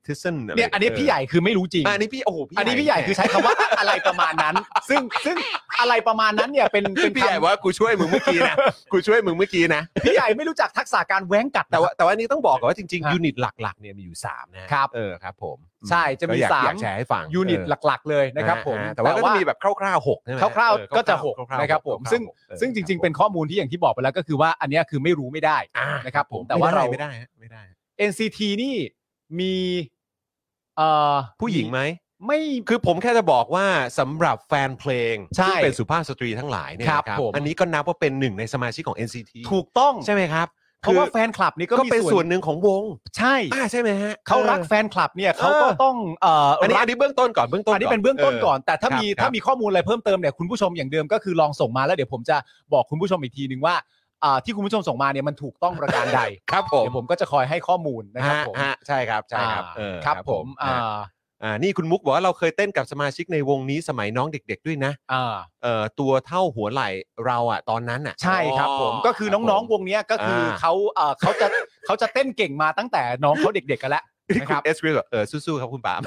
Speaker 3: Tizen ะไร
Speaker 4: เนี่ยอันนี้พี่ใหญ่คือไม่รู้จริง
Speaker 3: อะอันนี้พี่โอ้โห
Speaker 4: อันนี้พี่ใหญ่คือใช้คำว่าอะไรประมาณนั้น ซึ่งซึ่งอะไรประมาณนั้นเนี่ยเป็นเป็น
Speaker 3: พี่ใหญ่ว่ากูช่วยมึงเมื่อ กี้นะกูช่วยมึงเมื่อกี้นะ
Speaker 4: พี่ใหญ่ไม่รู้จักทักษะการแว้งกัด
Speaker 3: แต่ว่าแต่ว่านี่ต้องบอกก่อนว่าจริงๆ
Speaker 4: ฮะ
Speaker 3: ยูนิตหลักๆเนี่ยมีอยู่ 3 นะฮะ
Speaker 4: ครับ
Speaker 3: เออครับผม
Speaker 4: ใช่จะมี
Speaker 3: ก็อยก
Speaker 4: สาม
Speaker 3: อยกแชร์ให้ฟัง
Speaker 4: ยูนิต
Speaker 3: เออ
Speaker 4: หลัก ๆ เลย นะครับ
Speaker 3: ฮ
Speaker 4: ผม
Speaker 3: ฮแต่ว่าก็จะมีแบบคร่าวๆ6ใช่ไหม
Speaker 4: คร่าว
Speaker 3: เออ
Speaker 4: ๆก็จะ
Speaker 3: ค
Speaker 4: ห
Speaker 3: ร่าว
Speaker 4: ก
Speaker 3: ๆคร่าวๆ
Speaker 4: นะครับผม
Speaker 3: าวๆ
Speaker 4: ซึ่ง
Speaker 3: หกเออ
Speaker 4: ซึ่งจริง
Speaker 3: คบ
Speaker 4: ๆเป็นข้อมูลที่อย่างที่บอกไปแล้วก็คือว่าอันเนี้ยคือไม่รู้ไม่ได้
Speaker 3: อ่า
Speaker 4: นะครับผมแต่ว่าเรา
Speaker 3: ไม่ได้ฮะไม่ได้ฮะ
Speaker 4: NCT นี่มีเอ่อ
Speaker 3: ผู้หญิงไหม
Speaker 4: ไม่
Speaker 3: คือผมแค่จะบอกว่าสำหรับแฟนเพลง
Speaker 4: ใช่
Speaker 3: ซึ่งเป็นสุภาพสตรีทั้งหลายเนี่ย
Speaker 4: ครับ
Speaker 3: นะ
Speaker 4: ผม
Speaker 3: อันนี้ก็นับว่าเป็นหนึ่งในสมาชิกของ NCT
Speaker 4: ถูกต้อง
Speaker 3: ใช่ไหมครับ
Speaker 4: เพราะว่า
Speaker 3: คือ
Speaker 4: แฟนคลับนี่ก็
Speaker 3: ก็
Speaker 4: มี
Speaker 3: เป็นส่วนหนึ่งของวง
Speaker 4: ใช่
Speaker 3: อ่าใช่ไหมฮะ
Speaker 4: เขารักแฟนคลับเนี่ยเขาก็ต้องเอ่อ
Speaker 3: อันนี้
Speaker 4: รั
Speaker 3: อั
Speaker 4: ก
Speaker 3: นนี้เบื้องต้นก่อนเบื้องต้น
Speaker 4: อันนี้เป็นเบื้องต้นก่อน แต่ถ้ามี
Speaker 3: ครับ
Speaker 4: ถ้ามีข้อมูลอะไรเพิ่มเติมเนี่ยคุณผู้ชมอย่างเดิมก็คือลองส่งมาแล้วเดี๋ยวผมจะบอกคุณผู้ชมอีกทีหนึ่งว่าอ่าที่คุณผู้ชมส่งมาเนี่ยมันถูกต้องประการใด
Speaker 3: ครับผม
Speaker 4: เดี๋ยวผมก็จะคอยให้ข้อมูลนะครับผม
Speaker 3: ฮฮใช่ครับใช่ครับ
Speaker 4: อ่า
Speaker 3: เออ
Speaker 4: ครับผมอ่า
Speaker 3: อ่านี่คุณมุกบอกว่าเราเคยเต้นกับสมาชิกในวงนี้สมัยน้องเด็ก ๆ ด้วยนะ
Speaker 4: อ่า
Speaker 3: เอ่อตัวเท่าหัวไหล่เราอ่ะตอนนั้นอ่ะ
Speaker 4: ใช่ครับผมก็คือน้องๆว
Speaker 3: ว
Speaker 4: งเนี้ยก็คืออา เขาเอ่อเขาจะเขาจะเต้นเก่งมาตั้งแต่น้องเขาเด็กๆกันแล้ว
Speaker 3: ที่
Speaker 4: นะ
Speaker 3: คุ
Speaker 4: ค
Speaker 3: ณ
Speaker 4: รับ
Speaker 3: เอสเรียกว่าเออสู้ๆครับคุณปาล์ม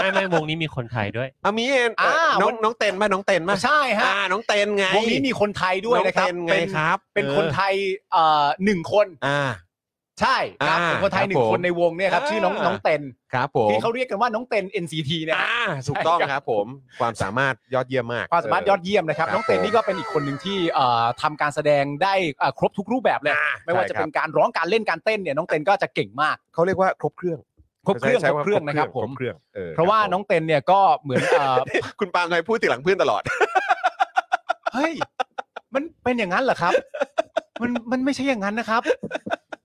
Speaker 8: ไม่ไม่วงนี้มีคนไทยด้วย
Speaker 3: อามีเอ็นเอ่อ
Speaker 4: อ่า
Speaker 3: น้อง
Speaker 4: วัน
Speaker 3: น้องเต็นมาน้องเต็นมา
Speaker 4: ใช่ฮะ
Speaker 3: อ่าน้องเต็นไง
Speaker 4: วงนี้มีคนไทยด้วยนะครับ
Speaker 3: องเต็นไง
Speaker 4: เป็น
Speaker 3: ครับ
Speaker 4: เป็น
Speaker 3: ออ
Speaker 4: คนไทยเอ่อหนึ่งคน
Speaker 3: อ่า
Speaker 4: ใช่ครับ
Speaker 3: อ่า
Speaker 4: เป็นคนไทยหนึ่
Speaker 3: ครั
Speaker 4: ง
Speaker 3: บผม
Speaker 4: คนในวงเนี่ยครับ
Speaker 3: อ่า
Speaker 4: ชื่อน้องน้องเต็น
Speaker 3: ครับผม
Speaker 4: ที่เขาเรียกกันว่าน้องเต็น NCT เนย
Speaker 3: อ่าถูกต้องครับผมความสามารถยอดเยี่ยมมาก
Speaker 4: ความสามารถยอดเยี่ยมนะครับ
Speaker 3: ครับ
Speaker 4: น้องเต็น
Speaker 3: ผม
Speaker 4: นี่ก็เป็นอีกคนหนึ่งที่เอ่อทำการแสดงได้เอ่อครบทุกรูปแบบเลย
Speaker 3: อ่า
Speaker 4: ไม่ว่า
Speaker 3: ใช่
Speaker 4: จะ
Speaker 3: ครับ
Speaker 4: เป็นการร้องการเล่นการเต้นเนี่ยน้องเต็นก็จะเก่งมาก
Speaker 3: เขาเรียกว่าครบเครื่อง
Speaker 4: ครบเครื่อง
Speaker 3: ใช้
Speaker 4: ครบ
Speaker 3: ว่า
Speaker 4: เครื่องนะครับผ
Speaker 3: ค
Speaker 4: ม
Speaker 3: รบเครื่องออ
Speaker 4: เพราะว่า
Speaker 3: คบผม
Speaker 4: น้องเต็นเนี่ยก็เหมือนเอ่อ
Speaker 3: คุณปาล์มทำไมพูดติดหลังเพื่อนตลอด
Speaker 4: เฮ้ยมันเป็นอย่างนั้นเหรอครับ มันมันไม่ใช่อย่างนั้นนะครับ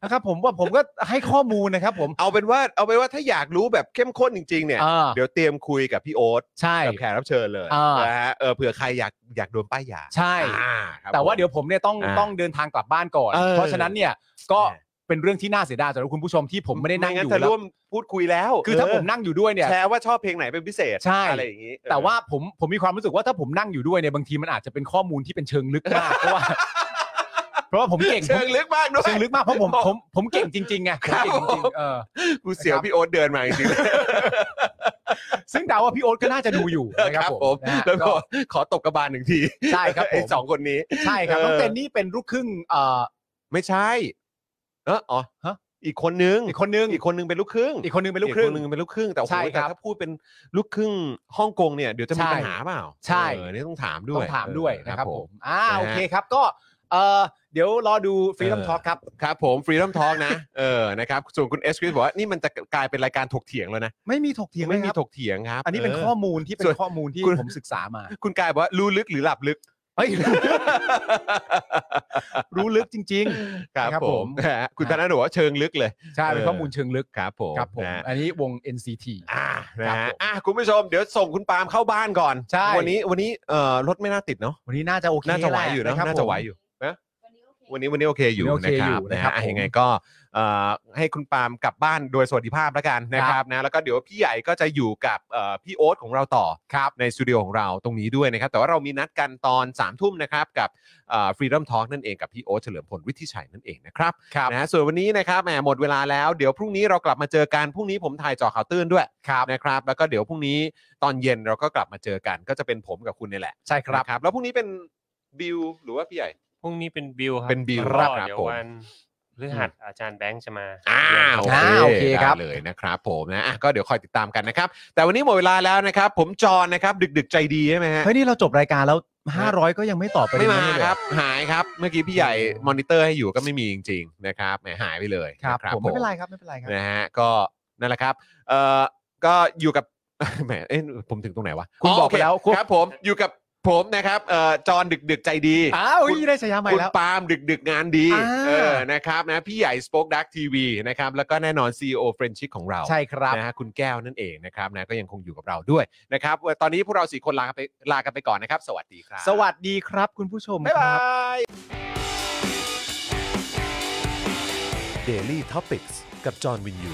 Speaker 4: นะครับ ผมว่าผมก็ให้ข้อมูลนะครับ ผม
Speaker 3: เอาเป็นว่าเอาเป็นว่าถ้าอยากรู้แบบเข้มข้นจริงๆเนี่ย
Speaker 4: อ่า
Speaker 3: เดี๋ยวเตรียมคุยกับพี่โอ๊ต
Speaker 4: ใช่
Speaker 3: กับแขกรับเชิญเลย
Speaker 4: อ่าน
Speaker 3: นะฮะเออเผื่อใครอยากอยากโดนป้ายยา
Speaker 4: ใช่
Speaker 3: อ่าครับ
Speaker 4: แต่ว่า
Speaker 3: ผม
Speaker 4: เดี๋ยวผมเนี่ยต้อง
Speaker 3: อ่า
Speaker 4: ต้องเดินทางกลับบ้านก่อน
Speaker 3: เออ
Speaker 4: เพราะฉะนั้นเนี่ยก็เป็นเรื่องที่น่าเสียดายสำหรับคุณผู้ชมที่ผมไม่ได้นั่งอยู่
Speaker 3: จะ
Speaker 4: แล้ว
Speaker 3: ร่วมพูดคุยแล้ว
Speaker 4: คือถ้า
Speaker 3: เ
Speaker 4: ผมนั่งอยู่ด้วยเนี่ย
Speaker 3: แชร์ว่าชอบเพลงไหนเป็นพิเศษ
Speaker 4: ใช่
Speaker 3: อะไรอย่างนี้เออ
Speaker 4: แต่ว่าผมผมมีความรู้สึกว่าถ้าผมนั่งอยู่ด้วยเนี่ยบางทีมันอาจจะเป็นข้อมูลที่เป็นเชิงลึก มาก เพราะว่า เพราะว่าผมเก่ง
Speaker 3: เชิงลึกมาก
Speaker 4: ผ
Speaker 3: ด้ว
Speaker 4: ม
Speaker 3: ย
Speaker 4: เชิงลึกมากเพราะผมผมผมเก่งจริงๆไงผมเก่งจริง
Speaker 3: ครับผม
Speaker 4: ๆเออ
Speaker 3: กูเสียวพี่โอ๊ตเดินมาจริง
Speaker 4: ซึ่งเดาว่าพี่โอ๊ตก็น่าจะดู อยู่
Speaker 3: ๆ
Speaker 4: นะ ครับผมนะฮะ
Speaker 3: แล้วก็
Speaker 4: ก็
Speaker 3: ขอตบกระบาลหนึ่งที
Speaker 4: ใช่ครับผ
Speaker 3: ไอ้
Speaker 4: ม
Speaker 3: สองคนนี้
Speaker 4: ใช่ครับน้อง
Speaker 3: เออ
Speaker 4: เต้นนี่เป็นลูกครึ่งเอ่อ
Speaker 3: ไม่ใช่ เอออ๋อ
Speaker 4: ฮะ
Speaker 3: อีกคนนึง
Speaker 4: อีกคนนึง
Speaker 3: อีกคนนึงเป็นลูกครึ่ง
Speaker 4: อีกคนนึงเป็นลูกครึ่ง
Speaker 3: นนึงเป็นลูกครึ่งแต่โอ้โห
Speaker 4: ใช่ค
Speaker 3: แต่
Speaker 4: รับ
Speaker 3: ถ้าพูดเป็นลูกครึ่งฮ่องกงเนี่ยเดี๋ยวจะมี
Speaker 4: ใช่
Speaker 3: ปัญหาเปล่า
Speaker 4: ใช่
Speaker 3: เออนี่ต้องถามด้
Speaker 4: ต้
Speaker 3: ว
Speaker 4: อยงถามด้วยนะครับ
Speaker 3: เออ
Speaker 4: ผมอ่า
Speaker 3: นะฮะ
Speaker 4: โอเคครับก็เออเดี๋ยวรอดูฟรีลัมทอ l k ครับ
Speaker 3: ครับผมฟรีดอมทองนะ เออนะครับส่วนคุณเอสคริสบอกว่านี่มันจะกลายเป็นรายการถกเถียงแล้วนะ
Speaker 4: ไม่มีถกเถียง
Speaker 3: ไม่มี
Speaker 4: นะครับ
Speaker 3: ถกเถียงครับ
Speaker 4: อันนี้เป็น
Speaker 3: เ
Speaker 4: ข้อมูลที่เป็
Speaker 3: ส่ว
Speaker 4: น
Speaker 3: น
Speaker 4: ข้อมูลที่
Speaker 3: คุณ
Speaker 4: ผมศึกษามา
Speaker 3: คุณกายบอกว่ารู้ลึกหรือหลับลึก
Speaker 4: รู้ลึกจริง
Speaker 3: ครั
Speaker 4: ครับ บ
Speaker 3: ผ
Speaker 4: ผม ม
Speaker 3: นะฮะคุณธนาหนูว่าเชิงลึกเลย
Speaker 4: ๆ ใช่เป็นข้อมูลเชิงลึก
Speaker 3: ครับผม
Speaker 4: ครับผม
Speaker 3: นะฮะ
Speaker 4: อันนี้วง NCT
Speaker 3: อ่านะครับฮะ
Speaker 4: ผม
Speaker 3: อ่ะคุณผู้ชมเดี๋ยวส่งคุณปาล์มเข้าบ้านก่อน
Speaker 4: ใช่
Speaker 3: วันนี้วันนี้เอ่อรถไม่น่าติดเนาะ
Speaker 4: วันนี้น่าจะโอเค
Speaker 3: น่าจะไหวอยู่เนอะ
Speaker 4: แล้ครับ
Speaker 3: น่าจะไหว
Speaker 4: ผม
Speaker 3: อยู่นะวันนี้วันนี้โอเคอยู่
Speaker 4: วันนี้
Speaker 3: นะ
Speaker 4: โอเค
Speaker 3: ค
Speaker 4: อยู่
Speaker 3: รับนะ
Speaker 4: นะครับ
Speaker 3: ฮะอ่ะ
Speaker 4: ผม
Speaker 3: ยังไงก็เอ่อให้คุณปาล์มกลับบ้านโดยสวัสดิภาพแล้วกันนะค
Speaker 4: ครั
Speaker 3: รับบ นะแล้วก็เดี๋ยวพี่ใหญ่ก็จะอยู่กับเอ่อพี่โอ๊ตของเราต่อ
Speaker 4: ครับ
Speaker 3: ในสตูดิโอของเราตรงนี้ด้วยนะครับ แต่ว่าเรามีนัดกันตอน3ามทุ่มนะครับกับฟรีดอมทอล์กนั่นเองกับพี่โอ๊ตเฉลิมพลวิทิชัยนั่นเองนะครับ
Speaker 4: ครับ
Speaker 3: นะส่วนวันนี้นะครับแหมหมดเวลาแล้วเดี๋ยวพรุ่งนี้เรากลับมาเจอกันพรุ่งนี้ผมถ่ายเจอข่าวตื้นด้วยนะครับ แล้วก็เดี๋ยวพรุ่งนี้ตอนเย็นเราก็กลับมาเจอกันก็จะเป็นผมกับคุณนี่แหละ
Speaker 4: ใช่ครับ
Speaker 3: นะแล้วพรุ่งนี้เป็นบิวหรือว่าพี่ใหญ่
Speaker 8: พรุ่งนี้เป็นบิวครับ
Speaker 3: เป็นบิว
Speaker 8: ก็
Speaker 3: ครับ
Speaker 8: เดี๋ย
Speaker 3: ผ
Speaker 8: ว
Speaker 3: ม
Speaker 8: วันพฤหัสอาจารย์แบงค์จะมา
Speaker 3: อ่า
Speaker 8: เยี่ยมครับ
Speaker 4: อ่าโอเคครับ
Speaker 3: ได้เลยนะครับผมนะอ่ะก็เดี๋ยวคอยติดตามกันนะครับ แต่วันนี้หมดเวลาแล้วนะครับ ผมจอห์นนะครับดึก ๆ ใจดีใช่ไหมฮะ
Speaker 4: เฮ้ยนี่เราจบรายการแล้ว 500 ก็ยังไม่ตอบไป
Speaker 3: ไม่
Speaker 4: เลย
Speaker 3: มา
Speaker 4: นะเนี่ย
Speaker 3: ครับหายครับเมื่อกี้พี่ใหญ่มอนิเตอร์ให้อยู่ก็ไม่มีจริงๆนะครับแหมหายไปเลย
Speaker 4: ครับ
Speaker 3: นะ
Speaker 4: ผมไม่เป็นไรครับไม่เป็นไรครับ
Speaker 3: นะฮะก็นั่นแหละครับเอ่อก็อยู่กับ แหมเอ้ยผมถึงตรงไหนวะ
Speaker 4: คุณ
Speaker 3: โ
Speaker 4: บอกไปแล้วคุณ
Speaker 3: ครับผมอยู่กับผมนะครับเอ่อจอนดึกดึกๆใจดี
Speaker 4: อ้าว
Speaker 3: คุณ
Speaker 4: นี่ได้ฉายาใหม่
Speaker 3: คุณ
Speaker 4: แล้ว
Speaker 3: ปาล์มดึกดึกๆงานดี
Speaker 4: อ่า
Speaker 3: เออนะครับนะพี่ใหญ่สป็อคดักทีวีนะครับแล้วก็แน่นอน CEO เฟรนชิกของเรา
Speaker 4: ใช่ครับ
Speaker 3: นะฮะคุณแก้วนั่นเองนะครับนะก็ยังคงอยู่กับเราด้วยนะครับตอนนี้พวกเราสี่คนลาไปลากันไปก่อนนะครับ สวัสดีครับ
Speaker 4: สวัสดีครับคุณผู้ชม
Speaker 3: บ๊าย
Speaker 4: ครับ
Speaker 3: า
Speaker 4: บ
Speaker 3: ย
Speaker 2: Daily Topics กับจอห์นวินยู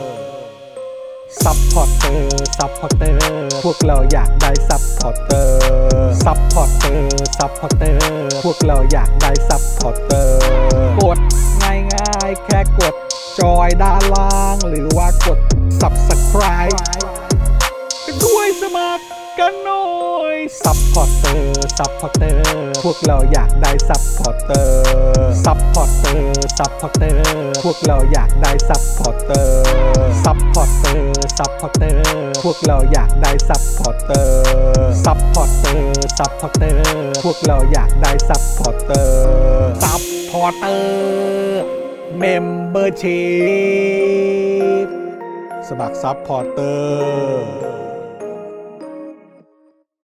Speaker 1: ซัพพอร์เตอร์ ซัพพอร์เตอร์ พวกเราอยากได้ซัพพอร์เตอร์ ซัพพอร์เตอร์ ซัพพอร์เตอร์ พวกเราอยากได้ซัพพอร์เตอร์ กดง่ายง่ายๆแค่กดจอยด้านล่าง หรือว่ากด subscribe กันด้วยสมัครกันหน่อย ซัพพอร์เตอร์ ซัพพอร์เตอร์ พวกเราอยากได้ซัพพอร์เตอร์ ซัพพอร์เตอร์ ซัพพอร์เตอร์ พวกเราอยากได้ซัพพอร์เตอร์ ซัพพอร์เตอร์ ซัพพอร์เตอร์ พวกเราอยากได้ซัพพอร์เตอร์ ซัพพอร์เตอร์ ซัพพอร์เตอร์ พวกเราอยากได้ซัพพอร์เตอร์ ซัพพอร์เตอร์ เมมเบอร์ชีพสมัครซัพพอร์เตอร์